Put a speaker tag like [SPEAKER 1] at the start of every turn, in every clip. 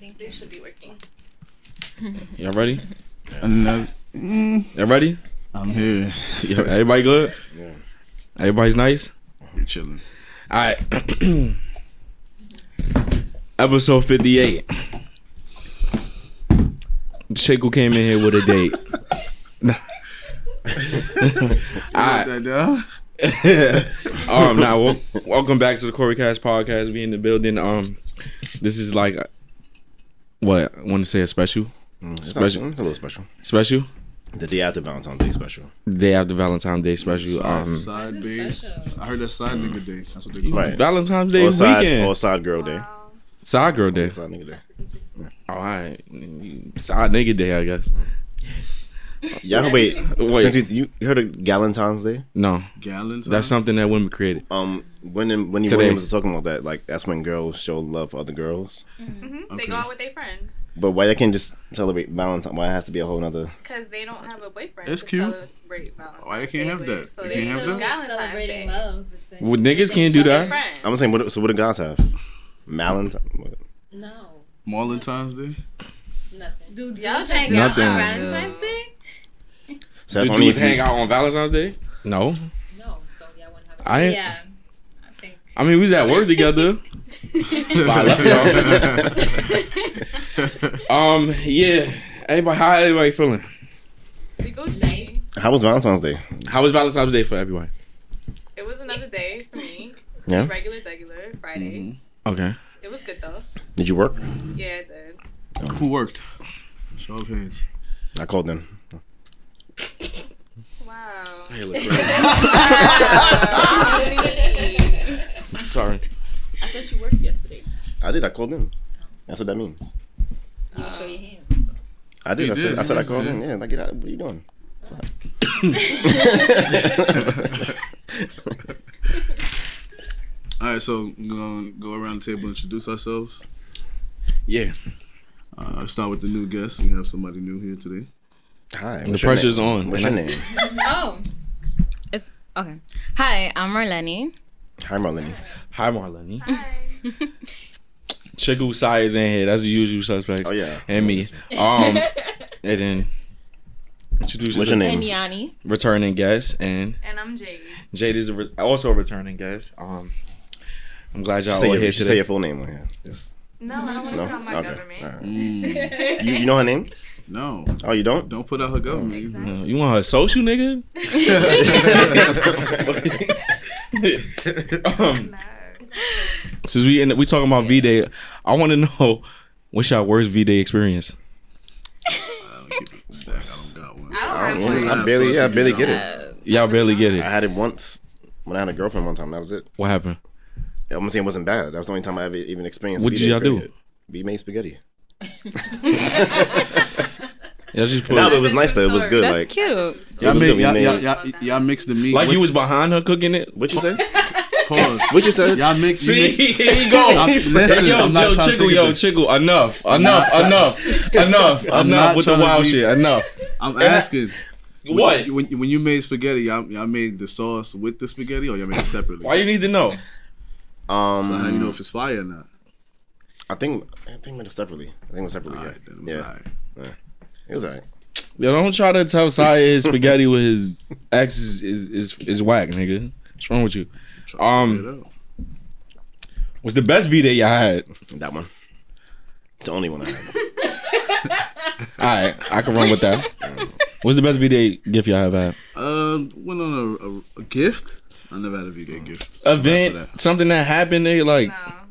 [SPEAKER 1] think they should be working.
[SPEAKER 2] Y'all ready?
[SPEAKER 3] Another, Mm.
[SPEAKER 2] Y'all ready?
[SPEAKER 3] uh, I'm here.
[SPEAKER 2] Yo, everybody good?
[SPEAKER 4] Yeah.
[SPEAKER 2] Everybody's nice?
[SPEAKER 3] You chilling?
[SPEAKER 2] All right. Episode 58. Chico came in here with a date. All
[SPEAKER 3] That down?
[SPEAKER 2] right. um, now, wel- welcome back to the Corey Cash podcast. We in the building. Um, This is like, a- what? I want to say a special?
[SPEAKER 4] Mm, It's
[SPEAKER 2] Special.
[SPEAKER 4] Not, it's a little special.
[SPEAKER 2] Special?
[SPEAKER 4] The day after Valentine's Day special.
[SPEAKER 2] Day after Valentine's Day special.
[SPEAKER 3] Side,
[SPEAKER 2] Um,
[SPEAKER 3] side day. I heard that side nigga day. That's what they call it.
[SPEAKER 4] Right.
[SPEAKER 2] Valentine's Day
[SPEAKER 4] or side,
[SPEAKER 2] weekend.
[SPEAKER 4] or side girl day.
[SPEAKER 2] Side girl day.
[SPEAKER 4] Or Side nigga day.
[SPEAKER 2] All right. Side nigga day, I guess.
[SPEAKER 4] Y'all can wait.
[SPEAKER 2] Wait.
[SPEAKER 4] Since we, you- you heard of Galentine's Day?
[SPEAKER 2] No,
[SPEAKER 3] Gallons.
[SPEAKER 2] that's
[SPEAKER 3] huh?
[SPEAKER 2] something that women created.
[SPEAKER 4] Um, when in, Wendy
[SPEAKER 2] Today.
[SPEAKER 4] Williams was talking about that, like that's when girls show love for other girls.
[SPEAKER 5] Mm-hmm.
[SPEAKER 3] Okay.
[SPEAKER 5] They go out with their friends
[SPEAKER 4] But why they can't just celebrate Valentine? Why it has to be a whole nother?
[SPEAKER 5] because they don't have a boyfriend.
[SPEAKER 3] It's
[SPEAKER 5] to
[SPEAKER 3] cute.
[SPEAKER 5] Celebrate Valentine's
[SPEAKER 3] Why they can't
[SPEAKER 5] Day
[SPEAKER 3] have
[SPEAKER 5] with,
[SPEAKER 3] that?
[SPEAKER 5] So
[SPEAKER 3] They
[SPEAKER 5] they,
[SPEAKER 3] can't have
[SPEAKER 5] still
[SPEAKER 3] that?
[SPEAKER 5] Valentine's
[SPEAKER 1] Celebrating
[SPEAKER 5] Day.
[SPEAKER 1] love. but they-
[SPEAKER 2] Well, niggas
[SPEAKER 1] they
[SPEAKER 2] can't do
[SPEAKER 1] tell
[SPEAKER 2] that.
[SPEAKER 5] Their friends.
[SPEAKER 4] I'm saying, what, so what do guys have? Malentine.
[SPEAKER 1] No,
[SPEAKER 3] Valentine's Day.
[SPEAKER 1] nothing. Do
[SPEAKER 5] Y'all
[SPEAKER 1] dudes hang
[SPEAKER 5] think
[SPEAKER 1] out on
[SPEAKER 2] Nothing.
[SPEAKER 1] Valentine's Day?
[SPEAKER 4] So
[SPEAKER 2] Do
[SPEAKER 4] that's only
[SPEAKER 2] dudes
[SPEAKER 4] if you-
[SPEAKER 2] hang out on Valentine's Day? No.
[SPEAKER 1] No, so y'all wouldn't have.
[SPEAKER 2] I-
[SPEAKER 1] yeah, I think.
[SPEAKER 2] I mean, we was at work together. I Um, yeah. Everybody, how everybody feeling?
[SPEAKER 5] We go nice.
[SPEAKER 4] How was Valentine's Day?
[SPEAKER 2] How was Valentine's Day for everybody?
[SPEAKER 5] It was another day for me.
[SPEAKER 4] Yeah.
[SPEAKER 5] Regular, regular Friday.
[SPEAKER 3] Mm-hmm.
[SPEAKER 2] Okay.
[SPEAKER 5] It was good though.
[SPEAKER 4] Did you work?
[SPEAKER 5] Yeah, it did.
[SPEAKER 3] Who worked? Show of hands.
[SPEAKER 4] I called them.
[SPEAKER 5] Wow.
[SPEAKER 2] Hey, look, bro. Sorry.
[SPEAKER 1] I thought you worked yesterday.
[SPEAKER 4] I did. I called in. That's what that means.
[SPEAKER 1] You didn't show your hands.
[SPEAKER 4] I did.
[SPEAKER 3] You
[SPEAKER 4] I said,
[SPEAKER 3] did,
[SPEAKER 4] I, said I
[SPEAKER 3] you
[SPEAKER 4] called
[SPEAKER 3] did.
[SPEAKER 4] in. Yeah, like, get out. What are you doing?
[SPEAKER 3] All right, so we're gonna go around the table and introduce ourselves.
[SPEAKER 2] Yeah.
[SPEAKER 3] Uh, I'll start with the new guest. We have somebody new here today.
[SPEAKER 4] Hi.
[SPEAKER 2] The
[SPEAKER 4] what's your
[SPEAKER 2] pressure's
[SPEAKER 4] name?
[SPEAKER 2] on.
[SPEAKER 4] What's your
[SPEAKER 2] And I-
[SPEAKER 4] name?
[SPEAKER 6] Oh, it's okay. Hi, I'm Marlene.
[SPEAKER 4] Hi, Marlene.
[SPEAKER 2] Hi, Marlene. Chick who Sai is in here. That's the usual suspects.
[SPEAKER 4] Oh yeah.
[SPEAKER 2] And me. Um, and then introduce
[SPEAKER 4] What's your
[SPEAKER 6] And
[SPEAKER 4] name?
[SPEAKER 6] Yanni.
[SPEAKER 2] returning guest and
[SPEAKER 5] and I'm Jade.
[SPEAKER 2] Jade is a re- also a returning guest. Um, I'm glad y'all
[SPEAKER 4] Say
[SPEAKER 2] all
[SPEAKER 4] your,
[SPEAKER 2] here
[SPEAKER 4] you should say
[SPEAKER 2] today.
[SPEAKER 4] your full name on here. Just,
[SPEAKER 5] No, I don't want to
[SPEAKER 4] no.
[SPEAKER 5] put on my
[SPEAKER 4] okay.
[SPEAKER 5] government.
[SPEAKER 4] All right.
[SPEAKER 3] Mm,
[SPEAKER 4] You, you know her name?
[SPEAKER 3] no,
[SPEAKER 4] Oh, you don't?
[SPEAKER 3] don't put out her government.
[SPEAKER 2] Uh, you want her social nigga? um,
[SPEAKER 5] No.
[SPEAKER 2] since we end, we talking about V Day, I want to know what's your worst V Day experience.
[SPEAKER 3] I don't keep it stacked. I don't got one.
[SPEAKER 5] I
[SPEAKER 4] I,
[SPEAKER 5] don't have
[SPEAKER 4] don't
[SPEAKER 5] one.
[SPEAKER 4] know. I barely, yeah, I barely get it.
[SPEAKER 2] Y'all barely get
[SPEAKER 4] I
[SPEAKER 2] it.
[SPEAKER 4] had it once when I had a girlfriend one time. That was it.
[SPEAKER 2] What happened?
[SPEAKER 4] I'm gonna say it wasn't bad. That was the only time I ever even experienced.
[SPEAKER 2] What did y'all do?
[SPEAKER 4] We made spaghetti.
[SPEAKER 2] Y'all just put
[SPEAKER 4] No, but it was nice though. It was good.
[SPEAKER 6] That's
[SPEAKER 4] like,
[SPEAKER 6] cute.
[SPEAKER 3] Y'all,
[SPEAKER 4] was
[SPEAKER 3] made,
[SPEAKER 4] good. We
[SPEAKER 3] y'all,
[SPEAKER 4] made-
[SPEAKER 3] y'all, y'all, y'all mixed the meat.
[SPEAKER 2] like
[SPEAKER 3] with
[SPEAKER 2] you was behind her cooking it.
[SPEAKER 4] What you say?
[SPEAKER 3] pause.
[SPEAKER 4] What you said?
[SPEAKER 3] Y'all mixed. you mixed-
[SPEAKER 2] here you go.
[SPEAKER 3] I'm- listen,
[SPEAKER 2] yo,
[SPEAKER 3] I'm not
[SPEAKER 2] yo,
[SPEAKER 3] trying to
[SPEAKER 2] Chickle,
[SPEAKER 3] take
[SPEAKER 2] yo,
[SPEAKER 3] it.
[SPEAKER 2] Chickle, enough, enough, enough, enough, enough
[SPEAKER 3] I'm not
[SPEAKER 2] with the
[SPEAKER 3] trying to
[SPEAKER 2] wild
[SPEAKER 3] be-
[SPEAKER 2] shit, enough.
[SPEAKER 3] I'm asking. when-
[SPEAKER 2] What?
[SPEAKER 3] When, when you made spaghetti, y'all, y'all made the sauce with the spaghetti, or y'all made it separately?
[SPEAKER 2] Why you need to know?
[SPEAKER 3] How do you
[SPEAKER 4] Um,
[SPEAKER 3] know if it's fire or not?
[SPEAKER 4] I think I think we did it separately. I think it was separately.
[SPEAKER 3] All
[SPEAKER 4] yeah,
[SPEAKER 3] right, then it was
[SPEAKER 4] yeah.
[SPEAKER 3] all right.
[SPEAKER 4] It was alright.
[SPEAKER 2] Yo, don't try to tell Sai is spaghetti with his ex is is, is is whack, nigga. What's wrong with you?
[SPEAKER 3] Try to
[SPEAKER 2] Um,
[SPEAKER 3] figure it out.
[SPEAKER 2] What's the best V day y'all had?
[SPEAKER 4] That one. It's the only one I had.
[SPEAKER 2] All right, I can run with that. What's the best V day gift y'all have had?
[SPEAKER 3] Um, went on a, a, a gift. I never had a VK gift.
[SPEAKER 2] Event,
[SPEAKER 3] that.
[SPEAKER 2] something that happened, nigga, like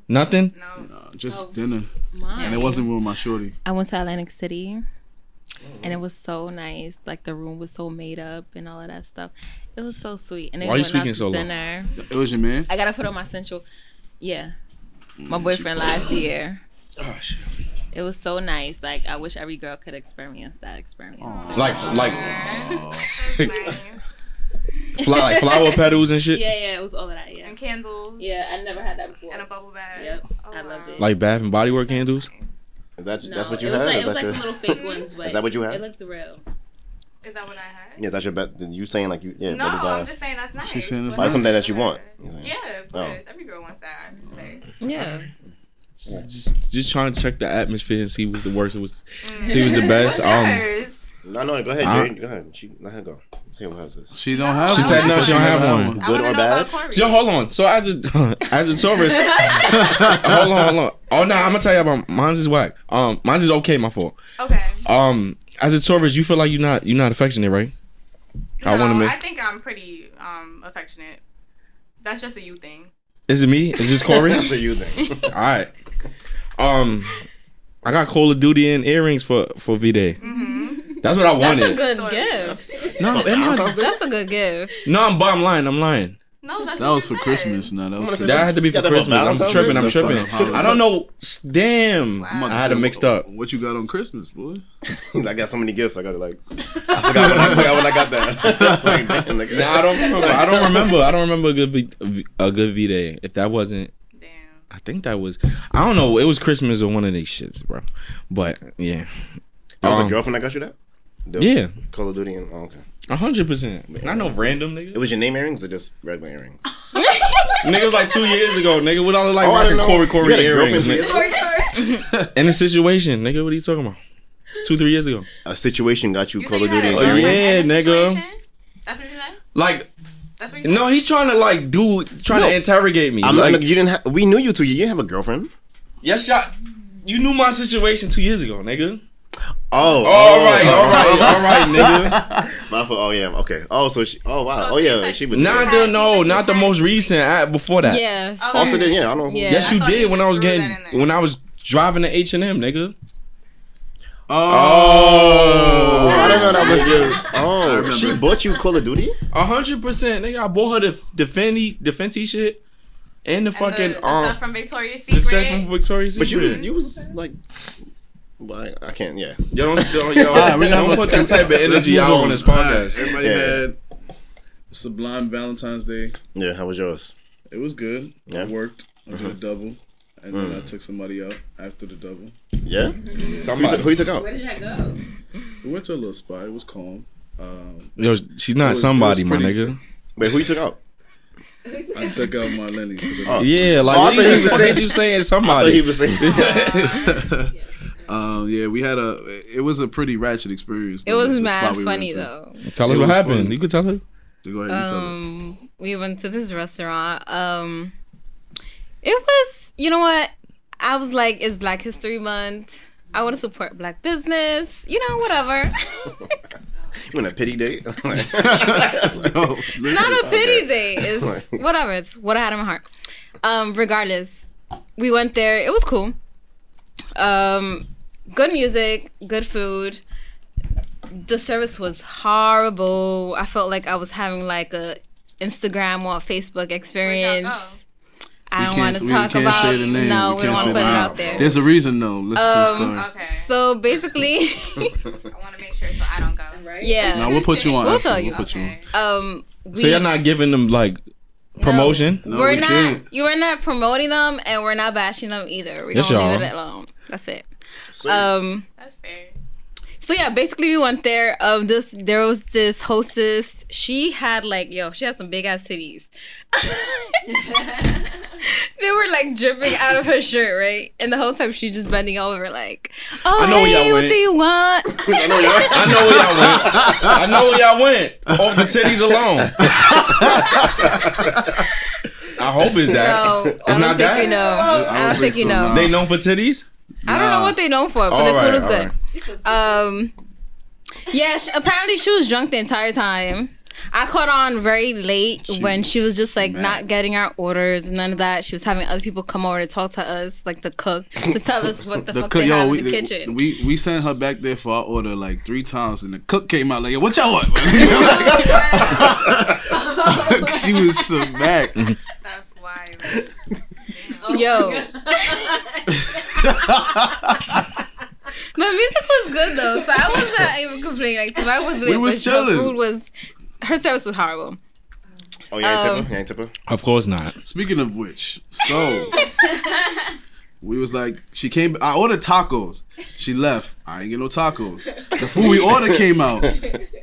[SPEAKER 2] nothing.
[SPEAKER 5] No, no.
[SPEAKER 3] Uh, just dinner,
[SPEAKER 6] Mine.
[SPEAKER 3] and it wasn't with my shorty.
[SPEAKER 6] I went to Atlantic City,
[SPEAKER 4] Oh,
[SPEAKER 6] and it was so nice. Like the room was so made up and all of that stuff. It was so sweet. And then
[SPEAKER 2] Why
[SPEAKER 6] we
[SPEAKER 2] you
[SPEAKER 6] went
[SPEAKER 2] speaking
[SPEAKER 6] out to
[SPEAKER 2] so low?
[SPEAKER 6] dinner.
[SPEAKER 3] It was your man.
[SPEAKER 6] I gotta put on my central. Yeah,
[SPEAKER 4] Mm,
[SPEAKER 6] my boyfriend last year.
[SPEAKER 4] Ah,
[SPEAKER 2] Oh, shit.
[SPEAKER 6] It was so nice. Like I wish every girl could experience that experience.
[SPEAKER 2] Like like
[SPEAKER 5] nice.
[SPEAKER 2] fly, like flower petals and shit.
[SPEAKER 6] Yeah, yeah, it was all of that. Yeah,
[SPEAKER 5] And candles.
[SPEAKER 6] yeah, I never had that before.
[SPEAKER 5] And a bubble bag.
[SPEAKER 6] Yep,
[SPEAKER 5] Oh,
[SPEAKER 6] I loved
[SPEAKER 5] wow.
[SPEAKER 6] it.
[SPEAKER 2] Like Bath and Body Work candles.
[SPEAKER 4] Is that
[SPEAKER 6] No,
[SPEAKER 4] that's what you
[SPEAKER 6] it was
[SPEAKER 4] had?
[SPEAKER 6] Like,
[SPEAKER 4] Is
[SPEAKER 6] it
[SPEAKER 4] that
[SPEAKER 6] was like
[SPEAKER 4] your-
[SPEAKER 6] the little fake ones. But
[SPEAKER 4] Is that what you had?
[SPEAKER 6] It looked real.
[SPEAKER 5] Is that what I had?
[SPEAKER 4] Yeah, that's your bet. You saying like you? Yeah,
[SPEAKER 5] No,
[SPEAKER 4] blah, blah, blah.
[SPEAKER 5] I'm just saying that's nice.
[SPEAKER 3] She's saying it's
[SPEAKER 5] But
[SPEAKER 3] nice.
[SPEAKER 4] Like something that you want.
[SPEAKER 5] Yeah, of course. Every girl wants that. I would say.
[SPEAKER 6] Yeah.
[SPEAKER 2] just, just trying to check the atmosphere and see what's the worst, what's see Mm. what's the best. Um,
[SPEAKER 5] Yours.
[SPEAKER 4] No, no, go ahead,
[SPEAKER 2] Uh,
[SPEAKER 4] Jade. Go ahead. She, let her go. Let's see what hers is.
[SPEAKER 3] She don't have.
[SPEAKER 5] She
[SPEAKER 3] one.
[SPEAKER 5] said no, she don't
[SPEAKER 2] have one.
[SPEAKER 5] I
[SPEAKER 4] Good
[SPEAKER 5] wanna
[SPEAKER 4] or
[SPEAKER 5] know
[SPEAKER 4] bad?
[SPEAKER 5] about Corey.
[SPEAKER 2] Yo, hold on. So as a as a tourist, hold on, hold on. Oh no, I'm gonna tell you about mine's is whack. Um, mine's is okay. My fault.
[SPEAKER 5] Okay.
[SPEAKER 2] Um, as a tourist, you feel like you're not you're not affectionate, right? I
[SPEAKER 5] No,
[SPEAKER 2] wanna make-
[SPEAKER 5] I think I'm pretty um affectionate. That's just a you thing.
[SPEAKER 2] Is it me? Is this Corey?
[SPEAKER 4] That's what you think.
[SPEAKER 2] All right. Um, I got Call of Duty and earrings for for V Day. That's what I
[SPEAKER 6] That's a
[SPEAKER 2] wanted.
[SPEAKER 6] good
[SPEAKER 5] Story.
[SPEAKER 6] gift.
[SPEAKER 2] No, am I?
[SPEAKER 6] That's a good gift.
[SPEAKER 2] No, I'm, but I'm lying. I'm lying.
[SPEAKER 5] No, that's
[SPEAKER 3] That
[SPEAKER 5] what
[SPEAKER 3] was
[SPEAKER 5] you
[SPEAKER 3] for
[SPEAKER 5] said.
[SPEAKER 3] Christmas. No, that was.
[SPEAKER 4] gonna
[SPEAKER 3] Christmas.
[SPEAKER 4] say
[SPEAKER 2] That had to be for
[SPEAKER 4] Yeah, that was
[SPEAKER 2] Christmas. I'm
[SPEAKER 4] Valentine's
[SPEAKER 2] tripping. I'm
[SPEAKER 3] Day?
[SPEAKER 2] tripping.
[SPEAKER 3] That's fine.
[SPEAKER 2] I don't know. s- Damn,
[SPEAKER 5] Wow. I'm
[SPEAKER 2] I had it mixed up.
[SPEAKER 3] What you got on Christmas, boy?
[SPEAKER 4] I got so many gifts. I got to like. I forgot when I, I forgot when I got that. like, damn, nigga.
[SPEAKER 2] Nah, I don't remember. I don't remember. I don't remember a good V- a good V Day. If that wasn't,
[SPEAKER 5] Damn.
[SPEAKER 2] I think that was. I don't know. It was Christmas or one of these shits, bro. But yeah,
[SPEAKER 4] That was
[SPEAKER 2] Um,
[SPEAKER 4] a girlfriend that got you that. The
[SPEAKER 2] yeah,
[SPEAKER 4] Call of Duty and oh, okay.
[SPEAKER 2] a hundred percent. Not no random nigga.
[SPEAKER 4] It was your name earrings or just regular earrings?
[SPEAKER 2] Nigga was like two years ago, nigga. What I look like
[SPEAKER 4] Oh, I
[SPEAKER 2] rocking
[SPEAKER 4] didn't know.
[SPEAKER 2] Corey
[SPEAKER 4] You
[SPEAKER 2] Corey
[SPEAKER 4] had a
[SPEAKER 2] earrings,
[SPEAKER 4] girlfriend
[SPEAKER 2] nigga. In a situation, nigga, what are you talking about? Two, three years ago.
[SPEAKER 4] A situation got you,
[SPEAKER 5] You
[SPEAKER 4] Call
[SPEAKER 5] said
[SPEAKER 4] of
[SPEAKER 5] you had
[SPEAKER 4] Duty.
[SPEAKER 5] a
[SPEAKER 4] and
[SPEAKER 2] Oh,
[SPEAKER 5] girlfriend
[SPEAKER 2] yeah,
[SPEAKER 4] earrings?
[SPEAKER 5] in that
[SPEAKER 2] nigga.
[SPEAKER 5] situation? That's what you said.
[SPEAKER 2] Like,
[SPEAKER 5] That's what you said.
[SPEAKER 2] no, he's trying to like do trying
[SPEAKER 4] No.
[SPEAKER 2] to interrogate me.
[SPEAKER 4] I'm
[SPEAKER 2] like,
[SPEAKER 4] not. You didn't. Ha- we knew you two. You didn't have a girlfriend.
[SPEAKER 2] yes, y'all, you knew my situation two years ago, nigga. All
[SPEAKER 4] Oh. oh,
[SPEAKER 2] right,
[SPEAKER 4] oh,
[SPEAKER 2] all right, all right, nigga.
[SPEAKER 4] My fault. Oh yeah. Okay. Oh, so she. Oh
[SPEAKER 5] Oh,
[SPEAKER 4] wow. Oh
[SPEAKER 5] so you
[SPEAKER 4] yeah.
[SPEAKER 5] said-
[SPEAKER 4] She was.
[SPEAKER 2] Not
[SPEAKER 5] Yeah.
[SPEAKER 2] the no, not the most recent. I, before that,
[SPEAKER 5] Oh,
[SPEAKER 6] Yeah. So,
[SPEAKER 4] Also, then, yeah. I don't.
[SPEAKER 6] Yeah.
[SPEAKER 2] yes,
[SPEAKER 5] I
[SPEAKER 2] you
[SPEAKER 5] thought
[SPEAKER 2] did
[SPEAKER 5] you
[SPEAKER 2] when I was
[SPEAKER 5] just threw
[SPEAKER 2] getting
[SPEAKER 5] that in there.
[SPEAKER 2] when I was driving the H and M, nigga.
[SPEAKER 3] Oh,
[SPEAKER 4] Oh, I
[SPEAKER 2] Oh,
[SPEAKER 4] didn't know that was your. Oh,
[SPEAKER 3] remember.
[SPEAKER 4] she bought you Call of Duty.
[SPEAKER 2] a hundred percent, nigga. I bought her the the Fendi, the Fenty shit, and the
[SPEAKER 5] And
[SPEAKER 2] fucking
[SPEAKER 5] the, the
[SPEAKER 2] um,
[SPEAKER 5] stuff from Victoria's
[SPEAKER 2] the
[SPEAKER 5] Secret.
[SPEAKER 2] set from Victoria's
[SPEAKER 4] But you
[SPEAKER 2] Secret.
[SPEAKER 4] was you was like. Well, I, I can't. Yeah.
[SPEAKER 2] Yo, don't, don't, yo,
[SPEAKER 3] right, we gotta
[SPEAKER 2] don't
[SPEAKER 3] move-
[SPEAKER 2] put that type of energy out on this podcast.
[SPEAKER 3] everybody
[SPEAKER 4] Yeah.
[SPEAKER 3] had a sublime Valentine's Day.
[SPEAKER 4] Yeah. How was yours?
[SPEAKER 3] It was good.
[SPEAKER 4] Yeah. Mm-hmm. Mm.
[SPEAKER 3] I worked. I did a double, and then I took somebody out after the double.
[SPEAKER 4] Yeah.
[SPEAKER 5] Mm-hmm.
[SPEAKER 4] Who you,
[SPEAKER 2] Somebody,
[SPEAKER 4] took, who you took out?
[SPEAKER 1] Where did I go?
[SPEAKER 3] We went to a little spot. It was calm. Um,
[SPEAKER 2] yo, she's not
[SPEAKER 3] was-
[SPEAKER 2] somebody,
[SPEAKER 3] it
[SPEAKER 2] my
[SPEAKER 3] was
[SPEAKER 2] nigga.
[SPEAKER 4] Wait. Who you took out?
[SPEAKER 3] I took out my Lenny's. To the
[SPEAKER 2] Yeah, like
[SPEAKER 4] Oh, I
[SPEAKER 2] what
[SPEAKER 4] thought
[SPEAKER 2] the
[SPEAKER 4] he was
[SPEAKER 2] fuck
[SPEAKER 4] saying-
[SPEAKER 2] is you Oh, saying
[SPEAKER 4] I thought
[SPEAKER 2] somebody?
[SPEAKER 4] he was saying. Oh.
[SPEAKER 3] Um, yeah, we had a. It was a pretty ratchet experience.
[SPEAKER 6] it
[SPEAKER 3] though,
[SPEAKER 6] was
[SPEAKER 3] the
[SPEAKER 6] mad
[SPEAKER 3] spot we went
[SPEAKER 6] funny
[SPEAKER 3] to.
[SPEAKER 6] though.
[SPEAKER 2] Tell
[SPEAKER 3] It
[SPEAKER 2] us what
[SPEAKER 3] was
[SPEAKER 2] happened.
[SPEAKER 3] fun.
[SPEAKER 2] You could tell us.
[SPEAKER 3] Go ahead, you tell it.
[SPEAKER 6] um, we went to this restaurant. Um, it was, you know what? I was like, it's Black History Month. I want to support Black business. You know, whatever.
[SPEAKER 4] You in a pity date?
[SPEAKER 3] No, listen.
[SPEAKER 6] Not a pity day. It's whatever. It's what I had in my heart. Um, regardless, we went there. It was cool. Um, good music, good food. The service was horrible. I felt like I was having like a Instagram or Facebook
[SPEAKER 5] Where'd
[SPEAKER 6] experience.
[SPEAKER 5] y'all go?
[SPEAKER 6] I don't
[SPEAKER 3] can't-
[SPEAKER 6] want to
[SPEAKER 3] we
[SPEAKER 6] talk
[SPEAKER 3] can't
[SPEAKER 6] about.
[SPEAKER 3] say the name.
[SPEAKER 6] No,
[SPEAKER 3] We
[SPEAKER 6] we,
[SPEAKER 3] can't
[SPEAKER 6] don't want to
[SPEAKER 3] say
[SPEAKER 6] put it
[SPEAKER 3] the name.
[SPEAKER 6] out there.
[SPEAKER 3] There's a reason though. Listen to the
[SPEAKER 6] um,
[SPEAKER 3] story.
[SPEAKER 5] Okay.
[SPEAKER 6] So basically,
[SPEAKER 5] I want to make sure so I don't go.
[SPEAKER 1] Right?
[SPEAKER 6] yeah.
[SPEAKER 3] Now we'll put you on.
[SPEAKER 6] We'll
[SPEAKER 3] after.
[SPEAKER 6] tell you.
[SPEAKER 3] We'll put you on.
[SPEAKER 5] Okay.
[SPEAKER 6] um, we,
[SPEAKER 2] So you're not giving them like promotion.
[SPEAKER 3] No,
[SPEAKER 6] we're
[SPEAKER 3] we
[SPEAKER 6] not.
[SPEAKER 3] can't.
[SPEAKER 6] You are not promoting them, and we're not bashing them either. We're
[SPEAKER 2] Yes,
[SPEAKER 6] gonna
[SPEAKER 2] y'all
[SPEAKER 6] leave it alone. That's it.
[SPEAKER 4] So-
[SPEAKER 6] Um.
[SPEAKER 5] That's fair.
[SPEAKER 6] So yeah, basically we went there. Um. This there was this hostess. She had like yo. She had some big ass titties. they were like dripping out of her shirt, right? And the whole time she just bending over, like, oh
[SPEAKER 2] I know where y'all
[SPEAKER 6] hey, what
[SPEAKER 2] went.
[SPEAKER 6] do you want?
[SPEAKER 4] I know y'all.
[SPEAKER 2] I know where y'all went. I know where y'all went. Off the titties alone. I hope it's that.
[SPEAKER 6] No, I
[SPEAKER 2] It's
[SPEAKER 6] don't
[SPEAKER 2] not
[SPEAKER 6] think
[SPEAKER 2] that?
[SPEAKER 6] you know. I
[SPEAKER 3] I
[SPEAKER 6] don't
[SPEAKER 3] don't
[SPEAKER 6] think
[SPEAKER 3] think
[SPEAKER 6] you
[SPEAKER 3] so,
[SPEAKER 6] know.
[SPEAKER 3] no.
[SPEAKER 2] They known for titties.
[SPEAKER 6] I don't know
[SPEAKER 3] Nah.
[SPEAKER 6] what they known for, but
[SPEAKER 2] All
[SPEAKER 6] the
[SPEAKER 2] right,
[SPEAKER 6] food was
[SPEAKER 2] all
[SPEAKER 6] good. Um, yeah, she, apparently she was drunk the entire time. I caught on very late when she was just like
[SPEAKER 3] mad.
[SPEAKER 6] not getting our orders, none of that. She was having other people come over to talk to us, like the cook, to tell us what the,
[SPEAKER 3] The
[SPEAKER 6] fuck
[SPEAKER 3] cook,
[SPEAKER 6] they
[SPEAKER 3] yo,
[SPEAKER 6] have
[SPEAKER 3] we,
[SPEAKER 6] in the kitchen.
[SPEAKER 3] we we sent her back there for our order like three times, and the cook came out like, "Yo, what y'all want?" she was so mad.
[SPEAKER 5] That's wild.
[SPEAKER 6] Yo. But music was good though, so I was not even complaining. Like if I was doing, it,
[SPEAKER 3] was
[SPEAKER 6] but
[SPEAKER 3] chilling.
[SPEAKER 6] the food was, her service was horrible.
[SPEAKER 4] Oh, you ain't
[SPEAKER 6] Um,
[SPEAKER 4] tipping. You ain't tipping.
[SPEAKER 2] Of course not.
[SPEAKER 3] Speaking of which, so we was like, she came. I ordered tacos. She left. I ain't get no tacos. The food we ordered came out.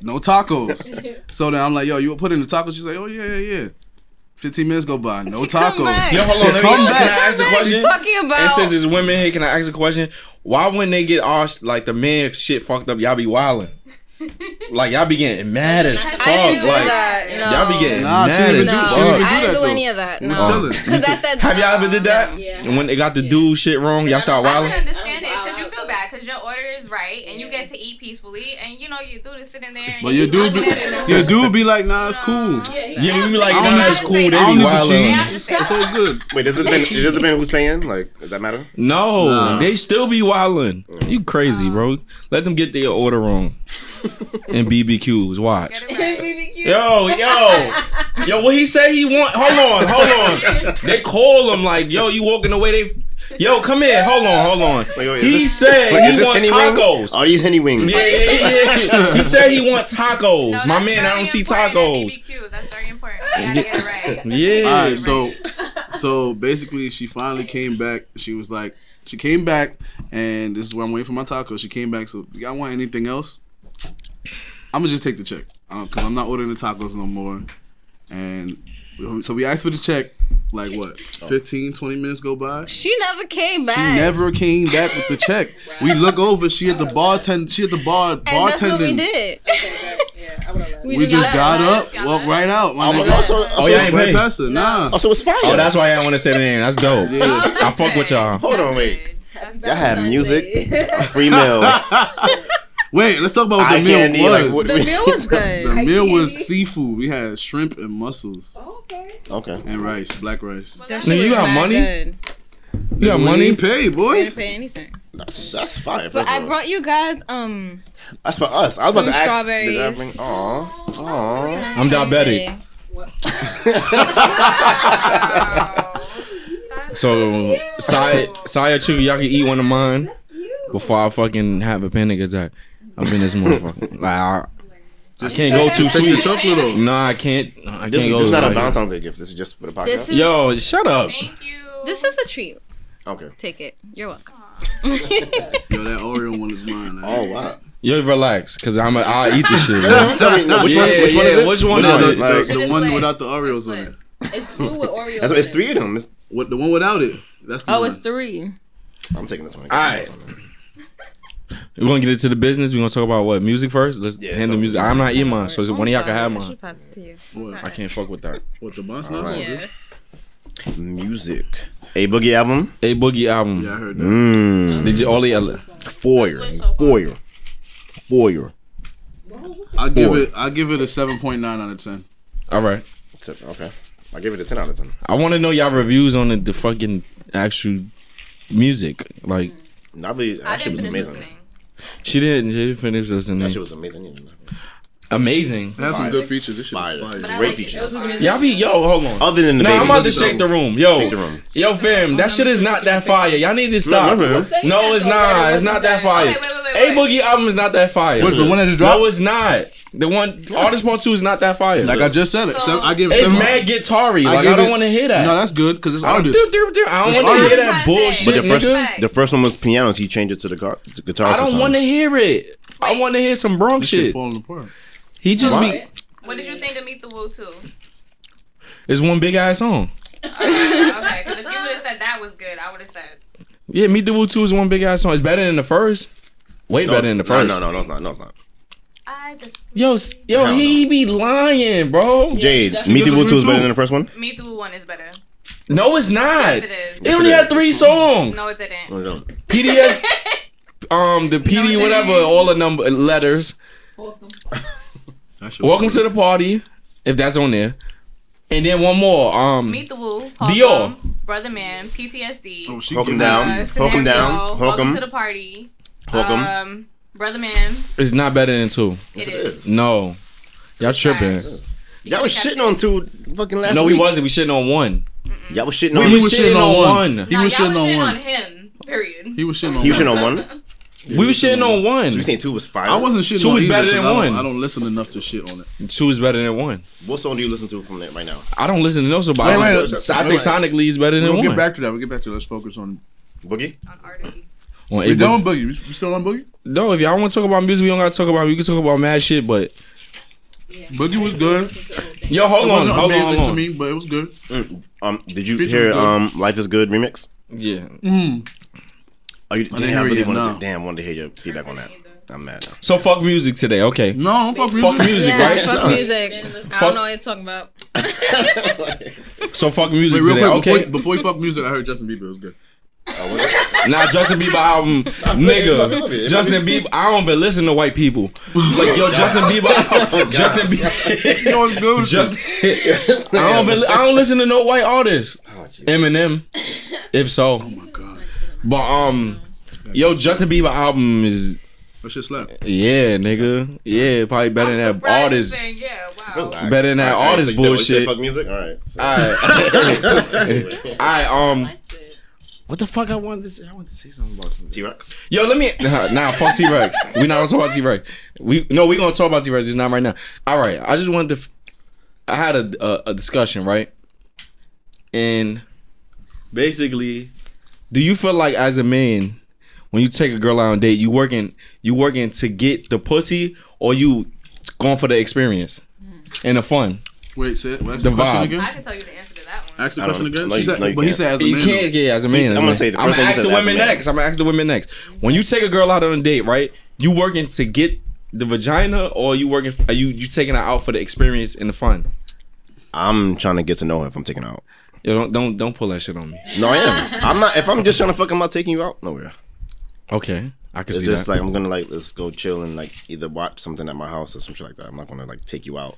[SPEAKER 3] No tacos. So then I'm like, yo, you put in the tacos? She's like, oh yeah, yeah, yeah. Fifteen minutes go by, no
[SPEAKER 6] She come back.
[SPEAKER 3] tacos.
[SPEAKER 2] Yo, hold on. Let me,
[SPEAKER 3] Come
[SPEAKER 2] can
[SPEAKER 3] back.
[SPEAKER 2] I ask a
[SPEAKER 6] What are
[SPEAKER 2] question?
[SPEAKER 6] you talking about?
[SPEAKER 2] And since it's women here, can I ask a question? Why wouldn't they get all sh- like the man shit fucked up? Y'all be wildin'. like y'all be getting mad as fuck.
[SPEAKER 6] I didn't do
[SPEAKER 2] Like
[SPEAKER 6] that. No.
[SPEAKER 2] y'all be getting
[SPEAKER 3] Nah, she
[SPEAKER 2] mad
[SPEAKER 3] didn't
[SPEAKER 2] as
[SPEAKER 3] do-
[SPEAKER 6] No,
[SPEAKER 3] she didn't even
[SPEAKER 2] fuck.
[SPEAKER 6] I
[SPEAKER 3] do
[SPEAKER 6] didn't
[SPEAKER 3] that,
[SPEAKER 6] do
[SPEAKER 3] though.
[SPEAKER 6] any of that.
[SPEAKER 3] We
[SPEAKER 6] No,
[SPEAKER 3] was chilling.
[SPEAKER 6] because at that
[SPEAKER 2] um, Have y'all ever did that?
[SPEAKER 1] Yeah.
[SPEAKER 2] And when they got the
[SPEAKER 1] Yeah.
[SPEAKER 2] dude shit wrong, y'all start
[SPEAKER 1] I
[SPEAKER 5] I
[SPEAKER 2] wilding.
[SPEAKER 5] can understand it
[SPEAKER 1] I'm
[SPEAKER 5] because you
[SPEAKER 1] wild.
[SPEAKER 5] feel bad because your order is right and you
[SPEAKER 1] Yeah.
[SPEAKER 5] get to eat peacefully and you know you do this sitting there. and
[SPEAKER 3] But your
[SPEAKER 5] keep
[SPEAKER 3] dude,
[SPEAKER 5] looking at it and-
[SPEAKER 3] be, your dude be like, nah, it's cool.
[SPEAKER 1] Yeah, he-
[SPEAKER 2] Yeah, we be like,
[SPEAKER 5] I
[SPEAKER 3] don't
[SPEAKER 2] nah,
[SPEAKER 3] need
[SPEAKER 2] it's
[SPEAKER 5] to
[SPEAKER 2] cool.
[SPEAKER 5] say
[SPEAKER 2] They
[SPEAKER 5] that.
[SPEAKER 3] I don't
[SPEAKER 2] be
[SPEAKER 3] need the
[SPEAKER 2] wildin'.
[SPEAKER 3] cheese. It's all good.
[SPEAKER 4] Wait, does it been, does it been who's paying? Like, does that matter?
[SPEAKER 2] No,
[SPEAKER 3] Nah.
[SPEAKER 2] they still be wildin'. You crazy, bro. Let them get their order wrong. and BBQs, watch.
[SPEAKER 5] Get it right.
[SPEAKER 2] Yo, yo, yo! What he say he want? Hold on, hold on. They call him like, yo, you walking away? They, yo, come here. Hold on, hold on.
[SPEAKER 4] Wait, wait, oh, is
[SPEAKER 2] he
[SPEAKER 4] this-
[SPEAKER 2] said
[SPEAKER 4] Like, is
[SPEAKER 2] he
[SPEAKER 4] this
[SPEAKER 2] want
[SPEAKER 4] any Oh, wings?
[SPEAKER 2] tacos.
[SPEAKER 4] Are these any wings?
[SPEAKER 2] Yeah, yeah, yeah, yeah. He said he want
[SPEAKER 5] No,
[SPEAKER 2] tacos. My
[SPEAKER 5] that's
[SPEAKER 2] man, I
[SPEAKER 5] very
[SPEAKER 2] don't see
[SPEAKER 5] important at
[SPEAKER 2] tacos.
[SPEAKER 5] BBQs. That's very important. You gotta get it right.
[SPEAKER 2] Yeah.
[SPEAKER 3] All right, so so basically, she finally came back. She was like, she came back, and this is where I'm waiting for my tacos. She came back. So, do y'all want anything else? I'm gonna just take the check because I'm not ordering the tacos no more. And we- so we asked for the check. Like what? 15, 20 minutes go by.
[SPEAKER 6] she never came back.
[SPEAKER 3] She never came back with the check. We look over. She at the bartend. She at the bar
[SPEAKER 6] and that's what we
[SPEAKER 3] bartending.
[SPEAKER 6] did.
[SPEAKER 1] Okay, but, yeah, I would have
[SPEAKER 6] We
[SPEAKER 3] We
[SPEAKER 6] did
[SPEAKER 3] just
[SPEAKER 6] not-
[SPEAKER 3] got
[SPEAKER 5] left.
[SPEAKER 3] up,
[SPEAKER 5] Y'all
[SPEAKER 3] walked
[SPEAKER 5] left.
[SPEAKER 3] right out. My
[SPEAKER 4] I'm,
[SPEAKER 3] nigga.
[SPEAKER 4] also, also,
[SPEAKER 2] Oh yeah, I ain't
[SPEAKER 3] Right
[SPEAKER 2] paid.
[SPEAKER 3] past her, Nah.
[SPEAKER 4] also, it's fire.
[SPEAKER 2] Oh, that's why I want to say the name. That's dope.
[SPEAKER 3] Yeah.
[SPEAKER 2] I fuck with y'all.
[SPEAKER 4] Hold on,
[SPEAKER 5] That's
[SPEAKER 4] wait.
[SPEAKER 5] good. That's
[SPEAKER 4] Y'all
[SPEAKER 5] good.
[SPEAKER 4] had music, free meal.
[SPEAKER 3] Wait, let's talk about what
[SPEAKER 4] Eye
[SPEAKER 3] the meal
[SPEAKER 4] candy,
[SPEAKER 3] was.
[SPEAKER 4] like, what-
[SPEAKER 6] The meal was good.
[SPEAKER 3] the meal was
[SPEAKER 1] candy.
[SPEAKER 3] seafood. We had shrimp and mussels
[SPEAKER 1] Okay.
[SPEAKER 4] Okay.
[SPEAKER 3] and rice, black rice.
[SPEAKER 6] That
[SPEAKER 5] Nigga,
[SPEAKER 6] shit
[SPEAKER 2] you
[SPEAKER 6] was
[SPEAKER 2] got
[SPEAKER 6] mad
[SPEAKER 2] money?
[SPEAKER 6] Good.
[SPEAKER 2] You got
[SPEAKER 3] We
[SPEAKER 2] money?
[SPEAKER 3] ain't paid,
[SPEAKER 6] We
[SPEAKER 3] boy.
[SPEAKER 6] didn't pay anything.
[SPEAKER 4] That's, that's fire.
[SPEAKER 6] But
[SPEAKER 4] First
[SPEAKER 6] I
[SPEAKER 4] of all.
[SPEAKER 6] brought you guys um
[SPEAKER 4] that's for us. I was about
[SPEAKER 6] some
[SPEAKER 4] to ask. Did I
[SPEAKER 6] strawberries.
[SPEAKER 4] bring? Aw.
[SPEAKER 2] I'm diabetic. So Saya Saya Chu, y'all can eat one of mine before I fucking have a panic attack. I've been this motherfucker. Like I, I can't go too
[SPEAKER 3] Take the
[SPEAKER 2] sweet.
[SPEAKER 3] chocolate off.
[SPEAKER 2] No, I can't. I can't
[SPEAKER 4] This,
[SPEAKER 2] go.
[SPEAKER 4] this is not a
[SPEAKER 2] like-
[SPEAKER 4] Valentine's Day gift. This is just for the podcast.
[SPEAKER 6] This is-
[SPEAKER 2] Yo, shut up.
[SPEAKER 5] Thank you.
[SPEAKER 6] this is a treat.
[SPEAKER 4] okay.
[SPEAKER 6] Take it. You're welcome.
[SPEAKER 3] Yo, that Oreo one is mine. eh?
[SPEAKER 4] Oh wow.
[SPEAKER 2] Yo, relax, cause I'm. A, I'll eat this shit. Man.
[SPEAKER 4] Tell me, no, which one?
[SPEAKER 2] Yeah,
[SPEAKER 4] Which one
[SPEAKER 2] yeah,
[SPEAKER 4] is it?
[SPEAKER 2] which one
[SPEAKER 3] No,
[SPEAKER 2] is
[SPEAKER 3] the,
[SPEAKER 2] it?
[SPEAKER 4] Like,
[SPEAKER 3] the- the
[SPEAKER 5] This
[SPEAKER 3] one
[SPEAKER 5] way.
[SPEAKER 3] without the Oreos on
[SPEAKER 5] way.
[SPEAKER 3] it.
[SPEAKER 6] It's two with Oreo.
[SPEAKER 4] that's, it's three of them. It's,
[SPEAKER 3] What the one without it? That's the
[SPEAKER 6] Oh,
[SPEAKER 3] one.
[SPEAKER 6] it's three.
[SPEAKER 4] I'm taking this one.
[SPEAKER 2] Alright. We're gonna get into the business. We're gonna talk about what music first. Let's
[SPEAKER 4] Yeah,
[SPEAKER 2] handle
[SPEAKER 4] so-
[SPEAKER 2] music. I'm not eating mine, so
[SPEAKER 6] I'm
[SPEAKER 2] one of y'all can
[SPEAKER 6] sorry.
[SPEAKER 2] have
[SPEAKER 6] I
[SPEAKER 2] mine.
[SPEAKER 6] should pass it to you.
[SPEAKER 3] What?
[SPEAKER 2] I can't fuck with that.
[SPEAKER 3] What the bunch? No, it's
[SPEAKER 4] Alright.
[SPEAKER 3] all
[SPEAKER 6] Yeah.
[SPEAKER 3] good.
[SPEAKER 4] Music. A boogie album.
[SPEAKER 2] A boogie album.
[SPEAKER 3] Yeah, I heard that.
[SPEAKER 4] Mmm.
[SPEAKER 2] Did you only?
[SPEAKER 4] Foyer. Foyer. Foyer.
[SPEAKER 3] I'll give
[SPEAKER 4] Four.
[SPEAKER 3] it. I'll give it a seven point nine out of ten.
[SPEAKER 2] All right.
[SPEAKER 4] Okay. I give it a ten out of ten.
[SPEAKER 2] I want to know y'all reviews on the, the fucking actual music. Like
[SPEAKER 4] Not really. That shit was amazing.
[SPEAKER 2] she didn't, she didn't finish this and
[SPEAKER 4] That
[SPEAKER 2] then
[SPEAKER 4] shit was amazing.
[SPEAKER 2] amazing.
[SPEAKER 3] It has some good features. This shit
[SPEAKER 4] Fire.
[SPEAKER 3] is fire.
[SPEAKER 4] Great features.
[SPEAKER 2] Y'all be yo, hold on.
[SPEAKER 4] Other than the
[SPEAKER 2] No,
[SPEAKER 4] baby.
[SPEAKER 2] I'm about to shake the room, yo.
[SPEAKER 4] Shake the room.
[SPEAKER 2] Yo, fam, that shit is not that fire. Y'all need to stop.
[SPEAKER 4] Remember,
[SPEAKER 2] No,
[SPEAKER 4] remember.
[SPEAKER 2] it's not. It's not that fire.
[SPEAKER 5] Okay, wait, wait,
[SPEAKER 2] A
[SPEAKER 5] wait, wait.
[SPEAKER 2] Boogie album is not that fire.
[SPEAKER 3] What's the one that just dropped?
[SPEAKER 2] No, it's not. The one Artist Part Two is not that fire.
[SPEAKER 3] Like I just said, it.
[SPEAKER 5] So-
[SPEAKER 3] Seven, I give it.
[SPEAKER 2] it's
[SPEAKER 3] seven.
[SPEAKER 2] mad guitar-y.
[SPEAKER 3] I
[SPEAKER 2] Like
[SPEAKER 3] give
[SPEAKER 2] I don't
[SPEAKER 3] it-
[SPEAKER 2] want to hear that.
[SPEAKER 3] No, that's good because it's
[SPEAKER 2] I don't,
[SPEAKER 3] artists.
[SPEAKER 2] I
[SPEAKER 3] It's
[SPEAKER 2] don't want to hear that
[SPEAKER 5] artists.
[SPEAKER 2] bullshit,
[SPEAKER 4] But the first,
[SPEAKER 2] nigga.
[SPEAKER 5] Respect.
[SPEAKER 4] the first one was pianos. He changed it to the, gu- the guitar.
[SPEAKER 2] I don't want to hear it. I
[SPEAKER 5] Wait.
[SPEAKER 2] want to hear some Bronx
[SPEAKER 3] This shit
[SPEAKER 2] shit.
[SPEAKER 3] falling apart.
[SPEAKER 2] He just
[SPEAKER 4] Why?
[SPEAKER 2] be.
[SPEAKER 5] What did you think of Meet the Woo too?
[SPEAKER 2] It's one big ass song.
[SPEAKER 5] okay, because if you would have said that was good, I would have said.
[SPEAKER 2] Yeah, Meet the Woo 2 is one big ass song. It's better than the first. Way better than the first.
[SPEAKER 4] No, no, no, it's not. No, it's not.
[SPEAKER 5] I just
[SPEAKER 2] Yo, s- yo,
[SPEAKER 4] Hell
[SPEAKER 2] he be lying, bro.
[SPEAKER 4] Jade, Meet the
[SPEAKER 3] doesn't
[SPEAKER 4] Woo Two is
[SPEAKER 3] do
[SPEAKER 4] better
[SPEAKER 3] too.
[SPEAKER 4] than the first one.
[SPEAKER 5] Meet the Woo one is better.
[SPEAKER 2] No, it's not.
[SPEAKER 5] Yes, it is.
[SPEAKER 2] They only
[SPEAKER 4] it
[SPEAKER 2] had
[SPEAKER 4] is.
[SPEAKER 2] three songs.
[SPEAKER 5] No, it didn't.
[SPEAKER 4] No, no.
[SPEAKER 2] PDS, um, the PD,
[SPEAKER 5] it
[SPEAKER 2] whatever,
[SPEAKER 5] is.
[SPEAKER 2] all the number uh, letters.
[SPEAKER 1] Welcome.
[SPEAKER 3] That shit was
[SPEAKER 2] Welcome
[SPEAKER 3] good.
[SPEAKER 2] to the party, if that's on there. And then one more. Um,
[SPEAKER 5] Meet the Woo,
[SPEAKER 2] Dior.
[SPEAKER 5] Holcomb, Brother Man, PTSD,
[SPEAKER 3] Oh, she
[SPEAKER 4] Um, Hook
[SPEAKER 3] giving
[SPEAKER 4] 'em down.
[SPEAKER 3] it to you.
[SPEAKER 5] uh,
[SPEAKER 4] Hulk 'em
[SPEAKER 5] Scenario,
[SPEAKER 4] down,
[SPEAKER 5] Welcome,
[SPEAKER 4] Hulk 'em.
[SPEAKER 5] to the Party,
[SPEAKER 4] Hook 'em.
[SPEAKER 5] um, Brother Man,
[SPEAKER 2] it's not better than two.
[SPEAKER 5] it
[SPEAKER 4] it
[SPEAKER 5] is.
[SPEAKER 4] is.
[SPEAKER 2] No, y'all tripping.
[SPEAKER 5] You
[SPEAKER 4] Y'all
[SPEAKER 5] could've
[SPEAKER 4] was
[SPEAKER 5] kept
[SPEAKER 4] shitting
[SPEAKER 5] it.
[SPEAKER 4] on two fucking last
[SPEAKER 2] No,
[SPEAKER 4] week.
[SPEAKER 2] we wasn't. We shitting on one.
[SPEAKER 4] Y'all was shitting
[SPEAKER 3] We
[SPEAKER 4] on.
[SPEAKER 2] We
[SPEAKER 3] was
[SPEAKER 2] was shitting on one.
[SPEAKER 3] He
[SPEAKER 5] No,
[SPEAKER 3] was
[SPEAKER 5] y'all
[SPEAKER 3] shitting on one.
[SPEAKER 5] him. Period.
[SPEAKER 3] He was shitting on.
[SPEAKER 4] He was
[SPEAKER 3] one.
[SPEAKER 4] shitting on one.
[SPEAKER 2] We was shitting on one.
[SPEAKER 4] So we saying two was fire.
[SPEAKER 3] I wasn't shitting
[SPEAKER 2] Two
[SPEAKER 3] on
[SPEAKER 2] is
[SPEAKER 3] either
[SPEAKER 2] better than
[SPEAKER 3] 'cause I don't-
[SPEAKER 2] one.
[SPEAKER 3] I don't listen enough to shit on it.
[SPEAKER 2] Two is better than one.
[SPEAKER 4] What song do you listen to from that right now?
[SPEAKER 2] I don't listen to no somebody.
[SPEAKER 3] Wait,
[SPEAKER 2] I
[SPEAKER 3] wait,
[SPEAKER 2] think
[SPEAKER 3] wait.
[SPEAKER 2] sonically is better than
[SPEAKER 3] We'll
[SPEAKER 2] one.
[SPEAKER 3] get back to that. We'll get back to that. Let's focus on.
[SPEAKER 4] Boogie.
[SPEAKER 5] on artists.
[SPEAKER 2] On
[SPEAKER 3] We
[SPEAKER 2] April-
[SPEAKER 3] done with Boogie. We we still on Boogie?
[SPEAKER 2] No, if y'all want to talk about music, we don't gotta talk about. We can talk about mad shit, but
[SPEAKER 3] Boogie was good.
[SPEAKER 5] amazing.
[SPEAKER 2] Yo,
[SPEAKER 3] It
[SPEAKER 2] hold on,
[SPEAKER 3] wasn't
[SPEAKER 2] hold on,
[SPEAKER 3] amazing
[SPEAKER 2] hold
[SPEAKER 3] to
[SPEAKER 2] on.
[SPEAKER 3] me, but it was good.
[SPEAKER 4] Um, did you
[SPEAKER 3] Feature
[SPEAKER 4] hear
[SPEAKER 3] was good.
[SPEAKER 4] um Life is Good remix?
[SPEAKER 2] Yeah.
[SPEAKER 3] Mm-hmm.
[SPEAKER 4] Oh, you
[SPEAKER 3] didn't
[SPEAKER 4] damn, I
[SPEAKER 3] hear it
[SPEAKER 4] really
[SPEAKER 3] yet,
[SPEAKER 4] wanted
[SPEAKER 3] no.
[SPEAKER 4] to damn wanted to hear your feedback on that. I'm mad. now.
[SPEAKER 2] So fuck music today. Okay.
[SPEAKER 3] No, fuck music.
[SPEAKER 2] Fuck music,
[SPEAKER 6] yeah,
[SPEAKER 2] right?
[SPEAKER 6] fuck
[SPEAKER 4] No.
[SPEAKER 6] music. I
[SPEAKER 2] Fuck-
[SPEAKER 6] don't know what you're talking about.
[SPEAKER 2] So fuck music
[SPEAKER 3] Wait, real
[SPEAKER 2] today.
[SPEAKER 3] quick, before,
[SPEAKER 2] okay. Oh
[SPEAKER 3] you- before you fuck music, I heard Justin Bieber was good.
[SPEAKER 2] Nah, Justin Bieber album, nigga.
[SPEAKER 4] be-
[SPEAKER 2] Justin Bieber. I don't been listening to white people. Like yo, Justin Bieber. album, Justin Bieber.
[SPEAKER 3] You know what's good?
[SPEAKER 2] Just I don't been, I don't listen to no white artists.
[SPEAKER 4] Oh,
[SPEAKER 2] Eminem, if so.
[SPEAKER 3] God,
[SPEAKER 2] But um, yo, Justin Bieber album is
[SPEAKER 3] that shit slapped.
[SPEAKER 2] yeah, nigga. Yeah, probably better than that
[SPEAKER 5] Surprised
[SPEAKER 2] artist.
[SPEAKER 5] thing, Yeah, wow.
[SPEAKER 4] Relax.
[SPEAKER 2] Better than that
[SPEAKER 4] Alright,
[SPEAKER 2] artist
[SPEAKER 4] so you said- what you said,
[SPEAKER 2] bullshit. Ah.
[SPEAKER 4] Fuck music. All right. So-
[SPEAKER 2] Alright. Alright, um. What the fuck I wanted to say? I wanted to say something about something.
[SPEAKER 4] T-Rex.
[SPEAKER 2] Yo, let me. Nah, nah fuck T Rex. we not gonna talk about T Rex. We no, we gonna talk about T Rex. It's not right now. All right. I just wanted to. f- I had a a, a discussion right, and basically, do you feel like as a man, when you take a girl out on a date, you working you working to get the pussy, or you going for the experience and the fun?
[SPEAKER 3] Wait, say it. Ask
[SPEAKER 2] The
[SPEAKER 3] the question
[SPEAKER 2] vibe.
[SPEAKER 5] I
[SPEAKER 3] again.
[SPEAKER 5] can tell you the answer to that one.
[SPEAKER 3] Ask the
[SPEAKER 4] I
[SPEAKER 3] question
[SPEAKER 4] don't-
[SPEAKER 3] again.
[SPEAKER 4] no,
[SPEAKER 3] She
[SPEAKER 4] you-
[SPEAKER 3] said,
[SPEAKER 4] no, you
[SPEAKER 3] but he
[SPEAKER 4] can't.
[SPEAKER 3] said as a
[SPEAKER 2] You
[SPEAKER 3] man.
[SPEAKER 2] can't.
[SPEAKER 3] though.
[SPEAKER 2] Yeah, as a man.
[SPEAKER 4] I'm
[SPEAKER 2] as a
[SPEAKER 4] gonna
[SPEAKER 2] man.
[SPEAKER 4] say the
[SPEAKER 2] I'm gonna
[SPEAKER 4] first thing
[SPEAKER 2] ask
[SPEAKER 4] he
[SPEAKER 2] the
[SPEAKER 4] said, as a
[SPEAKER 2] women
[SPEAKER 4] man.
[SPEAKER 2] next. I'm gonna ask the women next. When you take a girl out on a date, right? You working to get the vagina, or you working? Are you you taking her out for the experience and the fun?
[SPEAKER 4] I'm trying to get to know her if I'm taking her out.
[SPEAKER 2] Yo, don't don't don't pull that shit on me.
[SPEAKER 4] No, I am. I'm not. If I'm just trying to fuck, I'm not taking you out nowhere.
[SPEAKER 2] Okay, I can
[SPEAKER 4] It's
[SPEAKER 2] see
[SPEAKER 4] just
[SPEAKER 2] that.
[SPEAKER 4] like I'm gonna like let's go chill and like either watch something at my house or some shit like that. I'm not gonna like take you out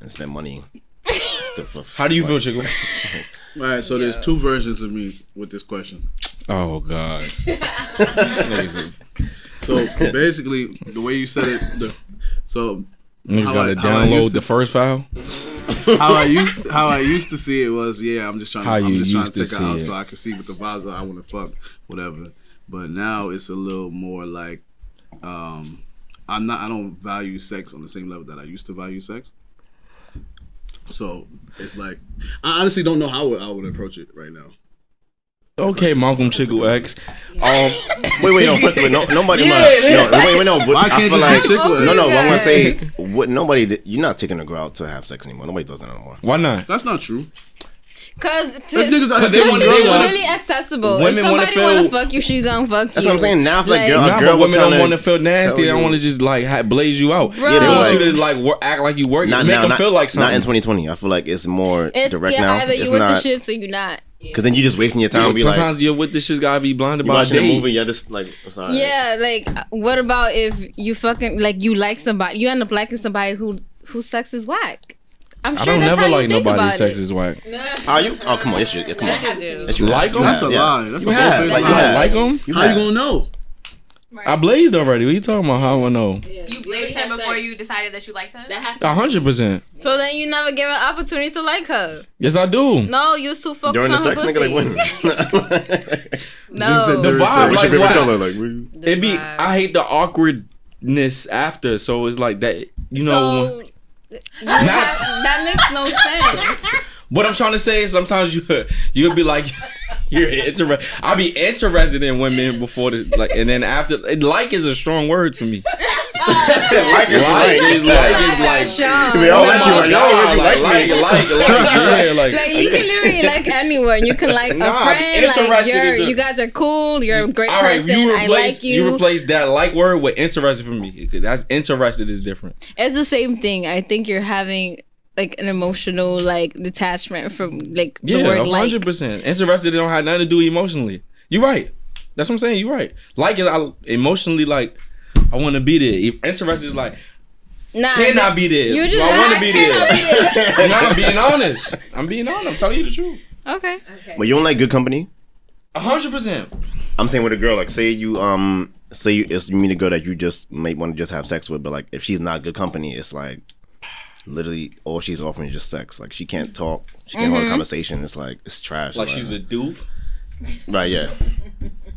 [SPEAKER 4] and spend money. to f-
[SPEAKER 2] How do you feel,
[SPEAKER 4] like,
[SPEAKER 2] chicken?
[SPEAKER 3] All right, so there's two versions of me with this question.
[SPEAKER 2] Oh God. Niggas
[SPEAKER 3] So basically, the way you said it, the, so How
[SPEAKER 2] gotta
[SPEAKER 3] I- how I used
[SPEAKER 2] download
[SPEAKER 3] to-
[SPEAKER 2] the first file.
[SPEAKER 3] how I used how I used to see it was, yeah, I'm just trying to,
[SPEAKER 2] How
[SPEAKER 3] I'm
[SPEAKER 2] you
[SPEAKER 3] just trying to
[SPEAKER 2] used to
[SPEAKER 3] take her out
[SPEAKER 2] see it.
[SPEAKER 3] so I can see what the vibes are. I want to fuck, whatever. But now it's a little more like, um, I'm not. I don't value sex on the same level that I used to value sex. So it's like I honestly don't know how I would approach it right now.
[SPEAKER 2] Okay, Malcolm Chickle X. Um,
[SPEAKER 4] Wait, wait, no. First of all, no, nobody.
[SPEAKER 2] Yeah,
[SPEAKER 4] mind. No, wait, wait, no. But
[SPEAKER 3] Why
[SPEAKER 4] I
[SPEAKER 3] can't
[SPEAKER 4] feel
[SPEAKER 3] you
[SPEAKER 4] like
[SPEAKER 3] just chick with
[SPEAKER 4] no, no.
[SPEAKER 6] it?
[SPEAKER 4] What I'm gonna say, what nobody. did- You're not taking a girl out to have sex anymore. Nobody does that anymore.
[SPEAKER 2] why not?
[SPEAKER 3] That's not true.
[SPEAKER 6] Cause
[SPEAKER 3] There's niggas out here
[SPEAKER 2] Cause they wanna- they
[SPEAKER 3] taking
[SPEAKER 6] Pussy
[SPEAKER 3] girls
[SPEAKER 6] is
[SPEAKER 2] wanna-
[SPEAKER 3] out.
[SPEAKER 6] really accessible. If
[SPEAKER 2] Women wanna
[SPEAKER 6] somebody want
[SPEAKER 2] feel-
[SPEAKER 6] to fuck you, she gonna fuck you.
[SPEAKER 4] That's what I'm saying. Now, if like,
[SPEAKER 6] Like-
[SPEAKER 4] girl,
[SPEAKER 2] Nah,
[SPEAKER 4] a girl
[SPEAKER 2] but women
[SPEAKER 4] would
[SPEAKER 2] don't
[SPEAKER 4] kinda
[SPEAKER 2] want to feel nasty. They
[SPEAKER 4] tell
[SPEAKER 2] don't
[SPEAKER 4] you-
[SPEAKER 2] want to just like ha- blaze you out.
[SPEAKER 6] Bro.
[SPEAKER 2] they
[SPEAKER 6] Yeah,
[SPEAKER 2] want
[SPEAKER 4] like-
[SPEAKER 2] you to like work, act like you work,
[SPEAKER 4] Not
[SPEAKER 2] make
[SPEAKER 4] now,
[SPEAKER 2] them
[SPEAKER 4] not,
[SPEAKER 2] feel like something.
[SPEAKER 4] Not in 2020. I feel like it's more
[SPEAKER 6] It's
[SPEAKER 4] direct
[SPEAKER 6] yeah,
[SPEAKER 4] now.
[SPEAKER 6] either you
[SPEAKER 4] it's
[SPEAKER 6] with the
[SPEAKER 4] not
[SPEAKER 6] shits or you not.
[SPEAKER 4] because then you're just wasting your time.
[SPEAKER 2] Yo,
[SPEAKER 4] Be
[SPEAKER 2] sometimes
[SPEAKER 4] like,
[SPEAKER 2] you're with this shit's gotta be blinded
[SPEAKER 4] you
[SPEAKER 2] by
[SPEAKER 4] watching a
[SPEAKER 2] day.
[SPEAKER 4] movie, you're just like, sorry.
[SPEAKER 6] Yeah, like what about if you fucking like you like somebody, you end up liking somebody who who sex is whack. I'm
[SPEAKER 2] I
[SPEAKER 6] sure
[SPEAKER 2] don't
[SPEAKER 6] that's
[SPEAKER 2] never
[SPEAKER 6] how
[SPEAKER 2] like
[SPEAKER 6] you think
[SPEAKER 2] nobody's
[SPEAKER 6] about
[SPEAKER 2] sex
[SPEAKER 6] it.
[SPEAKER 2] is whack.
[SPEAKER 4] How you? Oh, come on, yes, you, yeah, come on.
[SPEAKER 5] Yes, you do.
[SPEAKER 4] Yes, you
[SPEAKER 2] Like
[SPEAKER 4] have.
[SPEAKER 2] them?
[SPEAKER 3] That's a
[SPEAKER 4] Yes.
[SPEAKER 3] lie. That's
[SPEAKER 4] You
[SPEAKER 3] a
[SPEAKER 4] have.
[SPEAKER 3] bullshit
[SPEAKER 4] Like,
[SPEAKER 3] lie.
[SPEAKER 4] you
[SPEAKER 2] I
[SPEAKER 4] have.
[SPEAKER 2] like them.
[SPEAKER 4] You
[SPEAKER 3] How you
[SPEAKER 4] have.
[SPEAKER 3] gonna know?
[SPEAKER 2] I blazed already. What you talking about? How I know?
[SPEAKER 5] You blazed him before you decided that you liked him.
[SPEAKER 7] That happened.
[SPEAKER 2] A hundred percent.
[SPEAKER 6] So then you never give an opportunity to like her.
[SPEAKER 2] Yes, I do.
[SPEAKER 6] No, you was too focused
[SPEAKER 4] During
[SPEAKER 6] on
[SPEAKER 4] the sex,
[SPEAKER 6] her
[SPEAKER 4] nigga,
[SPEAKER 6] pussy. Oh.
[SPEAKER 4] like when?
[SPEAKER 6] no,
[SPEAKER 3] said during
[SPEAKER 2] The vibe,
[SPEAKER 3] sex.
[SPEAKER 4] What's
[SPEAKER 2] like,
[SPEAKER 4] your favorite
[SPEAKER 2] why-
[SPEAKER 4] color? Like, we-
[SPEAKER 2] It be. I hate the awkwardness after. So it's like that. You know.
[SPEAKER 6] so that, that makes no sense.
[SPEAKER 2] what I'm trying to say is sometimes you you'll be like. You're inter- I'll be interested in women before this, like, and then after. Like is a strong word for me.
[SPEAKER 4] like it,
[SPEAKER 2] Like is like is like.
[SPEAKER 6] Sean,
[SPEAKER 4] We all
[SPEAKER 2] oh
[SPEAKER 4] like you,
[SPEAKER 2] my
[SPEAKER 4] like, y'all
[SPEAKER 2] God,
[SPEAKER 4] really
[SPEAKER 2] like,
[SPEAKER 4] like
[SPEAKER 2] like,
[SPEAKER 4] me.
[SPEAKER 2] like, like, yeah, like.
[SPEAKER 6] Like you can literally like anyone. You can like a
[SPEAKER 2] Nah,
[SPEAKER 6] friend. Like
[SPEAKER 2] interested
[SPEAKER 6] you're,
[SPEAKER 2] is the-
[SPEAKER 6] you guys are cool. You're a great
[SPEAKER 2] All right,
[SPEAKER 6] person.
[SPEAKER 2] you
[SPEAKER 6] I
[SPEAKER 2] replace
[SPEAKER 6] like
[SPEAKER 2] you.
[SPEAKER 6] you.
[SPEAKER 2] replace that like word with interested for me. That's interested is different.
[SPEAKER 6] it's the same thing. I think you're having like an emotional like detachment from like the
[SPEAKER 2] Yeah,
[SPEAKER 6] word
[SPEAKER 2] hundred
[SPEAKER 6] like.
[SPEAKER 2] percent. Interested don't have nothing to do emotionally. You're right. That's what I'm saying. You're right. Like it, I emotionally like. I want to be there. Interested is like
[SPEAKER 6] Nah,
[SPEAKER 2] cannot be there.
[SPEAKER 6] You just-
[SPEAKER 2] I want
[SPEAKER 6] I
[SPEAKER 2] to be there. and I'm being honest. I'm being honest. I'm telling you the truth.
[SPEAKER 6] okay.
[SPEAKER 4] But you don't like good company.
[SPEAKER 2] hundred percent.
[SPEAKER 4] I'm saying with a girl, like, say you um, say you, it's, you meet a girl that you just might want to just have sex with, but like, if she's not good company, it's like. Literally, all she's offering is just sex. Like she can't talk, she can't hold a conversation. It's like it's trash.
[SPEAKER 2] Like she's a doof.
[SPEAKER 4] right, yeah.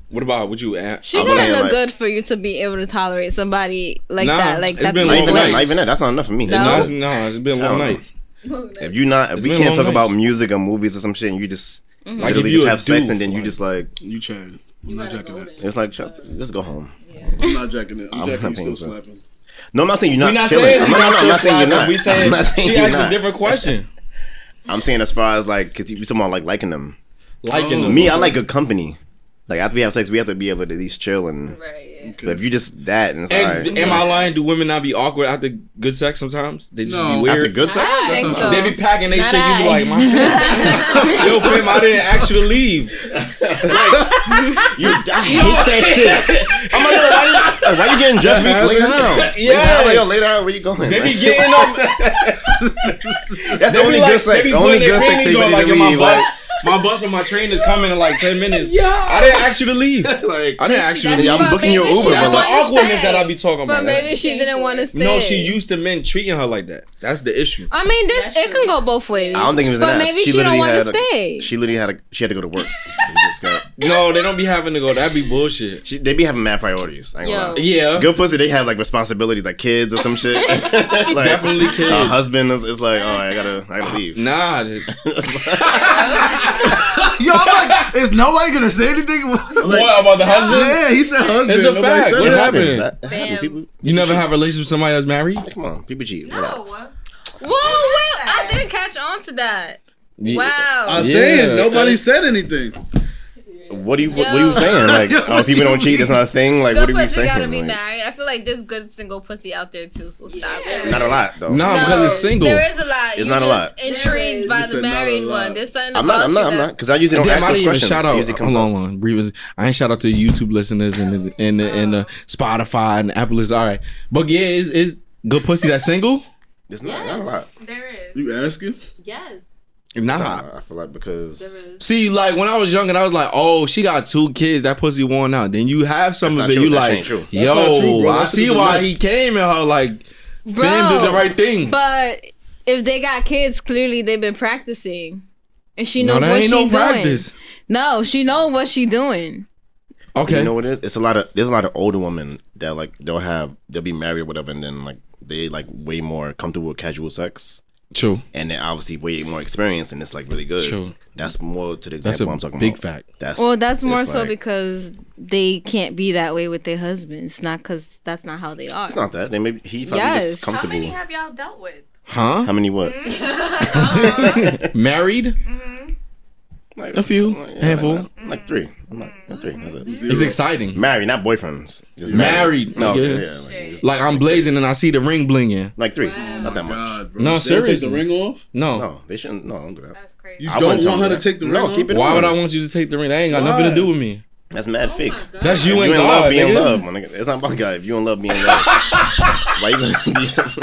[SPEAKER 2] What about would you? a-
[SPEAKER 6] She
[SPEAKER 4] I'm
[SPEAKER 6] gotta
[SPEAKER 4] saying,
[SPEAKER 6] look
[SPEAKER 4] like-
[SPEAKER 6] good for you to be able to tolerate somebody like
[SPEAKER 2] Nah,
[SPEAKER 6] that. Like
[SPEAKER 2] it's
[SPEAKER 6] that's
[SPEAKER 2] been
[SPEAKER 4] Not
[SPEAKER 2] long
[SPEAKER 4] even
[SPEAKER 2] nights.
[SPEAKER 4] that.
[SPEAKER 6] like,
[SPEAKER 4] Not even that. That's not enough for me.
[SPEAKER 6] No?
[SPEAKER 2] No, it's, no, it's been
[SPEAKER 4] I
[SPEAKER 2] long
[SPEAKER 4] don't know.
[SPEAKER 2] nights.
[SPEAKER 4] If you not, if we
[SPEAKER 2] been
[SPEAKER 4] can't
[SPEAKER 2] long
[SPEAKER 4] talk about
[SPEAKER 2] nights. Mm-hmm.
[SPEAKER 4] music or movies or some shit, and you just
[SPEAKER 2] Like if
[SPEAKER 4] literally
[SPEAKER 2] you
[SPEAKER 4] just
[SPEAKER 2] a
[SPEAKER 4] have sex,
[SPEAKER 2] doof,
[SPEAKER 4] and then you
[SPEAKER 2] like-
[SPEAKER 4] just like
[SPEAKER 3] You Chad. I'm not jacking that.
[SPEAKER 4] it's like, shut- just go home.
[SPEAKER 3] I'm not jacking it. I'm
[SPEAKER 4] I'm
[SPEAKER 3] jacking you still
[SPEAKER 4] not paying for
[SPEAKER 3] slapping.
[SPEAKER 4] No, I'm not saying you're
[SPEAKER 2] We're
[SPEAKER 4] not.
[SPEAKER 2] not
[SPEAKER 4] chilling.
[SPEAKER 2] saying
[SPEAKER 4] I'm
[SPEAKER 2] we're
[SPEAKER 4] not,
[SPEAKER 2] not
[SPEAKER 4] I'm
[SPEAKER 2] still
[SPEAKER 4] not saying you're
[SPEAKER 2] sliding.
[SPEAKER 4] not.
[SPEAKER 2] We
[SPEAKER 4] I'm
[SPEAKER 2] saying
[SPEAKER 4] not saying
[SPEAKER 2] she
[SPEAKER 4] you're
[SPEAKER 2] asked a
[SPEAKER 4] not.
[SPEAKER 2] different question.
[SPEAKER 4] I'm saying as far as like, cause you you talking about like liking them.
[SPEAKER 2] Liking them.
[SPEAKER 4] Mm. Me, I like good company. Like after we have sex, we have to be able to at least chill and.
[SPEAKER 6] Right.
[SPEAKER 4] But if you just that and it's
[SPEAKER 2] And
[SPEAKER 4] like,
[SPEAKER 2] am I lying? Do women not be awkward after good sex sometimes? They just
[SPEAKER 3] No.
[SPEAKER 2] be
[SPEAKER 4] after
[SPEAKER 2] weird.
[SPEAKER 4] good sex,
[SPEAKER 6] I don't think so.
[SPEAKER 2] They be packing they
[SPEAKER 6] Not
[SPEAKER 2] shit. You be
[SPEAKER 6] I.
[SPEAKER 2] like, my yo, fam, I didn't ask you to leave.
[SPEAKER 4] you, I hate that shit. I'm like, yo, why, you- like, why you getting dressed?
[SPEAKER 2] That
[SPEAKER 4] Lay
[SPEAKER 2] happens.
[SPEAKER 4] down.
[SPEAKER 2] Yes.
[SPEAKER 4] Lay down. Like, yo, lay down. Where you going?
[SPEAKER 2] They be
[SPEAKER 4] Like,
[SPEAKER 2] getting up.
[SPEAKER 4] that's
[SPEAKER 2] They
[SPEAKER 4] the only
[SPEAKER 2] be like, they
[SPEAKER 4] good sex.
[SPEAKER 2] be
[SPEAKER 4] The only
[SPEAKER 2] putting their
[SPEAKER 4] good sex they
[SPEAKER 2] panties on
[SPEAKER 4] really
[SPEAKER 2] like, yo,
[SPEAKER 4] leave.
[SPEAKER 2] my bus,
[SPEAKER 4] Like,
[SPEAKER 2] my bus and my train is coming in like ten minutes. I didn't ask you to leave.
[SPEAKER 3] like,
[SPEAKER 2] I didn't ask you to leave.
[SPEAKER 4] I'm
[SPEAKER 6] But
[SPEAKER 4] booking your
[SPEAKER 6] maybe she
[SPEAKER 4] Uber,
[SPEAKER 2] That's the
[SPEAKER 6] don't
[SPEAKER 4] but
[SPEAKER 6] wanna
[SPEAKER 2] awkwardness
[SPEAKER 6] stay.
[SPEAKER 2] that I be talking
[SPEAKER 6] But
[SPEAKER 2] about. That's-
[SPEAKER 6] maybe she didn't want to stay.
[SPEAKER 2] No, she used to men treating her like that. That's the issue.
[SPEAKER 6] I mean, this it can go both ways.
[SPEAKER 4] I don't think it was
[SPEAKER 6] But
[SPEAKER 4] an app.
[SPEAKER 6] maybe she, don't
[SPEAKER 4] literally
[SPEAKER 6] want to
[SPEAKER 4] had a-
[SPEAKER 6] stay.
[SPEAKER 4] She literally had a, she had to go to work. So we just got-
[SPEAKER 2] No, they don't be having to go. That'd be bullshit.
[SPEAKER 4] she, they be having mad priorities. I ain't gonna
[SPEAKER 6] Yo.
[SPEAKER 4] lie.
[SPEAKER 2] Yeah.
[SPEAKER 4] Good pussy, they have like responsibilities, like kids or some shit. like,
[SPEAKER 2] Definitely kids.
[SPEAKER 4] A husband is, is like, oh, I gotta, I gotta leave.
[SPEAKER 2] Nah, th-
[SPEAKER 3] yo, I'm like, is nobody gonna say anything? like,
[SPEAKER 2] what about the husband?
[SPEAKER 3] yeah, he said husband.
[SPEAKER 2] It's a
[SPEAKER 3] Nobody
[SPEAKER 2] fact.
[SPEAKER 3] said
[SPEAKER 2] What
[SPEAKER 3] that.
[SPEAKER 2] happened?
[SPEAKER 4] That- that happened. People,
[SPEAKER 2] You never have a relationship with somebody that's married?
[SPEAKER 4] come on, people cheat.
[SPEAKER 5] No.
[SPEAKER 4] Relax.
[SPEAKER 6] Whoa, whoa! I didn't catch on to that. Wow.
[SPEAKER 3] I'm
[SPEAKER 2] Yeah.
[SPEAKER 3] saying nobody said anything.
[SPEAKER 4] What do you, what, what are you saying? Like,
[SPEAKER 3] Yo,
[SPEAKER 4] oh, people don't cheat. That's not a thing. Like,
[SPEAKER 6] good
[SPEAKER 4] what are you
[SPEAKER 6] pussy
[SPEAKER 4] saying?
[SPEAKER 6] gotta be
[SPEAKER 4] Like,
[SPEAKER 6] married. I feel like there's good single pussy out there too. So stop it.
[SPEAKER 4] Not a lot though.
[SPEAKER 2] Nah,
[SPEAKER 6] No,
[SPEAKER 2] because it's single.
[SPEAKER 6] There is a lot. You're
[SPEAKER 4] not a
[SPEAKER 6] just
[SPEAKER 4] lot.
[SPEAKER 6] intrigued by
[SPEAKER 3] You said
[SPEAKER 6] the
[SPEAKER 3] not a
[SPEAKER 6] married
[SPEAKER 3] lot.
[SPEAKER 6] one. There's something
[SPEAKER 4] I'm
[SPEAKER 6] about
[SPEAKER 4] not. I'm
[SPEAKER 6] you
[SPEAKER 4] not. I'm
[SPEAKER 6] that.
[SPEAKER 4] not. Because I usually don't
[SPEAKER 2] Damn,
[SPEAKER 4] ask
[SPEAKER 2] I
[SPEAKER 4] those
[SPEAKER 2] didn't even
[SPEAKER 4] questions.
[SPEAKER 2] shout
[SPEAKER 4] It
[SPEAKER 2] out.
[SPEAKER 4] usually
[SPEAKER 2] Hold
[SPEAKER 4] comes
[SPEAKER 2] on,
[SPEAKER 4] up.
[SPEAKER 2] hold on. Revis- I ain't shout out to the YouTube listeners and the, and the, and the Spotify and Apple is all right. But yeah, is is good pussy that's single?
[SPEAKER 4] It's not, not a lot.
[SPEAKER 5] There is.
[SPEAKER 3] You asking?
[SPEAKER 5] Yes.
[SPEAKER 2] Nah.
[SPEAKER 4] I feel like because
[SPEAKER 2] See, like when I was young and I was like, "Oh, she got two kids. That pussy worn out." Then you have some of it.
[SPEAKER 4] That's not true.
[SPEAKER 2] You
[SPEAKER 4] That
[SPEAKER 2] like,
[SPEAKER 4] ain't true. That's
[SPEAKER 2] yo,
[SPEAKER 3] not true, bro.
[SPEAKER 2] I
[SPEAKER 3] That
[SPEAKER 2] see
[SPEAKER 3] shit is
[SPEAKER 2] why
[SPEAKER 3] not-
[SPEAKER 2] he came and her like,
[SPEAKER 6] Bro,
[SPEAKER 2] fam did the right thing.
[SPEAKER 6] But if they got kids, clearly they've been practicing, and she
[SPEAKER 2] no,
[SPEAKER 6] knows
[SPEAKER 2] there
[SPEAKER 6] what
[SPEAKER 2] ain't
[SPEAKER 6] she's
[SPEAKER 2] no
[SPEAKER 6] doing.
[SPEAKER 2] practice.
[SPEAKER 6] No, she knows what she doing.
[SPEAKER 2] Okay,
[SPEAKER 4] you know what it is. It's a lot of there's a lot of older women that like they'll have they'll be married or whatever, and then like they like way more comfortable with casual sex,
[SPEAKER 2] true.
[SPEAKER 4] and they're obviously way more experienced, and it's like really good.
[SPEAKER 2] True.
[SPEAKER 4] That's more to the example
[SPEAKER 2] That's a
[SPEAKER 4] I'm talking
[SPEAKER 2] big
[SPEAKER 4] about.
[SPEAKER 2] fact.
[SPEAKER 4] That's
[SPEAKER 6] Well, that's more
[SPEAKER 4] it's
[SPEAKER 6] so
[SPEAKER 4] like-
[SPEAKER 6] because they can't be that way with their husbands. Not because that's not how they are.
[SPEAKER 4] it's not that they maybe he probably
[SPEAKER 6] Yes. Hmm?
[SPEAKER 4] just
[SPEAKER 5] How many
[SPEAKER 4] comfortable.
[SPEAKER 5] have y'all dealt with?
[SPEAKER 2] Huh?
[SPEAKER 4] How many what?
[SPEAKER 2] Married?
[SPEAKER 4] Like,
[SPEAKER 2] A few.
[SPEAKER 4] like, yeah,
[SPEAKER 2] Handful.
[SPEAKER 4] Like, like three. I'm like yeah, three. That's it.
[SPEAKER 2] It's exciting.
[SPEAKER 4] Married, not boyfriends. Just
[SPEAKER 2] Married.
[SPEAKER 4] No,
[SPEAKER 2] Yeah.
[SPEAKER 4] yeah, yeah, like,
[SPEAKER 2] Like I'm blazing and I see the ring blinging.
[SPEAKER 4] like three. Not
[SPEAKER 3] Oh
[SPEAKER 4] that much.
[SPEAKER 3] God, bro.
[SPEAKER 2] No,
[SPEAKER 3] She didn't
[SPEAKER 2] seriously.
[SPEAKER 3] Take the ring off.
[SPEAKER 2] No.
[SPEAKER 4] No, they shouldn't. No, don't do that.
[SPEAKER 5] That's crazy.
[SPEAKER 3] You
[SPEAKER 4] I
[SPEAKER 3] don't
[SPEAKER 4] wouldn't tell
[SPEAKER 3] want her
[SPEAKER 4] them
[SPEAKER 3] to
[SPEAKER 4] that.
[SPEAKER 3] take the ring
[SPEAKER 4] No,
[SPEAKER 3] off.
[SPEAKER 4] keep it
[SPEAKER 2] Why
[SPEAKER 4] on.
[SPEAKER 2] would I want you to take the ring? That ain't got
[SPEAKER 3] Why?
[SPEAKER 2] nothing to do with me.
[SPEAKER 4] That's mad
[SPEAKER 1] oh
[SPEAKER 4] fake.
[SPEAKER 2] That's you,
[SPEAKER 4] You
[SPEAKER 2] and
[SPEAKER 4] in
[SPEAKER 2] God.
[SPEAKER 4] love, be in
[SPEAKER 2] nigga.
[SPEAKER 4] love, my nigga. It's not about God. If you in love, be in love. Why you gonna be some-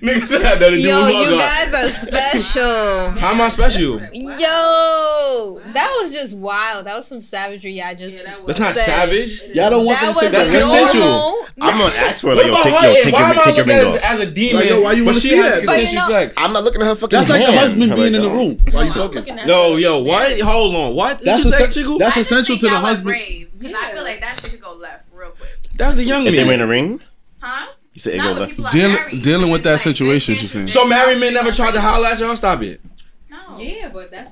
[SPEAKER 2] Niggas said that nothing to do
[SPEAKER 6] Yo,
[SPEAKER 2] with
[SPEAKER 6] you
[SPEAKER 2] God.
[SPEAKER 6] guys are special.
[SPEAKER 2] How am I special?
[SPEAKER 6] Yo, that was just wild. That was some savagery. I just
[SPEAKER 2] That's not
[SPEAKER 6] Say.
[SPEAKER 2] savage.
[SPEAKER 3] Y'all don't want
[SPEAKER 6] that
[SPEAKER 3] them to take
[SPEAKER 6] was
[SPEAKER 3] the
[SPEAKER 2] That's
[SPEAKER 3] ring off.
[SPEAKER 2] consensual.
[SPEAKER 6] normal.
[SPEAKER 4] I'm gonna ask for it,
[SPEAKER 2] What
[SPEAKER 4] like yo,
[SPEAKER 2] about
[SPEAKER 4] take
[SPEAKER 2] her?
[SPEAKER 4] yo,
[SPEAKER 2] And
[SPEAKER 4] take
[SPEAKER 2] why
[SPEAKER 4] your
[SPEAKER 2] am I
[SPEAKER 4] take your
[SPEAKER 2] looking
[SPEAKER 4] ring
[SPEAKER 2] at this
[SPEAKER 4] off.
[SPEAKER 2] as a demon?
[SPEAKER 3] Like, yo, why you
[SPEAKER 2] but
[SPEAKER 3] wanna
[SPEAKER 2] she
[SPEAKER 3] see
[SPEAKER 2] has
[SPEAKER 3] that?
[SPEAKER 6] But you
[SPEAKER 2] consensual
[SPEAKER 6] know-
[SPEAKER 2] sex.
[SPEAKER 4] I'm not looking at her fucking.
[SPEAKER 3] That's like the
[SPEAKER 4] hand.
[SPEAKER 3] husband
[SPEAKER 4] I'm
[SPEAKER 3] being in the
[SPEAKER 4] no.
[SPEAKER 3] room while you fucking.
[SPEAKER 2] No, yo, what? Hold on. What did
[SPEAKER 3] That's
[SPEAKER 2] you say,
[SPEAKER 3] essen-
[SPEAKER 2] Chico?
[SPEAKER 3] that's
[SPEAKER 5] I just
[SPEAKER 3] essential
[SPEAKER 5] think
[SPEAKER 3] to the
[SPEAKER 5] y'all are
[SPEAKER 3] husband.
[SPEAKER 5] brave, 'cause I feel like that shit could go left real quick.
[SPEAKER 2] That's the young
[SPEAKER 4] If they were in
[SPEAKER 2] man.
[SPEAKER 4] the ring,
[SPEAKER 5] Huh?
[SPEAKER 4] you said it go
[SPEAKER 5] Not when
[SPEAKER 4] left.
[SPEAKER 5] people are
[SPEAKER 3] Deal-
[SPEAKER 5] married.
[SPEAKER 3] dealing
[SPEAKER 5] It's
[SPEAKER 3] with that
[SPEAKER 5] just like,
[SPEAKER 3] situation,
[SPEAKER 5] this
[SPEAKER 3] she's saying.
[SPEAKER 5] is-
[SPEAKER 2] So married men never tried to holler at y'all. Stop it.
[SPEAKER 5] No.
[SPEAKER 1] Yeah, but that's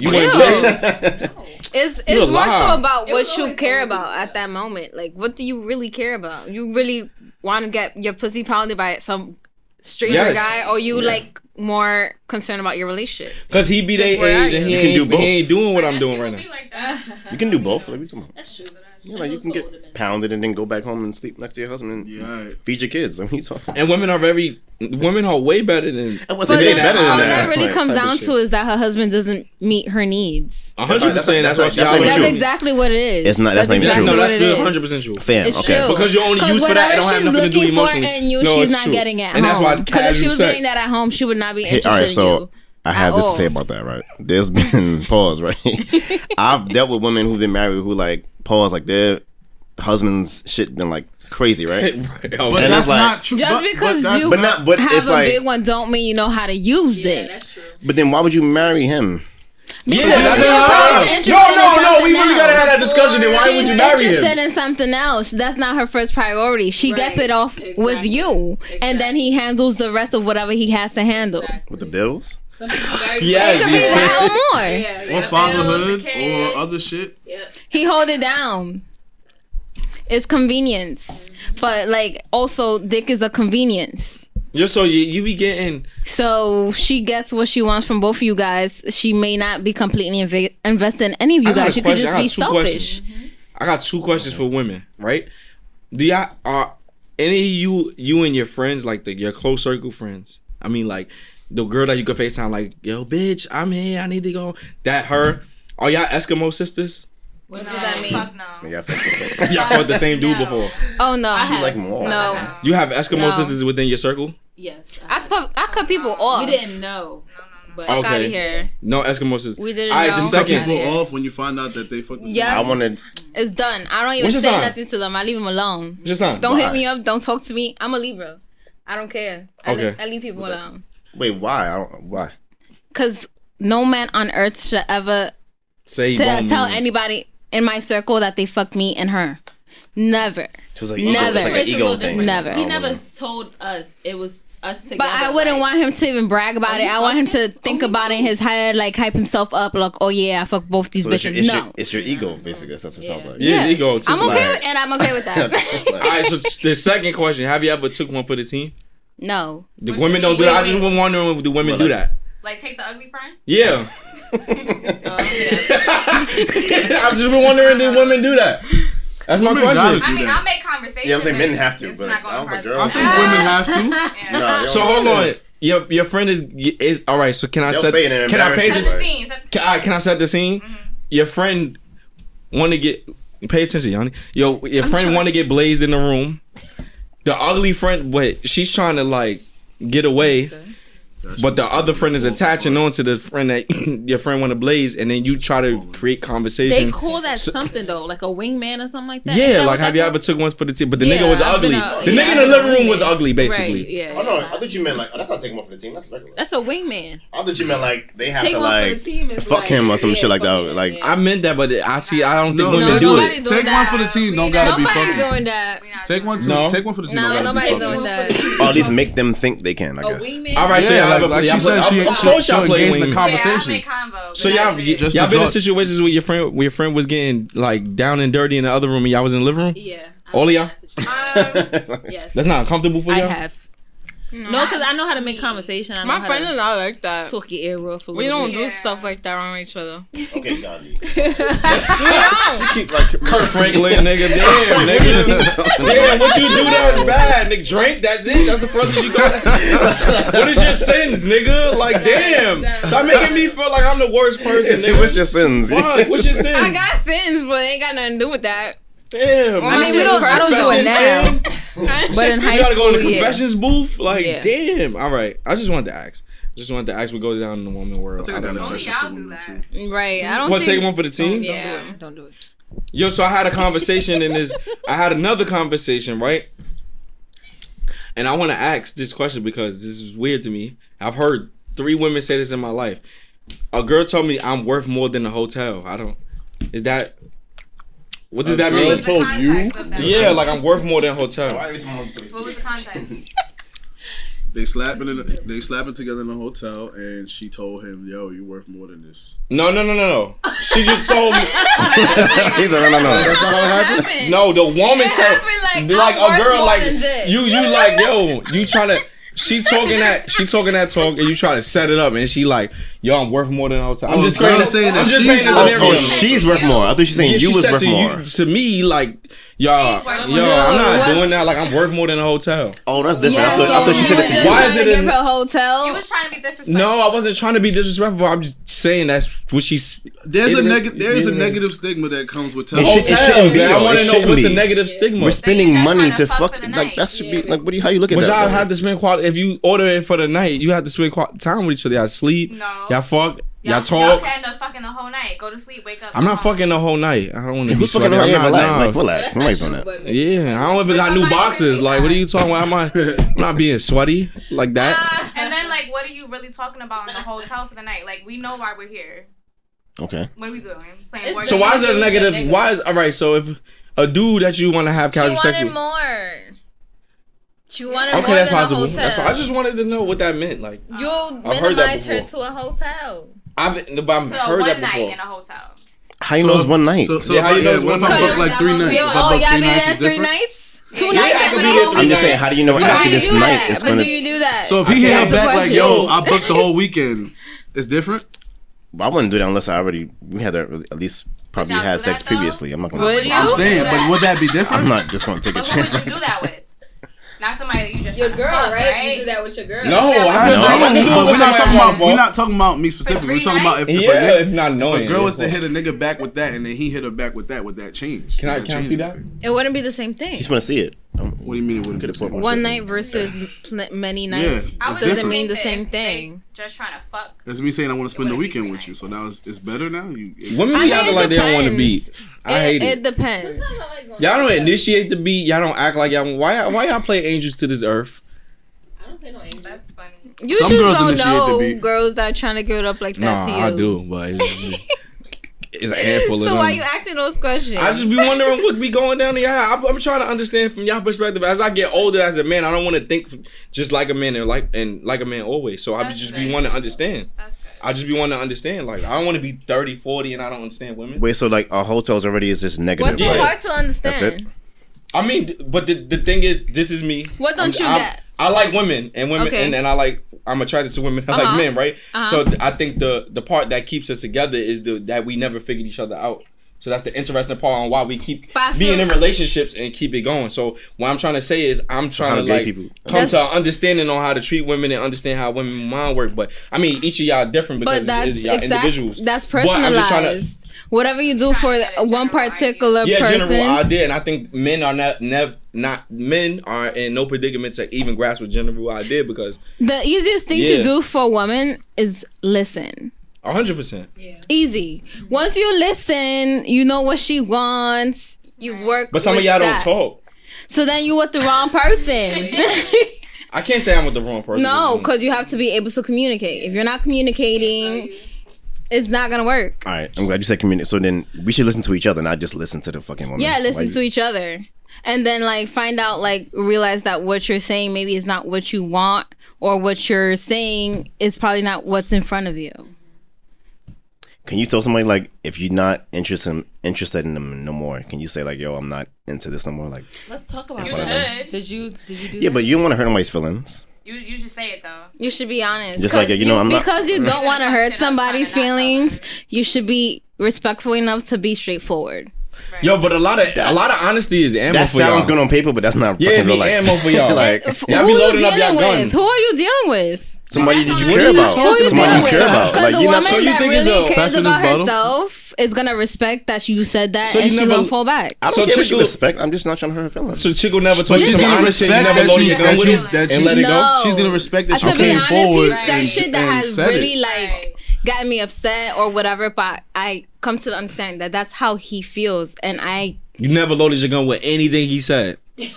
[SPEAKER 2] You
[SPEAKER 6] Ew.
[SPEAKER 2] ain't blazing.
[SPEAKER 6] It's
[SPEAKER 2] You a
[SPEAKER 6] it's more so
[SPEAKER 2] liar.
[SPEAKER 6] about
[SPEAKER 1] was
[SPEAKER 6] what you
[SPEAKER 1] always
[SPEAKER 6] care
[SPEAKER 1] something
[SPEAKER 6] about
[SPEAKER 1] like
[SPEAKER 6] at that moment. Like, what do you really care about? You really want to get your pussy pounded by some stranger
[SPEAKER 2] Yes.
[SPEAKER 6] guy, or you like more concerned about your relationship?
[SPEAKER 2] Cause he be
[SPEAKER 6] Like, where
[SPEAKER 2] their age
[SPEAKER 6] are
[SPEAKER 2] and he
[SPEAKER 6] you?
[SPEAKER 4] You can do
[SPEAKER 2] ain't,
[SPEAKER 4] both.
[SPEAKER 2] he ain't doing what I'm
[SPEAKER 5] That
[SPEAKER 2] doing
[SPEAKER 5] shit
[SPEAKER 2] right
[SPEAKER 5] would
[SPEAKER 2] now.
[SPEAKER 5] be like that.
[SPEAKER 4] You can do both. Like, what you talking about?
[SPEAKER 1] that's true.
[SPEAKER 4] Yeah, like you can get pounded and then go back home and sleep next to your husband.
[SPEAKER 3] Yeah,
[SPEAKER 4] and
[SPEAKER 3] all right.
[SPEAKER 4] Feed your kids. I mean, you talking.
[SPEAKER 2] And women are very women are way better than
[SPEAKER 4] I wasn't
[SPEAKER 6] But
[SPEAKER 4] being
[SPEAKER 6] then,
[SPEAKER 4] better than
[SPEAKER 6] all that, really
[SPEAKER 4] like,
[SPEAKER 6] comes
[SPEAKER 4] type of
[SPEAKER 6] down
[SPEAKER 4] shit.
[SPEAKER 6] to is that her husband doesn't meet her needs.
[SPEAKER 2] hundred percent. That's
[SPEAKER 4] That's
[SPEAKER 2] why
[SPEAKER 4] not-
[SPEAKER 2] she
[SPEAKER 4] that's not
[SPEAKER 2] always-
[SPEAKER 6] That's
[SPEAKER 4] true.
[SPEAKER 6] exactly what it is.
[SPEAKER 4] It's not- that's not even
[SPEAKER 2] That's-
[SPEAKER 4] true.
[SPEAKER 2] no, that's
[SPEAKER 6] what
[SPEAKER 2] the
[SPEAKER 6] it is.
[SPEAKER 2] hundred percent true.
[SPEAKER 4] Fam,
[SPEAKER 6] It's
[SPEAKER 4] okay.
[SPEAKER 6] true.
[SPEAKER 2] Because you're only
[SPEAKER 6] 'Cause
[SPEAKER 2] used for that, it don't have
[SPEAKER 6] she's
[SPEAKER 2] nothing to do
[SPEAKER 6] looking for
[SPEAKER 2] emotionally.
[SPEAKER 6] in you,
[SPEAKER 2] No,
[SPEAKER 6] she's
[SPEAKER 2] it's
[SPEAKER 6] not
[SPEAKER 2] true.
[SPEAKER 6] getting at
[SPEAKER 2] And
[SPEAKER 6] home.
[SPEAKER 2] that's why it's
[SPEAKER 6] if she
[SPEAKER 2] casual
[SPEAKER 6] was
[SPEAKER 2] sex.
[SPEAKER 6] getting that at home, she would not be
[SPEAKER 4] Hey,
[SPEAKER 6] interested
[SPEAKER 4] all right,
[SPEAKER 6] in
[SPEAKER 4] so
[SPEAKER 6] you.
[SPEAKER 4] I have
[SPEAKER 6] at
[SPEAKER 4] this
[SPEAKER 6] all.
[SPEAKER 4] to say about that, right? There's been pause, right? I've dealt with women who've been married who like pause, like their husband's shit been like crazy, right?
[SPEAKER 2] Oh,
[SPEAKER 3] But
[SPEAKER 2] man.
[SPEAKER 4] And
[SPEAKER 3] that's
[SPEAKER 4] it's like-
[SPEAKER 3] not true.
[SPEAKER 6] Just
[SPEAKER 3] but- but
[SPEAKER 6] because
[SPEAKER 3] that's-
[SPEAKER 6] you
[SPEAKER 4] but not- but
[SPEAKER 6] have
[SPEAKER 4] it's
[SPEAKER 6] a
[SPEAKER 4] like-
[SPEAKER 6] big one, don't mean you know how to use it.
[SPEAKER 1] That's true.
[SPEAKER 4] But then why would you marry him?
[SPEAKER 2] Yeah,
[SPEAKER 6] because
[SPEAKER 2] that's
[SPEAKER 6] she
[SPEAKER 2] a
[SPEAKER 6] was
[SPEAKER 2] lie.
[SPEAKER 6] probably interested
[SPEAKER 2] No,
[SPEAKER 6] in
[SPEAKER 2] no, no.
[SPEAKER 6] something
[SPEAKER 2] We really
[SPEAKER 6] else.
[SPEAKER 2] gotta have that discussion. Then why
[SPEAKER 6] She's
[SPEAKER 2] would you marry
[SPEAKER 6] interested
[SPEAKER 2] him?
[SPEAKER 6] in something else. That's not her first priority. She gets it off with
[SPEAKER 1] Exactly.
[SPEAKER 6] you, and then
[SPEAKER 1] Exactly.
[SPEAKER 6] he handles the rest of whatever he has to handle.
[SPEAKER 4] With the bills?
[SPEAKER 1] Some people married.
[SPEAKER 2] Yes,
[SPEAKER 6] It could
[SPEAKER 2] you
[SPEAKER 6] be that or more.
[SPEAKER 1] Yeah,
[SPEAKER 3] or
[SPEAKER 1] yeah,
[SPEAKER 3] fatherhood
[SPEAKER 5] bills, the kids.
[SPEAKER 3] or other shit.
[SPEAKER 1] yeah.
[SPEAKER 6] He hold it down. It's convenience. But like also dick is a convenience.
[SPEAKER 2] Just so you, you be getting
[SPEAKER 6] So she gets what she wants from both of you guys. She may not be completely inv- invested in any of you
[SPEAKER 2] I got a
[SPEAKER 6] guys. She could
[SPEAKER 2] question.
[SPEAKER 6] just
[SPEAKER 2] I
[SPEAKER 6] be
[SPEAKER 2] got two
[SPEAKER 6] selfish. Mm-hmm.
[SPEAKER 2] I got two questions for women, right? Do y'all are any of you you and your friends like the your close circle friends? I mean, like the girl that you could FaceTime, like yo, bitch, I'm here, I need to go. That her? Are y'all Eskimo sisters?
[SPEAKER 6] What
[SPEAKER 5] No,
[SPEAKER 6] does that mean?
[SPEAKER 5] Fuck no.
[SPEAKER 4] Yeah, I feel the same.
[SPEAKER 2] Y'all fought the same
[SPEAKER 5] No.
[SPEAKER 2] dude before.
[SPEAKER 6] Oh no, I
[SPEAKER 4] She's like
[SPEAKER 6] have.
[SPEAKER 4] more.
[SPEAKER 6] no.
[SPEAKER 2] You have Eskimo
[SPEAKER 6] No.
[SPEAKER 2] sisters within your circle?
[SPEAKER 1] Yes.
[SPEAKER 6] I cut I cut people off.
[SPEAKER 1] You didn't know. But
[SPEAKER 2] Oh.
[SPEAKER 6] out
[SPEAKER 2] Okay.
[SPEAKER 6] of here.
[SPEAKER 2] No Eskimo sisters.
[SPEAKER 6] We didn't
[SPEAKER 2] All right,
[SPEAKER 6] know.
[SPEAKER 2] the
[SPEAKER 3] Cut
[SPEAKER 2] second.
[SPEAKER 3] people off when you find out that they fuck the same
[SPEAKER 6] Yeah.
[SPEAKER 4] I want to.
[SPEAKER 6] It's done. I don't even
[SPEAKER 2] What's your
[SPEAKER 6] say
[SPEAKER 2] sign?
[SPEAKER 6] nothing to them. I leave them alone.
[SPEAKER 2] Just on.
[SPEAKER 6] Don't hit
[SPEAKER 4] Why?
[SPEAKER 6] me up. Don't talk to me. I'm a Libra. I don't care. I,
[SPEAKER 2] Okay.
[SPEAKER 6] leave, I leave people alone.
[SPEAKER 4] Wait, why? I don't, why?
[SPEAKER 6] Because no man on earth should ever
[SPEAKER 2] Say you
[SPEAKER 6] t-
[SPEAKER 2] want
[SPEAKER 6] tell
[SPEAKER 2] me.
[SPEAKER 6] anybody in my circle that they fucked me and her. Never.
[SPEAKER 4] She was like,
[SPEAKER 6] Never.
[SPEAKER 4] Ego, it's like an
[SPEAKER 1] Situation a
[SPEAKER 4] ego
[SPEAKER 1] little
[SPEAKER 4] thing.
[SPEAKER 6] Never.
[SPEAKER 1] different. He never told us it was us together.
[SPEAKER 6] But I wouldn't
[SPEAKER 1] like,
[SPEAKER 6] want him to even brag about it. I want him to think about it in his head, like hype himself up, like, oh yeah, I fucked both these
[SPEAKER 4] So it's, your,
[SPEAKER 6] bitches.
[SPEAKER 4] it's,
[SPEAKER 6] no.
[SPEAKER 4] your, it's your ego, basically. That's what it sounds like.
[SPEAKER 2] Yeah, it's ego. It's
[SPEAKER 6] I'm
[SPEAKER 2] just
[SPEAKER 6] okay
[SPEAKER 2] like-
[SPEAKER 6] with and I'm okay with that.
[SPEAKER 2] All right, so the second question: Have you ever took one for the team?
[SPEAKER 6] no.
[SPEAKER 2] The
[SPEAKER 5] What
[SPEAKER 2] women
[SPEAKER 5] you
[SPEAKER 2] don't
[SPEAKER 5] mean?
[SPEAKER 2] do that. I
[SPEAKER 5] Wait,
[SPEAKER 2] just
[SPEAKER 5] wait.
[SPEAKER 2] was wondering, do women
[SPEAKER 4] Well,
[SPEAKER 2] do
[SPEAKER 4] like-
[SPEAKER 2] that?
[SPEAKER 5] Like take the ugly friend.
[SPEAKER 2] Yeah.
[SPEAKER 1] uh,
[SPEAKER 6] Oh,
[SPEAKER 2] I've just been wondering, do women do that? That's my
[SPEAKER 3] Women
[SPEAKER 2] question.
[SPEAKER 3] gotta
[SPEAKER 5] I
[SPEAKER 3] Do
[SPEAKER 5] mean,
[SPEAKER 3] that.
[SPEAKER 5] I'll make conversation.
[SPEAKER 4] Yeah, I'm saying
[SPEAKER 5] but
[SPEAKER 4] men have to,
[SPEAKER 5] it's
[SPEAKER 4] but
[SPEAKER 5] not going
[SPEAKER 4] I don't think
[SPEAKER 5] further.
[SPEAKER 4] girls
[SPEAKER 3] I
[SPEAKER 4] do
[SPEAKER 3] think
[SPEAKER 4] that.
[SPEAKER 3] women have to.
[SPEAKER 5] Yeah.
[SPEAKER 4] Nah, they don't
[SPEAKER 2] So
[SPEAKER 4] do
[SPEAKER 2] hold
[SPEAKER 4] that.
[SPEAKER 2] on. Your your friend is is all right. So can I
[SPEAKER 4] They'll
[SPEAKER 2] set?
[SPEAKER 4] say it and
[SPEAKER 2] Can I pay
[SPEAKER 4] embarrass
[SPEAKER 5] Set the
[SPEAKER 2] this?
[SPEAKER 4] you.
[SPEAKER 5] scene, set the
[SPEAKER 2] Can I, can I set the scene? Your friend want to get pay attention, Yanni. Yo, your friend want to get blazed in the room. The ugly friend, but she's trying to like get away. But the other friend is attaching on to the friend that your friend want to blaze, and then you try to create conversation.
[SPEAKER 1] They call that something though, like a wingman or something like that. Is
[SPEAKER 2] Yeah,
[SPEAKER 1] that
[SPEAKER 2] like have
[SPEAKER 1] what that
[SPEAKER 2] you
[SPEAKER 1] called?
[SPEAKER 2] ever took ones for the team? But the
[SPEAKER 1] Yeah,
[SPEAKER 2] nigga was
[SPEAKER 1] I've
[SPEAKER 2] ugly.
[SPEAKER 1] been out-
[SPEAKER 2] the
[SPEAKER 1] yeah,
[SPEAKER 2] nigga in the
[SPEAKER 1] I've
[SPEAKER 2] living
[SPEAKER 1] been
[SPEAKER 2] room was
[SPEAKER 1] out.
[SPEAKER 2] ugly, basically.
[SPEAKER 1] Right, yeah.
[SPEAKER 4] Oh, no. I thought you meant like, oh, that's not taking one for the team. That's regular.
[SPEAKER 1] That's a wingman.
[SPEAKER 4] I thought you meant like they have
[SPEAKER 1] Take
[SPEAKER 4] to
[SPEAKER 1] one for
[SPEAKER 4] like
[SPEAKER 1] the team is
[SPEAKER 4] fuck
[SPEAKER 1] like-
[SPEAKER 4] him or some
[SPEAKER 1] yeah,
[SPEAKER 4] shit like that.
[SPEAKER 1] fuck him,
[SPEAKER 4] Like
[SPEAKER 1] yeah.
[SPEAKER 2] I meant that, but I see. I don't think
[SPEAKER 3] No,
[SPEAKER 2] women
[SPEAKER 3] no,
[SPEAKER 2] do
[SPEAKER 6] nobody's
[SPEAKER 2] it.
[SPEAKER 6] doing
[SPEAKER 3] Take
[SPEAKER 6] that.
[SPEAKER 3] one for the team. Don't gotta be
[SPEAKER 6] Nobody's
[SPEAKER 3] fucking.
[SPEAKER 6] doing that.
[SPEAKER 3] Take one. To,
[SPEAKER 2] No.
[SPEAKER 3] Take one for the team.
[SPEAKER 6] No,
[SPEAKER 3] don't gotta be
[SPEAKER 6] nobody's
[SPEAKER 3] fucking.
[SPEAKER 6] doing that.
[SPEAKER 4] or at least make them think they can. I
[SPEAKER 1] A
[SPEAKER 4] guess.
[SPEAKER 1] wingman.
[SPEAKER 2] All right, so
[SPEAKER 3] Yeah,
[SPEAKER 2] y'all
[SPEAKER 3] like-
[SPEAKER 2] ever
[SPEAKER 3] like
[SPEAKER 2] play-
[SPEAKER 3] she
[SPEAKER 2] y'all
[SPEAKER 3] said,
[SPEAKER 2] play-
[SPEAKER 3] she-
[SPEAKER 2] of
[SPEAKER 3] she-
[SPEAKER 2] course
[SPEAKER 3] she
[SPEAKER 2] y'all play
[SPEAKER 3] engaged in the
[SPEAKER 2] wing.
[SPEAKER 3] con-
[SPEAKER 5] Yeah, I'll
[SPEAKER 3] Conversation.
[SPEAKER 5] make convo.
[SPEAKER 2] So
[SPEAKER 5] but
[SPEAKER 2] y'all,
[SPEAKER 5] that's
[SPEAKER 2] y-
[SPEAKER 5] it.
[SPEAKER 3] Just
[SPEAKER 2] y'all
[SPEAKER 3] the
[SPEAKER 2] been in
[SPEAKER 3] judge.
[SPEAKER 2] situations where your friend, where your friend was getting like down and dirty in the other room, and y'all was in the living room.
[SPEAKER 1] Yeah.
[SPEAKER 2] All of y'all?
[SPEAKER 5] Um,
[SPEAKER 1] Yes.
[SPEAKER 2] That's not uncomfortable for
[SPEAKER 1] Uh, I
[SPEAKER 2] y'all.
[SPEAKER 1] have. No, because I know how to make conversation. I know
[SPEAKER 6] My
[SPEAKER 1] how
[SPEAKER 6] friend
[SPEAKER 1] to
[SPEAKER 6] and I like that.
[SPEAKER 1] talk your ear off a
[SPEAKER 6] We
[SPEAKER 1] little
[SPEAKER 6] don't
[SPEAKER 1] bit.
[SPEAKER 6] do
[SPEAKER 5] Yeah.
[SPEAKER 6] stuff like that around each other.
[SPEAKER 4] okay, Gandhi.
[SPEAKER 6] No.
[SPEAKER 4] Keep like
[SPEAKER 2] Kurt Franklin, nigga, damn, nigga, damn, what you do that's bad, nigga. Drink, that's it, that's the furthest you go. That's it. What is your sins, nigga? Like, damn, stop making me feel like I'm the worst person, nigga.
[SPEAKER 4] What's your sins?
[SPEAKER 2] Fuck, what's your sins?
[SPEAKER 6] I got sins, but it ain't got nothing to do with that.
[SPEAKER 2] Damn.
[SPEAKER 6] I mean,
[SPEAKER 2] nigga.
[SPEAKER 6] we don't- I don't do it
[SPEAKER 2] Confessions, damn.
[SPEAKER 1] But in high
[SPEAKER 2] you gotta go in
[SPEAKER 1] school,
[SPEAKER 2] the
[SPEAKER 1] yeah.
[SPEAKER 2] confessions booth. Like,
[SPEAKER 1] Yeah.
[SPEAKER 2] damn. All right. I just wanted to ask. Just wanted to ask. We go down in the woman world.
[SPEAKER 3] think
[SPEAKER 2] I
[SPEAKER 3] I
[SPEAKER 2] don't
[SPEAKER 3] got a
[SPEAKER 2] know.
[SPEAKER 5] only
[SPEAKER 3] question
[SPEAKER 5] y'all
[SPEAKER 3] for
[SPEAKER 5] do
[SPEAKER 3] women,
[SPEAKER 5] that.
[SPEAKER 3] too.
[SPEAKER 6] Right. I don't
[SPEAKER 2] What
[SPEAKER 6] think. Oh,
[SPEAKER 2] take one for the team?
[SPEAKER 6] yeah.
[SPEAKER 1] Don't do it.
[SPEAKER 2] Yo, so I had a conversation in this. I had another conversation, right? And I want to ask this question because this is weird to me. I've heard three women say this in my life. A girl told me I'm worth more than a hotel. I don't. Is that? What does that
[SPEAKER 3] girl
[SPEAKER 2] mean?
[SPEAKER 5] What was
[SPEAKER 3] told
[SPEAKER 5] the
[SPEAKER 3] you?
[SPEAKER 5] context of that?
[SPEAKER 2] Yeah, like I'm worth more than a hotel.
[SPEAKER 5] What was the context?
[SPEAKER 3] They slapping in. They slapping together in the hotel, and she told him, "Yo, you worth more than this."
[SPEAKER 2] No, no, no, no, no. She just told me.
[SPEAKER 4] He's like, no, no, no.
[SPEAKER 6] happened?
[SPEAKER 2] No, the woman
[SPEAKER 6] It
[SPEAKER 2] said
[SPEAKER 6] happened,
[SPEAKER 2] like,
[SPEAKER 6] like, I'm
[SPEAKER 2] a
[SPEAKER 6] worth
[SPEAKER 2] girl
[SPEAKER 6] more
[SPEAKER 2] like
[SPEAKER 6] than this.
[SPEAKER 2] you you like yo you trying to she talking that she talking that talk and you try to set it up and she like yo I'm worth more than all time. I'm
[SPEAKER 3] Oh,
[SPEAKER 2] just
[SPEAKER 3] girl
[SPEAKER 2] saying
[SPEAKER 3] saying
[SPEAKER 2] I'm
[SPEAKER 3] that
[SPEAKER 2] just
[SPEAKER 3] she's
[SPEAKER 2] painting a
[SPEAKER 3] worth-
[SPEAKER 2] scenario.
[SPEAKER 4] Oh, she's worth more. I thought you were saying
[SPEAKER 2] Yeah,
[SPEAKER 4] you
[SPEAKER 2] she
[SPEAKER 4] was
[SPEAKER 2] said
[SPEAKER 4] worth
[SPEAKER 2] to
[SPEAKER 4] more.
[SPEAKER 2] you, to me like y'all
[SPEAKER 5] She's
[SPEAKER 2] yo
[SPEAKER 5] worth more.
[SPEAKER 2] I'm not
[SPEAKER 6] Dude,
[SPEAKER 2] doing
[SPEAKER 6] what?
[SPEAKER 2] that like I'm worth more than a hotel.
[SPEAKER 4] Oh, that's different.
[SPEAKER 6] Yeah,
[SPEAKER 4] I, thought,
[SPEAKER 6] so
[SPEAKER 4] I thought you said
[SPEAKER 6] was
[SPEAKER 4] it to
[SPEAKER 6] just
[SPEAKER 4] you.
[SPEAKER 2] Why
[SPEAKER 6] trying
[SPEAKER 2] is
[SPEAKER 6] to
[SPEAKER 2] it
[SPEAKER 6] give
[SPEAKER 2] in-
[SPEAKER 6] her a
[SPEAKER 5] You
[SPEAKER 6] hotel?
[SPEAKER 5] was trying to be disrespectful.
[SPEAKER 2] No, I wasn't trying to be disrespectful. I'm just saying that's what she's.
[SPEAKER 3] There's a
[SPEAKER 2] it-
[SPEAKER 3] negative. There's a
[SPEAKER 2] it-
[SPEAKER 3] negative stigma that comes with
[SPEAKER 4] It
[SPEAKER 3] telling.
[SPEAKER 4] should- it shouldn't
[SPEAKER 2] Hotels,
[SPEAKER 4] be,
[SPEAKER 2] I
[SPEAKER 4] though.
[SPEAKER 2] want
[SPEAKER 4] It
[SPEAKER 2] to know
[SPEAKER 4] shouldn't
[SPEAKER 2] what's the
[SPEAKER 4] be.
[SPEAKER 2] negative stigma.
[SPEAKER 4] We're spending
[SPEAKER 5] just
[SPEAKER 4] money
[SPEAKER 5] trying
[SPEAKER 4] to
[SPEAKER 5] to fuck
[SPEAKER 4] fuck.
[SPEAKER 5] for the
[SPEAKER 4] Like
[SPEAKER 5] night.
[SPEAKER 4] that should be like. What do you? How you look at
[SPEAKER 2] But
[SPEAKER 4] that?
[SPEAKER 2] y'all
[SPEAKER 4] though?
[SPEAKER 2] have to spend quality. If you order it for the night, you have to spend qual- time with each other. Y'all sleep.
[SPEAKER 5] No.
[SPEAKER 2] Y'all fuck. Y'all,
[SPEAKER 5] Y'all
[SPEAKER 2] talk.
[SPEAKER 5] can end up fucking the whole night. Go to sleep, wake up.
[SPEAKER 2] I'm not
[SPEAKER 5] tomorrow.
[SPEAKER 2] fucking the whole night. I don't want to be
[SPEAKER 4] Who's fucking
[SPEAKER 2] fucking. I'm
[SPEAKER 4] around? Yeah,
[SPEAKER 2] not,
[SPEAKER 4] relax.
[SPEAKER 2] nah.
[SPEAKER 4] Like relax. Nobody's doing that.
[SPEAKER 2] yeah, I don't even got new
[SPEAKER 5] somebody
[SPEAKER 2] boxes.
[SPEAKER 5] really
[SPEAKER 2] Like, what are
[SPEAKER 5] bad.
[SPEAKER 2] you talking about? Am I? I'm not being sweaty like that.
[SPEAKER 5] And then, like, what are you really talking about in the hotel for the night? Like, we know why we're here.
[SPEAKER 4] Okay.
[SPEAKER 5] What are we doing? Playing
[SPEAKER 1] It's
[SPEAKER 5] board
[SPEAKER 2] So
[SPEAKER 5] games?
[SPEAKER 2] why is it a negative? Why is all right? So if a dude that you want to have
[SPEAKER 6] She
[SPEAKER 2] casual sex
[SPEAKER 6] wanted
[SPEAKER 2] with,
[SPEAKER 6] more. She wanted
[SPEAKER 2] okay,
[SPEAKER 6] more
[SPEAKER 2] that's
[SPEAKER 6] than
[SPEAKER 2] possible.
[SPEAKER 6] a hotel.
[SPEAKER 2] That's fine. I just wanted to know what that meant. Like,
[SPEAKER 6] you
[SPEAKER 2] I've heard that
[SPEAKER 6] minimized her to
[SPEAKER 2] before.
[SPEAKER 6] a hotel.
[SPEAKER 2] I've but I've
[SPEAKER 5] So
[SPEAKER 2] heard
[SPEAKER 5] one
[SPEAKER 2] that
[SPEAKER 5] night
[SPEAKER 2] before.
[SPEAKER 5] in a hotel.
[SPEAKER 4] How you know it's one night?
[SPEAKER 3] So, so
[SPEAKER 2] Yeah,
[SPEAKER 3] if
[SPEAKER 2] how
[SPEAKER 3] I,
[SPEAKER 2] you know
[SPEAKER 3] yeah,
[SPEAKER 2] it's
[SPEAKER 3] what
[SPEAKER 2] one
[SPEAKER 3] if I
[SPEAKER 2] night?
[SPEAKER 3] book like three
[SPEAKER 5] Yeah,
[SPEAKER 3] nights?
[SPEAKER 6] Yo,
[SPEAKER 3] If I
[SPEAKER 6] oh,
[SPEAKER 3] book
[SPEAKER 6] y'all
[SPEAKER 3] three
[SPEAKER 6] been
[SPEAKER 3] nights,
[SPEAKER 6] there
[SPEAKER 3] it's
[SPEAKER 6] three
[SPEAKER 3] different?
[SPEAKER 6] nights? Two
[SPEAKER 2] Yeah,
[SPEAKER 6] nights
[SPEAKER 2] I
[SPEAKER 6] at
[SPEAKER 2] could
[SPEAKER 6] a
[SPEAKER 2] be here
[SPEAKER 6] whole
[SPEAKER 2] three
[SPEAKER 4] I'm just
[SPEAKER 6] weekend.
[SPEAKER 4] saying, how do you know
[SPEAKER 6] But
[SPEAKER 4] after
[SPEAKER 6] do you
[SPEAKER 4] this
[SPEAKER 6] do
[SPEAKER 4] night
[SPEAKER 6] that?
[SPEAKER 4] it's
[SPEAKER 6] But
[SPEAKER 4] gonna?
[SPEAKER 6] do you do that?
[SPEAKER 3] So if he hit her
[SPEAKER 6] That's the
[SPEAKER 3] back like,
[SPEAKER 6] question.
[SPEAKER 3] yo, I booked the whole weekend, it's different.
[SPEAKER 4] Well, I wouldn't do that unless I already we had to at least probably
[SPEAKER 5] y'all
[SPEAKER 4] had
[SPEAKER 5] do
[SPEAKER 4] sex
[SPEAKER 5] that, though?
[SPEAKER 4] previously. I'm not gonna.
[SPEAKER 6] Would
[SPEAKER 5] I'm
[SPEAKER 3] I'm
[SPEAKER 6] you?
[SPEAKER 3] saying, but would that be different?
[SPEAKER 4] I'm not just gonna take a
[SPEAKER 5] But who would
[SPEAKER 4] chance
[SPEAKER 5] you
[SPEAKER 4] like
[SPEAKER 5] do
[SPEAKER 4] that.
[SPEAKER 5] that with? Not somebody that you just
[SPEAKER 6] Your
[SPEAKER 5] tryna
[SPEAKER 6] girl,
[SPEAKER 5] fuck,
[SPEAKER 6] right? You do that with your girl.
[SPEAKER 2] No, I'm
[SPEAKER 4] No.
[SPEAKER 2] just
[SPEAKER 4] I
[SPEAKER 2] trying
[SPEAKER 4] wouldn't
[SPEAKER 2] to
[SPEAKER 4] do
[SPEAKER 2] do
[SPEAKER 4] it
[SPEAKER 3] But we're
[SPEAKER 2] with
[SPEAKER 3] not
[SPEAKER 2] somebody
[SPEAKER 3] talking
[SPEAKER 2] I'm
[SPEAKER 3] about
[SPEAKER 2] involved.
[SPEAKER 3] we're not talking about me specifically. We're talking about if, if a
[SPEAKER 2] Yeah,
[SPEAKER 3] nigga-
[SPEAKER 2] if not
[SPEAKER 3] if
[SPEAKER 2] knowing.
[SPEAKER 3] a girl
[SPEAKER 2] yeah,
[SPEAKER 3] was to
[SPEAKER 2] of
[SPEAKER 3] hit a
[SPEAKER 2] course.
[SPEAKER 3] nigga back with that, and then he hit her back with that, would that change?
[SPEAKER 2] Can I
[SPEAKER 3] Would
[SPEAKER 2] can I
[SPEAKER 3] change
[SPEAKER 2] see that?
[SPEAKER 3] anything?
[SPEAKER 6] It wouldn't be the same thing.
[SPEAKER 4] He's gonna see it. Um,
[SPEAKER 3] What do you mean it wouldn't be
[SPEAKER 4] Could have put
[SPEAKER 3] different?
[SPEAKER 4] one.
[SPEAKER 6] One night versus pl- many nights
[SPEAKER 3] I would
[SPEAKER 6] doesn't
[SPEAKER 3] different.
[SPEAKER 6] mean the
[SPEAKER 5] think
[SPEAKER 6] same
[SPEAKER 5] that
[SPEAKER 6] thing.
[SPEAKER 5] they Just trying to fuck.
[SPEAKER 3] That's me saying I want to spend the
[SPEAKER 5] wouldn't be
[SPEAKER 3] weekend with
[SPEAKER 5] nice.
[SPEAKER 3] you. So now it's, it's better now. You it's-
[SPEAKER 2] Women
[SPEAKER 6] I mean,
[SPEAKER 2] be acting
[SPEAKER 6] it
[SPEAKER 2] like they don't want to
[SPEAKER 6] depends.
[SPEAKER 2] beat. I hate it.
[SPEAKER 6] it depends.
[SPEAKER 2] Y'all don't initiate the beat. Y'all don't act like y'all. Why? Why y'all play angels to this earth?
[SPEAKER 1] I don't play no angel.
[SPEAKER 5] That's funny.
[SPEAKER 6] You
[SPEAKER 3] Some
[SPEAKER 6] just
[SPEAKER 3] girls
[SPEAKER 6] don't
[SPEAKER 3] initiate the
[SPEAKER 6] know
[SPEAKER 3] beat.
[SPEAKER 6] girls that are trying to give it up like
[SPEAKER 2] No,
[SPEAKER 6] that to you.
[SPEAKER 2] I do, but it's, just, it's a handful of
[SPEAKER 6] So
[SPEAKER 2] them.
[SPEAKER 6] why you asking those questions?
[SPEAKER 2] I just be wondering what be going down in y'all. I'm, I'm trying to understand from y'all perspective. As I get older, as a man, I don't want to think just like a man and like and like a man always. So I be just be wanting to understand.
[SPEAKER 5] That's good.
[SPEAKER 2] I just be wanting to understand. Like I don't want to be 30, 40, and I don't understand women.
[SPEAKER 4] Wait, so like our hotels already is just negative.
[SPEAKER 6] What's
[SPEAKER 4] Like,
[SPEAKER 6] so hard to understand?
[SPEAKER 4] That's it.
[SPEAKER 2] I mean, but the, the thing is, this is me.
[SPEAKER 6] What don't
[SPEAKER 2] I'm-
[SPEAKER 6] you
[SPEAKER 2] I'm-
[SPEAKER 6] get?
[SPEAKER 2] I like women and women,
[SPEAKER 6] Okay.
[SPEAKER 2] and, and I like I'm attracted to women. I like
[SPEAKER 6] Uh-huh.
[SPEAKER 2] men, right?
[SPEAKER 6] Uh-huh.
[SPEAKER 2] So th- I think the the part that keeps us together is the that we never figured each other out. So that's the interesting part on why we keep
[SPEAKER 6] But I feel-
[SPEAKER 2] being in relationships and keep it going. So what I'm trying to say is I'm
[SPEAKER 4] how
[SPEAKER 2] trying to
[SPEAKER 4] do gay
[SPEAKER 2] like
[SPEAKER 4] people-
[SPEAKER 2] come to
[SPEAKER 6] That's-
[SPEAKER 2] an understanding on how to treat women and understand how women mind work. But I mean, each of y'all different because it's-
[SPEAKER 6] But that's
[SPEAKER 2] it's y'all
[SPEAKER 6] exactly
[SPEAKER 2] individuals.
[SPEAKER 6] that's
[SPEAKER 2] But I'm just trying to-
[SPEAKER 6] personalized. Whatever you do for
[SPEAKER 5] Trying to get a
[SPEAKER 6] one
[SPEAKER 5] general
[SPEAKER 6] particular
[SPEAKER 2] yeah,
[SPEAKER 6] person,
[SPEAKER 2] general idea, and I think men are not nev- not men are in no predicament to even grasp a general idea because
[SPEAKER 6] the easiest thing
[SPEAKER 2] Yeah.
[SPEAKER 6] to do for a woman is listen.
[SPEAKER 2] hundred percent.
[SPEAKER 6] Easy. Once you listen, you know what she wants. You work.
[SPEAKER 2] But some of
[SPEAKER 6] with
[SPEAKER 2] y'all
[SPEAKER 6] that.
[SPEAKER 2] don't talk.
[SPEAKER 6] So then you with the wrong person.
[SPEAKER 2] I can't say I'm with the wrong person.
[SPEAKER 6] no, because you have to be able to communicate. If you're not communicating, it's not gonna work.
[SPEAKER 4] All right, I'm glad you said community. So then we should listen to each other, not just listen to the fucking woman.
[SPEAKER 6] Yeah, listen
[SPEAKER 4] Like,
[SPEAKER 6] to each other. And then like find out like realize that what you're saying maybe is not what you want or what you're saying is probably not what's in front of you.
[SPEAKER 4] Can you tell somebody like if you're not interested interested in them no more? Can you say like, yo, I'm not into this no more? Like,
[SPEAKER 1] Let's talk about
[SPEAKER 5] You
[SPEAKER 1] it.
[SPEAKER 5] should.
[SPEAKER 1] Did you did you do
[SPEAKER 4] yeah,
[SPEAKER 1] that?
[SPEAKER 4] but you don't want to hurt nobody's feelings.
[SPEAKER 5] You you should say it though.
[SPEAKER 6] You should be honest.
[SPEAKER 4] Just like,
[SPEAKER 6] 'Cause
[SPEAKER 4] you know, I'm not-
[SPEAKER 6] because you don't want to hurt
[SPEAKER 5] Shit, I'm
[SPEAKER 6] somebody's
[SPEAKER 5] trying to not
[SPEAKER 6] feelings, you should be respectful enough to be straightforward.
[SPEAKER 2] yo, but a lot of a lot of honesty is ammo
[SPEAKER 4] That
[SPEAKER 2] for
[SPEAKER 4] sounds
[SPEAKER 2] y'all.
[SPEAKER 4] good on paper, but that's not
[SPEAKER 2] Yeah,
[SPEAKER 4] fucking
[SPEAKER 2] be
[SPEAKER 4] real life.
[SPEAKER 2] ammo for y'all.
[SPEAKER 4] like
[SPEAKER 6] If-
[SPEAKER 2] y'all
[SPEAKER 6] who
[SPEAKER 2] be
[SPEAKER 6] are you
[SPEAKER 2] loading up y'all
[SPEAKER 6] dealing with?
[SPEAKER 2] guns.
[SPEAKER 6] Who are you dealing with?
[SPEAKER 4] somebody that you
[SPEAKER 2] What are
[SPEAKER 4] care
[SPEAKER 2] you
[SPEAKER 4] about,
[SPEAKER 2] talking
[SPEAKER 6] Who are you
[SPEAKER 4] somebody
[SPEAKER 6] dealing
[SPEAKER 4] you
[SPEAKER 6] with?
[SPEAKER 4] care about.
[SPEAKER 6] Because
[SPEAKER 4] Like
[SPEAKER 6] a
[SPEAKER 4] you're
[SPEAKER 6] woman
[SPEAKER 4] not.
[SPEAKER 2] so you
[SPEAKER 6] that
[SPEAKER 2] think it's
[SPEAKER 6] really
[SPEAKER 2] a-
[SPEAKER 3] Pass
[SPEAKER 6] cares
[SPEAKER 3] me this
[SPEAKER 6] about
[SPEAKER 3] bottle.
[SPEAKER 6] herself is gonna respect that you said that
[SPEAKER 2] So you
[SPEAKER 6] and she's
[SPEAKER 2] never-
[SPEAKER 6] gonna fall back.
[SPEAKER 4] I don't
[SPEAKER 2] So
[SPEAKER 4] care what
[SPEAKER 2] Chico-
[SPEAKER 4] you respect. I'm just not trying to hurt her feelings.
[SPEAKER 2] So chick will never told you
[SPEAKER 3] she's
[SPEAKER 2] some
[SPEAKER 3] gonna
[SPEAKER 2] honest shit. You
[SPEAKER 3] respect
[SPEAKER 2] never
[SPEAKER 3] that
[SPEAKER 2] load
[SPEAKER 3] you-
[SPEAKER 2] your
[SPEAKER 3] that
[SPEAKER 2] gun with
[SPEAKER 3] you-
[SPEAKER 2] it
[SPEAKER 3] that
[SPEAKER 2] and
[SPEAKER 3] you-
[SPEAKER 2] let it go.
[SPEAKER 6] No.
[SPEAKER 3] she's gonna respect that
[SPEAKER 6] Uh,
[SPEAKER 3] you
[SPEAKER 6] to be
[SPEAKER 3] came
[SPEAKER 6] honest,
[SPEAKER 3] forward
[SPEAKER 6] you said
[SPEAKER 3] and,
[SPEAKER 6] shit that
[SPEAKER 3] and
[SPEAKER 6] has
[SPEAKER 3] said
[SPEAKER 6] really
[SPEAKER 3] it.
[SPEAKER 6] like
[SPEAKER 5] Right.
[SPEAKER 6] gotten me upset or whatever, but I come to understand that that's how he feels, and I
[SPEAKER 2] You never loaded your gun with anything he said.
[SPEAKER 6] I've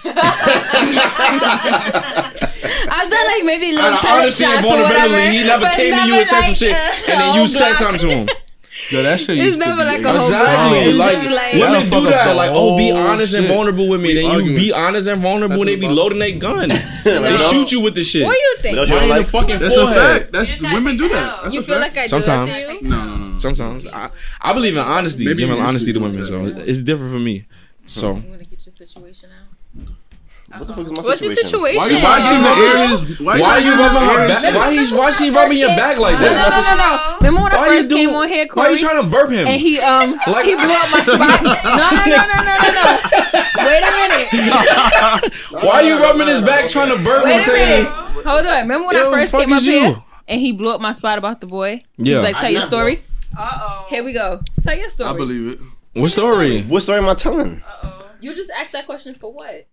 [SPEAKER 6] done like maybe
[SPEAKER 2] Out
[SPEAKER 6] little
[SPEAKER 2] of
[SPEAKER 6] pellet
[SPEAKER 2] honesty and
[SPEAKER 6] shots or
[SPEAKER 2] vulnerability,
[SPEAKER 6] whatever.
[SPEAKER 2] he never
[SPEAKER 6] but
[SPEAKER 2] came to you and
[SPEAKER 6] never
[SPEAKER 2] said some
[SPEAKER 6] like,
[SPEAKER 2] shit,
[SPEAKER 6] uh,
[SPEAKER 2] and then you
[SPEAKER 6] whole
[SPEAKER 2] said
[SPEAKER 6] Glock.
[SPEAKER 2] something to him.
[SPEAKER 3] Yo, that shit.
[SPEAKER 6] It's
[SPEAKER 3] used to
[SPEAKER 6] never
[SPEAKER 3] be
[SPEAKER 6] like
[SPEAKER 3] a-
[SPEAKER 6] a whole
[SPEAKER 2] Exactly.
[SPEAKER 6] block. It's
[SPEAKER 2] Like,
[SPEAKER 6] just like
[SPEAKER 3] Y'all
[SPEAKER 2] Women
[SPEAKER 3] fuck
[SPEAKER 2] do
[SPEAKER 3] up the
[SPEAKER 2] that, like, oh, be
[SPEAKER 3] whole
[SPEAKER 2] honest and
[SPEAKER 3] shit.
[SPEAKER 2] vulnerable with me.
[SPEAKER 3] We
[SPEAKER 2] Then you
[SPEAKER 3] arguing.
[SPEAKER 2] be honest and vulnerable,
[SPEAKER 3] That's
[SPEAKER 2] and they
[SPEAKER 3] what
[SPEAKER 2] be
[SPEAKER 3] I'm
[SPEAKER 2] loading their gun. They
[SPEAKER 4] No.
[SPEAKER 2] shoot you with the shit.
[SPEAKER 6] what do you think?
[SPEAKER 4] Without
[SPEAKER 2] Right
[SPEAKER 4] your
[SPEAKER 2] in the
[SPEAKER 4] life.
[SPEAKER 2] fucking
[SPEAKER 3] That's a
[SPEAKER 2] forehead.
[SPEAKER 3] fact.
[SPEAKER 5] You
[SPEAKER 3] That's
[SPEAKER 5] just gotta
[SPEAKER 3] women do
[SPEAKER 5] take it
[SPEAKER 3] that.
[SPEAKER 5] out.
[SPEAKER 3] That's
[SPEAKER 6] you
[SPEAKER 3] a
[SPEAKER 6] feel
[SPEAKER 3] fact.
[SPEAKER 6] like I
[SPEAKER 2] Sometimes.
[SPEAKER 6] do that to you?
[SPEAKER 3] No, no, no, no.
[SPEAKER 2] Sometimes I, I believe in honesty,
[SPEAKER 3] Maybe
[SPEAKER 2] giving
[SPEAKER 3] you used
[SPEAKER 2] honesty to
[SPEAKER 3] to do
[SPEAKER 2] women.
[SPEAKER 3] that.
[SPEAKER 2] So it's different for me. So
[SPEAKER 1] you want to get your situation out?
[SPEAKER 4] What the fuck is my
[SPEAKER 6] What's the
[SPEAKER 4] situation?
[SPEAKER 6] situation?
[SPEAKER 3] Why, why she in the areas? Why,
[SPEAKER 2] why are you rubbing her
[SPEAKER 3] areas?
[SPEAKER 2] back? Why he's why she rubbing your back like
[SPEAKER 1] No, no,
[SPEAKER 2] that?
[SPEAKER 1] no, no. Remember when
[SPEAKER 2] Why
[SPEAKER 1] I
[SPEAKER 2] you
[SPEAKER 1] first
[SPEAKER 2] doing-
[SPEAKER 1] came on here,
[SPEAKER 2] Why
[SPEAKER 1] Corey?
[SPEAKER 2] you trying to burp him?
[SPEAKER 1] and he um
[SPEAKER 2] Like-
[SPEAKER 1] he blew up my spot. No, no, no, no, no, no, no. Wait a minute.
[SPEAKER 2] why you rubbing his back trying to burp him?
[SPEAKER 1] Wait a minute.
[SPEAKER 2] Saying
[SPEAKER 1] Hold on. Remember when
[SPEAKER 2] Yo,
[SPEAKER 1] I first
[SPEAKER 2] fuck
[SPEAKER 1] came up
[SPEAKER 2] is you?
[SPEAKER 1] here and he blew up my spot about the boy? He
[SPEAKER 2] Yeah.
[SPEAKER 1] was like, tell your story.
[SPEAKER 5] Uh oh.
[SPEAKER 1] Here we go. Tell your story.
[SPEAKER 3] I believe
[SPEAKER 6] Oh
[SPEAKER 3] it.
[SPEAKER 2] what story?
[SPEAKER 4] What story am I telling?
[SPEAKER 5] Uh oh.
[SPEAKER 1] You just asked that question for what?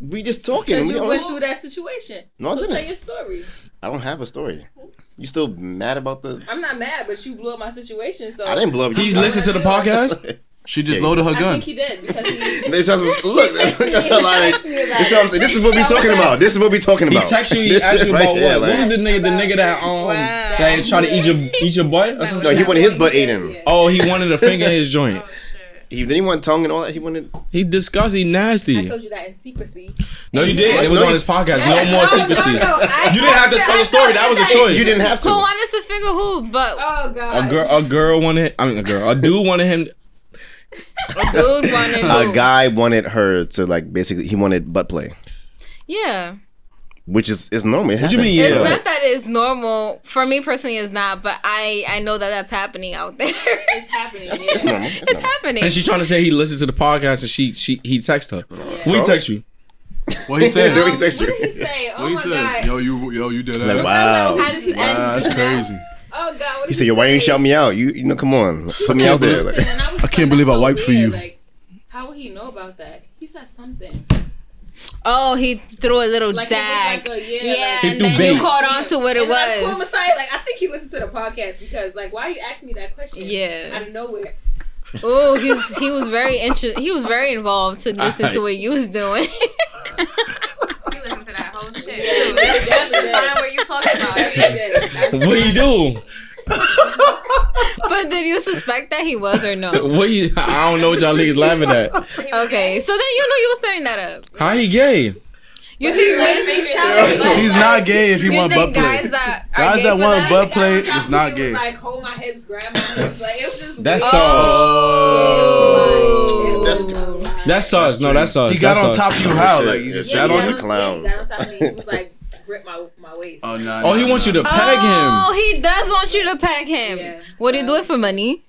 [SPEAKER 4] We just
[SPEAKER 1] Because
[SPEAKER 4] talking. We
[SPEAKER 1] you
[SPEAKER 4] always-
[SPEAKER 1] went through that situation.
[SPEAKER 4] No, I
[SPEAKER 1] so
[SPEAKER 4] didn't.
[SPEAKER 1] tell your story.
[SPEAKER 4] I don't have a story. You still mad about the?
[SPEAKER 1] I'm not mad, but you blew up my situation. So
[SPEAKER 4] I didn't blow up.
[SPEAKER 2] He's
[SPEAKER 4] you.
[SPEAKER 2] listening to the podcast.
[SPEAKER 3] She just
[SPEAKER 4] Yeah.
[SPEAKER 3] loaded her
[SPEAKER 1] I
[SPEAKER 3] gun.
[SPEAKER 1] think he did because he.
[SPEAKER 4] They just was, look, like, this, is what I'm saying. this is what we talking about. This is what we talking
[SPEAKER 2] He
[SPEAKER 4] about.
[SPEAKER 2] texted you. He
[SPEAKER 4] This
[SPEAKER 2] asked
[SPEAKER 4] shit
[SPEAKER 2] you
[SPEAKER 4] right
[SPEAKER 2] about
[SPEAKER 4] here,
[SPEAKER 2] what? What was
[SPEAKER 4] like-
[SPEAKER 2] the nigga? The nigga that um
[SPEAKER 6] Wow.
[SPEAKER 2] that tried to eat your eat your butt or
[SPEAKER 4] no,
[SPEAKER 2] something.
[SPEAKER 4] he wanted his butt eaten.
[SPEAKER 2] Oh, he wanted a finger in his joint.
[SPEAKER 5] Oh shit.
[SPEAKER 4] He then he wanted tongue and all that. He wanted.
[SPEAKER 2] He disgusting, nasty.
[SPEAKER 1] I told you that in secrecy.
[SPEAKER 2] No, you did. It was
[SPEAKER 4] No,
[SPEAKER 2] on
[SPEAKER 4] you-
[SPEAKER 2] his podcast. No more secrecy. You
[SPEAKER 1] no, I-
[SPEAKER 2] didn't have to tell a story. That was a choice.
[SPEAKER 4] You didn't have
[SPEAKER 6] Who
[SPEAKER 4] to.
[SPEAKER 6] wanted to finger who? But
[SPEAKER 1] Oh God.
[SPEAKER 2] A girl, a girl wanted. I mean, a girl, a dude wanted him.
[SPEAKER 6] Dude wanted
[SPEAKER 4] A
[SPEAKER 6] who?
[SPEAKER 4] guy wanted her to like basically he wanted butt play,
[SPEAKER 6] Yeah.
[SPEAKER 4] which is is normal. What
[SPEAKER 2] you mean,
[SPEAKER 6] It's
[SPEAKER 2] Yeah.
[SPEAKER 6] not that it's normal. For me personally, it's not, but I, I know that that's happening out there.
[SPEAKER 1] It's happening. Yeah.
[SPEAKER 4] It's normal. It's
[SPEAKER 6] it's
[SPEAKER 4] normal.
[SPEAKER 6] happening.
[SPEAKER 2] And she trying to say he listens to the podcast and she she he text her. We
[SPEAKER 4] So?
[SPEAKER 2] text you.
[SPEAKER 3] What he said?
[SPEAKER 4] Very
[SPEAKER 1] Um, what did
[SPEAKER 4] textured.
[SPEAKER 1] he say? Oh
[SPEAKER 3] What he
[SPEAKER 1] my
[SPEAKER 3] said?
[SPEAKER 1] god.
[SPEAKER 3] Yo, you, yo, you did that.
[SPEAKER 4] Like,
[SPEAKER 3] wow.
[SPEAKER 4] wow.
[SPEAKER 6] How does it end?
[SPEAKER 3] that's crazy.
[SPEAKER 1] Oh god. What
[SPEAKER 4] He said, "Yo, why you ain't shout me out? You you know, come on, put me out there." Like,
[SPEAKER 1] I
[SPEAKER 3] can't believe I wiped for you.
[SPEAKER 1] Like, how would he know about that? He said something.
[SPEAKER 6] Oh, he threw a little
[SPEAKER 1] Like, it was
[SPEAKER 6] dag.
[SPEAKER 1] like a-
[SPEAKER 6] yeah,
[SPEAKER 1] yeah, like-
[SPEAKER 2] He
[SPEAKER 6] and
[SPEAKER 2] threw
[SPEAKER 6] then
[SPEAKER 2] bait.
[SPEAKER 6] you caught on to what it
[SPEAKER 1] And I told
[SPEAKER 6] was.
[SPEAKER 1] Messiah, like, I think he listened to the podcast because, like, why you asking me that question?
[SPEAKER 6] Yeah.
[SPEAKER 1] Out of nowhere.
[SPEAKER 6] Oh, he's he was very interested. He was very involved to listen to what you was doing.
[SPEAKER 5] You listen to that whole shit. too. That's the time where you talking about it.
[SPEAKER 1] Yes.
[SPEAKER 2] What do you do?
[SPEAKER 6] but did you suspect that he was or no?
[SPEAKER 2] What you? I don't know what y'all niggas laughing at.
[SPEAKER 6] Okay, so then you knew you was setting that up.
[SPEAKER 2] How he gay?
[SPEAKER 6] You think men,
[SPEAKER 3] He's not gay if he
[SPEAKER 6] you
[SPEAKER 3] want butt
[SPEAKER 6] think
[SPEAKER 3] play.
[SPEAKER 6] guys that are
[SPEAKER 3] Guys
[SPEAKER 6] gay
[SPEAKER 3] that
[SPEAKER 6] for
[SPEAKER 3] want
[SPEAKER 6] that?
[SPEAKER 3] butt play is
[SPEAKER 1] He
[SPEAKER 3] not
[SPEAKER 1] was
[SPEAKER 3] gay.
[SPEAKER 1] Like, hold my hips, grab my hips. Like, it was just.
[SPEAKER 2] That's
[SPEAKER 1] weird.
[SPEAKER 2] sauce.
[SPEAKER 6] Oh.
[SPEAKER 4] That's-
[SPEAKER 1] Wow.
[SPEAKER 2] That's sauce. No, that's sauce.
[SPEAKER 3] He got
[SPEAKER 2] That's
[SPEAKER 3] on
[SPEAKER 2] sauce.
[SPEAKER 3] top of you how?
[SPEAKER 4] Yeah,
[SPEAKER 3] Like you just
[SPEAKER 4] yeah,
[SPEAKER 3] sat
[SPEAKER 1] Yeah, he
[SPEAKER 3] on
[SPEAKER 4] was
[SPEAKER 1] got
[SPEAKER 4] a
[SPEAKER 3] him.
[SPEAKER 1] on-
[SPEAKER 4] clown.
[SPEAKER 1] Yeah, he got on top of me. He was like, grip my, my waist.
[SPEAKER 3] Oh no.
[SPEAKER 2] Oh, he wants you to peg him.
[SPEAKER 6] Oh, he does want you to peg him.
[SPEAKER 1] Yeah.
[SPEAKER 6] Would you do it for money?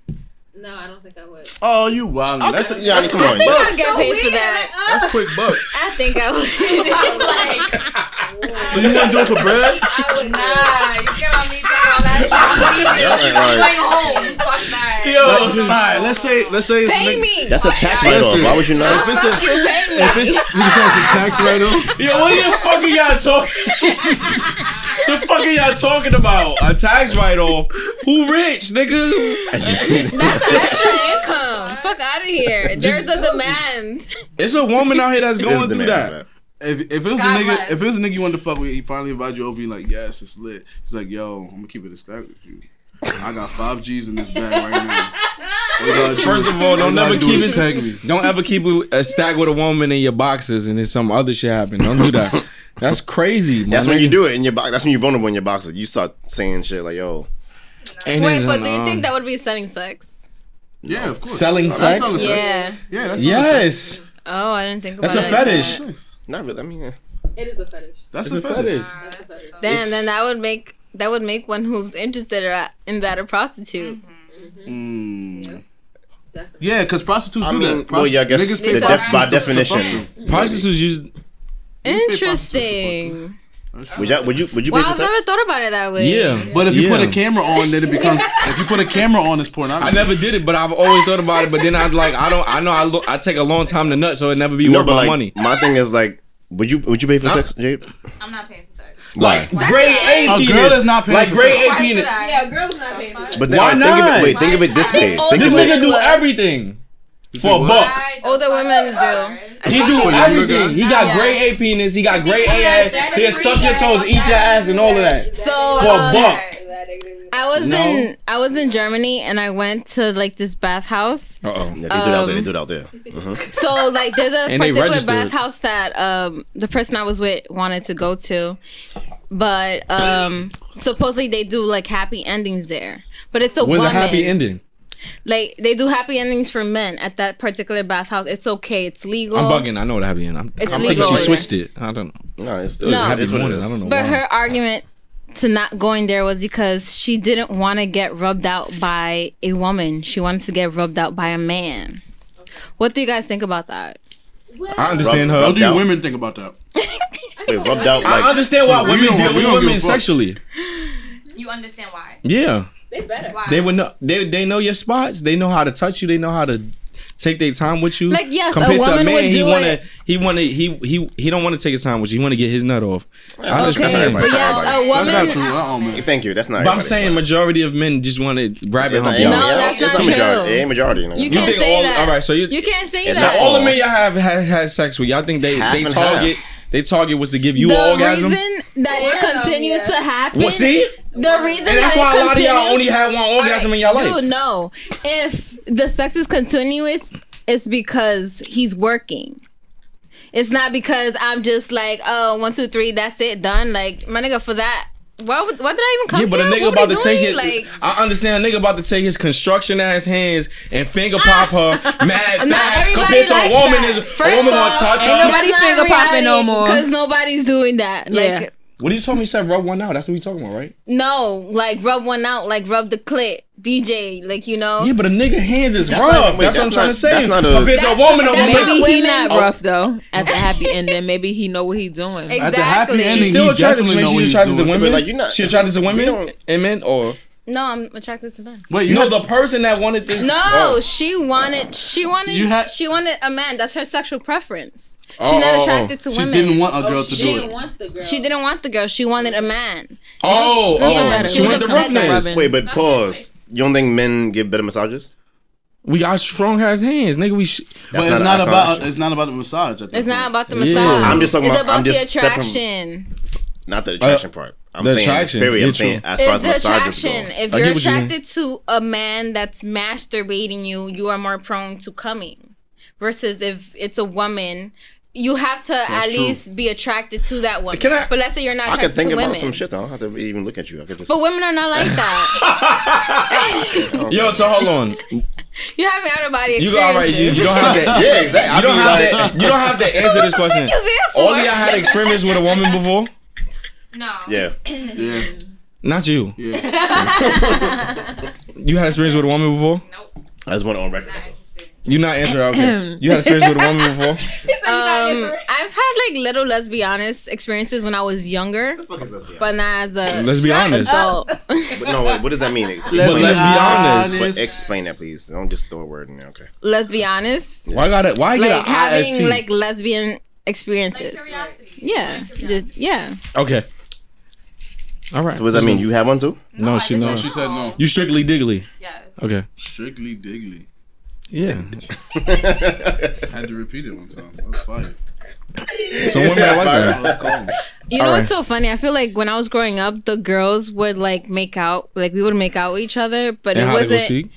[SPEAKER 1] no, I don't think I would.
[SPEAKER 3] Oh, you wild. That's
[SPEAKER 4] Okay, yeah,
[SPEAKER 3] that's
[SPEAKER 4] come
[SPEAKER 3] quick
[SPEAKER 4] on.
[SPEAKER 6] I'd
[SPEAKER 3] bucks.
[SPEAKER 6] get paid for that.
[SPEAKER 1] uh,
[SPEAKER 3] That's quick bucks.
[SPEAKER 6] I think I would.
[SPEAKER 5] Like,
[SPEAKER 3] So you want to do it for bread?
[SPEAKER 1] I would not.
[SPEAKER 5] nah, you get on me doing all that shit. Leave me. Going home. Fuck that.
[SPEAKER 3] Like, all right, let's say let's say it's
[SPEAKER 6] pay
[SPEAKER 3] nigga-
[SPEAKER 6] me.
[SPEAKER 4] That's a tax
[SPEAKER 6] Oh, yeah.
[SPEAKER 4] write off. Why would you
[SPEAKER 6] Oh,
[SPEAKER 4] not?
[SPEAKER 3] If it's
[SPEAKER 6] fuck
[SPEAKER 3] a-
[SPEAKER 6] you, pay me.
[SPEAKER 3] If it's, you say it's a tax write off.
[SPEAKER 2] Yo, what the fuck are y'all talking? the fuck are y'all talking about? A tax write off? Who rich, nigga?
[SPEAKER 6] That's an extra income. Fuck out of here. There's a demand.
[SPEAKER 2] It's a woman out here that's
[SPEAKER 4] It is
[SPEAKER 2] going through
[SPEAKER 4] demanding
[SPEAKER 2] that.
[SPEAKER 3] If, if it was
[SPEAKER 5] God
[SPEAKER 3] a nigga,
[SPEAKER 5] bless.
[SPEAKER 3] if it was a nigga you wanted to fuck with, he finally invited you over. You like, yes, it's lit. He's like, yo, I'm gonna keep it a stack with you. I got five G's in this bag right now.
[SPEAKER 2] First of all, don't never
[SPEAKER 3] never
[SPEAKER 2] keep it.
[SPEAKER 3] tag me.
[SPEAKER 2] Don't ever keep a a stack with a woman in your boxes and then some other shit happen. Don't do that. That's crazy. my
[SPEAKER 4] That's when
[SPEAKER 2] nigga.
[SPEAKER 4] you do it in your box. That's when you're vulnerable in your boxes. You start saying shit like, "Yo,
[SPEAKER 2] And
[SPEAKER 6] Wait,
[SPEAKER 2] it's
[SPEAKER 6] but
[SPEAKER 2] an,
[SPEAKER 6] do you
[SPEAKER 2] um,
[SPEAKER 6] think that would be selling sex?
[SPEAKER 3] Yeah, of course.
[SPEAKER 2] Selling
[SPEAKER 3] That's
[SPEAKER 2] sex?
[SPEAKER 3] selling
[SPEAKER 6] Yeah.
[SPEAKER 3] Yeah, that's selling sex.
[SPEAKER 2] Yes.
[SPEAKER 6] Oh, I didn't think about
[SPEAKER 2] That's a
[SPEAKER 6] it like
[SPEAKER 2] fetish.
[SPEAKER 6] that.
[SPEAKER 4] not really." I mean, yeah.
[SPEAKER 1] It is a fetish.
[SPEAKER 3] That's
[SPEAKER 2] It's
[SPEAKER 3] a fetish.
[SPEAKER 1] That's a fetish.
[SPEAKER 6] Then, then that would make that would make one who's interested or- in that a prostitute.
[SPEAKER 2] Mm-hmm.
[SPEAKER 3] Mm.
[SPEAKER 1] Definitely.
[SPEAKER 3] Yeah, because prostitutes
[SPEAKER 4] I
[SPEAKER 3] do
[SPEAKER 4] mean,
[SPEAKER 3] that. Prost-
[SPEAKER 4] well, yeah, I guess
[SPEAKER 3] niggas
[SPEAKER 4] the
[SPEAKER 3] pay
[SPEAKER 6] def-
[SPEAKER 3] prostitutes
[SPEAKER 4] by
[SPEAKER 3] to- to fuck
[SPEAKER 4] definition.
[SPEAKER 3] them.
[SPEAKER 2] Prostitutes use.
[SPEAKER 6] Interesting.
[SPEAKER 4] Would, you would you would you
[SPEAKER 6] Wow,
[SPEAKER 4] pay for
[SPEAKER 6] I've never
[SPEAKER 4] sex?
[SPEAKER 6] thought about it that way.
[SPEAKER 2] Yeah.
[SPEAKER 3] But if you put
[SPEAKER 2] Yeah.
[SPEAKER 3] a camera on, then it becomes. if you put a camera on, it's pornography.
[SPEAKER 2] I never did it, but I've always thought about it. But then I like I don't I know I lo- I take a long time to nut, so it never be
[SPEAKER 4] No,
[SPEAKER 2] worth
[SPEAKER 4] but
[SPEAKER 2] my
[SPEAKER 4] like,
[SPEAKER 2] money.
[SPEAKER 4] my thing is like, would you would you pay for sex, Jade?
[SPEAKER 5] I'm not paying for sex.
[SPEAKER 4] Why?
[SPEAKER 2] grade A
[SPEAKER 3] A
[SPEAKER 2] penis.
[SPEAKER 3] girl is not paying
[SPEAKER 2] like
[SPEAKER 3] for
[SPEAKER 2] grade
[SPEAKER 5] Why
[SPEAKER 2] A
[SPEAKER 5] should
[SPEAKER 2] penis.
[SPEAKER 5] I?
[SPEAKER 1] Yeah, a girl's not paying for that.
[SPEAKER 4] But then,
[SPEAKER 2] Why
[SPEAKER 4] like, think of
[SPEAKER 2] not?
[SPEAKER 4] it, wait, think of it this
[SPEAKER 6] I think
[SPEAKER 4] way.
[SPEAKER 6] all
[SPEAKER 4] Think
[SPEAKER 2] This
[SPEAKER 4] of
[SPEAKER 6] women
[SPEAKER 4] it.
[SPEAKER 2] nigga do
[SPEAKER 6] Look.
[SPEAKER 2] everything for a buck.
[SPEAKER 5] Why the
[SPEAKER 6] Older
[SPEAKER 5] fuck?
[SPEAKER 6] women do.
[SPEAKER 5] Alright.
[SPEAKER 6] I
[SPEAKER 2] He
[SPEAKER 6] think
[SPEAKER 2] do
[SPEAKER 6] they-
[SPEAKER 2] everything. He got
[SPEAKER 6] Yeah.
[SPEAKER 2] grade A penis. He got grade A
[SPEAKER 5] Yeah,
[SPEAKER 2] ass.
[SPEAKER 5] Jack
[SPEAKER 2] He'll
[SPEAKER 5] Reed,
[SPEAKER 2] suck your
[SPEAKER 5] yeah,
[SPEAKER 2] toes, eat your ass, and all of that.
[SPEAKER 6] So
[SPEAKER 2] For a
[SPEAKER 6] um,
[SPEAKER 2] buck.
[SPEAKER 1] That nigga-
[SPEAKER 6] I was
[SPEAKER 2] No.
[SPEAKER 6] in I was in Germany and I went to like this bathhouse.
[SPEAKER 2] Uh oh.
[SPEAKER 4] Yeah, they do it out
[SPEAKER 6] Um,
[SPEAKER 4] there. They do it out there. Mhm.
[SPEAKER 6] So like there's a
[SPEAKER 2] And they
[SPEAKER 6] particular
[SPEAKER 2] registered.
[SPEAKER 6] bathhouse that um the person I was with wanted to go to. But um supposedly they do like happy endings there. But it's a
[SPEAKER 2] Was a
[SPEAKER 6] woman.
[SPEAKER 2] happy ending.
[SPEAKER 6] Like they do happy endings for men at that particular bathhouse. It's okay. It's legal.
[SPEAKER 2] I'm bugging. I know what a happy ending. I'm,
[SPEAKER 6] It's
[SPEAKER 2] I'm thinking
[SPEAKER 6] legal
[SPEAKER 2] she
[SPEAKER 6] over
[SPEAKER 2] switched it. I don't know.
[SPEAKER 4] No, it's, it's,
[SPEAKER 6] No.
[SPEAKER 4] it's what it
[SPEAKER 2] Morning,
[SPEAKER 4] is.
[SPEAKER 2] I don't know.
[SPEAKER 6] But
[SPEAKER 2] why.
[SPEAKER 6] her argument to not going there was because she didn't want to get rubbed out by a woman. She wanted to get rubbed out by a man. What do you guys think about that?
[SPEAKER 2] I understand
[SPEAKER 4] Rub-
[SPEAKER 2] her.
[SPEAKER 3] What do you
[SPEAKER 4] Doubt.
[SPEAKER 3] women think about that?
[SPEAKER 4] Wait, rubbed out
[SPEAKER 2] I
[SPEAKER 4] like
[SPEAKER 2] understand why
[SPEAKER 3] We
[SPEAKER 2] women
[SPEAKER 3] don't-
[SPEAKER 2] deal
[SPEAKER 3] we
[SPEAKER 2] with
[SPEAKER 3] don't give
[SPEAKER 2] women
[SPEAKER 3] a fuck.
[SPEAKER 2] sexually.
[SPEAKER 5] You understand why?
[SPEAKER 2] Yeah.
[SPEAKER 1] They better.
[SPEAKER 5] Why?
[SPEAKER 2] They would know. They they know your spots. They know how to touch you. They know how to take their time with you.
[SPEAKER 6] Like, yes, a woman would
[SPEAKER 2] he
[SPEAKER 6] do
[SPEAKER 2] wanna,
[SPEAKER 6] it.
[SPEAKER 2] He wanna he he he don't want to take his time with you. He want to get his nut off. I understand
[SPEAKER 6] Okay,
[SPEAKER 4] That's not
[SPEAKER 6] but
[SPEAKER 2] everybody.
[SPEAKER 6] yes, a
[SPEAKER 4] That's
[SPEAKER 3] That's not
[SPEAKER 6] woman.
[SPEAKER 3] true. Uh-uh, man.
[SPEAKER 4] thank you. That's not.
[SPEAKER 2] But I'm
[SPEAKER 4] everybody.
[SPEAKER 2] saying majority of men just want to rabbit
[SPEAKER 4] It's
[SPEAKER 2] hump
[SPEAKER 4] not,
[SPEAKER 2] you.
[SPEAKER 4] yeah,
[SPEAKER 6] No,
[SPEAKER 4] yeah,
[SPEAKER 6] that's
[SPEAKER 4] it's
[SPEAKER 6] not true.
[SPEAKER 4] majority. It ain't majority. nigga.
[SPEAKER 6] You can't
[SPEAKER 2] think
[SPEAKER 6] say
[SPEAKER 2] all-
[SPEAKER 6] that.
[SPEAKER 2] all right, so you-
[SPEAKER 6] you can't say
[SPEAKER 4] It's
[SPEAKER 6] that.
[SPEAKER 4] not
[SPEAKER 2] All the men y'all have had, had sex with, y'all think they
[SPEAKER 4] Half
[SPEAKER 2] they
[SPEAKER 4] and
[SPEAKER 2] target they target was to give you
[SPEAKER 6] the
[SPEAKER 2] an orgasm.
[SPEAKER 6] reason that it
[SPEAKER 1] Well,
[SPEAKER 6] continues
[SPEAKER 1] yeah.
[SPEAKER 6] to happen.
[SPEAKER 2] Well, see,
[SPEAKER 6] the reason
[SPEAKER 2] and that's
[SPEAKER 6] that
[SPEAKER 2] why
[SPEAKER 6] it
[SPEAKER 2] a lot of y'all
[SPEAKER 6] continues-
[SPEAKER 2] only had one orgasm in y'all life.
[SPEAKER 6] Dude, no. If the sex is continuous, it's because he's working. It's not because I'm just like, oh, one, two, three, that's it, done. Like, my nigga, for that, Why, would, why did I even come
[SPEAKER 2] Yeah, but a
[SPEAKER 6] here?
[SPEAKER 2] nigga
[SPEAKER 6] What
[SPEAKER 2] about
[SPEAKER 6] we
[SPEAKER 2] to take his.
[SPEAKER 6] doing? Like,
[SPEAKER 2] I understand a nigga about to take his construction ass hands and finger pop her mad
[SPEAKER 6] Not
[SPEAKER 2] fast
[SPEAKER 6] everybody
[SPEAKER 2] compared to a
[SPEAKER 6] likes
[SPEAKER 2] woman
[SPEAKER 6] that.
[SPEAKER 2] is a
[SPEAKER 6] First
[SPEAKER 2] woman gonna
[SPEAKER 6] off,
[SPEAKER 2] touch
[SPEAKER 1] ain't
[SPEAKER 2] her.
[SPEAKER 1] nobody finger popping no more.
[SPEAKER 6] Because nobody's doing that.
[SPEAKER 1] Yeah.
[SPEAKER 6] Like,
[SPEAKER 2] what do you told me? You said rub one out. That's what we talking about, right?
[SPEAKER 6] no, like rub one out, like rub the clit, DJ, like you know.
[SPEAKER 2] Yeah, but a nigga hands is
[SPEAKER 4] That's
[SPEAKER 2] rough.
[SPEAKER 4] not- wait,
[SPEAKER 2] that's, what I'm
[SPEAKER 4] that's
[SPEAKER 2] trying
[SPEAKER 4] not-
[SPEAKER 2] to say.
[SPEAKER 4] that's not a-
[SPEAKER 2] compared to a
[SPEAKER 6] That's-
[SPEAKER 2] woman, a
[SPEAKER 6] that's
[SPEAKER 2] woman.
[SPEAKER 6] not
[SPEAKER 1] Maybe he
[SPEAKER 6] women-
[SPEAKER 1] not
[SPEAKER 6] Oh.
[SPEAKER 1] rough though. At the happy ending, maybe he know what he's doing.
[SPEAKER 6] Exactly.
[SPEAKER 3] At the happy ending,
[SPEAKER 2] She's
[SPEAKER 3] he
[SPEAKER 2] still attracted to
[SPEAKER 3] definitely
[SPEAKER 2] men.
[SPEAKER 3] know what
[SPEAKER 2] She's
[SPEAKER 3] he's
[SPEAKER 2] attracted to
[SPEAKER 3] doing.
[SPEAKER 2] women.
[SPEAKER 4] But, like, you're not-
[SPEAKER 2] she attracted to
[SPEAKER 4] we
[SPEAKER 2] women
[SPEAKER 4] don't-
[SPEAKER 2] and men, or
[SPEAKER 6] No, I'm attracted to men.
[SPEAKER 3] Wait, you
[SPEAKER 2] no?
[SPEAKER 3] had-
[SPEAKER 2] The person that wanted this.
[SPEAKER 6] No,
[SPEAKER 2] Oh.
[SPEAKER 6] she wanted, she wanted,
[SPEAKER 3] You had-
[SPEAKER 6] she wanted a man. That's her sexual preference. She's
[SPEAKER 2] Oh,
[SPEAKER 6] not
[SPEAKER 2] oh, oh.
[SPEAKER 6] attracted to
[SPEAKER 3] she
[SPEAKER 6] women.
[SPEAKER 3] didn't want a girl
[SPEAKER 1] Oh,
[SPEAKER 3] to do
[SPEAKER 6] didn't
[SPEAKER 3] it.
[SPEAKER 7] want the girl.
[SPEAKER 6] She didn't want the girl. She wanted a man.
[SPEAKER 2] Oh,
[SPEAKER 6] Yeah,
[SPEAKER 2] oh,
[SPEAKER 6] she
[SPEAKER 2] she
[SPEAKER 6] was
[SPEAKER 2] wanted the
[SPEAKER 6] upset that-
[SPEAKER 2] roughness.
[SPEAKER 4] Wait, but pause. You don't think men give better massages?
[SPEAKER 2] We got strong ass hands, nigga. We. Sh-
[SPEAKER 3] But
[SPEAKER 4] That's
[SPEAKER 3] it's not
[SPEAKER 4] not- that's not
[SPEAKER 3] about
[SPEAKER 4] an
[SPEAKER 3] it's not about the massage. I think.
[SPEAKER 6] It's not about the
[SPEAKER 2] Yeah.
[SPEAKER 6] massage.
[SPEAKER 2] I'm
[SPEAKER 4] just talking
[SPEAKER 6] it's
[SPEAKER 4] about-
[SPEAKER 6] about
[SPEAKER 4] I'm
[SPEAKER 6] the
[SPEAKER 4] just separate-
[SPEAKER 6] attraction.
[SPEAKER 4] Not the attraction part. I'm
[SPEAKER 2] uh, the
[SPEAKER 4] saying
[SPEAKER 2] attraction,
[SPEAKER 4] period.
[SPEAKER 2] yeah,
[SPEAKER 4] I'm saying
[SPEAKER 2] true.
[SPEAKER 4] as far
[SPEAKER 6] It's
[SPEAKER 4] as
[SPEAKER 6] the
[SPEAKER 4] massages
[SPEAKER 6] attraction.
[SPEAKER 4] go.
[SPEAKER 6] If
[SPEAKER 2] I
[SPEAKER 6] you're
[SPEAKER 2] get what you mean.
[SPEAKER 6] attracted to a man that's masturbating you, you are more prone to coming. Versus if it's a woman, you have to at
[SPEAKER 3] true.
[SPEAKER 6] least be attracted to that woman.
[SPEAKER 2] Can I-
[SPEAKER 6] but let's say you're not
[SPEAKER 4] I could
[SPEAKER 6] attracted
[SPEAKER 4] think
[SPEAKER 6] to
[SPEAKER 4] about
[SPEAKER 6] women.
[SPEAKER 4] some shit though. I don't have to even look at you. I could just.
[SPEAKER 6] But women are not like that.
[SPEAKER 2] Yo, so hold on.
[SPEAKER 6] you have an out of body
[SPEAKER 2] You all
[SPEAKER 6] experience.
[SPEAKER 2] right? You, you don't have to.
[SPEAKER 4] yeah, exactly.
[SPEAKER 2] You
[SPEAKER 4] I'd
[SPEAKER 2] don't
[SPEAKER 4] be
[SPEAKER 2] have
[SPEAKER 4] like,
[SPEAKER 2] to. You don't have to answer this question.
[SPEAKER 6] you there for?
[SPEAKER 2] All y'all had experience with a woman before?
[SPEAKER 5] No.
[SPEAKER 4] Yeah.
[SPEAKER 3] Yeah,
[SPEAKER 2] Not you.
[SPEAKER 3] yeah.
[SPEAKER 2] You had experience with a woman before?
[SPEAKER 5] Nope.
[SPEAKER 4] I just went on record.
[SPEAKER 5] I understand.
[SPEAKER 2] You not answer. Okay. You had experience with a woman before?
[SPEAKER 6] Um, I've had like little, let's be honest, experiences when I was younger, but not as a
[SPEAKER 2] Let's be honest.
[SPEAKER 6] adult.
[SPEAKER 4] But no, wait, what does that mean?
[SPEAKER 2] But let's be honest.
[SPEAKER 4] But explain that, please. Don't just throw a word in there. Okay.
[SPEAKER 6] let's be honest.
[SPEAKER 2] Why got it? Why
[SPEAKER 6] Like
[SPEAKER 2] get an
[SPEAKER 6] having
[SPEAKER 2] IST?
[SPEAKER 6] like lesbian experiences.
[SPEAKER 5] Curiosity.
[SPEAKER 6] Yeah. Just- yeah.
[SPEAKER 2] okay. All right.
[SPEAKER 4] So what does that mean? You have one too?
[SPEAKER 2] No,
[SPEAKER 5] I
[SPEAKER 2] she
[SPEAKER 5] just
[SPEAKER 2] knows.
[SPEAKER 5] said
[SPEAKER 3] She said no.
[SPEAKER 2] You strictly diggly.
[SPEAKER 5] Yes.
[SPEAKER 2] Okay.
[SPEAKER 3] Strictly diggly.
[SPEAKER 2] Yeah.
[SPEAKER 3] Had to repeat it one time. That was fire.
[SPEAKER 2] Some women are like
[SPEAKER 3] That
[SPEAKER 2] that.
[SPEAKER 3] was cold.
[SPEAKER 6] You know
[SPEAKER 2] All
[SPEAKER 6] what's so funny? I feel like when I was growing up, the girls would like make out, like we would make out with each other, but
[SPEAKER 2] And
[SPEAKER 6] it
[SPEAKER 2] how they go
[SPEAKER 6] wasn't.
[SPEAKER 2] cheat?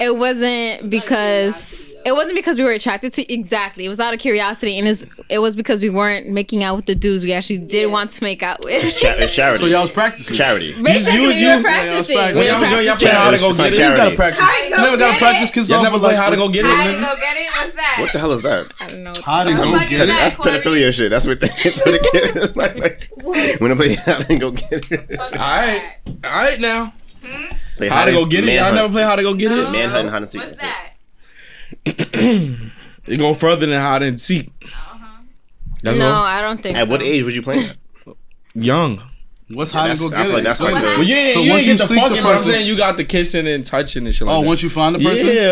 [SPEAKER 6] It wasn't because it wasn't because we were attracted to exactly. It was out of curiosity, and it's, it was because we weren't making out with the dudes we actually did want to make out with.
[SPEAKER 4] Cha- it's charity.
[SPEAKER 3] So y'all was practicing.
[SPEAKER 4] charity.
[SPEAKER 6] Basically,
[SPEAKER 2] You- you-
[SPEAKER 6] we
[SPEAKER 2] you-
[SPEAKER 6] were practicing.
[SPEAKER 3] yeah, I was
[SPEAKER 6] We
[SPEAKER 2] When
[SPEAKER 6] were
[SPEAKER 2] y'all was young, y'all
[SPEAKER 6] practicing.
[SPEAKER 2] played how to go
[SPEAKER 4] It's like
[SPEAKER 2] get it.
[SPEAKER 3] You just
[SPEAKER 4] charity.
[SPEAKER 3] gotta practice.
[SPEAKER 5] How you
[SPEAKER 3] You never
[SPEAKER 5] gonna
[SPEAKER 3] gotta
[SPEAKER 5] get
[SPEAKER 3] practice
[SPEAKER 5] it?
[SPEAKER 3] kids
[SPEAKER 2] Y'all never play how to go get it.
[SPEAKER 5] How you
[SPEAKER 2] nigga?
[SPEAKER 5] go get it? What's that?
[SPEAKER 4] What the hell is that?
[SPEAKER 6] I don't know.
[SPEAKER 3] How to
[SPEAKER 5] I'm
[SPEAKER 3] go
[SPEAKER 5] like, is
[SPEAKER 3] get it.
[SPEAKER 5] that-
[SPEAKER 4] That's
[SPEAKER 5] Corey.
[SPEAKER 4] pedophilia shit. That's what that's what it is. It's like, like when I play, I didn't go get it.
[SPEAKER 5] Fuck
[SPEAKER 2] Alright.
[SPEAKER 5] that.
[SPEAKER 2] All right now.
[SPEAKER 4] Say,
[SPEAKER 2] How to go get it? Y'all
[SPEAKER 4] manhunt.
[SPEAKER 2] never play how to go get
[SPEAKER 5] No.
[SPEAKER 2] it.
[SPEAKER 4] Manhunt, hide and seek.
[SPEAKER 5] What's that?
[SPEAKER 2] It go further than how to seek.
[SPEAKER 5] Uh-huh.
[SPEAKER 2] That's
[SPEAKER 6] no,
[SPEAKER 2] all.
[SPEAKER 6] I don't think
[SPEAKER 4] At
[SPEAKER 6] so.
[SPEAKER 4] what age would you play that?
[SPEAKER 2] Young.
[SPEAKER 3] What's how to
[SPEAKER 4] That's-
[SPEAKER 3] go
[SPEAKER 4] I
[SPEAKER 3] get
[SPEAKER 4] feel
[SPEAKER 3] it?
[SPEAKER 4] like that's like
[SPEAKER 3] Explain
[SPEAKER 4] the-
[SPEAKER 3] that.
[SPEAKER 2] Well, you ain't,
[SPEAKER 3] So
[SPEAKER 2] you
[SPEAKER 3] once
[SPEAKER 2] ain't get
[SPEAKER 3] you
[SPEAKER 2] the
[SPEAKER 3] seek the
[SPEAKER 2] fucking, but I'm
[SPEAKER 3] person-
[SPEAKER 2] saying you got the kissing and touching and shit like
[SPEAKER 3] Oh,
[SPEAKER 2] that.
[SPEAKER 3] once you find the
[SPEAKER 2] yeah.
[SPEAKER 3] person,
[SPEAKER 2] Yeah.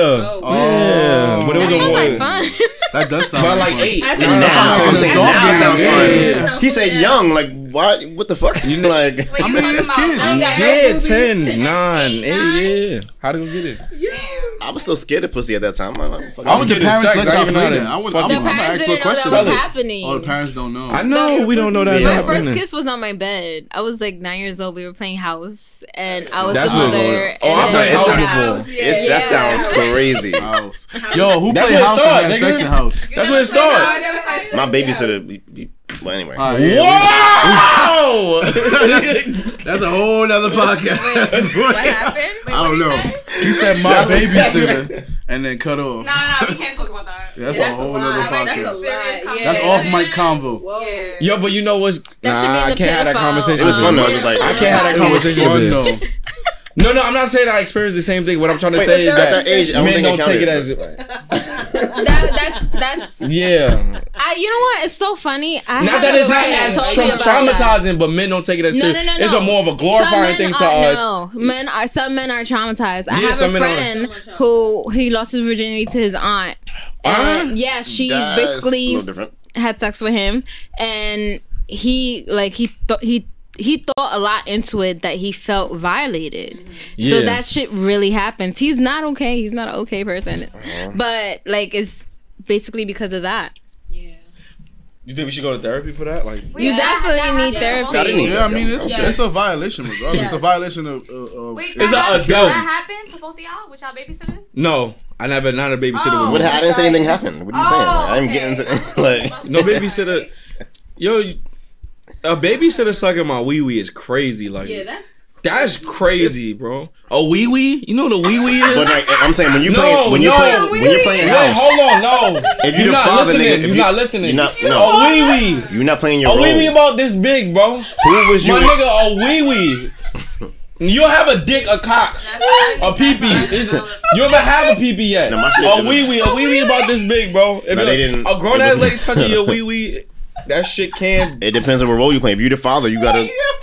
[SPEAKER 3] Oh.
[SPEAKER 2] But it was
[SPEAKER 6] That
[SPEAKER 2] a
[SPEAKER 6] sounds like
[SPEAKER 2] woman.
[SPEAKER 6] fun.
[SPEAKER 3] that does sound.
[SPEAKER 2] But
[SPEAKER 3] like
[SPEAKER 2] like
[SPEAKER 3] fun.
[SPEAKER 2] eight.
[SPEAKER 7] I think
[SPEAKER 2] Nah.
[SPEAKER 7] that's
[SPEAKER 4] Now
[SPEAKER 3] sounds
[SPEAKER 4] it sounds
[SPEAKER 3] like
[SPEAKER 4] fun.
[SPEAKER 3] a dog
[SPEAKER 4] Now it
[SPEAKER 3] game.
[SPEAKER 4] sounds
[SPEAKER 2] Yeah.
[SPEAKER 4] fun. He said young. Like why? What the fuck? You like
[SPEAKER 5] Wait,
[SPEAKER 3] How
[SPEAKER 5] you
[SPEAKER 3] many
[SPEAKER 5] talking
[SPEAKER 3] is
[SPEAKER 5] about-
[SPEAKER 3] kids?
[SPEAKER 5] you got
[SPEAKER 2] Yeah,
[SPEAKER 5] that
[SPEAKER 2] 10, 9, 8,
[SPEAKER 5] Nine.
[SPEAKER 2] yeah. How to go get it?
[SPEAKER 4] I was still scared of pussy at that time. I'm like, fuck,
[SPEAKER 3] I was
[SPEAKER 2] Get
[SPEAKER 3] the
[SPEAKER 2] it,
[SPEAKER 3] parents
[SPEAKER 2] sex,
[SPEAKER 3] let
[SPEAKER 2] I
[SPEAKER 3] y'all
[SPEAKER 2] even know
[SPEAKER 3] play
[SPEAKER 2] that.
[SPEAKER 3] that. I would.
[SPEAKER 2] Fuck
[SPEAKER 3] I'm
[SPEAKER 2] the
[SPEAKER 6] the
[SPEAKER 3] gonna
[SPEAKER 6] parents
[SPEAKER 3] ask
[SPEAKER 6] didn't
[SPEAKER 3] what
[SPEAKER 6] know that
[SPEAKER 3] question.
[SPEAKER 6] was
[SPEAKER 2] Brother.
[SPEAKER 6] happening.
[SPEAKER 3] Oh, the parents don't know.
[SPEAKER 2] I know, we don't know that.
[SPEAKER 4] My
[SPEAKER 6] My
[SPEAKER 4] Yeah.
[SPEAKER 6] first kiss was on my bed. I was like nine years old. We were playing house, and I was
[SPEAKER 2] That's
[SPEAKER 6] the
[SPEAKER 2] what it
[SPEAKER 6] mother.
[SPEAKER 2] was.
[SPEAKER 6] and
[SPEAKER 2] Oh, I
[SPEAKER 6] then-
[SPEAKER 2] played house
[SPEAKER 6] Yeah.
[SPEAKER 2] before.
[SPEAKER 4] it's, that
[SPEAKER 6] Yeah.
[SPEAKER 4] sounds crazy.
[SPEAKER 3] House. Yo, who
[SPEAKER 2] That's
[SPEAKER 3] played
[SPEAKER 2] where it
[SPEAKER 3] house
[SPEAKER 2] start,
[SPEAKER 3] and had
[SPEAKER 2] nigga.
[SPEAKER 3] sex in house?
[SPEAKER 2] That's where it started.
[SPEAKER 4] My babysitter. we- we- Well, anyway.
[SPEAKER 3] All right, yeah,
[SPEAKER 2] Wow!
[SPEAKER 3] we- That's a whole other podcast.
[SPEAKER 6] What happened?
[SPEAKER 3] I don't know. He said my babysitter and then cut
[SPEAKER 5] No, no,
[SPEAKER 3] off.
[SPEAKER 5] no, we can't talk about that.
[SPEAKER 3] That's a whole
[SPEAKER 7] a
[SPEAKER 3] other
[SPEAKER 7] lie. That's a
[SPEAKER 3] podcast.
[SPEAKER 5] Serious
[SPEAKER 7] Yeah.
[SPEAKER 5] conversation.
[SPEAKER 3] That's off mic convo.
[SPEAKER 7] Whoa.
[SPEAKER 5] Yeah.
[SPEAKER 2] Yo, but you know what's. Nah,
[SPEAKER 6] should be in
[SPEAKER 2] I
[SPEAKER 6] the
[SPEAKER 2] can't have that
[SPEAKER 6] pedophile,
[SPEAKER 2] conversation.
[SPEAKER 4] It was
[SPEAKER 2] with
[SPEAKER 4] fun
[SPEAKER 2] you.
[SPEAKER 4] though. It was like
[SPEAKER 2] I can't have that
[SPEAKER 6] Okay.
[SPEAKER 2] conversation. with
[SPEAKER 3] Fun
[SPEAKER 2] you.
[SPEAKER 3] though.
[SPEAKER 2] No, no, I'm not saying I experienced the same thing. What I'm trying to say is
[SPEAKER 4] at
[SPEAKER 2] that,
[SPEAKER 4] that age, I don't
[SPEAKER 2] men
[SPEAKER 4] think it
[SPEAKER 2] don't take it
[SPEAKER 4] counted.
[SPEAKER 2] as.
[SPEAKER 6] That, that's that's.
[SPEAKER 2] Yeah.
[SPEAKER 6] I. You know what? It's so funny. I
[SPEAKER 2] Not
[SPEAKER 6] had
[SPEAKER 2] that
[SPEAKER 6] a
[SPEAKER 2] it's not
[SPEAKER 6] friend that
[SPEAKER 2] as
[SPEAKER 6] told me
[SPEAKER 2] tra-
[SPEAKER 6] about that.
[SPEAKER 2] traumatizing, but men don't take it as
[SPEAKER 6] No,
[SPEAKER 2] serious.
[SPEAKER 6] no, no, no.
[SPEAKER 2] It's a more of a
[SPEAKER 6] Some
[SPEAKER 2] glorifying
[SPEAKER 6] men
[SPEAKER 2] thing to
[SPEAKER 6] are-
[SPEAKER 2] us.
[SPEAKER 6] No, men are some men are traumatized. I
[SPEAKER 2] Yeah,
[SPEAKER 6] have
[SPEAKER 2] some
[SPEAKER 6] a
[SPEAKER 2] men are.
[SPEAKER 6] friend who he lost his virginity to his aunt. And
[SPEAKER 2] Huh?
[SPEAKER 6] yeah, she
[SPEAKER 4] That's a
[SPEAKER 6] basically
[SPEAKER 4] little different.
[SPEAKER 6] had sex with him and he like he thought he he thought a lot into it that he felt violated. So
[SPEAKER 2] Yeah.
[SPEAKER 6] that shit really happens. He's not okay. He's not an okay person.
[SPEAKER 4] Uh-huh.
[SPEAKER 6] But like it's basically because of that.
[SPEAKER 2] You think we should go to therapy for that? Like,
[SPEAKER 6] You definitely need
[SPEAKER 4] I didn't
[SPEAKER 6] therapy.
[SPEAKER 4] even-
[SPEAKER 3] Yeah, I mean it's it's a violation regardless. It's a violation of. of, of
[SPEAKER 5] Wait,
[SPEAKER 2] It's
[SPEAKER 5] that
[SPEAKER 2] a
[SPEAKER 5] happened-
[SPEAKER 2] adult.
[SPEAKER 5] That happened to both of y'all with y'all babysitters?
[SPEAKER 2] no, I never, not a babysitter.
[SPEAKER 5] Oh.
[SPEAKER 2] with
[SPEAKER 4] What
[SPEAKER 2] me.
[SPEAKER 4] I didn't say anything happened. What are you saying? Like, I didn't get
[SPEAKER 5] Oh,
[SPEAKER 4] into like.
[SPEAKER 2] No babysitter. Yo, you- A babysitter sucking my wee wee is crazy. Like
[SPEAKER 1] Yeah, that's
[SPEAKER 2] that's crazy, bro. A wee wee? You know what a wee wee
[SPEAKER 4] But
[SPEAKER 2] is?
[SPEAKER 4] like I'm saying, when you
[SPEAKER 2] No,
[SPEAKER 4] play, when you
[SPEAKER 2] no.
[SPEAKER 4] play, when you playing
[SPEAKER 2] Wait,
[SPEAKER 4] house,
[SPEAKER 2] hold on, no.
[SPEAKER 4] if
[SPEAKER 2] You're
[SPEAKER 4] you the
[SPEAKER 2] not
[SPEAKER 4] father,
[SPEAKER 2] listening.
[SPEAKER 4] nigga,
[SPEAKER 2] You're
[SPEAKER 4] if you,
[SPEAKER 2] not listening.
[SPEAKER 4] You're not, no,
[SPEAKER 2] A wee wee.
[SPEAKER 4] you're not playing your
[SPEAKER 2] A wee wee
[SPEAKER 4] role.
[SPEAKER 2] about this big, bro.
[SPEAKER 4] Who was you?
[SPEAKER 2] My nigga, a wee wee. You'll have a dick, a cock, a pee pee. You ever have a pee pee yet?
[SPEAKER 4] No, my shit
[SPEAKER 2] a
[SPEAKER 4] is-
[SPEAKER 2] wee wee, a wee wee about this big, bro. If
[SPEAKER 4] No,
[SPEAKER 2] you-
[SPEAKER 4] they didn't-
[SPEAKER 2] a grown ass
[SPEAKER 4] it
[SPEAKER 2] lady
[SPEAKER 4] wasn't-
[SPEAKER 2] touching your wee wee, that shit can.
[SPEAKER 4] It depends on what role you playing. If you're the father, you gotta. If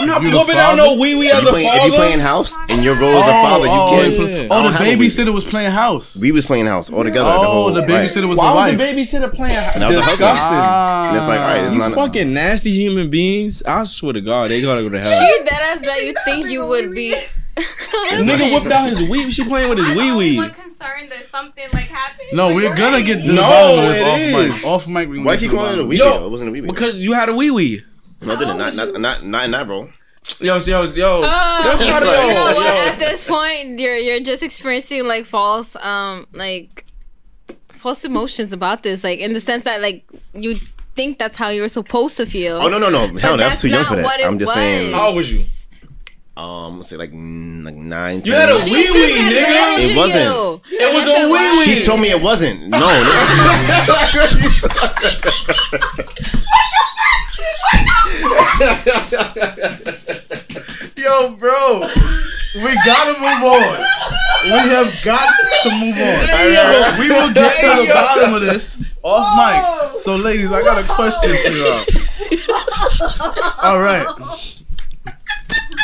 [SPEAKER 2] I'm not
[SPEAKER 3] You the
[SPEAKER 2] whooping out no
[SPEAKER 3] father?
[SPEAKER 2] wee wee
[SPEAKER 4] you
[SPEAKER 2] as a
[SPEAKER 4] playing, if you playing
[SPEAKER 2] father.
[SPEAKER 4] house and your role is the father, you
[SPEAKER 3] oh,
[SPEAKER 4] can't.
[SPEAKER 3] oh,
[SPEAKER 2] Yeah.
[SPEAKER 4] I
[SPEAKER 3] Oh,
[SPEAKER 4] don't
[SPEAKER 3] the
[SPEAKER 4] have a wee-wee.
[SPEAKER 3] babysitter was playing house.
[SPEAKER 4] We was playing house all together.
[SPEAKER 3] Oh, the
[SPEAKER 4] whole- right.
[SPEAKER 3] babysitter was the
[SPEAKER 2] Why was
[SPEAKER 3] wife. Ah.
[SPEAKER 2] the babysitter playing?
[SPEAKER 4] that was a husband.
[SPEAKER 2] Disgusting.
[SPEAKER 4] And it's like, all right, it's
[SPEAKER 2] You
[SPEAKER 4] not.
[SPEAKER 2] fucking nasty human beings. I swear to God, they gotta go to hell.
[SPEAKER 6] She that ass that you think you would be.
[SPEAKER 2] Nigga whipped out his wee. She playing with his wee wee.
[SPEAKER 5] I'm concerned that something like happened.
[SPEAKER 3] No,
[SPEAKER 5] Like,
[SPEAKER 3] we're
[SPEAKER 5] what?
[SPEAKER 3] gonna get to the
[SPEAKER 2] No,
[SPEAKER 3] bottom of this
[SPEAKER 2] it
[SPEAKER 3] off
[SPEAKER 2] is.
[SPEAKER 3] mic. Off mic, we gonna
[SPEAKER 4] Why
[SPEAKER 3] get to
[SPEAKER 4] keep
[SPEAKER 3] the
[SPEAKER 4] calling it a
[SPEAKER 3] bottom.
[SPEAKER 4] wee?
[SPEAKER 2] Yo,
[SPEAKER 4] Yo, it wasn't a wee.
[SPEAKER 2] Because you had a wee wee.
[SPEAKER 4] No, I didn't. Not, not, not, not in that role.
[SPEAKER 2] Yo, yo, yo.
[SPEAKER 6] Uh,
[SPEAKER 2] Don't try to-
[SPEAKER 6] you know
[SPEAKER 2] yo,
[SPEAKER 6] what?
[SPEAKER 2] yo.
[SPEAKER 6] At this point, you're you're just experiencing like false, um, like false emotions about this, like in the sense that like you think that's how you're supposed to feel.
[SPEAKER 4] Oh no, no, no. Hell, that's
[SPEAKER 6] that's
[SPEAKER 4] too young
[SPEAKER 6] not
[SPEAKER 4] for
[SPEAKER 6] what
[SPEAKER 4] that.
[SPEAKER 6] it
[SPEAKER 4] I'm just
[SPEAKER 6] was.
[SPEAKER 4] saying.
[SPEAKER 2] How old was you?
[SPEAKER 4] Um, let's say like mm, like nine.
[SPEAKER 2] You had a
[SPEAKER 4] 10.
[SPEAKER 6] She
[SPEAKER 2] wee
[SPEAKER 6] took
[SPEAKER 2] wee, nigga.
[SPEAKER 6] advantage
[SPEAKER 4] It
[SPEAKER 6] of
[SPEAKER 4] wasn't.
[SPEAKER 6] you.
[SPEAKER 2] It was
[SPEAKER 6] That's
[SPEAKER 2] a
[SPEAKER 6] why.
[SPEAKER 2] wee wee.
[SPEAKER 4] She told me it wasn't. No. no.
[SPEAKER 3] Yo, bro, we gotta move on. We have got to move on. We will get to the bottom of this off
[SPEAKER 2] Oh.
[SPEAKER 3] mic. So, ladies, I got a question for y'all. All right.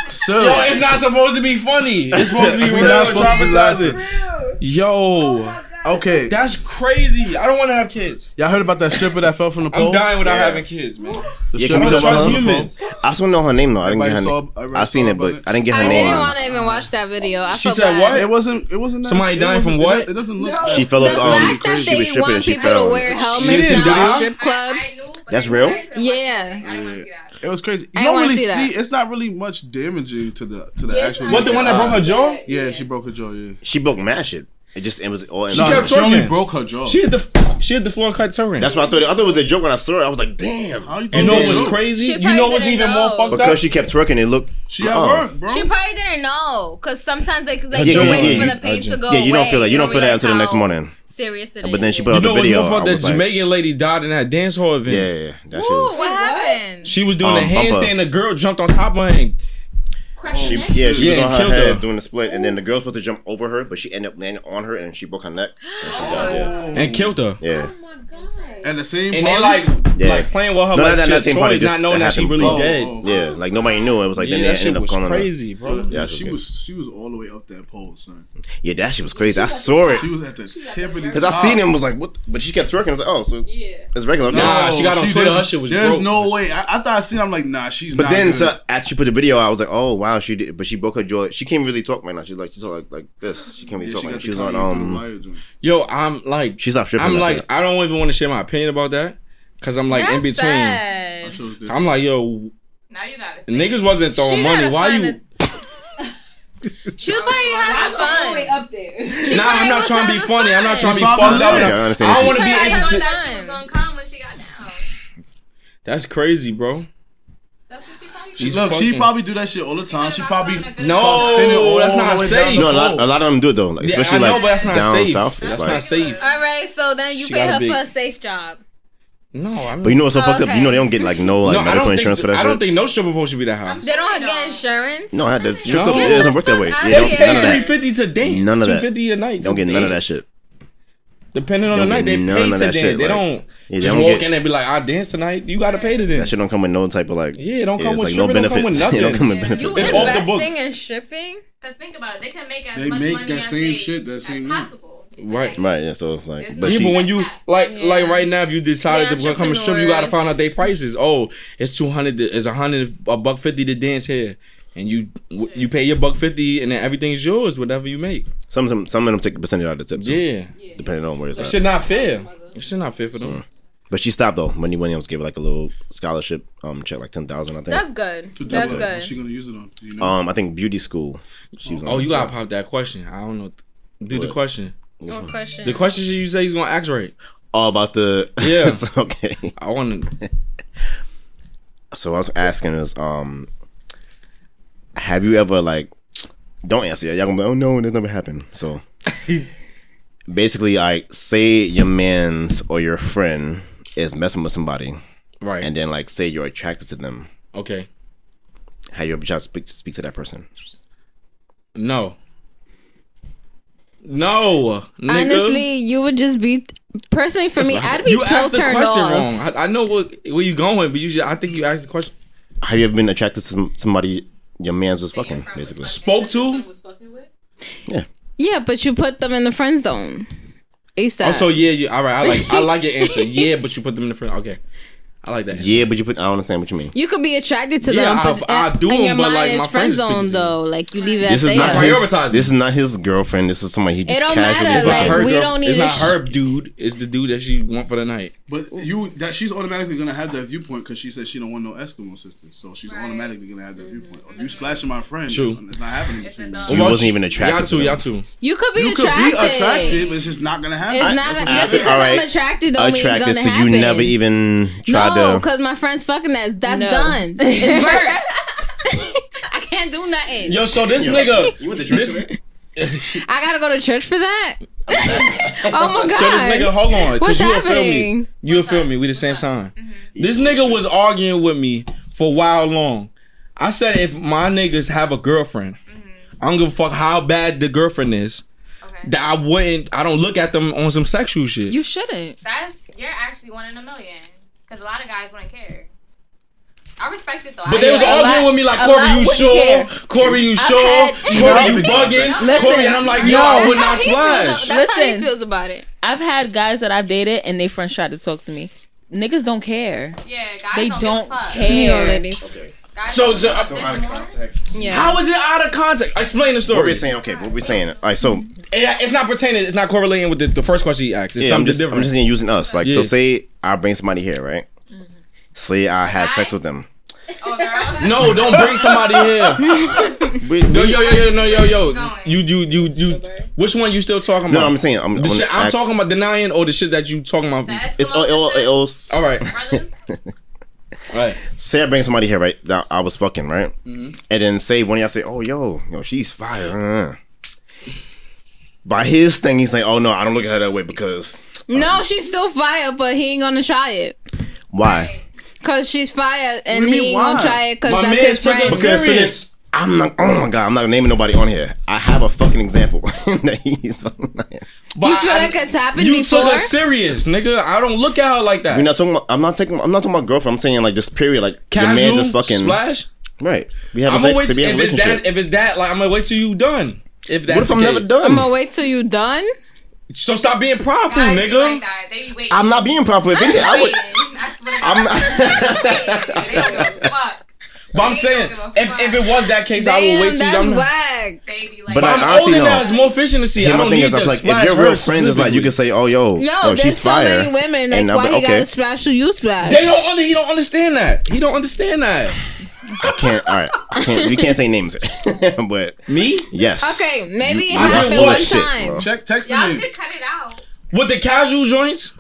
[SPEAKER 3] So,
[SPEAKER 2] Yo, it's not supposed to be funny. It's supposed to be
[SPEAKER 3] We're
[SPEAKER 2] real
[SPEAKER 3] not
[SPEAKER 2] and
[SPEAKER 3] supposed to be
[SPEAKER 2] traumatizing.
[SPEAKER 3] laughing.
[SPEAKER 6] Oh
[SPEAKER 2] Yo,
[SPEAKER 3] Okay,
[SPEAKER 2] that's crazy. I don't want to have kids.
[SPEAKER 3] y'all heard about that stripper that fell from the
[SPEAKER 2] I'm
[SPEAKER 3] pole?
[SPEAKER 2] dying without
[SPEAKER 4] Yeah.
[SPEAKER 2] having kids, man.
[SPEAKER 3] The
[SPEAKER 4] Yeah,
[SPEAKER 2] I
[SPEAKER 4] can
[SPEAKER 3] stripper
[SPEAKER 4] we
[SPEAKER 2] don't
[SPEAKER 3] that
[SPEAKER 4] talk
[SPEAKER 3] fell
[SPEAKER 4] about
[SPEAKER 2] trust
[SPEAKER 3] from the pole?
[SPEAKER 2] humans.
[SPEAKER 4] I just want to know her name though. I didn't
[SPEAKER 3] Everybody
[SPEAKER 4] get her
[SPEAKER 3] saw-
[SPEAKER 4] name.
[SPEAKER 3] everybody
[SPEAKER 4] I seen
[SPEAKER 3] saw
[SPEAKER 4] it,
[SPEAKER 3] about
[SPEAKER 4] but
[SPEAKER 3] it.
[SPEAKER 4] I didn't get her
[SPEAKER 6] I
[SPEAKER 4] name.
[SPEAKER 6] didn't want to even watch that video. I
[SPEAKER 2] She
[SPEAKER 6] felt
[SPEAKER 2] said
[SPEAKER 6] bad.
[SPEAKER 2] what?
[SPEAKER 3] It wasn't. It wasn't. that-
[SPEAKER 2] Somebody
[SPEAKER 3] it
[SPEAKER 2] dying from
[SPEAKER 3] wasn't-
[SPEAKER 2] what?
[SPEAKER 3] It doesn't look.
[SPEAKER 4] She fell
[SPEAKER 6] The
[SPEAKER 4] off. Um,
[SPEAKER 6] fact that
[SPEAKER 4] she was
[SPEAKER 6] they
[SPEAKER 4] stripping
[SPEAKER 6] want
[SPEAKER 4] and she
[SPEAKER 6] people to
[SPEAKER 4] fell.
[SPEAKER 6] wear
[SPEAKER 2] She
[SPEAKER 6] helmets
[SPEAKER 2] didn't
[SPEAKER 6] now
[SPEAKER 2] die?
[SPEAKER 6] in strip clubs.
[SPEAKER 5] I knew, but
[SPEAKER 4] That's
[SPEAKER 5] I
[SPEAKER 4] real?
[SPEAKER 5] could've watched it.
[SPEAKER 6] Yeah.
[SPEAKER 5] Like, I don't wanna get out.
[SPEAKER 3] It was crazy. You
[SPEAKER 6] I
[SPEAKER 3] don't
[SPEAKER 6] wanna
[SPEAKER 3] really see.
[SPEAKER 6] see that.
[SPEAKER 3] It's not really much damaging to the to the actual.
[SPEAKER 2] What the one that broke her jaw?
[SPEAKER 3] Yeah, she broke her jaw. Yeah.
[SPEAKER 4] She broke mad shit. It just it was all.
[SPEAKER 3] No,
[SPEAKER 2] kept
[SPEAKER 3] she only
[SPEAKER 2] twerking.
[SPEAKER 3] broke her jaw.
[SPEAKER 2] She hit the she hit the floor and cut her
[SPEAKER 4] That's what I thought. I thought it was a joke when I saw it. I was like, damn.
[SPEAKER 3] How you
[SPEAKER 2] You
[SPEAKER 3] think
[SPEAKER 2] know
[SPEAKER 3] they
[SPEAKER 2] what's
[SPEAKER 3] broke?
[SPEAKER 2] crazy?
[SPEAKER 6] She
[SPEAKER 2] You
[SPEAKER 6] probably
[SPEAKER 2] know what's
[SPEAKER 6] didn't
[SPEAKER 2] even
[SPEAKER 6] know.
[SPEAKER 2] more fucked up?
[SPEAKER 4] Because she kept twerking, it looked.
[SPEAKER 3] She at
[SPEAKER 4] uh-uh.
[SPEAKER 3] work, bro.
[SPEAKER 6] She probably didn't know, cause sometimes like, like
[SPEAKER 4] Yeah,
[SPEAKER 6] you're
[SPEAKER 4] yeah,
[SPEAKER 6] waiting
[SPEAKER 4] yeah,
[SPEAKER 6] for
[SPEAKER 4] you-
[SPEAKER 6] the pain to go
[SPEAKER 4] Yeah, you don't feel
[SPEAKER 6] away.
[SPEAKER 4] that. You don't feel that
[SPEAKER 6] realize
[SPEAKER 4] until the next
[SPEAKER 6] how
[SPEAKER 4] morning.
[SPEAKER 6] Serious it
[SPEAKER 4] But then
[SPEAKER 6] is.
[SPEAKER 4] she put up
[SPEAKER 2] You know
[SPEAKER 4] a
[SPEAKER 2] what's
[SPEAKER 4] video.
[SPEAKER 2] more fucked
[SPEAKER 4] I
[SPEAKER 2] up?
[SPEAKER 4] was
[SPEAKER 2] That
[SPEAKER 4] like,
[SPEAKER 2] Jamaican lady died in that dance hall
[SPEAKER 4] Yeah,
[SPEAKER 2] event.
[SPEAKER 4] yeah, yeah. That shit
[SPEAKER 6] Ooh,
[SPEAKER 4] was.
[SPEAKER 6] what happened?
[SPEAKER 2] She was doing a
[SPEAKER 4] Um, bumper.
[SPEAKER 2] handstand. The girl jumped on top of her and
[SPEAKER 1] crushing
[SPEAKER 4] She,
[SPEAKER 1] it.
[SPEAKER 4] yeah, she
[SPEAKER 2] Yeah,
[SPEAKER 4] was
[SPEAKER 2] and
[SPEAKER 4] on her
[SPEAKER 2] killed
[SPEAKER 4] head
[SPEAKER 2] her.
[SPEAKER 4] doing the split, and then the girl was supposed to jump over her, but she ended up landing on her, and she broke her neck. And she died, yeah.
[SPEAKER 2] and killed her.
[SPEAKER 4] yeah.
[SPEAKER 1] Oh
[SPEAKER 3] At the same.
[SPEAKER 2] And they like
[SPEAKER 3] party?
[SPEAKER 4] Yeah.
[SPEAKER 2] like playing with her
[SPEAKER 4] No,
[SPEAKER 2] like
[SPEAKER 4] not-
[SPEAKER 2] she
[SPEAKER 4] not
[SPEAKER 2] a
[SPEAKER 4] same
[SPEAKER 2] toy,
[SPEAKER 4] party,
[SPEAKER 2] not
[SPEAKER 4] just
[SPEAKER 2] knowing that she
[SPEAKER 4] happened.
[SPEAKER 2] really
[SPEAKER 4] Oh,
[SPEAKER 2] dead.
[SPEAKER 3] oh.
[SPEAKER 4] Yeah, like nobody knew. It was like
[SPEAKER 2] Yeah,
[SPEAKER 4] then they
[SPEAKER 2] that shit
[SPEAKER 4] ended up
[SPEAKER 2] was
[SPEAKER 4] calling her.
[SPEAKER 2] crazy, bro.
[SPEAKER 4] Yeah,
[SPEAKER 3] she
[SPEAKER 4] she was.
[SPEAKER 3] was she was all the way up that pole, son.
[SPEAKER 4] Yeah, that shit was crazy. I saw it
[SPEAKER 3] She was at the tip of the
[SPEAKER 4] because I seen him was like, what? But she kept twerking. I was like, oh, so it's regular. Okay.
[SPEAKER 2] Nah, she got on Twitter,
[SPEAKER 3] there's-
[SPEAKER 2] her shit was
[SPEAKER 3] There's
[SPEAKER 2] broke.
[SPEAKER 3] no way. I, I thought I seen. I'm like, nah, she's.
[SPEAKER 4] But
[SPEAKER 3] not
[SPEAKER 4] then,
[SPEAKER 3] good.
[SPEAKER 4] so after she put the video out, I was like, "Oh wow, she did." But she broke her jaw. She can't really talk right now. She's like, she's like like this. She can't really
[SPEAKER 3] Yeah,
[SPEAKER 4] talk.
[SPEAKER 3] she
[SPEAKER 4] She,
[SPEAKER 3] got
[SPEAKER 4] she
[SPEAKER 3] the
[SPEAKER 4] was on
[SPEAKER 3] Kanye through the
[SPEAKER 4] um.
[SPEAKER 3] wire joint.
[SPEAKER 2] Yo, I'm like
[SPEAKER 4] She stopped stripping.
[SPEAKER 2] I'm
[SPEAKER 4] after
[SPEAKER 2] like,
[SPEAKER 4] that.
[SPEAKER 2] I don't even want to share my opinion about that because I'm like in between.
[SPEAKER 3] That shit was different.
[SPEAKER 2] I'm like, yo,
[SPEAKER 5] Now you gotta say.
[SPEAKER 2] niggas wasn't throwing
[SPEAKER 6] She
[SPEAKER 2] money.
[SPEAKER 6] gotta
[SPEAKER 2] Why
[SPEAKER 6] find
[SPEAKER 2] you?
[SPEAKER 6] She was probably having
[SPEAKER 1] all the way
[SPEAKER 6] fun.
[SPEAKER 1] up there.
[SPEAKER 2] Nah,
[SPEAKER 6] probably
[SPEAKER 2] I'm not
[SPEAKER 6] was
[SPEAKER 2] trying to be
[SPEAKER 6] having
[SPEAKER 2] funny. I'm not
[SPEAKER 6] fun.
[SPEAKER 2] trying to be
[SPEAKER 3] She
[SPEAKER 2] fucked
[SPEAKER 3] probably
[SPEAKER 2] up.
[SPEAKER 3] was.
[SPEAKER 4] Yeah, I
[SPEAKER 2] I
[SPEAKER 4] understand
[SPEAKER 2] don't
[SPEAKER 4] what
[SPEAKER 2] want to be
[SPEAKER 6] you- She probably
[SPEAKER 2] insensitive.
[SPEAKER 6] had
[SPEAKER 5] She was gonna come when she got down.
[SPEAKER 2] That's crazy, bro.
[SPEAKER 5] That's what she told you.
[SPEAKER 2] She's
[SPEAKER 3] Look, she
[SPEAKER 2] fucking-
[SPEAKER 3] probably do that shit all the time. She probably
[SPEAKER 5] No,
[SPEAKER 3] start spinning all
[SPEAKER 2] that's
[SPEAKER 3] the
[SPEAKER 2] not
[SPEAKER 3] way down
[SPEAKER 2] safe.
[SPEAKER 3] the
[SPEAKER 4] No, a lot,
[SPEAKER 3] pole.
[SPEAKER 4] a lot of them do it though. Like,
[SPEAKER 2] Yeah,
[SPEAKER 4] especially
[SPEAKER 2] I know,
[SPEAKER 4] like
[SPEAKER 2] but that's not
[SPEAKER 4] down
[SPEAKER 2] safe.
[SPEAKER 4] south.
[SPEAKER 2] That's
[SPEAKER 4] it's
[SPEAKER 2] not
[SPEAKER 4] like,
[SPEAKER 2] safe.
[SPEAKER 6] All right, so then you
[SPEAKER 2] She
[SPEAKER 6] pay
[SPEAKER 2] got a
[SPEAKER 6] her
[SPEAKER 2] big-
[SPEAKER 6] for a safe job.
[SPEAKER 2] No, I'm.
[SPEAKER 4] But you know what's so fucked up?
[SPEAKER 6] Okay.
[SPEAKER 4] You know they don't get like no like
[SPEAKER 2] no, I
[SPEAKER 4] medical
[SPEAKER 2] don't think.
[SPEAKER 4] insurance for that
[SPEAKER 2] I
[SPEAKER 4] shit.
[SPEAKER 2] don't think no stripper pole should be that high.
[SPEAKER 6] They don't get insurance.
[SPEAKER 4] no, I- the strip
[SPEAKER 2] No.
[SPEAKER 4] club
[SPEAKER 2] Get
[SPEAKER 4] it
[SPEAKER 2] the
[SPEAKER 4] doesn't work that
[SPEAKER 6] fuck
[SPEAKER 4] way.
[SPEAKER 6] outta
[SPEAKER 4] Yeah, don't,
[SPEAKER 6] here.
[SPEAKER 2] Pay
[SPEAKER 4] none of
[SPEAKER 2] three
[SPEAKER 4] that.
[SPEAKER 2] fifty to dance.
[SPEAKER 4] None of
[SPEAKER 2] Two
[SPEAKER 4] that.
[SPEAKER 2] fifty a night.
[SPEAKER 4] Don't
[SPEAKER 2] to
[SPEAKER 4] get none of that
[SPEAKER 2] dance.
[SPEAKER 4] shit.
[SPEAKER 2] Depending on the
[SPEAKER 4] Don't
[SPEAKER 2] night, they
[SPEAKER 4] get none of
[SPEAKER 2] pay to
[SPEAKER 4] that
[SPEAKER 2] dance.
[SPEAKER 4] shit,
[SPEAKER 2] They
[SPEAKER 4] like-
[SPEAKER 2] don't
[SPEAKER 4] Yeah,
[SPEAKER 2] just
[SPEAKER 4] they don't
[SPEAKER 2] walk
[SPEAKER 4] get-
[SPEAKER 2] in and be like, "I dance tonight." You gotta pay to
[SPEAKER 4] That
[SPEAKER 2] dance.
[SPEAKER 4] shit don't come with no type of like.
[SPEAKER 2] Yeah, it don't come with
[SPEAKER 4] it's like
[SPEAKER 2] strip,
[SPEAKER 4] no
[SPEAKER 2] it don't come with
[SPEAKER 4] benefits. It don't
[SPEAKER 2] nothing.
[SPEAKER 4] come with
[SPEAKER 5] You
[SPEAKER 6] You
[SPEAKER 4] benefits.
[SPEAKER 2] It's off the book.
[SPEAKER 6] investing in stripping?
[SPEAKER 5] Cause think about it, they can make as
[SPEAKER 3] They
[SPEAKER 5] much
[SPEAKER 3] make
[SPEAKER 5] money
[SPEAKER 3] that
[SPEAKER 5] as
[SPEAKER 3] same
[SPEAKER 5] they-
[SPEAKER 3] shit, that
[SPEAKER 5] as
[SPEAKER 3] same-
[SPEAKER 5] possible.
[SPEAKER 2] Right.
[SPEAKER 4] Right. Yeah. So it's like,
[SPEAKER 5] It's
[SPEAKER 4] but
[SPEAKER 5] not-
[SPEAKER 2] yeah, but
[SPEAKER 4] she.
[SPEAKER 2] when you like
[SPEAKER 6] Yeah.
[SPEAKER 2] like right now, if you decided
[SPEAKER 6] The
[SPEAKER 2] to become a stripper, you gotta
[SPEAKER 6] entrepreneurs.
[SPEAKER 2] find out their prices. Oh, it's two hundred. It's a hundred. A buck fifty to dance here, and you you pay your buck fifty, and then everything's yours, whatever you make.
[SPEAKER 4] Some some some of them take a percentage out of the tip. too,
[SPEAKER 2] Yeah,
[SPEAKER 4] Depending on where it's
[SPEAKER 2] that
[SPEAKER 4] at.
[SPEAKER 2] shit not fair. That shit not fair for them.
[SPEAKER 4] Mm-hmm. But she stopped though. Wendy Williams gave her like a little scholarship um check, like ten thousand, I think.
[SPEAKER 6] That's good. That's
[SPEAKER 3] What's
[SPEAKER 6] good.
[SPEAKER 3] She gonna use it on. Do You know.
[SPEAKER 4] um, I think beauty school. She was on
[SPEAKER 2] Oh,
[SPEAKER 4] like
[SPEAKER 2] you gotta
[SPEAKER 4] that.
[SPEAKER 2] pop that question. I don't know. Do the
[SPEAKER 4] What?
[SPEAKER 2] question.
[SPEAKER 6] No question.
[SPEAKER 2] The question should you say he's gonna ask right.
[SPEAKER 4] all about the
[SPEAKER 2] Yeah.
[SPEAKER 4] okay.
[SPEAKER 2] I want to.
[SPEAKER 4] So I was asking is, um, have you ever like? Don't answer. Y'all gonna be, like, oh no, that never happened. So basically, I say your man's or your friend is messing with somebody,
[SPEAKER 2] Right.
[SPEAKER 4] and then like say you're attracted to them.
[SPEAKER 2] okay.
[SPEAKER 4] Have you ever tried to speak, speak to that person?
[SPEAKER 2] No. No. Nigga.
[SPEAKER 6] Honestly, you would just be personally for me. I'd be
[SPEAKER 2] you
[SPEAKER 6] so
[SPEAKER 2] asked the
[SPEAKER 6] turned
[SPEAKER 2] question
[SPEAKER 6] off.
[SPEAKER 2] wrong. I, I know what where you going, but you just, I think you asked the question.
[SPEAKER 4] Have you ever been attracted to some, somebody your man's was fucking? Basically,
[SPEAKER 2] Spoke to?
[SPEAKER 5] Was fucking with?
[SPEAKER 4] yeah.
[SPEAKER 6] Yeah, but you put them in the friend zone. ASAP.
[SPEAKER 2] Oh, so yeah, you all right. I like I like your answer. Yeah, but you put them in the front. Okay, I like that.
[SPEAKER 4] Yeah, but you put. I don't understand what you mean.
[SPEAKER 6] you could be attracted to
[SPEAKER 2] Yeah,
[SPEAKER 6] them, but
[SPEAKER 2] I- I do
[SPEAKER 6] in your
[SPEAKER 2] them, but,
[SPEAKER 6] mind
[SPEAKER 2] like, my
[SPEAKER 6] it's friend
[SPEAKER 2] friends is speaking
[SPEAKER 6] zone
[SPEAKER 2] to
[SPEAKER 6] though. Like you leave it
[SPEAKER 4] This
[SPEAKER 6] at
[SPEAKER 4] is not
[SPEAKER 6] there.
[SPEAKER 4] his.
[SPEAKER 2] Prioritizing.
[SPEAKER 4] This is not his girlfriend. This is somebody he just
[SPEAKER 6] don't
[SPEAKER 4] casually.
[SPEAKER 6] matter,
[SPEAKER 4] is
[SPEAKER 6] like,
[SPEAKER 4] looking.
[SPEAKER 6] we don't need
[SPEAKER 2] It's
[SPEAKER 6] to
[SPEAKER 2] not
[SPEAKER 6] sh-
[SPEAKER 2] her dude. It's the dude that she want for the night.
[SPEAKER 3] But you that she's automatically gonna have that viewpoint because she says she don't want no Eskimo sisters, so she's automatically gonna have that viewpoint. If you splashing my friend,
[SPEAKER 2] True.
[SPEAKER 3] it's, Mm-hmm. it's not happening. between
[SPEAKER 5] dog.
[SPEAKER 3] you.
[SPEAKER 4] So you wasn't even attracted.
[SPEAKER 2] Y'all
[SPEAKER 4] to
[SPEAKER 2] too.
[SPEAKER 4] them.
[SPEAKER 2] Y'all too.
[SPEAKER 6] You could be
[SPEAKER 3] You could
[SPEAKER 6] attracted.
[SPEAKER 3] be attractive, it's just not gonna happen.
[SPEAKER 6] It's not
[SPEAKER 3] That's what
[SPEAKER 6] just
[SPEAKER 3] she
[SPEAKER 6] because
[SPEAKER 3] said.
[SPEAKER 4] Alright.
[SPEAKER 6] I'm attracted don't mean
[SPEAKER 4] Attracted,
[SPEAKER 6] it's
[SPEAKER 4] so
[SPEAKER 6] gonna
[SPEAKER 4] you
[SPEAKER 6] happen.
[SPEAKER 4] never even tried
[SPEAKER 6] no,
[SPEAKER 4] to.
[SPEAKER 6] because my friend's fucking that. That's
[SPEAKER 1] No.
[SPEAKER 6] done. It's burnt. I can't do nothing.
[SPEAKER 2] Yo, so this nigga,
[SPEAKER 4] You went to
[SPEAKER 2] this,
[SPEAKER 4] church
[SPEAKER 2] so this
[SPEAKER 6] I gotta go to church for that. oh my god.
[SPEAKER 2] nigga, hold on, 'cause
[SPEAKER 6] What's
[SPEAKER 2] you'll feel me.
[SPEAKER 6] happening?
[SPEAKER 2] You'll feel me. We the same time. This nigga was arguing with me for a while long. I said if my niggas have a girlfriend, I don't give a fuck how bad the girlfriend is.
[SPEAKER 5] Okay.
[SPEAKER 2] That I wouldn't. I don't look at them on some sexual shit.
[SPEAKER 6] you shouldn't.
[SPEAKER 5] That's you're actually one in a million because a lot of guys wouldn't care. I respect it though.
[SPEAKER 2] But
[SPEAKER 5] I
[SPEAKER 2] they was
[SPEAKER 5] like-
[SPEAKER 2] arguing with me like
[SPEAKER 1] a
[SPEAKER 2] Corey,
[SPEAKER 1] lot
[SPEAKER 2] you
[SPEAKER 1] wouldn't
[SPEAKER 2] sure?
[SPEAKER 1] care.
[SPEAKER 2] Corey, you sure?
[SPEAKER 1] had-
[SPEAKER 2] Corey, you bugging?
[SPEAKER 1] Listen,
[SPEAKER 2] Corey, and I'm like, yo, I
[SPEAKER 1] no.
[SPEAKER 2] would Oh, not
[SPEAKER 6] He feels-
[SPEAKER 2] splash.
[SPEAKER 6] that's how he
[SPEAKER 1] Listen.
[SPEAKER 6] feels about it.
[SPEAKER 1] I've had guys that I've dated and they friends tried to talk to me. Niggas don't care.
[SPEAKER 5] Yeah, guys
[SPEAKER 1] They
[SPEAKER 5] don't,
[SPEAKER 1] don't
[SPEAKER 5] give a fuck.
[SPEAKER 1] care.
[SPEAKER 6] You know, ladies.
[SPEAKER 5] Guys
[SPEAKER 2] So-
[SPEAKER 5] don't
[SPEAKER 2] so-
[SPEAKER 5] give a
[SPEAKER 2] so
[SPEAKER 5] fuck.
[SPEAKER 4] out of context.
[SPEAKER 6] Yeah.
[SPEAKER 2] How is it out of context? Explain the
[SPEAKER 4] What we're
[SPEAKER 2] story. It,
[SPEAKER 4] saying, okay, what we're saying. All right, so
[SPEAKER 2] it's not pertaining. It's not correlating with the, the first question he asked. It's
[SPEAKER 4] yeah, I'm
[SPEAKER 2] something
[SPEAKER 4] just, I'm
[SPEAKER 2] different.
[SPEAKER 4] just saying using us. Like,
[SPEAKER 2] Yeah.
[SPEAKER 4] so say I bring somebody here, right?
[SPEAKER 6] Mm-hmm.
[SPEAKER 4] Say I have sex with them.
[SPEAKER 5] Oh, girl.
[SPEAKER 2] no, don't bring somebody here.
[SPEAKER 4] We-
[SPEAKER 2] Yo,
[SPEAKER 4] we-
[SPEAKER 2] yo, yo, yo, no, yo, yo. You, you, you, you. Which one you still talking about?
[SPEAKER 4] no, I'm saying I'm.
[SPEAKER 2] the shit I'm
[SPEAKER 4] ask-
[SPEAKER 2] talking about denying or the shit that you talking about.
[SPEAKER 5] That's
[SPEAKER 4] It's all.
[SPEAKER 5] the
[SPEAKER 4] It all, it all
[SPEAKER 2] All right,
[SPEAKER 5] Brothers,
[SPEAKER 2] all right.
[SPEAKER 4] say I bring somebody here, right? That I was fucking, right?
[SPEAKER 2] Mm-hmm.
[SPEAKER 4] And then say one of y'all say, "Oh, yo, yo, she's fire." uh." By his thing, he's like, "Oh no, I don't look at her that way because
[SPEAKER 6] No, she's still fire, but he ain't gonna try it.
[SPEAKER 4] why?
[SPEAKER 6] Cause she's fire and
[SPEAKER 3] do you
[SPEAKER 6] he
[SPEAKER 3] mean,
[SPEAKER 6] ain't
[SPEAKER 3] why?
[SPEAKER 6] gonna try it cause
[SPEAKER 2] My
[SPEAKER 6] that's
[SPEAKER 2] man
[SPEAKER 6] his
[SPEAKER 2] took it
[SPEAKER 6] friend.
[SPEAKER 4] Because-
[SPEAKER 2] serious.
[SPEAKER 4] I'm not. Oh my god, I'm not naming nobody on here. I have a fucking example that he's.
[SPEAKER 2] But
[SPEAKER 6] you feel
[SPEAKER 2] I-
[SPEAKER 6] like it's happened
[SPEAKER 2] you
[SPEAKER 6] before?
[SPEAKER 2] took her serious, nigga. I don't look at her like that.
[SPEAKER 4] We're not talking. About, I'm not taking. I'm not talking about girlfriend. I'm saying like just period. Like your
[SPEAKER 2] Casual,
[SPEAKER 4] man just fucking
[SPEAKER 2] splash.
[SPEAKER 4] right. We have
[SPEAKER 2] I'm
[SPEAKER 4] a
[SPEAKER 2] gonna
[SPEAKER 4] sex.
[SPEAKER 2] wait.
[SPEAKER 4] so we have a
[SPEAKER 2] if it's
[SPEAKER 4] relationship.
[SPEAKER 2] that, if it's that, like I'm gonna wait till you done. If that's
[SPEAKER 4] what if
[SPEAKER 2] the
[SPEAKER 4] I'm
[SPEAKER 2] case.
[SPEAKER 4] never done?
[SPEAKER 6] I'm
[SPEAKER 4] I'm,
[SPEAKER 6] gonna wait till you done.
[SPEAKER 2] So stop being prideful,
[SPEAKER 5] guys be
[SPEAKER 2] nigga.
[SPEAKER 5] Like that. They be waiting.
[SPEAKER 4] not being proper. If anything, I would.
[SPEAKER 5] I swear to
[SPEAKER 4] I'm
[SPEAKER 5] God.
[SPEAKER 4] not.
[SPEAKER 5] They don't give a fuck.
[SPEAKER 2] but I'm
[SPEAKER 5] They don't
[SPEAKER 2] saying,
[SPEAKER 5] give a
[SPEAKER 2] if, if
[SPEAKER 5] fuck.
[SPEAKER 2] it was that case, I would
[SPEAKER 6] Damn,
[SPEAKER 2] wait till
[SPEAKER 6] that's
[SPEAKER 2] you done.
[SPEAKER 6] whack.
[SPEAKER 5] They be like, "Oh,
[SPEAKER 4] But
[SPEAKER 2] But
[SPEAKER 4] I-
[SPEAKER 2] I'm
[SPEAKER 4] honestly,
[SPEAKER 2] older
[SPEAKER 4] no.
[SPEAKER 2] now. It's more efficiency.
[SPEAKER 4] Yeah,
[SPEAKER 2] I
[SPEAKER 4] my
[SPEAKER 2] don't
[SPEAKER 4] thing
[SPEAKER 2] need
[SPEAKER 4] is, I
[SPEAKER 2] the
[SPEAKER 4] feel like if
[SPEAKER 2] splash
[SPEAKER 4] your real
[SPEAKER 2] her
[SPEAKER 4] friend is like, you
[SPEAKER 2] specifically.
[SPEAKER 4] can say, "Oh, yo,
[SPEAKER 6] No,
[SPEAKER 4] oh,
[SPEAKER 6] there's
[SPEAKER 4] she's
[SPEAKER 6] so
[SPEAKER 4] fire,"
[SPEAKER 6] many women. Like
[SPEAKER 4] and I'm
[SPEAKER 6] why
[SPEAKER 4] like,
[SPEAKER 6] he
[SPEAKER 4] okay,
[SPEAKER 6] gotta splash who you splash?
[SPEAKER 2] They don't. Under, he don't understand that. He don't understand that.
[SPEAKER 4] I can't. All right, I can't. We can't say names, but
[SPEAKER 2] Me
[SPEAKER 4] yes.
[SPEAKER 6] Okay, maybe it
[SPEAKER 4] You- you
[SPEAKER 6] happened
[SPEAKER 4] know
[SPEAKER 2] what?
[SPEAKER 6] one
[SPEAKER 4] Shit,
[SPEAKER 6] time.
[SPEAKER 4] bro.
[SPEAKER 3] Check text the
[SPEAKER 5] y'all
[SPEAKER 3] name.
[SPEAKER 5] could cut it out.
[SPEAKER 2] with the casual joints.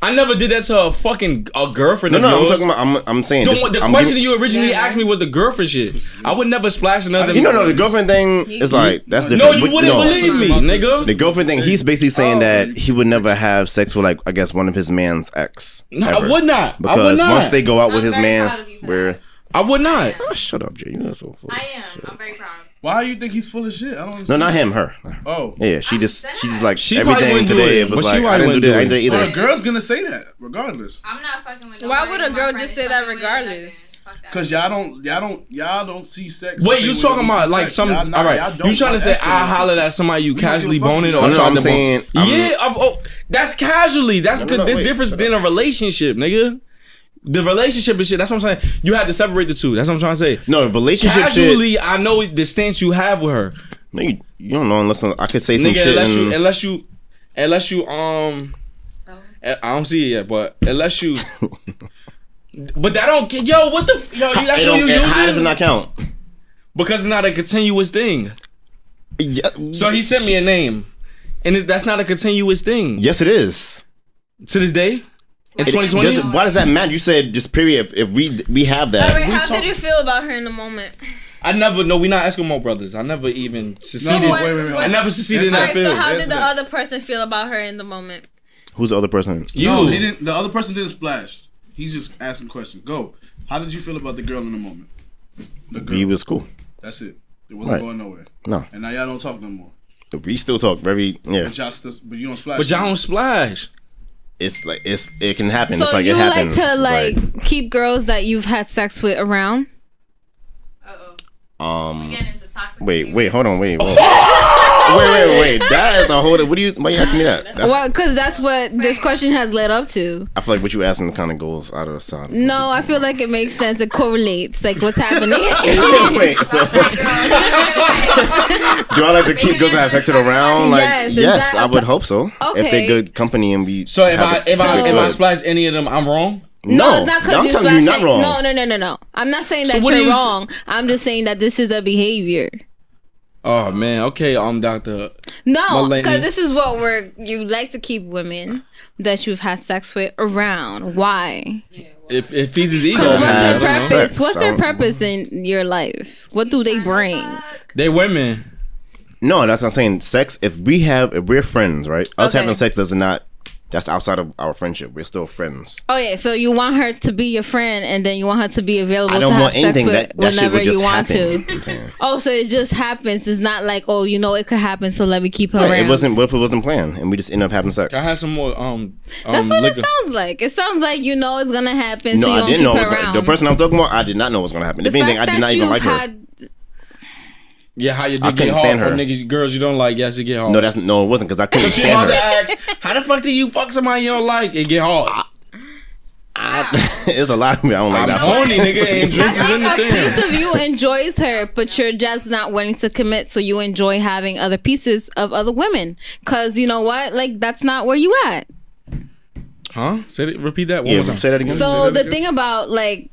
[SPEAKER 2] I never did that to a fucking a girlfriend.
[SPEAKER 4] No,
[SPEAKER 2] of
[SPEAKER 4] no,
[SPEAKER 2] yours.
[SPEAKER 4] I'm talking about. I'm, I'm saying.
[SPEAKER 2] The,
[SPEAKER 4] this-
[SPEAKER 2] one- the
[SPEAKER 4] I'm
[SPEAKER 2] question
[SPEAKER 4] giving-
[SPEAKER 2] that you originally asked me was the girlfriend shit. I would never splash another.
[SPEAKER 4] You know, no, the girlfriend thing is like that's
[SPEAKER 2] no,
[SPEAKER 4] different.
[SPEAKER 2] you
[SPEAKER 4] But
[SPEAKER 2] wouldn't
[SPEAKER 4] no.
[SPEAKER 2] believe me,
[SPEAKER 4] The
[SPEAKER 2] nigga.
[SPEAKER 4] girlfriend thing, he's basically saying
[SPEAKER 3] Oh.
[SPEAKER 4] that he would never have sex with like I guess one of his man's ex.
[SPEAKER 2] No, I
[SPEAKER 4] ever.
[SPEAKER 2] would not. I would
[SPEAKER 4] Because
[SPEAKER 2] not.
[SPEAKER 4] once they go out with
[SPEAKER 5] I'm
[SPEAKER 4] his
[SPEAKER 5] very
[SPEAKER 4] man's,
[SPEAKER 5] proud of you for
[SPEAKER 4] where
[SPEAKER 2] I would not.
[SPEAKER 4] oh, shut up, Jay, you know so full. of
[SPEAKER 5] I am.
[SPEAKER 4] shit.
[SPEAKER 5] I'm very proud.
[SPEAKER 3] Why do you think he's full of shit? I don't
[SPEAKER 4] No,
[SPEAKER 3] understand.
[SPEAKER 4] not him, her.
[SPEAKER 3] Oh.
[SPEAKER 4] Yeah, she just
[SPEAKER 5] upset.
[SPEAKER 4] she's like
[SPEAKER 2] She probably
[SPEAKER 4] everything
[SPEAKER 2] wouldn't do
[SPEAKER 4] today.
[SPEAKER 2] it,
[SPEAKER 4] It was
[SPEAKER 2] but she
[SPEAKER 4] like I
[SPEAKER 2] probably
[SPEAKER 4] didn't do this, I
[SPEAKER 2] wouldn't
[SPEAKER 4] didn't
[SPEAKER 2] do
[SPEAKER 4] do that
[SPEAKER 3] But a
[SPEAKER 4] either.
[SPEAKER 3] girl's gonna say that regardless.
[SPEAKER 5] I'm not fucking with.
[SPEAKER 6] Why
[SPEAKER 5] nobody.
[SPEAKER 6] would a
[SPEAKER 5] My
[SPEAKER 6] girl
[SPEAKER 5] friend
[SPEAKER 6] just
[SPEAKER 5] is
[SPEAKER 6] say that
[SPEAKER 5] fucking with
[SPEAKER 6] regardless?
[SPEAKER 5] nothing. Fuck that.
[SPEAKER 3] Cause y'all don't, y'all don't, y'all don't see sex. the
[SPEAKER 2] Wait,
[SPEAKER 3] same
[SPEAKER 2] you
[SPEAKER 3] way
[SPEAKER 2] talking
[SPEAKER 3] we see
[SPEAKER 2] about like
[SPEAKER 3] sex.
[SPEAKER 2] some?
[SPEAKER 3] Y'all
[SPEAKER 2] All
[SPEAKER 3] not-
[SPEAKER 2] right,
[SPEAKER 3] y'all don't
[SPEAKER 2] you trying to
[SPEAKER 3] want
[SPEAKER 2] say
[SPEAKER 3] Eskimo
[SPEAKER 2] I
[SPEAKER 3] sisters.
[SPEAKER 2] hollered at somebody you
[SPEAKER 3] don't
[SPEAKER 2] casually
[SPEAKER 3] give a fuck.
[SPEAKER 2] boning
[SPEAKER 3] No,
[SPEAKER 2] or
[SPEAKER 3] no,
[SPEAKER 2] tried
[SPEAKER 4] I'm
[SPEAKER 2] to bone-
[SPEAKER 4] saying, I'm-
[SPEAKER 2] yeah, of, oh, that's casually. That's
[SPEAKER 4] No, no,
[SPEAKER 2] good.
[SPEAKER 4] no,
[SPEAKER 2] There's
[SPEAKER 4] wait.
[SPEAKER 2] difference than a relationship, nigga. The relationship and shit. That's what I'm saying. You had to separate the two. That's what I'm trying to say.
[SPEAKER 4] No, relationship shit.
[SPEAKER 2] Casually, I know the stance you have with her,
[SPEAKER 4] No, you, you don't know unless I could say some
[SPEAKER 2] nigga.
[SPEAKER 4] shit.
[SPEAKER 2] Unless you,
[SPEAKER 4] And,
[SPEAKER 2] unless you, unless you, um,
[SPEAKER 5] So,
[SPEAKER 2] I don't see it yet, but unless you. But that don't get yo. What the f- yo? That's
[SPEAKER 4] it
[SPEAKER 2] what
[SPEAKER 4] don't,
[SPEAKER 2] you
[SPEAKER 4] it, how does it
[SPEAKER 2] using
[SPEAKER 4] not count?
[SPEAKER 2] because it's not a continuous thing.
[SPEAKER 4] Yeah,
[SPEAKER 2] So he sent me a name, and it's, that's not a continuous thing
[SPEAKER 4] yes, it is.
[SPEAKER 2] to this day. It's
[SPEAKER 4] It-
[SPEAKER 2] 2020.
[SPEAKER 4] does it- why does that matter? You said just period. If, if we we have that,
[SPEAKER 6] Wait, how
[SPEAKER 2] talk-
[SPEAKER 6] did you feel about her in the moment?
[SPEAKER 2] I never. No, we not Eskimo brothers. I never even succeeded.
[SPEAKER 6] what-
[SPEAKER 3] wait, wait, wait.
[SPEAKER 2] I never succeeded in
[SPEAKER 6] All
[SPEAKER 2] that
[SPEAKER 6] right, so
[SPEAKER 2] field.
[SPEAKER 6] how did
[SPEAKER 3] Answer
[SPEAKER 6] the
[SPEAKER 3] that.
[SPEAKER 6] other person feel about her in the moment?
[SPEAKER 4] who's the other person?
[SPEAKER 2] You.
[SPEAKER 3] No, he didn't. The other person didn't splash. He's just asking questions. Go. How did you feel about the girl in the moment? The girl.
[SPEAKER 4] We was cool.
[SPEAKER 3] That's it. It wasn't
[SPEAKER 4] Right.
[SPEAKER 3] going nowhere.
[SPEAKER 4] No,
[SPEAKER 3] And now y'all don't talk no more.
[SPEAKER 4] we still talk. Very yeah.
[SPEAKER 3] But y'all still, but you don't splash.
[SPEAKER 2] but y'all don't splash.
[SPEAKER 4] It's like it's it can happen.
[SPEAKER 6] So
[SPEAKER 4] it's like
[SPEAKER 6] you
[SPEAKER 4] it
[SPEAKER 6] like
[SPEAKER 4] happens.
[SPEAKER 6] to
[SPEAKER 4] It's
[SPEAKER 6] like keep girls that you've had sex with around?
[SPEAKER 5] Uh-oh.
[SPEAKER 4] um.
[SPEAKER 5] Again, it's a toxic.
[SPEAKER 4] Wait,
[SPEAKER 5] behavior.
[SPEAKER 4] wait, hold on, wait, whoa. wait, wait, wait. That is a hold. What do you? Why you asking me that? That's,
[SPEAKER 6] Well, because that's what this question has led up to.
[SPEAKER 4] I feel like what you asking kind of goes out of the side.
[SPEAKER 6] No, I feel like it makes sense. It correlates, like what's happening.
[SPEAKER 4] wait, so do I like to keep girls I have sex with around? Like
[SPEAKER 6] Yes,
[SPEAKER 4] yes,
[SPEAKER 6] is that
[SPEAKER 4] I
[SPEAKER 6] a-
[SPEAKER 4] would hope so. If
[SPEAKER 6] Okay.
[SPEAKER 4] they're good company and we
[SPEAKER 2] So if I
[SPEAKER 4] have it-
[SPEAKER 2] if I
[SPEAKER 6] So-
[SPEAKER 2] if I splash any of them, I'm wrong.
[SPEAKER 4] no,
[SPEAKER 6] No, it's not
[SPEAKER 4] I'm
[SPEAKER 6] because you
[SPEAKER 4] telling you
[SPEAKER 6] splash.
[SPEAKER 4] not wrong.
[SPEAKER 6] No, no, no, no, no. I'm not saying that
[SPEAKER 2] what do
[SPEAKER 6] you're
[SPEAKER 2] you s-
[SPEAKER 6] wrong. I'm just saying that this is a behavior.
[SPEAKER 2] Oh man. Okay. I'm Doctor.
[SPEAKER 6] No,
[SPEAKER 2] Malene.
[SPEAKER 6] because this is what we're. You like to keep women that you've had sex with around. Why?
[SPEAKER 2] If if he's his ego,
[SPEAKER 6] Because
[SPEAKER 4] Don't
[SPEAKER 6] what's their
[SPEAKER 4] have
[SPEAKER 6] purpose?
[SPEAKER 4] sex,
[SPEAKER 6] what's their
[SPEAKER 4] so-
[SPEAKER 6] purpose in your life? What do they bring?
[SPEAKER 2] they women.
[SPEAKER 4] No, that's what I'm saying. Sex. If we have, if we're friends, right? Us
[SPEAKER 6] Okay.
[SPEAKER 4] having sex does not. That's outside of our friendship. We're still friends.
[SPEAKER 6] Oh yeah, so you want her to be your friend, and then you want her to be available
[SPEAKER 4] I
[SPEAKER 6] to
[SPEAKER 4] don't
[SPEAKER 6] have
[SPEAKER 4] want
[SPEAKER 6] sex
[SPEAKER 4] anything
[SPEAKER 6] with
[SPEAKER 4] that that shit
[SPEAKER 6] whenever
[SPEAKER 4] would
[SPEAKER 6] you
[SPEAKER 4] just
[SPEAKER 6] want
[SPEAKER 4] happen.
[SPEAKER 6] to.
[SPEAKER 4] I'm saying.
[SPEAKER 6] Oh, so it just happens. It's not like oh, you know, it could happen, so let me keep her around.
[SPEAKER 4] It wasn't. What if it wasn't planned and we just end up having sex?
[SPEAKER 2] I had some more. Um. um
[SPEAKER 6] That's what
[SPEAKER 2] liquor.
[SPEAKER 6] it sounds like. It sounds like you know it's gonna happen,
[SPEAKER 4] no,
[SPEAKER 6] so you
[SPEAKER 4] I
[SPEAKER 6] don't
[SPEAKER 4] didn't know.
[SPEAKER 6] keep
[SPEAKER 4] It was
[SPEAKER 6] her
[SPEAKER 4] gonna,
[SPEAKER 6] around.
[SPEAKER 4] the person I'm talking about, I did not know what was going to happen.
[SPEAKER 6] The
[SPEAKER 4] if anything, I
[SPEAKER 6] fact
[SPEAKER 4] did not
[SPEAKER 6] that
[SPEAKER 4] even
[SPEAKER 6] you've
[SPEAKER 4] like her.
[SPEAKER 6] had
[SPEAKER 2] Yeah. How your
[SPEAKER 4] I
[SPEAKER 2] dick get
[SPEAKER 4] couldn't
[SPEAKER 2] hard
[SPEAKER 4] stand
[SPEAKER 2] for
[SPEAKER 4] her.
[SPEAKER 2] niggas, girls you don't like? Yes, it get hard.
[SPEAKER 4] No, that's no. It wasn't because I couldn't
[SPEAKER 2] She hard
[SPEAKER 4] stand
[SPEAKER 2] to
[SPEAKER 4] her.
[SPEAKER 2] ask. How the fuck do you fuck somebody you don't like? It get hard.
[SPEAKER 4] it's a lot of me. I don't like
[SPEAKER 2] I'm
[SPEAKER 4] that.
[SPEAKER 2] horny, nigga, and drinks is in the
[SPEAKER 6] a piece
[SPEAKER 2] thing.
[SPEAKER 6] of you enjoys her, but you're just not willing to commit. So you enjoy having other pieces of other women, cause you know what? Like that's not where you at.
[SPEAKER 2] Huh? Say that, repeat that one
[SPEAKER 4] Yeah,
[SPEAKER 2] more time.
[SPEAKER 4] say that again.
[SPEAKER 6] So the thing about like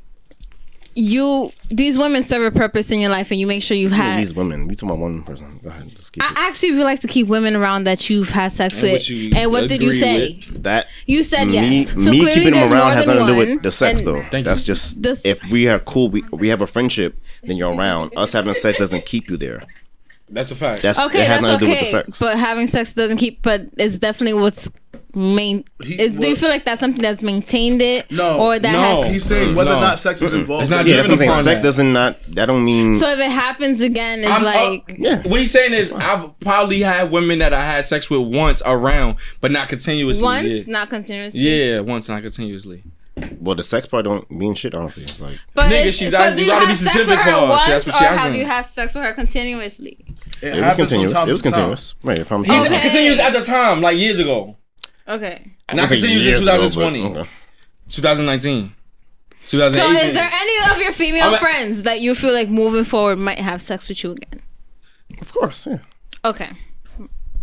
[SPEAKER 6] you, these women serve a purpose in your life, and you make sure you've
[SPEAKER 4] Yeah,
[SPEAKER 6] had.
[SPEAKER 4] these women. We talking about one person. Go ahead, just keep
[SPEAKER 6] I
[SPEAKER 4] it.
[SPEAKER 6] asked you if you like to keep women around that you've had sex
[SPEAKER 2] And what
[SPEAKER 6] with,
[SPEAKER 2] you
[SPEAKER 6] and what did you
[SPEAKER 2] agree
[SPEAKER 6] say?
[SPEAKER 4] That
[SPEAKER 6] You said
[SPEAKER 4] me,
[SPEAKER 6] yes. So
[SPEAKER 4] me
[SPEAKER 6] clearly
[SPEAKER 4] keeping
[SPEAKER 6] there's
[SPEAKER 4] them
[SPEAKER 6] more
[SPEAKER 4] around has
[SPEAKER 6] than
[SPEAKER 4] nothing to do
[SPEAKER 6] one,
[SPEAKER 4] with the sex,
[SPEAKER 6] and-
[SPEAKER 4] though.
[SPEAKER 2] Thank
[SPEAKER 4] That's
[SPEAKER 2] you.
[SPEAKER 4] just
[SPEAKER 6] This-
[SPEAKER 4] if we are cool, we we have a friendship. Then you're around. Us having sex doesn't keep you there.
[SPEAKER 2] That's a fact.
[SPEAKER 4] That's
[SPEAKER 6] Okay,
[SPEAKER 4] it has
[SPEAKER 6] that's
[SPEAKER 4] nothing to do
[SPEAKER 6] okay.
[SPEAKER 4] with the sex.
[SPEAKER 6] But having sex doesn't keep. But it's definitely what's main.
[SPEAKER 3] He-
[SPEAKER 6] is, do you
[SPEAKER 3] well-
[SPEAKER 6] feel like that's something that's maintained it?
[SPEAKER 3] No,
[SPEAKER 6] Or that
[SPEAKER 2] no.
[SPEAKER 6] has.
[SPEAKER 3] He's saying whether
[SPEAKER 2] Mm, No.
[SPEAKER 3] or not sex is involved.
[SPEAKER 2] It's not
[SPEAKER 4] yeah, that's what I'm saying.
[SPEAKER 2] upon
[SPEAKER 4] Sex
[SPEAKER 2] that.
[SPEAKER 4] doesn't not. That don't mean.
[SPEAKER 6] So if it happens again, it's
[SPEAKER 2] I'm-
[SPEAKER 6] like.
[SPEAKER 2] uh,
[SPEAKER 4] yeah.
[SPEAKER 2] What he's saying is, I've probably had women that I had sex with once around, but not continuously.
[SPEAKER 6] once,
[SPEAKER 2] yeah.
[SPEAKER 6] not continuously.
[SPEAKER 2] yeah, once, not continuously.
[SPEAKER 4] Well, the sex part don't mean shit. Honestly, it's like
[SPEAKER 6] But,
[SPEAKER 2] Nigga,
[SPEAKER 6] it-
[SPEAKER 2] she's
[SPEAKER 6] but
[SPEAKER 2] asking-
[SPEAKER 6] do
[SPEAKER 2] you
[SPEAKER 6] you
[SPEAKER 2] gotta
[SPEAKER 6] have
[SPEAKER 2] be
[SPEAKER 6] sex with
[SPEAKER 2] specific
[SPEAKER 6] her
[SPEAKER 2] for us.
[SPEAKER 6] once,
[SPEAKER 2] She
[SPEAKER 6] or
[SPEAKER 2] asked what she
[SPEAKER 6] have
[SPEAKER 2] asking.
[SPEAKER 6] you had sex with her continuously?
[SPEAKER 4] it was continuous. It was continuous. Right. If I'm
[SPEAKER 2] He's
[SPEAKER 6] Okay.
[SPEAKER 2] continues at the time, like years ago.
[SPEAKER 6] Okay.
[SPEAKER 2] Not continues in 2020, 2019, 2018.
[SPEAKER 6] So is there any of your female
[SPEAKER 2] I'm a-
[SPEAKER 6] friends that you feel like moving forward might have sex with you again?
[SPEAKER 4] Of course. Yeah.
[SPEAKER 6] Okay.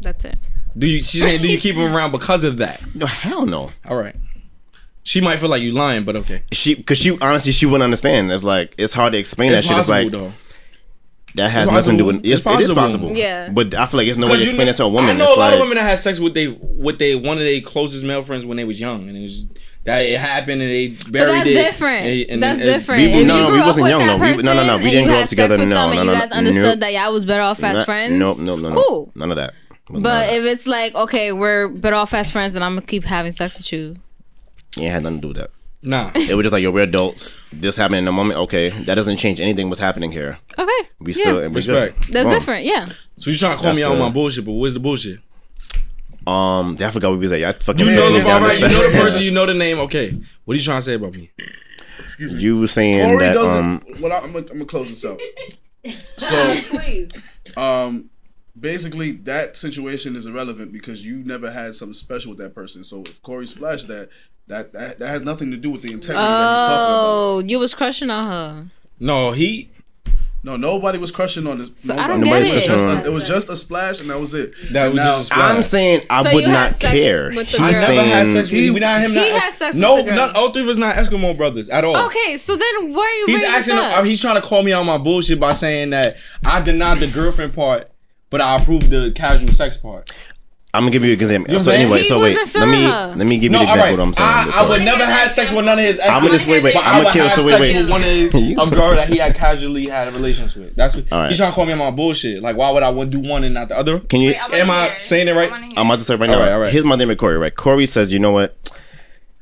[SPEAKER 6] That's it.
[SPEAKER 2] do you? She's saying, do you keep him around because of that?
[SPEAKER 4] No, hell no.
[SPEAKER 2] All right. She might feel like you lying, but okay.
[SPEAKER 4] She, because she honestly, she wouldn't understand. It's like it's hard to explain
[SPEAKER 2] It's
[SPEAKER 4] that shit. It's
[SPEAKER 2] possible
[SPEAKER 4] like
[SPEAKER 2] though.
[SPEAKER 4] that has
[SPEAKER 2] It's
[SPEAKER 4] nothing to do
[SPEAKER 2] possible.
[SPEAKER 4] with. It's,
[SPEAKER 2] It's
[SPEAKER 4] it's possible.
[SPEAKER 2] possible.
[SPEAKER 6] Yeah.
[SPEAKER 4] But I feel like there's no way to
[SPEAKER 2] you
[SPEAKER 4] explain
[SPEAKER 2] know-
[SPEAKER 4] that to a woman.
[SPEAKER 2] I know
[SPEAKER 4] it's
[SPEAKER 2] a lot
[SPEAKER 4] like,
[SPEAKER 2] of women that had sex with they with they one of their closest male friends when they was young, and it was that it happened and they buried
[SPEAKER 6] But that's
[SPEAKER 2] it.
[SPEAKER 6] different.
[SPEAKER 2] And- and
[SPEAKER 6] that's
[SPEAKER 2] then it-
[SPEAKER 6] different.
[SPEAKER 4] we-
[SPEAKER 6] if
[SPEAKER 4] no,
[SPEAKER 6] you
[SPEAKER 4] no,
[SPEAKER 6] grew
[SPEAKER 4] we
[SPEAKER 6] up
[SPEAKER 4] wasn't
[SPEAKER 6] with
[SPEAKER 4] young,
[SPEAKER 6] that
[SPEAKER 4] though. We-
[SPEAKER 6] person
[SPEAKER 4] no, no, no, we
[SPEAKER 6] and
[SPEAKER 4] didn't
[SPEAKER 6] you
[SPEAKER 4] grow up
[SPEAKER 6] had
[SPEAKER 4] together.
[SPEAKER 6] sex with
[SPEAKER 4] No,
[SPEAKER 6] them
[SPEAKER 4] no,
[SPEAKER 6] and you
[SPEAKER 4] no,
[SPEAKER 6] guys
[SPEAKER 4] no.
[SPEAKER 6] understood that y'all was better off as
[SPEAKER 4] Not-
[SPEAKER 6] friends.
[SPEAKER 4] Nope, nope, no, no.
[SPEAKER 6] Cool.
[SPEAKER 4] None of that. Was none of
[SPEAKER 6] But
[SPEAKER 4] that.
[SPEAKER 6] if it's like, okay, we're better off as friends, and I'm gonna keep having sex with you.
[SPEAKER 4] it had nothing to do with that.
[SPEAKER 2] Nah.
[SPEAKER 4] It was just like, yo, we're adults. This happened in the moment. Okay, that doesn't change anything. What's happening here?
[SPEAKER 6] Okay.
[SPEAKER 4] We
[SPEAKER 6] yeah.
[SPEAKER 4] still and we good.
[SPEAKER 2] Respect.
[SPEAKER 6] That's
[SPEAKER 4] Wrong.
[SPEAKER 6] different. Yeah.
[SPEAKER 2] So you trying to call
[SPEAKER 4] That's
[SPEAKER 2] me out on
[SPEAKER 4] what-
[SPEAKER 2] my bullshit, but where's the bullshit?
[SPEAKER 4] Um, I forgot what we was at. Y'all fucking
[SPEAKER 2] You
[SPEAKER 4] took
[SPEAKER 2] know
[SPEAKER 4] me
[SPEAKER 2] the
[SPEAKER 4] down
[SPEAKER 2] barber,
[SPEAKER 4] this
[SPEAKER 2] you know the
[SPEAKER 4] path.
[SPEAKER 2] person, you know the name. Okay, what are you trying to say about me?
[SPEAKER 4] You were saying
[SPEAKER 3] Corey
[SPEAKER 4] that.
[SPEAKER 3] doesn't.
[SPEAKER 4] Um,
[SPEAKER 3] well, I- I'm gonna I'm gonna close this out.
[SPEAKER 2] So
[SPEAKER 1] Please.
[SPEAKER 3] Um, basically, that situation is irrelevant because you never had something special with that person. So if Corey splashed that, that that, that has nothing to do with the integrity that he's talking about.
[SPEAKER 6] Oh, you was crushing on her.
[SPEAKER 2] no, he
[SPEAKER 3] No, nobody was crushing on this.
[SPEAKER 6] I don't
[SPEAKER 3] nobody
[SPEAKER 6] get
[SPEAKER 3] was
[SPEAKER 4] it.
[SPEAKER 3] Just a, it was just a splash, and that was it.
[SPEAKER 2] That
[SPEAKER 3] And
[SPEAKER 2] was
[SPEAKER 3] now-
[SPEAKER 2] just a splash.
[SPEAKER 4] I'm saying I
[SPEAKER 6] So
[SPEAKER 4] would
[SPEAKER 6] you had
[SPEAKER 4] not
[SPEAKER 6] sex
[SPEAKER 4] care.
[SPEAKER 6] with the
[SPEAKER 4] She's
[SPEAKER 6] girl.
[SPEAKER 2] I
[SPEAKER 6] You're
[SPEAKER 2] never
[SPEAKER 4] saying
[SPEAKER 2] had sex with
[SPEAKER 3] He-
[SPEAKER 2] we not him.
[SPEAKER 6] he
[SPEAKER 2] not,
[SPEAKER 6] had sex with
[SPEAKER 2] no,
[SPEAKER 6] the girl.
[SPEAKER 2] not all three of us not Eskimo brothers at all.
[SPEAKER 6] Okay, so then why are you
[SPEAKER 2] He's
[SPEAKER 6] bringing
[SPEAKER 2] asking.
[SPEAKER 6] this up?
[SPEAKER 2] uh, he's trying to call me on my bullshit by saying that I denied the girlfriend part, but I approved the casual sex part.
[SPEAKER 4] I'm gonna give you an example. So
[SPEAKER 2] saying?
[SPEAKER 4] anyway,
[SPEAKER 6] He
[SPEAKER 4] so wait,
[SPEAKER 6] wasn't
[SPEAKER 4] let me
[SPEAKER 6] feeling her.
[SPEAKER 4] let me give you
[SPEAKER 2] No,
[SPEAKER 4] the
[SPEAKER 2] all
[SPEAKER 4] example
[SPEAKER 2] right.
[SPEAKER 4] of what I'm saying.
[SPEAKER 2] I, I
[SPEAKER 4] before.
[SPEAKER 2] would never have sex with none of his exes.
[SPEAKER 4] I'ma just wait, wait.
[SPEAKER 2] But
[SPEAKER 4] I'ma
[SPEAKER 2] would
[SPEAKER 4] kill.
[SPEAKER 2] have
[SPEAKER 4] So wait,
[SPEAKER 2] sex
[SPEAKER 4] wait.
[SPEAKER 2] with one of his,
[SPEAKER 4] You
[SPEAKER 2] a
[SPEAKER 4] so-
[SPEAKER 2] girl that he had casually had relations with. That's what
[SPEAKER 4] All right.
[SPEAKER 2] he's trying to call me on my bullshit. Like, why would I want to do one and not the other?
[SPEAKER 4] Can you?
[SPEAKER 5] Wait, wanna
[SPEAKER 2] Am I
[SPEAKER 5] hear
[SPEAKER 2] saying it right?
[SPEAKER 5] I wanna hear
[SPEAKER 4] I'm about to start right now.
[SPEAKER 2] All right, all right.
[SPEAKER 4] Here's my thing with Corey. Right, Corey says, you know what?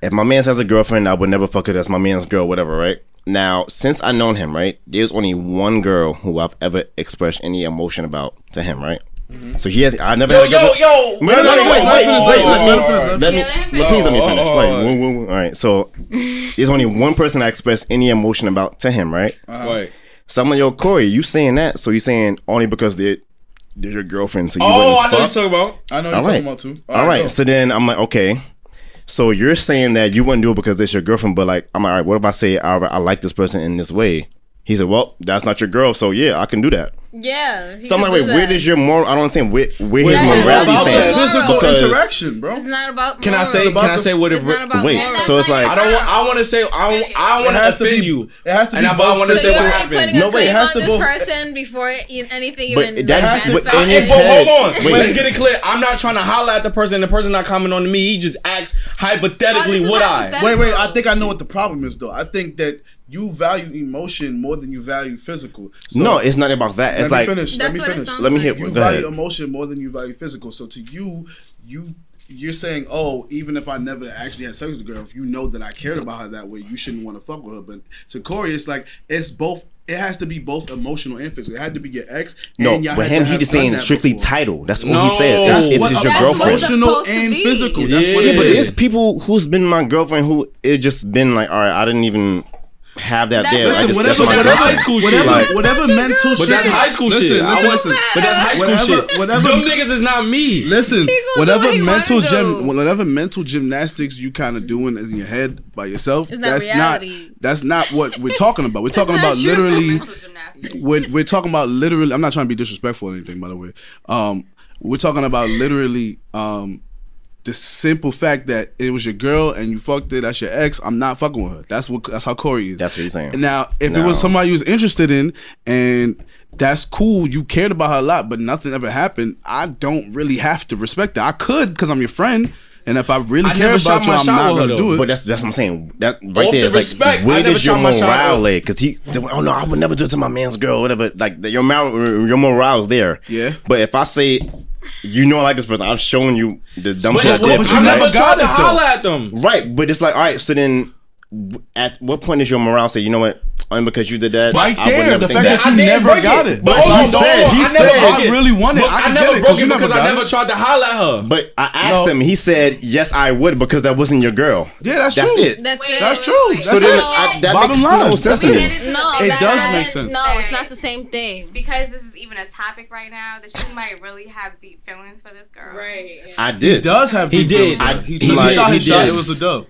[SPEAKER 4] If my man has a girlfriend, I would never fuck her. That's my man's girl, whatever. Right. Now, since I known him, right, there's only one girl who I've ever expressed any emotion about to him, right. So he has. I never.
[SPEAKER 2] Mm-hmm. Yo,
[SPEAKER 4] had a
[SPEAKER 2] yo,
[SPEAKER 4] girlfriend-
[SPEAKER 2] yo.
[SPEAKER 4] Wait, wait, wait, wait, wait, wait, let me-
[SPEAKER 2] finish.
[SPEAKER 4] Let me,
[SPEAKER 5] Yeah, let him
[SPEAKER 4] well, please let me
[SPEAKER 2] finish.
[SPEAKER 4] finish.
[SPEAKER 2] Oh,
[SPEAKER 4] Like,
[SPEAKER 2] oh, oh.
[SPEAKER 4] woo, woo, woo. All right, so there's only one person I express any emotion about to him, right?
[SPEAKER 2] Wait.
[SPEAKER 4] Someone, yo, Corey, you saying that? So you saying only because they're, they're your girlfriend? So
[SPEAKER 2] Oh,
[SPEAKER 4] you
[SPEAKER 2] I
[SPEAKER 4] wouldn't
[SPEAKER 2] know
[SPEAKER 4] fuck?
[SPEAKER 2] what you're talking about.
[SPEAKER 3] I know you're
[SPEAKER 4] All right.
[SPEAKER 3] talking about too.
[SPEAKER 4] all right. So then I'm like, okay. So you're saying that you wouldn't do it because it's your girlfriend, but like, I'm like, all right. What if I say I, I like this person in this way? He said, well, that's not your girl, so yeah, I can do that.
[SPEAKER 6] Yeah. he
[SPEAKER 4] So I'm
[SPEAKER 6] could
[SPEAKER 4] like,
[SPEAKER 6] do
[SPEAKER 4] wait, where
[SPEAKER 6] that.
[SPEAKER 4] does your moral? I don't understand where where
[SPEAKER 2] Where's
[SPEAKER 4] his
[SPEAKER 2] his
[SPEAKER 4] morality
[SPEAKER 2] morality?
[SPEAKER 4] stands.
[SPEAKER 3] physical
[SPEAKER 4] Because-
[SPEAKER 3] interaction, bro.
[SPEAKER 6] It's not about.
[SPEAKER 2] Can I
[SPEAKER 6] morals.
[SPEAKER 2] say? Can
[SPEAKER 3] about
[SPEAKER 2] I
[SPEAKER 3] the-
[SPEAKER 2] say what it?
[SPEAKER 6] It's not about
[SPEAKER 4] Wait,
[SPEAKER 6] morals.
[SPEAKER 4] so it's like-
[SPEAKER 2] I don't. Want, I want to say. I don't. I don't want
[SPEAKER 3] It
[SPEAKER 2] to
[SPEAKER 3] has to
[SPEAKER 2] offend
[SPEAKER 3] be-
[SPEAKER 2] you.
[SPEAKER 3] it has to
[SPEAKER 2] And
[SPEAKER 3] be
[SPEAKER 2] I, but I
[SPEAKER 3] both-
[SPEAKER 2] want to
[SPEAKER 3] So
[SPEAKER 2] say
[SPEAKER 6] you're
[SPEAKER 2] what
[SPEAKER 6] already
[SPEAKER 2] happened.
[SPEAKER 6] putting a
[SPEAKER 4] No, wait, it
[SPEAKER 6] claim
[SPEAKER 3] has
[SPEAKER 6] on
[SPEAKER 3] to
[SPEAKER 6] this
[SPEAKER 3] both-
[SPEAKER 6] person before it- anything
[SPEAKER 4] But
[SPEAKER 6] even.
[SPEAKER 4] that
[SPEAKER 3] has to-
[SPEAKER 6] manifests
[SPEAKER 3] but
[SPEAKER 6] out.
[SPEAKER 4] in
[SPEAKER 2] Hey,
[SPEAKER 4] his
[SPEAKER 2] but
[SPEAKER 4] head.
[SPEAKER 2] hold on.
[SPEAKER 4] Wait.
[SPEAKER 2] Let's get it clear. I'm not trying to holler at the person. The person not commenting on me. He just asks hypothetically,
[SPEAKER 6] Oh, this is
[SPEAKER 2] would I?
[SPEAKER 6] hypothetical.
[SPEAKER 3] Wait, wait. I think I know what the problem is, though. I think that you value emotion more than you value physical. So
[SPEAKER 4] No, it's not about that. It's
[SPEAKER 3] let me
[SPEAKER 4] like,
[SPEAKER 3] finish. Let
[SPEAKER 6] That's
[SPEAKER 3] me
[SPEAKER 6] what it
[SPEAKER 3] finish.
[SPEAKER 6] sounds
[SPEAKER 4] let me hear.
[SPEAKER 3] You
[SPEAKER 4] Go ahead.
[SPEAKER 3] value emotion more than you value physical. So to you, you you're saying, oh, even if I never actually had sex with a girl, if you know that I cared about her that way, you shouldn't want to fuck with her. But to Corey, it's like it's both. It has to be both emotional and physical. It had to be your ex.
[SPEAKER 4] No,
[SPEAKER 3] and y'all
[SPEAKER 4] with
[SPEAKER 3] had to
[SPEAKER 4] him, he
[SPEAKER 3] have
[SPEAKER 4] just
[SPEAKER 3] done
[SPEAKER 4] saying
[SPEAKER 3] that
[SPEAKER 4] strictly
[SPEAKER 3] before.
[SPEAKER 4] title. That's all
[SPEAKER 2] No.
[SPEAKER 4] he said. That's,
[SPEAKER 2] That's
[SPEAKER 4] if
[SPEAKER 3] what
[SPEAKER 4] it's your
[SPEAKER 3] a-
[SPEAKER 4] girlfriend.
[SPEAKER 6] That's
[SPEAKER 3] Emotional
[SPEAKER 6] supposed to
[SPEAKER 3] and
[SPEAKER 6] be.
[SPEAKER 3] physical. That's what
[SPEAKER 2] Yeah,
[SPEAKER 3] it
[SPEAKER 4] But
[SPEAKER 2] it
[SPEAKER 4] there's
[SPEAKER 3] is.
[SPEAKER 4] people who's been my girlfriend who it just been like, all right, I didn't even have that
[SPEAKER 6] That-
[SPEAKER 4] there.
[SPEAKER 6] Listen,
[SPEAKER 4] I just,
[SPEAKER 2] whatever-
[SPEAKER 4] that's my
[SPEAKER 2] whatever
[SPEAKER 4] girlfriend.
[SPEAKER 2] high school shit.
[SPEAKER 3] whatever,
[SPEAKER 4] Like-
[SPEAKER 3] whatever mental shit.
[SPEAKER 2] But that's high school
[SPEAKER 3] listen,
[SPEAKER 2] shit. I
[SPEAKER 3] Listen,
[SPEAKER 2] want-
[SPEAKER 3] listen.
[SPEAKER 2] But that's high school
[SPEAKER 3] Whatever-
[SPEAKER 2] shit.
[SPEAKER 3] whatever-
[SPEAKER 2] Them niggas is not me.
[SPEAKER 3] Listen,
[SPEAKER 6] gonna do
[SPEAKER 3] whatever
[SPEAKER 6] what he
[SPEAKER 3] mental
[SPEAKER 6] wanna
[SPEAKER 3] gym,
[SPEAKER 6] do.
[SPEAKER 3] whatever mental gymnastics you kind of doing in your head by yourself,
[SPEAKER 6] It's not
[SPEAKER 3] that's
[SPEAKER 6] reality.
[SPEAKER 3] not that's not what we're talking about. We're talking about
[SPEAKER 6] not true.
[SPEAKER 3] literally.
[SPEAKER 5] mental gymnastics.
[SPEAKER 3] We're, we're talking about literally. I'm not trying to be disrespectful or anything, by the way. Um, we're talking about literally um, the simple fact that it was your girl and you fucked it. That's your ex. I'm not fucking with her. That's what. That's how Corey is.
[SPEAKER 4] That's what he's saying.
[SPEAKER 3] Now, if it
[SPEAKER 4] No.
[SPEAKER 3] was somebody you was interested in, and that's cool, you cared about her a lot, but nothing ever happened. I don't really have to respect that. I could because I'm your friend, and if I really
[SPEAKER 2] I
[SPEAKER 3] care
[SPEAKER 2] never shot
[SPEAKER 3] about you,
[SPEAKER 2] my
[SPEAKER 3] I'm
[SPEAKER 2] shot
[SPEAKER 3] not
[SPEAKER 2] with her,
[SPEAKER 3] gonna do
[SPEAKER 2] though,
[SPEAKER 3] it.
[SPEAKER 4] But that's that's what I'm saying. That right
[SPEAKER 2] Off
[SPEAKER 4] there
[SPEAKER 2] the
[SPEAKER 4] is
[SPEAKER 2] respect,
[SPEAKER 4] like,
[SPEAKER 2] I
[SPEAKER 4] where
[SPEAKER 2] never
[SPEAKER 4] does your
[SPEAKER 2] shot my shot
[SPEAKER 4] morale
[SPEAKER 2] off.
[SPEAKER 4] lay? Because he, oh no, I would never do it to my man's girl, whatever. Like the- your moral, your morale's there.
[SPEAKER 3] Yeah.
[SPEAKER 4] But if I say, you know, I like this person, I'm showing you the dumb
[SPEAKER 2] But,
[SPEAKER 4] shit. I
[SPEAKER 2] it's,
[SPEAKER 3] what-
[SPEAKER 4] did
[SPEAKER 3] but
[SPEAKER 4] for
[SPEAKER 3] you
[SPEAKER 2] I
[SPEAKER 4] you,
[SPEAKER 2] never
[SPEAKER 4] right?
[SPEAKER 3] got
[SPEAKER 2] tried to
[SPEAKER 3] it, though.
[SPEAKER 2] holler at them.
[SPEAKER 4] Right, but it's like, all right. So then, w- at what point is your morale say, you know what? Only because you did that,
[SPEAKER 3] Right
[SPEAKER 4] I would
[SPEAKER 3] there,
[SPEAKER 4] never
[SPEAKER 3] the
[SPEAKER 4] think
[SPEAKER 3] fact that
[SPEAKER 2] I
[SPEAKER 3] you
[SPEAKER 2] didn't
[SPEAKER 3] never
[SPEAKER 2] break
[SPEAKER 3] got it.
[SPEAKER 2] But
[SPEAKER 4] But
[SPEAKER 2] hold
[SPEAKER 4] he
[SPEAKER 2] on, hold
[SPEAKER 4] said-
[SPEAKER 2] on.
[SPEAKER 4] he
[SPEAKER 2] I
[SPEAKER 4] said-
[SPEAKER 2] never broke
[SPEAKER 3] I
[SPEAKER 2] it.
[SPEAKER 3] really wanted it.
[SPEAKER 2] But
[SPEAKER 3] I
[SPEAKER 2] I
[SPEAKER 3] can
[SPEAKER 2] never
[SPEAKER 3] get it,
[SPEAKER 2] broke
[SPEAKER 3] 'cause
[SPEAKER 2] it
[SPEAKER 3] you never
[SPEAKER 2] because I
[SPEAKER 3] got
[SPEAKER 2] never
[SPEAKER 3] it.
[SPEAKER 2] tried to holler at her.
[SPEAKER 4] But I asked him. He said, "Yes, I would," because that wasn't your girl.
[SPEAKER 3] Yeah, that's true.
[SPEAKER 4] That's it.
[SPEAKER 6] That's
[SPEAKER 5] Wait,
[SPEAKER 6] it.
[SPEAKER 3] That's
[SPEAKER 5] wait,
[SPEAKER 3] true.
[SPEAKER 5] wait, wait.
[SPEAKER 4] so
[SPEAKER 3] That's
[SPEAKER 4] then,
[SPEAKER 6] it.
[SPEAKER 4] I, that
[SPEAKER 3] Bottom
[SPEAKER 4] makes
[SPEAKER 3] line.
[SPEAKER 4] no
[SPEAKER 3] That's
[SPEAKER 4] sense to
[SPEAKER 5] We
[SPEAKER 3] it.
[SPEAKER 4] me.
[SPEAKER 5] get into
[SPEAKER 6] No,
[SPEAKER 5] the
[SPEAKER 3] It
[SPEAKER 6] that-
[SPEAKER 5] big
[SPEAKER 3] does
[SPEAKER 6] that-
[SPEAKER 5] bag
[SPEAKER 3] make sense.
[SPEAKER 6] No, it's
[SPEAKER 5] bag.
[SPEAKER 6] not the same thing.
[SPEAKER 5] because this is even a topic right now that you might really have deep feelings for this girl.
[SPEAKER 1] Right. yeah.
[SPEAKER 4] I did.
[SPEAKER 3] does have
[SPEAKER 2] He
[SPEAKER 3] deep feelings,
[SPEAKER 2] did.
[SPEAKER 3] bro.
[SPEAKER 2] I-
[SPEAKER 3] he
[SPEAKER 2] he
[SPEAKER 3] took
[SPEAKER 4] like-
[SPEAKER 3] a shot. He
[SPEAKER 4] he
[SPEAKER 3] shot. It
[SPEAKER 4] did.
[SPEAKER 3] was a dub.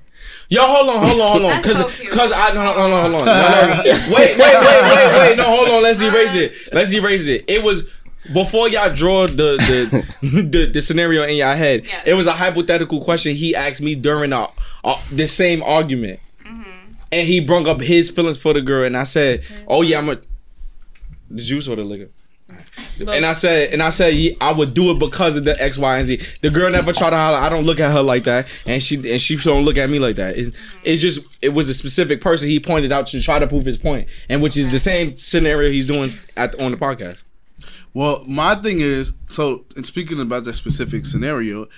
[SPEAKER 2] Yo, hold on, hold on, hold on,
[SPEAKER 5] That's
[SPEAKER 2] cause,
[SPEAKER 5] so cute.
[SPEAKER 2] cause I no, no, no, no, hold on, no, no. wait, wait, wait, wait, wait, no, hold on, let's erase it, let's erase it. It was before y'all draw the the the, the scenario in y'all head.
[SPEAKER 5] Yeah.
[SPEAKER 2] It was a hypothetical question he asked me during our, our the same argument, and he brung up his feelings for the girl, and I said, "Oh yeah, I'm a the juice or the liquor." And I said, and I said, yeah, I would do it because of the X, Y, and Z. The girl never tried to holler. I don't look at her like that, and she and she don't look at me like that. It's, it's just it was a specific person he pointed out to try to prove his point, and which is the same scenario he's doing at on the podcast.
[SPEAKER 3] Well, my thing is so. And speaking about that specific scenario,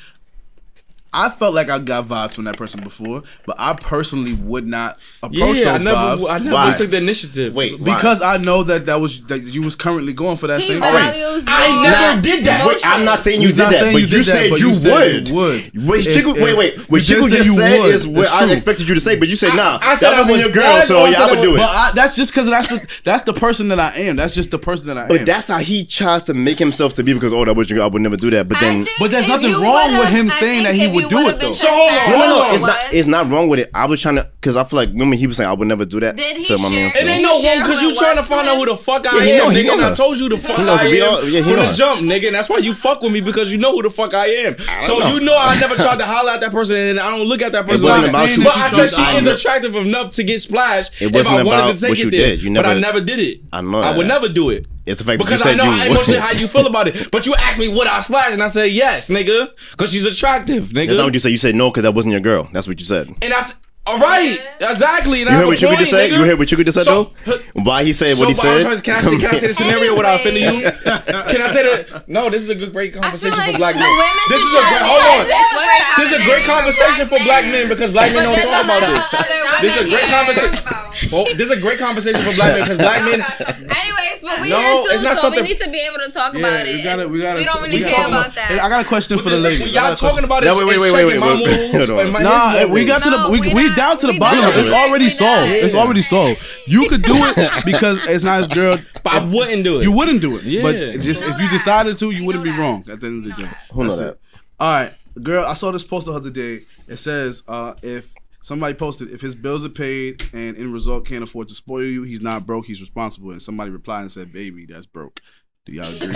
[SPEAKER 3] I felt like I got vibes from that person before, but I personally would not approach
[SPEAKER 2] yeah, I
[SPEAKER 3] those
[SPEAKER 2] never,
[SPEAKER 3] vibes
[SPEAKER 2] I never
[SPEAKER 4] Why?
[SPEAKER 2] took the initiative.
[SPEAKER 4] Wait, why?
[SPEAKER 3] because I know that that was that you was currently going for that
[SPEAKER 6] He
[SPEAKER 3] same.
[SPEAKER 4] Alright.
[SPEAKER 6] values.
[SPEAKER 2] I
[SPEAKER 6] your-
[SPEAKER 2] never did that.
[SPEAKER 4] Wait, I'm not saying you
[SPEAKER 3] He's
[SPEAKER 4] did
[SPEAKER 3] not
[SPEAKER 4] that,
[SPEAKER 3] saying
[SPEAKER 4] but
[SPEAKER 3] you
[SPEAKER 4] you,
[SPEAKER 3] did that,
[SPEAKER 4] said,
[SPEAKER 3] but
[SPEAKER 4] you,
[SPEAKER 3] you said
[SPEAKER 4] would.
[SPEAKER 3] you would.
[SPEAKER 4] Wait,
[SPEAKER 3] If-
[SPEAKER 4] Chico,
[SPEAKER 3] if-
[SPEAKER 4] wait, wait. What
[SPEAKER 3] you did
[SPEAKER 4] Chico
[SPEAKER 3] say
[SPEAKER 4] just
[SPEAKER 3] you
[SPEAKER 4] said
[SPEAKER 3] would.
[SPEAKER 4] is what
[SPEAKER 3] It's
[SPEAKER 4] I
[SPEAKER 3] true.
[SPEAKER 4] expected you to say, but you said, nah,
[SPEAKER 2] I said I
[SPEAKER 4] that wasn't
[SPEAKER 2] was
[SPEAKER 4] your girl, so
[SPEAKER 2] going
[SPEAKER 4] yeah,
[SPEAKER 2] to
[SPEAKER 4] I would
[SPEAKER 2] the-
[SPEAKER 4] do it.
[SPEAKER 3] But I, that's just because that's the, that's the person that I am. That's just the person that I am.
[SPEAKER 4] But that's how he tries to make himself to be because, oh, that was your girl, I would never do that. But
[SPEAKER 6] I
[SPEAKER 4] then.
[SPEAKER 6] think
[SPEAKER 3] But there's
[SPEAKER 6] if
[SPEAKER 3] nothing
[SPEAKER 6] you
[SPEAKER 3] wrong with
[SPEAKER 6] would've-
[SPEAKER 3] him
[SPEAKER 6] I
[SPEAKER 3] saying
[SPEAKER 6] think
[SPEAKER 3] that he
[SPEAKER 6] if
[SPEAKER 3] would
[SPEAKER 6] you
[SPEAKER 3] do
[SPEAKER 6] would've
[SPEAKER 3] it,
[SPEAKER 6] been
[SPEAKER 3] though. So
[SPEAKER 2] hold
[SPEAKER 6] transparent
[SPEAKER 4] No, no, no.
[SPEAKER 6] with
[SPEAKER 4] It's not.
[SPEAKER 6] what-
[SPEAKER 4] It's not wrong with it. I was trying to, because I feel like remember he was saying I would never do that.
[SPEAKER 6] Did he
[SPEAKER 4] to my man's
[SPEAKER 6] share-
[SPEAKER 2] It
[SPEAKER 4] girl.
[SPEAKER 2] ain't
[SPEAKER 6] You
[SPEAKER 2] no
[SPEAKER 6] sure
[SPEAKER 2] one because
[SPEAKER 6] who
[SPEAKER 2] you
[SPEAKER 6] it
[SPEAKER 2] trying to
[SPEAKER 6] was
[SPEAKER 2] find
[SPEAKER 6] to
[SPEAKER 2] out
[SPEAKER 6] him?
[SPEAKER 2] who the fuck I
[SPEAKER 4] Yeah, he
[SPEAKER 2] am,
[SPEAKER 4] know, he
[SPEAKER 2] nigga.
[SPEAKER 4] know
[SPEAKER 2] And I
[SPEAKER 4] that.
[SPEAKER 2] told you the fuck
[SPEAKER 4] knows.
[SPEAKER 2] I
[SPEAKER 4] We
[SPEAKER 2] am
[SPEAKER 4] all- yeah, he
[SPEAKER 2] from the
[SPEAKER 4] know.
[SPEAKER 2] jump, nigga. And that's why you fuck with me because you know who the fuck I am. so
[SPEAKER 4] know.
[SPEAKER 2] you know I never tried to holler at that person, and I don't look at that person. like
[SPEAKER 4] wasn't about
[SPEAKER 2] that.
[SPEAKER 4] you.
[SPEAKER 2] But I said she
[SPEAKER 4] I
[SPEAKER 2] is
[SPEAKER 4] know.
[SPEAKER 2] attractive enough to get splashed.
[SPEAKER 4] It wasn't
[SPEAKER 2] if I wanted
[SPEAKER 4] about
[SPEAKER 2] to take
[SPEAKER 4] what
[SPEAKER 2] it
[SPEAKER 4] you
[SPEAKER 2] there,
[SPEAKER 4] did. You
[SPEAKER 2] but I
[SPEAKER 4] never-
[SPEAKER 2] never did it.
[SPEAKER 4] I know
[SPEAKER 2] I would
[SPEAKER 4] that.
[SPEAKER 2] never do it.
[SPEAKER 4] It's the fact
[SPEAKER 2] Because
[SPEAKER 4] that
[SPEAKER 2] I
[SPEAKER 4] you
[SPEAKER 2] know
[SPEAKER 4] said
[SPEAKER 2] how
[SPEAKER 4] you.
[SPEAKER 2] emotionally how you feel about it. But you asked me would I splash, and I said yes, nigga, because she's attractive,
[SPEAKER 4] That's not
[SPEAKER 2] nigga.
[SPEAKER 4] what you said. You said no because that wasn't your girl. That's what you said.
[SPEAKER 2] and I s- all right, exactly. And I
[SPEAKER 4] You heard
[SPEAKER 2] have
[SPEAKER 4] what
[SPEAKER 2] a
[SPEAKER 4] Chuka
[SPEAKER 2] point,
[SPEAKER 4] just said?
[SPEAKER 2] nigga.
[SPEAKER 4] You heard what Chuka just said
[SPEAKER 2] So-
[SPEAKER 4] though? Why he said
[SPEAKER 2] So,
[SPEAKER 4] what he
[SPEAKER 2] but I'm
[SPEAKER 4] said?
[SPEAKER 2] trying to- can I say, can I say the scenario without offending you? Can I say that? No, this is a good, great
[SPEAKER 6] I feel
[SPEAKER 2] conversation
[SPEAKER 6] like
[SPEAKER 2] for
[SPEAKER 6] the
[SPEAKER 2] black
[SPEAKER 6] women
[SPEAKER 2] men.
[SPEAKER 6] should
[SPEAKER 2] This is a great.
[SPEAKER 6] try
[SPEAKER 2] Hold
[SPEAKER 6] to
[SPEAKER 2] on.
[SPEAKER 6] ask what happened.
[SPEAKER 2] This is a great conversation for black men because black men
[SPEAKER 6] But
[SPEAKER 2] don't
[SPEAKER 6] there's
[SPEAKER 2] talk
[SPEAKER 6] a lot
[SPEAKER 2] about
[SPEAKER 6] of
[SPEAKER 2] this.
[SPEAKER 6] other
[SPEAKER 2] This is a
[SPEAKER 6] women
[SPEAKER 2] great
[SPEAKER 6] that-
[SPEAKER 2] conversation. Well, this is a great conversation for black men because black men.
[SPEAKER 6] Anyways, but we
[SPEAKER 2] No,
[SPEAKER 6] here too,
[SPEAKER 2] it's not
[SPEAKER 6] so
[SPEAKER 2] something-
[SPEAKER 6] we need to be able to talk
[SPEAKER 3] Yeah,
[SPEAKER 6] about it.
[SPEAKER 3] we gotta, we gotta.
[SPEAKER 6] We don't
[SPEAKER 3] we
[SPEAKER 6] really
[SPEAKER 3] gotta
[SPEAKER 6] care
[SPEAKER 3] talk
[SPEAKER 6] about that.
[SPEAKER 3] I got a question for the ladies.
[SPEAKER 2] When
[SPEAKER 3] I got
[SPEAKER 2] y'all
[SPEAKER 3] a question.
[SPEAKER 2] talking about it,
[SPEAKER 4] No, wait, wait,
[SPEAKER 2] it's
[SPEAKER 4] wait,
[SPEAKER 2] shaking my
[SPEAKER 4] wait, wait,
[SPEAKER 2] mood
[SPEAKER 4] wait, hold
[SPEAKER 2] and my- his
[SPEAKER 4] on.
[SPEAKER 3] Nah,
[SPEAKER 2] mood.
[SPEAKER 3] we got to
[SPEAKER 6] No,
[SPEAKER 3] the we,
[SPEAKER 6] we
[SPEAKER 3] we,
[SPEAKER 6] not.
[SPEAKER 3] down to the
[SPEAKER 6] We
[SPEAKER 3] bottom.
[SPEAKER 4] not.
[SPEAKER 3] of it. It's
[SPEAKER 4] We
[SPEAKER 3] already
[SPEAKER 6] not.
[SPEAKER 3] solved. It's
[SPEAKER 2] Yeah.
[SPEAKER 3] already solved. You could do it because it's not his girl.
[SPEAKER 2] But I wouldn't do it.
[SPEAKER 3] You wouldn't do it.
[SPEAKER 2] Yeah.
[SPEAKER 3] But just
[SPEAKER 5] You know
[SPEAKER 3] if you
[SPEAKER 5] that.
[SPEAKER 3] decided to, you
[SPEAKER 5] You
[SPEAKER 3] wouldn't be
[SPEAKER 5] know that.
[SPEAKER 3] wrong at the end of the day.
[SPEAKER 4] Who know
[SPEAKER 3] That's
[SPEAKER 4] that?
[SPEAKER 3] it. All right, girl. I saw this post the other day. It says uh, if somebody posted if his bills are paid and in result can't afford to spoil you, he's not broke. He's responsible. And somebody replied and said, "Baby, that's broke." Do y'all agree?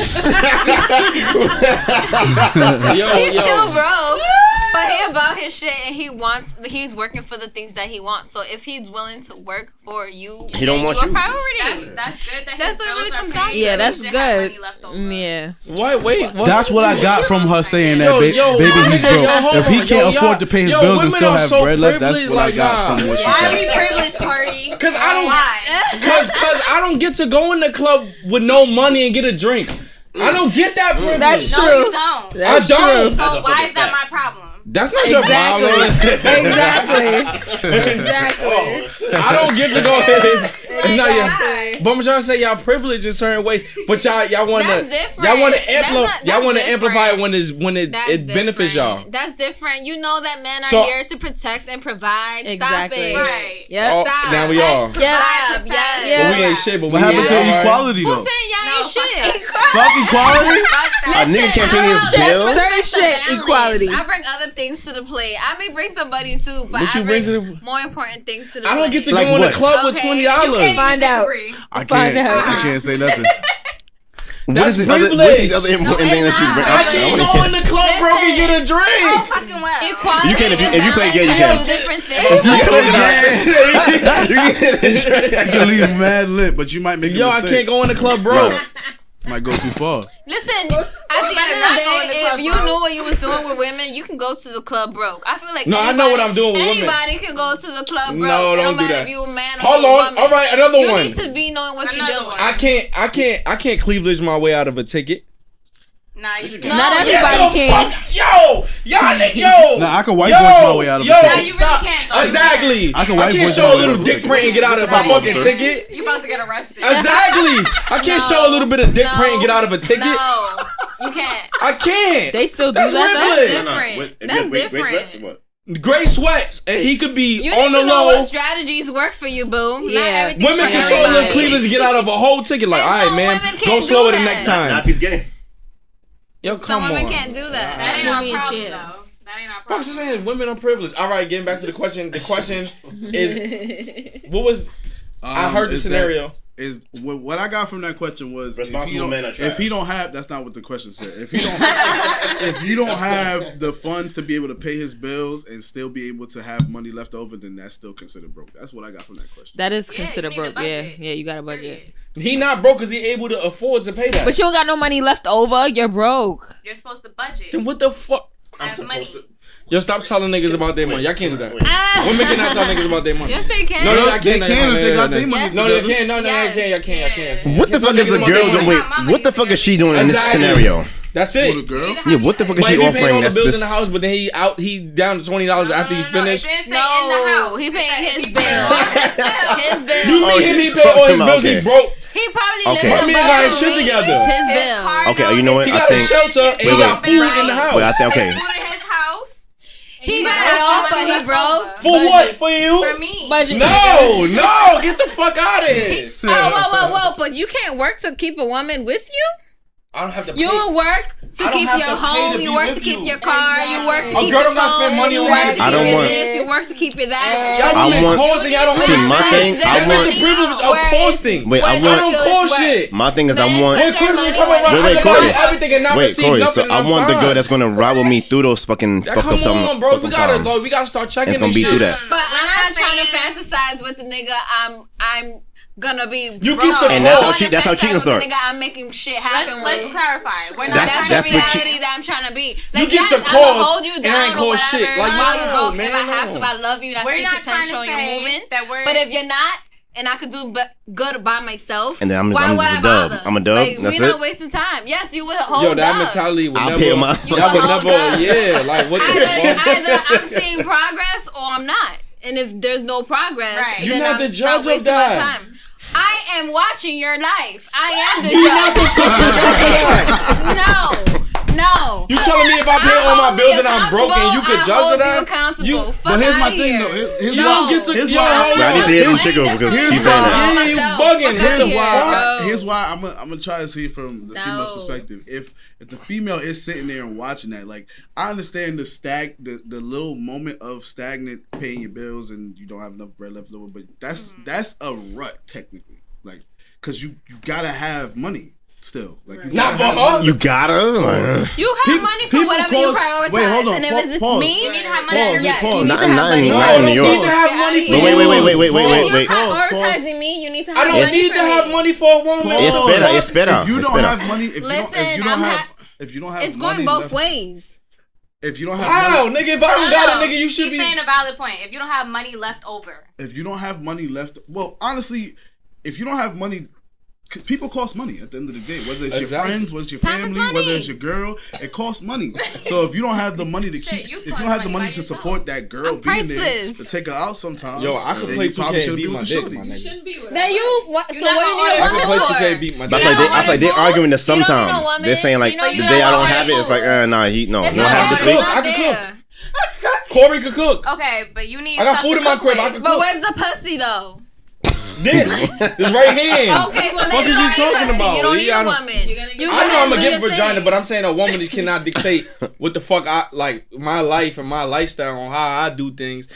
[SPEAKER 2] yo,
[SPEAKER 6] He's still
[SPEAKER 2] yo.
[SPEAKER 6] broke, but he about his shit and he wants. He's working for the things that he wants. So if he's willing to work for you,
[SPEAKER 4] He don't
[SPEAKER 6] then
[SPEAKER 4] want
[SPEAKER 6] you a
[SPEAKER 4] you.
[SPEAKER 5] That's,
[SPEAKER 6] priority.
[SPEAKER 5] that's good. That
[SPEAKER 6] That's
[SPEAKER 5] his
[SPEAKER 6] what it really
[SPEAKER 5] bills are
[SPEAKER 6] comes down
[SPEAKER 5] paid.
[SPEAKER 6] to. Yeah,
[SPEAKER 5] He
[SPEAKER 6] that's
[SPEAKER 5] should have money left over.
[SPEAKER 1] Mm, Yeah.
[SPEAKER 2] What? Wait. What?
[SPEAKER 3] That's what I got from her saying that,
[SPEAKER 2] Yo,
[SPEAKER 3] ba-
[SPEAKER 2] yo,
[SPEAKER 3] baby,
[SPEAKER 2] yo,
[SPEAKER 3] he's
[SPEAKER 2] yo,
[SPEAKER 3] broke.
[SPEAKER 2] hold
[SPEAKER 3] if he
[SPEAKER 2] on.
[SPEAKER 3] can't
[SPEAKER 2] Yo,
[SPEAKER 3] afford
[SPEAKER 2] y'all-
[SPEAKER 3] to pay his
[SPEAKER 2] yo,
[SPEAKER 3] bills and
[SPEAKER 2] women
[SPEAKER 3] still
[SPEAKER 2] are
[SPEAKER 3] have
[SPEAKER 2] so
[SPEAKER 3] bread left, that's
[SPEAKER 2] privileged,
[SPEAKER 3] what I
[SPEAKER 2] like,
[SPEAKER 3] got
[SPEAKER 2] nah.
[SPEAKER 3] from what she
[SPEAKER 5] Why are
[SPEAKER 3] said.
[SPEAKER 5] you privileged, Cordy?
[SPEAKER 2] 'Cause I don't-
[SPEAKER 5] Why?
[SPEAKER 2] Cause, cause I don't get to go in the club with no money and get a drink. I don't get that
[SPEAKER 6] Mm.
[SPEAKER 2] privilege.
[SPEAKER 1] That's
[SPEAKER 5] No,
[SPEAKER 1] true.
[SPEAKER 5] you don't.
[SPEAKER 2] I don't.
[SPEAKER 5] So why is that my problem?
[SPEAKER 2] That's not your problem.
[SPEAKER 1] exactly.
[SPEAKER 2] Oh.
[SPEAKER 1] exactly.
[SPEAKER 2] I don't get to go in. It's not your.
[SPEAKER 5] Why?
[SPEAKER 2] But I'm trying to say y'all privilege in certain ways, but y'all y'all want to
[SPEAKER 6] That's different.
[SPEAKER 2] y'all want to
[SPEAKER 6] That's not-
[SPEAKER 2] amplify
[SPEAKER 6] that's
[SPEAKER 2] y'all want to amplify it
[SPEAKER 6] different.
[SPEAKER 2] when it's when it
[SPEAKER 6] That's
[SPEAKER 2] it benefits
[SPEAKER 6] different.
[SPEAKER 2] y'all.
[SPEAKER 6] That's different. You know that men are
[SPEAKER 2] So-
[SPEAKER 6] here to protect and provide.
[SPEAKER 1] Exactly.
[SPEAKER 6] Stop it.
[SPEAKER 5] Right.
[SPEAKER 1] Yep.
[SPEAKER 2] Oh,
[SPEAKER 6] Stop.
[SPEAKER 2] now we are.
[SPEAKER 1] Yeah.
[SPEAKER 6] Stop. Yes.
[SPEAKER 1] Yeah.
[SPEAKER 2] But we ain't shit. But
[SPEAKER 3] What happened
[SPEAKER 2] we
[SPEAKER 3] to
[SPEAKER 2] are.
[SPEAKER 3] equality
[SPEAKER 6] Who's
[SPEAKER 3] though?
[SPEAKER 6] saying y'all
[SPEAKER 5] No,
[SPEAKER 6] ain't shit?
[SPEAKER 3] Fuck equality.
[SPEAKER 5] Fuck
[SPEAKER 4] A
[SPEAKER 5] that.
[SPEAKER 4] nigga can't pay his
[SPEAKER 6] I
[SPEAKER 1] That's
[SPEAKER 4] bills.
[SPEAKER 1] what- Certain
[SPEAKER 6] bring some
[SPEAKER 1] shit,
[SPEAKER 6] balance.
[SPEAKER 1] equality.
[SPEAKER 6] I bring other things to the plate. I may bring somebody too, but
[SPEAKER 2] What
[SPEAKER 6] I
[SPEAKER 2] you bring
[SPEAKER 6] bring,
[SPEAKER 2] to the-
[SPEAKER 6] more important things to the
[SPEAKER 2] I
[SPEAKER 6] plate.
[SPEAKER 2] don't get to
[SPEAKER 4] Like
[SPEAKER 2] go in the
[SPEAKER 4] what?
[SPEAKER 2] club with
[SPEAKER 6] Okay.
[SPEAKER 2] twenty dollars.
[SPEAKER 1] Find out.
[SPEAKER 5] Disagree.
[SPEAKER 3] I
[SPEAKER 1] Find
[SPEAKER 3] can't.
[SPEAKER 1] out.
[SPEAKER 3] I can't say nothing.
[SPEAKER 4] What is the other,
[SPEAKER 2] privilege.
[SPEAKER 4] what is the other important
[SPEAKER 6] it's
[SPEAKER 4] thing that you
[SPEAKER 6] not.
[SPEAKER 4] bring?
[SPEAKER 2] I
[SPEAKER 6] I
[SPEAKER 2] can't
[SPEAKER 4] wanna
[SPEAKER 2] go in the club broke and get a
[SPEAKER 5] Oh,
[SPEAKER 2] drink.
[SPEAKER 5] fucking well.
[SPEAKER 6] Equality
[SPEAKER 4] You can if you-
[SPEAKER 6] and
[SPEAKER 4] if you play
[SPEAKER 6] balance
[SPEAKER 4] gay, you
[SPEAKER 6] are
[SPEAKER 4] can.
[SPEAKER 6] Two different things.
[SPEAKER 3] You can
[SPEAKER 4] hear-
[SPEAKER 3] leave mad lit, but you might make a
[SPEAKER 2] Yo, I
[SPEAKER 3] mistake.
[SPEAKER 2] can't go in the club broke.
[SPEAKER 3] Might go too far.
[SPEAKER 6] Listen, at the end of the
[SPEAKER 5] not go in the
[SPEAKER 6] day, if
[SPEAKER 5] club
[SPEAKER 6] you
[SPEAKER 5] broke.
[SPEAKER 6] knew what you was doing with women, you can go to the club broke. I feel like
[SPEAKER 2] No, I
[SPEAKER 6] anybody,
[SPEAKER 2] know what I'm doing with women.
[SPEAKER 6] Anybody can go to the club broke.
[SPEAKER 2] No, don't
[SPEAKER 6] it don't
[SPEAKER 2] do
[SPEAKER 6] matter
[SPEAKER 2] that.
[SPEAKER 6] if you a man or
[SPEAKER 2] Hold
[SPEAKER 6] you a
[SPEAKER 2] on.
[SPEAKER 6] woman.
[SPEAKER 2] All right, another
[SPEAKER 6] you
[SPEAKER 2] one.
[SPEAKER 6] need to be knowing what you're
[SPEAKER 5] Another
[SPEAKER 6] doing.
[SPEAKER 5] one.
[SPEAKER 2] I can't. I can't. I can't Cleavage my way out of a ticket.
[SPEAKER 5] Nah, you
[SPEAKER 6] No,
[SPEAKER 5] can't.
[SPEAKER 1] Not
[SPEAKER 6] you-
[SPEAKER 1] everybody
[SPEAKER 2] Yo,
[SPEAKER 1] can.
[SPEAKER 2] fuck- Yo, y'all, ni- yo.
[SPEAKER 3] Nah, I can white
[SPEAKER 2] yo,
[SPEAKER 3] voice my way out of a
[SPEAKER 2] yo,
[SPEAKER 3] ticket.
[SPEAKER 5] Nah, you really
[SPEAKER 2] stop.
[SPEAKER 5] can't, though.
[SPEAKER 2] Exactly.
[SPEAKER 3] I
[SPEAKER 2] I
[SPEAKER 3] can
[SPEAKER 2] can,
[SPEAKER 3] white voice my
[SPEAKER 2] show a
[SPEAKER 3] way out
[SPEAKER 2] little
[SPEAKER 3] of a
[SPEAKER 2] dick
[SPEAKER 3] ticket.
[SPEAKER 2] print and get out of my
[SPEAKER 5] Problem,
[SPEAKER 2] fucking
[SPEAKER 4] sir.
[SPEAKER 2] ticket.
[SPEAKER 5] You about to get arrested.
[SPEAKER 2] Exactly. I can't show a little bit of dick
[SPEAKER 6] no,
[SPEAKER 2] print and get out of a ticket.
[SPEAKER 6] No, you can't.
[SPEAKER 2] I can't.
[SPEAKER 1] They still do
[SPEAKER 2] That's
[SPEAKER 1] that.
[SPEAKER 2] privilege.
[SPEAKER 6] Different. That's different.
[SPEAKER 2] Gray sweats, and he could be
[SPEAKER 6] You
[SPEAKER 2] on
[SPEAKER 6] need
[SPEAKER 2] the
[SPEAKER 6] to know
[SPEAKER 2] low.
[SPEAKER 6] what strategies work for you, boo.
[SPEAKER 1] Yeah.
[SPEAKER 6] Not everything's
[SPEAKER 2] Oh, Women
[SPEAKER 6] for
[SPEAKER 2] can show a
[SPEAKER 6] everybody.
[SPEAKER 2] little Cleveland to get out of a whole ticket. Like,
[SPEAKER 6] And
[SPEAKER 2] all right,
[SPEAKER 6] some
[SPEAKER 2] man,
[SPEAKER 6] women
[SPEAKER 2] go
[SPEAKER 6] can't
[SPEAKER 2] slower
[SPEAKER 6] do
[SPEAKER 2] the
[SPEAKER 6] that.
[SPEAKER 2] next
[SPEAKER 4] Not
[SPEAKER 2] time.
[SPEAKER 4] if he's gay.
[SPEAKER 2] Yo, come
[SPEAKER 6] Some women
[SPEAKER 2] on.
[SPEAKER 6] can't do that.
[SPEAKER 5] That ain't
[SPEAKER 1] Maybe
[SPEAKER 5] our
[SPEAKER 1] it's
[SPEAKER 5] problem,
[SPEAKER 1] shit.
[SPEAKER 5] though. That ain't our
[SPEAKER 2] I'm
[SPEAKER 5] problem.
[SPEAKER 2] just saying, women are privileged. All right, getting back to the question. The question is, what was I heard the
[SPEAKER 3] Um, is that-
[SPEAKER 2] scenario?
[SPEAKER 3] is what, what I got from that question was if he,
[SPEAKER 4] Responsible
[SPEAKER 3] don't,
[SPEAKER 4] men are trash.
[SPEAKER 3] if he don't have that's not what the question said. If he don't if you don't have the funds to be able to pay his bills and still be able to have money left over, then that's still considered broke. That's what I got from that question.
[SPEAKER 1] That is
[SPEAKER 5] you
[SPEAKER 1] considered
[SPEAKER 5] need a
[SPEAKER 1] broke. Yeah,
[SPEAKER 5] budget.
[SPEAKER 1] yeah, you got a budget.
[SPEAKER 5] Period.
[SPEAKER 2] He not broke because he able to afford to pay that.
[SPEAKER 1] But you don't got no money left over. You're broke.
[SPEAKER 5] You're supposed to budget.
[SPEAKER 2] then what the fuck?
[SPEAKER 5] I'm money.
[SPEAKER 2] Yo, stop telling niggas about their money. Y'all can't do that. Women cannot tell niggas about their money.
[SPEAKER 6] Ah. Yes, they can.
[SPEAKER 2] No, no, I
[SPEAKER 3] They
[SPEAKER 2] can't.
[SPEAKER 3] can if they got their
[SPEAKER 2] no,
[SPEAKER 3] money
[SPEAKER 6] Yes.
[SPEAKER 2] no,
[SPEAKER 3] together.
[SPEAKER 2] they can't. No, no, they
[SPEAKER 6] Yes.
[SPEAKER 2] can't. Y'all can't. Y'all can't.
[SPEAKER 4] What the
[SPEAKER 2] Y'all
[SPEAKER 4] fuck is the
[SPEAKER 2] talking
[SPEAKER 4] girl
[SPEAKER 2] about
[SPEAKER 4] doing?
[SPEAKER 2] their
[SPEAKER 4] Wait,
[SPEAKER 5] money. My
[SPEAKER 4] what the fuck is she doing in this
[SPEAKER 2] Exactly.
[SPEAKER 4] scenario?
[SPEAKER 2] That's
[SPEAKER 3] With a
[SPEAKER 2] it.
[SPEAKER 3] girl.
[SPEAKER 4] Yeah, what the fuck is
[SPEAKER 2] But
[SPEAKER 4] she
[SPEAKER 2] he paid all
[SPEAKER 4] offering
[SPEAKER 2] the
[SPEAKER 4] us
[SPEAKER 2] bills in
[SPEAKER 4] this?
[SPEAKER 2] the house, but then he out. He down to twenty dollars after he
[SPEAKER 5] Oh,
[SPEAKER 2] finished.
[SPEAKER 6] No, he paying his bill. His
[SPEAKER 2] Me
[SPEAKER 6] bill.
[SPEAKER 4] Oh,
[SPEAKER 2] and
[SPEAKER 4] she's
[SPEAKER 2] he paid all his
[SPEAKER 4] fucking-
[SPEAKER 2] bills.
[SPEAKER 4] okay.
[SPEAKER 2] He broke.
[SPEAKER 6] He probably
[SPEAKER 4] Okay.
[SPEAKER 6] living
[SPEAKER 4] Me
[SPEAKER 2] and her
[SPEAKER 6] above
[SPEAKER 2] shit
[SPEAKER 6] the lease.
[SPEAKER 2] together.
[SPEAKER 6] His bill.
[SPEAKER 4] Okay, you know what?
[SPEAKER 2] He
[SPEAKER 4] I
[SPEAKER 2] got a
[SPEAKER 4] think-
[SPEAKER 2] shelter and he
[SPEAKER 4] Wait,
[SPEAKER 2] got
[SPEAKER 4] wait.
[SPEAKER 2] food in the house.
[SPEAKER 4] Wait, I think
[SPEAKER 5] Okay.
[SPEAKER 4] okay.
[SPEAKER 5] Food in his house. and
[SPEAKER 6] He
[SPEAKER 5] you
[SPEAKER 6] got
[SPEAKER 5] have
[SPEAKER 6] it all,
[SPEAKER 5] somebody
[SPEAKER 6] but he
[SPEAKER 5] left
[SPEAKER 6] broke.
[SPEAKER 5] over.
[SPEAKER 2] For what? For you?
[SPEAKER 5] For me.
[SPEAKER 1] Budget.
[SPEAKER 2] No, no, get the fuck out of here.
[SPEAKER 6] Oh, whoa, whoa, whoa! But you can't work to keep a woman with you.
[SPEAKER 2] I don't have to pay.
[SPEAKER 6] You will work to
[SPEAKER 2] I don't
[SPEAKER 6] keep
[SPEAKER 2] have to
[SPEAKER 6] your
[SPEAKER 2] pay to
[SPEAKER 6] home.
[SPEAKER 2] be
[SPEAKER 6] You work to
[SPEAKER 2] with
[SPEAKER 6] keep
[SPEAKER 2] you.
[SPEAKER 6] your car. You work to
[SPEAKER 2] A
[SPEAKER 6] keep
[SPEAKER 2] girl
[SPEAKER 6] your
[SPEAKER 2] don't gotta
[SPEAKER 6] phone.
[SPEAKER 2] spend money
[SPEAKER 6] you
[SPEAKER 2] on
[SPEAKER 6] work
[SPEAKER 2] that.
[SPEAKER 6] to keep
[SPEAKER 4] I don't
[SPEAKER 6] your
[SPEAKER 4] want-
[SPEAKER 6] this. You work to keep your that.
[SPEAKER 2] Y'all
[SPEAKER 4] I
[SPEAKER 2] women
[SPEAKER 4] want-
[SPEAKER 2] causing, y'all don't
[SPEAKER 4] See, my
[SPEAKER 2] understand.
[SPEAKER 4] thing- I
[SPEAKER 2] That's not
[SPEAKER 4] want-
[SPEAKER 2] the privilege of
[SPEAKER 6] Where-
[SPEAKER 2] costing.
[SPEAKER 4] Wait, I
[SPEAKER 6] where
[SPEAKER 2] I
[SPEAKER 4] want-
[SPEAKER 6] it
[SPEAKER 2] don't
[SPEAKER 6] feels
[SPEAKER 2] cost
[SPEAKER 6] work.
[SPEAKER 2] shit.
[SPEAKER 4] My thing is, I
[SPEAKER 6] Man,
[SPEAKER 4] want.
[SPEAKER 2] When
[SPEAKER 6] Put their
[SPEAKER 2] Chris
[SPEAKER 6] money
[SPEAKER 2] come
[SPEAKER 6] where
[SPEAKER 2] around,
[SPEAKER 6] their
[SPEAKER 2] I
[SPEAKER 4] Wait, wait,
[SPEAKER 2] got
[SPEAKER 4] Corey.
[SPEAKER 2] everything and not
[SPEAKER 4] Wait,
[SPEAKER 2] receive
[SPEAKER 4] Corey. So
[SPEAKER 2] nothing.
[SPEAKER 4] I
[SPEAKER 2] I'm
[SPEAKER 4] want the
[SPEAKER 2] fine.
[SPEAKER 4] girl that's gonna ride with me through those fucking
[SPEAKER 2] Yeah,
[SPEAKER 4] fucked
[SPEAKER 2] Come
[SPEAKER 4] up
[SPEAKER 2] on,
[SPEAKER 4] times.
[SPEAKER 2] bro.
[SPEAKER 4] fucked
[SPEAKER 2] We
[SPEAKER 4] up
[SPEAKER 2] gotta go. We
[SPEAKER 4] times.
[SPEAKER 2] gotta start checking
[SPEAKER 4] It's gonna
[SPEAKER 2] this
[SPEAKER 4] be
[SPEAKER 2] shit.
[SPEAKER 4] through that.
[SPEAKER 5] We're
[SPEAKER 6] But I'm
[SPEAKER 5] not
[SPEAKER 6] not trying to
[SPEAKER 5] saying-
[SPEAKER 6] fantasize with the nigga. I'm I'm gonna be.
[SPEAKER 2] You
[SPEAKER 6] broke.
[SPEAKER 2] keep to the
[SPEAKER 4] And that's how
[SPEAKER 6] Going
[SPEAKER 4] cheat-
[SPEAKER 6] to
[SPEAKER 4] that's how
[SPEAKER 6] fence
[SPEAKER 4] cheating
[SPEAKER 6] up with the
[SPEAKER 4] starts.
[SPEAKER 6] Nigga, I'm making shit happen
[SPEAKER 5] Let's,
[SPEAKER 6] with.
[SPEAKER 5] let's clarify. We're not
[SPEAKER 4] That's-
[SPEAKER 5] trying
[SPEAKER 4] that's
[SPEAKER 5] to
[SPEAKER 6] the
[SPEAKER 5] be
[SPEAKER 4] what
[SPEAKER 6] reality
[SPEAKER 4] cheat-
[SPEAKER 6] that I'm trying to be.
[SPEAKER 2] You get to
[SPEAKER 6] yes,
[SPEAKER 2] cause,
[SPEAKER 6] I'ma hold you
[SPEAKER 2] and I
[SPEAKER 6] down
[SPEAKER 2] ain't call
[SPEAKER 6] or whatever.
[SPEAKER 2] shit. Like,
[SPEAKER 6] I know
[SPEAKER 2] no,
[SPEAKER 6] you broke if
[SPEAKER 2] man,
[SPEAKER 6] I have
[SPEAKER 2] no.
[SPEAKER 6] to, but I love you. And I
[SPEAKER 5] We're
[SPEAKER 6] see
[SPEAKER 5] not trying to
[SPEAKER 6] potential in your
[SPEAKER 5] say
[SPEAKER 6] moving.
[SPEAKER 5] that we're-
[SPEAKER 6] But if you're not, and I could do b- good by myself.
[SPEAKER 4] And then I'm just-
[SPEAKER 6] why
[SPEAKER 4] I'm
[SPEAKER 6] would
[SPEAKER 4] just
[SPEAKER 6] I
[SPEAKER 4] a dub.
[SPEAKER 6] bother?
[SPEAKER 4] I'm a dub,
[SPEAKER 6] Like,
[SPEAKER 4] that's
[SPEAKER 6] we not
[SPEAKER 4] it.
[SPEAKER 6] wasting time. Yes, you would hold
[SPEAKER 2] Yo, that
[SPEAKER 6] up.
[SPEAKER 2] mentality would
[SPEAKER 4] I'll
[SPEAKER 2] never.
[SPEAKER 4] pay my- You
[SPEAKER 2] that
[SPEAKER 6] a
[SPEAKER 2] would
[SPEAKER 6] hoe,
[SPEAKER 2] never. Yeah, like what the
[SPEAKER 6] either,
[SPEAKER 2] fuck?
[SPEAKER 6] either I'm seeing progress or I'm not. And if there's no progress,
[SPEAKER 5] Right.
[SPEAKER 6] then
[SPEAKER 5] You're
[SPEAKER 2] not
[SPEAKER 6] I'm
[SPEAKER 2] the judge of
[SPEAKER 6] wasting
[SPEAKER 2] that.
[SPEAKER 6] My time. I am watching your life. I am the
[SPEAKER 2] You not the
[SPEAKER 6] judge.
[SPEAKER 2] fucking judge of that.
[SPEAKER 6] no, no.
[SPEAKER 2] You telling me if I pay all my
[SPEAKER 6] hold you
[SPEAKER 2] bills and I'm broke
[SPEAKER 6] accountable,
[SPEAKER 2] and you could
[SPEAKER 6] I
[SPEAKER 2] judge
[SPEAKER 6] hold
[SPEAKER 2] of that?
[SPEAKER 6] You accountable.
[SPEAKER 2] You-
[SPEAKER 6] Fuck
[SPEAKER 3] But here's
[SPEAKER 6] outta
[SPEAKER 3] my thing,
[SPEAKER 6] here.
[SPEAKER 3] though. Here's, here's
[SPEAKER 2] You
[SPEAKER 6] No.
[SPEAKER 2] don't get to.
[SPEAKER 3] Here's
[SPEAKER 2] yo,
[SPEAKER 3] why-
[SPEAKER 2] hold
[SPEAKER 4] Nah, I need
[SPEAKER 2] on.
[SPEAKER 4] to hear this
[SPEAKER 6] Way
[SPEAKER 4] chick over
[SPEAKER 6] different
[SPEAKER 4] because she's
[SPEAKER 6] shit.
[SPEAKER 4] saying that.
[SPEAKER 2] Yeah, you bugging.
[SPEAKER 6] Fuck outta
[SPEAKER 2] Here's
[SPEAKER 6] here,
[SPEAKER 2] why-
[SPEAKER 6] bro.
[SPEAKER 3] Here's why I'm gonna I'm gonna try to see it from the
[SPEAKER 6] Oh. No.
[SPEAKER 3] female's perspective. If if the female is sitting there and watching that, like I understand the stag the, the little moment of stagnant paying your bills and you don't have enough bread left over, but that's
[SPEAKER 6] Mm-hmm.
[SPEAKER 3] that's a rut technically, like because you you gotta have money still, like you
[SPEAKER 2] Not
[SPEAKER 3] gotta have
[SPEAKER 2] for her.
[SPEAKER 4] You gotta. Like,
[SPEAKER 6] You have money for
[SPEAKER 3] people
[SPEAKER 6] whatever
[SPEAKER 3] cause-
[SPEAKER 6] you prioritize.
[SPEAKER 3] wait, hold on,
[SPEAKER 6] and if
[SPEAKER 3] pa-
[SPEAKER 6] it's
[SPEAKER 3] pause.
[SPEAKER 6] me,
[SPEAKER 5] You need to have money
[SPEAKER 3] Pause,
[SPEAKER 5] on your
[SPEAKER 6] Yes,
[SPEAKER 5] back.
[SPEAKER 3] pause.
[SPEAKER 6] you need
[SPEAKER 4] Not-
[SPEAKER 6] to have
[SPEAKER 4] not
[SPEAKER 6] money.
[SPEAKER 4] in-
[SPEAKER 2] No,
[SPEAKER 6] for
[SPEAKER 4] not
[SPEAKER 2] I
[SPEAKER 4] in New
[SPEAKER 6] it.
[SPEAKER 2] don't
[SPEAKER 4] York.
[SPEAKER 2] need to have
[SPEAKER 6] Get
[SPEAKER 2] money
[SPEAKER 6] outta
[SPEAKER 2] for
[SPEAKER 6] here.
[SPEAKER 4] Wait, wait, wait,
[SPEAKER 2] it.
[SPEAKER 4] wait, wait, wait,
[SPEAKER 6] If
[SPEAKER 4] wait,
[SPEAKER 6] you're
[SPEAKER 4] wait.
[SPEAKER 6] prioritizing me, you need to have
[SPEAKER 2] I don't
[SPEAKER 6] money
[SPEAKER 2] need
[SPEAKER 6] for
[SPEAKER 2] to
[SPEAKER 6] me.
[SPEAKER 2] have money for a woman.
[SPEAKER 4] It's better, it's better,
[SPEAKER 3] If you
[SPEAKER 4] it's
[SPEAKER 3] don't
[SPEAKER 4] better.
[SPEAKER 3] have money, if you don't, if
[SPEAKER 6] Listen,
[SPEAKER 3] you don't
[SPEAKER 6] I'm
[SPEAKER 3] have,
[SPEAKER 6] ha-
[SPEAKER 3] if you don't have,
[SPEAKER 6] It's
[SPEAKER 3] money
[SPEAKER 6] going both
[SPEAKER 3] left-
[SPEAKER 6] ways.
[SPEAKER 3] If you don't have,
[SPEAKER 2] How,
[SPEAKER 3] money,
[SPEAKER 2] nigga? If I don't got it, nigga, you should
[SPEAKER 5] She's
[SPEAKER 2] be.
[SPEAKER 5] saying a valid point. If you don't have money left over,
[SPEAKER 3] if you don't have money left, well, honestly, if you don't have money, 'cause people cost money at the end of the day. Whether it's
[SPEAKER 2] Exactly.
[SPEAKER 3] your friends, whether it's your
[SPEAKER 6] Time is
[SPEAKER 3] family,
[SPEAKER 6] money.
[SPEAKER 3] whether it's your girl, it costs money. so if you don't have the money to keep,
[SPEAKER 5] you
[SPEAKER 3] if you don't
[SPEAKER 5] cost
[SPEAKER 3] have the
[SPEAKER 5] money
[SPEAKER 3] money
[SPEAKER 5] by
[SPEAKER 3] to
[SPEAKER 5] yourself.
[SPEAKER 3] support that girl
[SPEAKER 6] I'm
[SPEAKER 3] being there
[SPEAKER 6] priceless.
[SPEAKER 3] to take her out sometimes,
[SPEAKER 2] Yo, I could
[SPEAKER 3] then
[SPEAKER 2] play
[SPEAKER 3] you
[SPEAKER 2] 2K and
[SPEAKER 3] probably shouldn't
[SPEAKER 2] beat
[SPEAKER 3] with
[SPEAKER 2] my
[SPEAKER 3] the
[SPEAKER 2] dick,
[SPEAKER 3] shorty.
[SPEAKER 2] my nigga.
[SPEAKER 7] Shouldn't be with
[SPEAKER 6] Then you what?
[SPEAKER 5] not
[SPEAKER 6] So what do you need
[SPEAKER 5] gonna
[SPEAKER 6] a
[SPEAKER 2] I
[SPEAKER 5] order
[SPEAKER 6] woman
[SPEAKER 2] could
[SPEAKER 5] What
[SPEAKER 2] play
[SPEAKER 5] for?
[SPEAKER 2] 2K, beat my
[SPEAKER 4] But I
[SPEAKER 2] dick.
[SPEAKER 4] feel like, they, I feel like they're
[SPEAKER 6] You don't know
[SPEAKER 4] arguing
[SPEAKER 6] how
[SPEAKER 4] this
[SPEAKER 6] to move. You don't
[SPEAKER 4] sometimes.
[SPEAKER 6] know
[SPEAKER 4] They're saying like
[SPEAKER 6] women. You know
[SPEAKER 4] the
[SPEAKER 6] you
[SPEAKER 4] day
[SPEAKER 6] don't
[SPEAKER 4] I
[SPEAKER 6] know
[SPEAKER 4] don't
[SPEAKER 6] how
[SPEAKER 4] have
[SPEAKER 6] to
[SPEAKER 4] it, it's
[SPEAKER 6] move.
[SPEAKER 4] like uh, nah, he no,
[SPEAKER 6] It's
[SPEAKER 4] you don't
[SPEAKER 6] not
[SPEAKER 4] have this
[SPEAKER 6] there,
[SPEAKER 4] week.
[SPEAKER 6] it's not
[SPEAKER 2] I can cook.
[SPEAKER 6] there.
[SPEAKER 2] Corey could cook.
[SPEAKER 5] okay, but you need.
[SPEAKER 2] I got
[SPEAKER 5] stuff
[SPEAKER 2] food
[SPEAKER 5] to
[SPEAKER 2] in my
[SPEAKER 5] cook
[SPEAKER 2] crib.
[SPEAKER 5] with.
[SPEAKER 2] I could
[SPEAKER 6] But
[SPEAKER 2] cook.
[SPEAKER 6] where's the pussy though?
[SPEAKER 2] This, this right hand.
[SPEAKER 6] Oh. Okay, so
[SPEAKER 2] Fuck
[SPEAKER 6] then
[SPEAKER 2] is
[SPEAKER 6] you
[SPEAKER 2] you
[SPEAKER 6] don't
[SPEAKER 2] talking
[SPEAKER 6] need pussy.
[SPEAKER 2] about?
[SPEAKER 6] You don't need
[SPEAKER 2] Yeah, I
[SPEAKER 6] a
[SPEAKER 2] know.
[SPEAKER 6] woman. You
[SPEAKER 2] I know
[SPEAKER 6] gotta
[SPEAKER 2] I'm
[SPEAKER 6] do
[SPEAKER 2] gonna give
[SPEAKER 6] your
[SPEAKER 2] vagina,
[SPEAKER 6] thing.
[SPEAKER 2] but I'm saying a woman that cannot dictate what the fuck I like my life and my lifestyle on how I do things.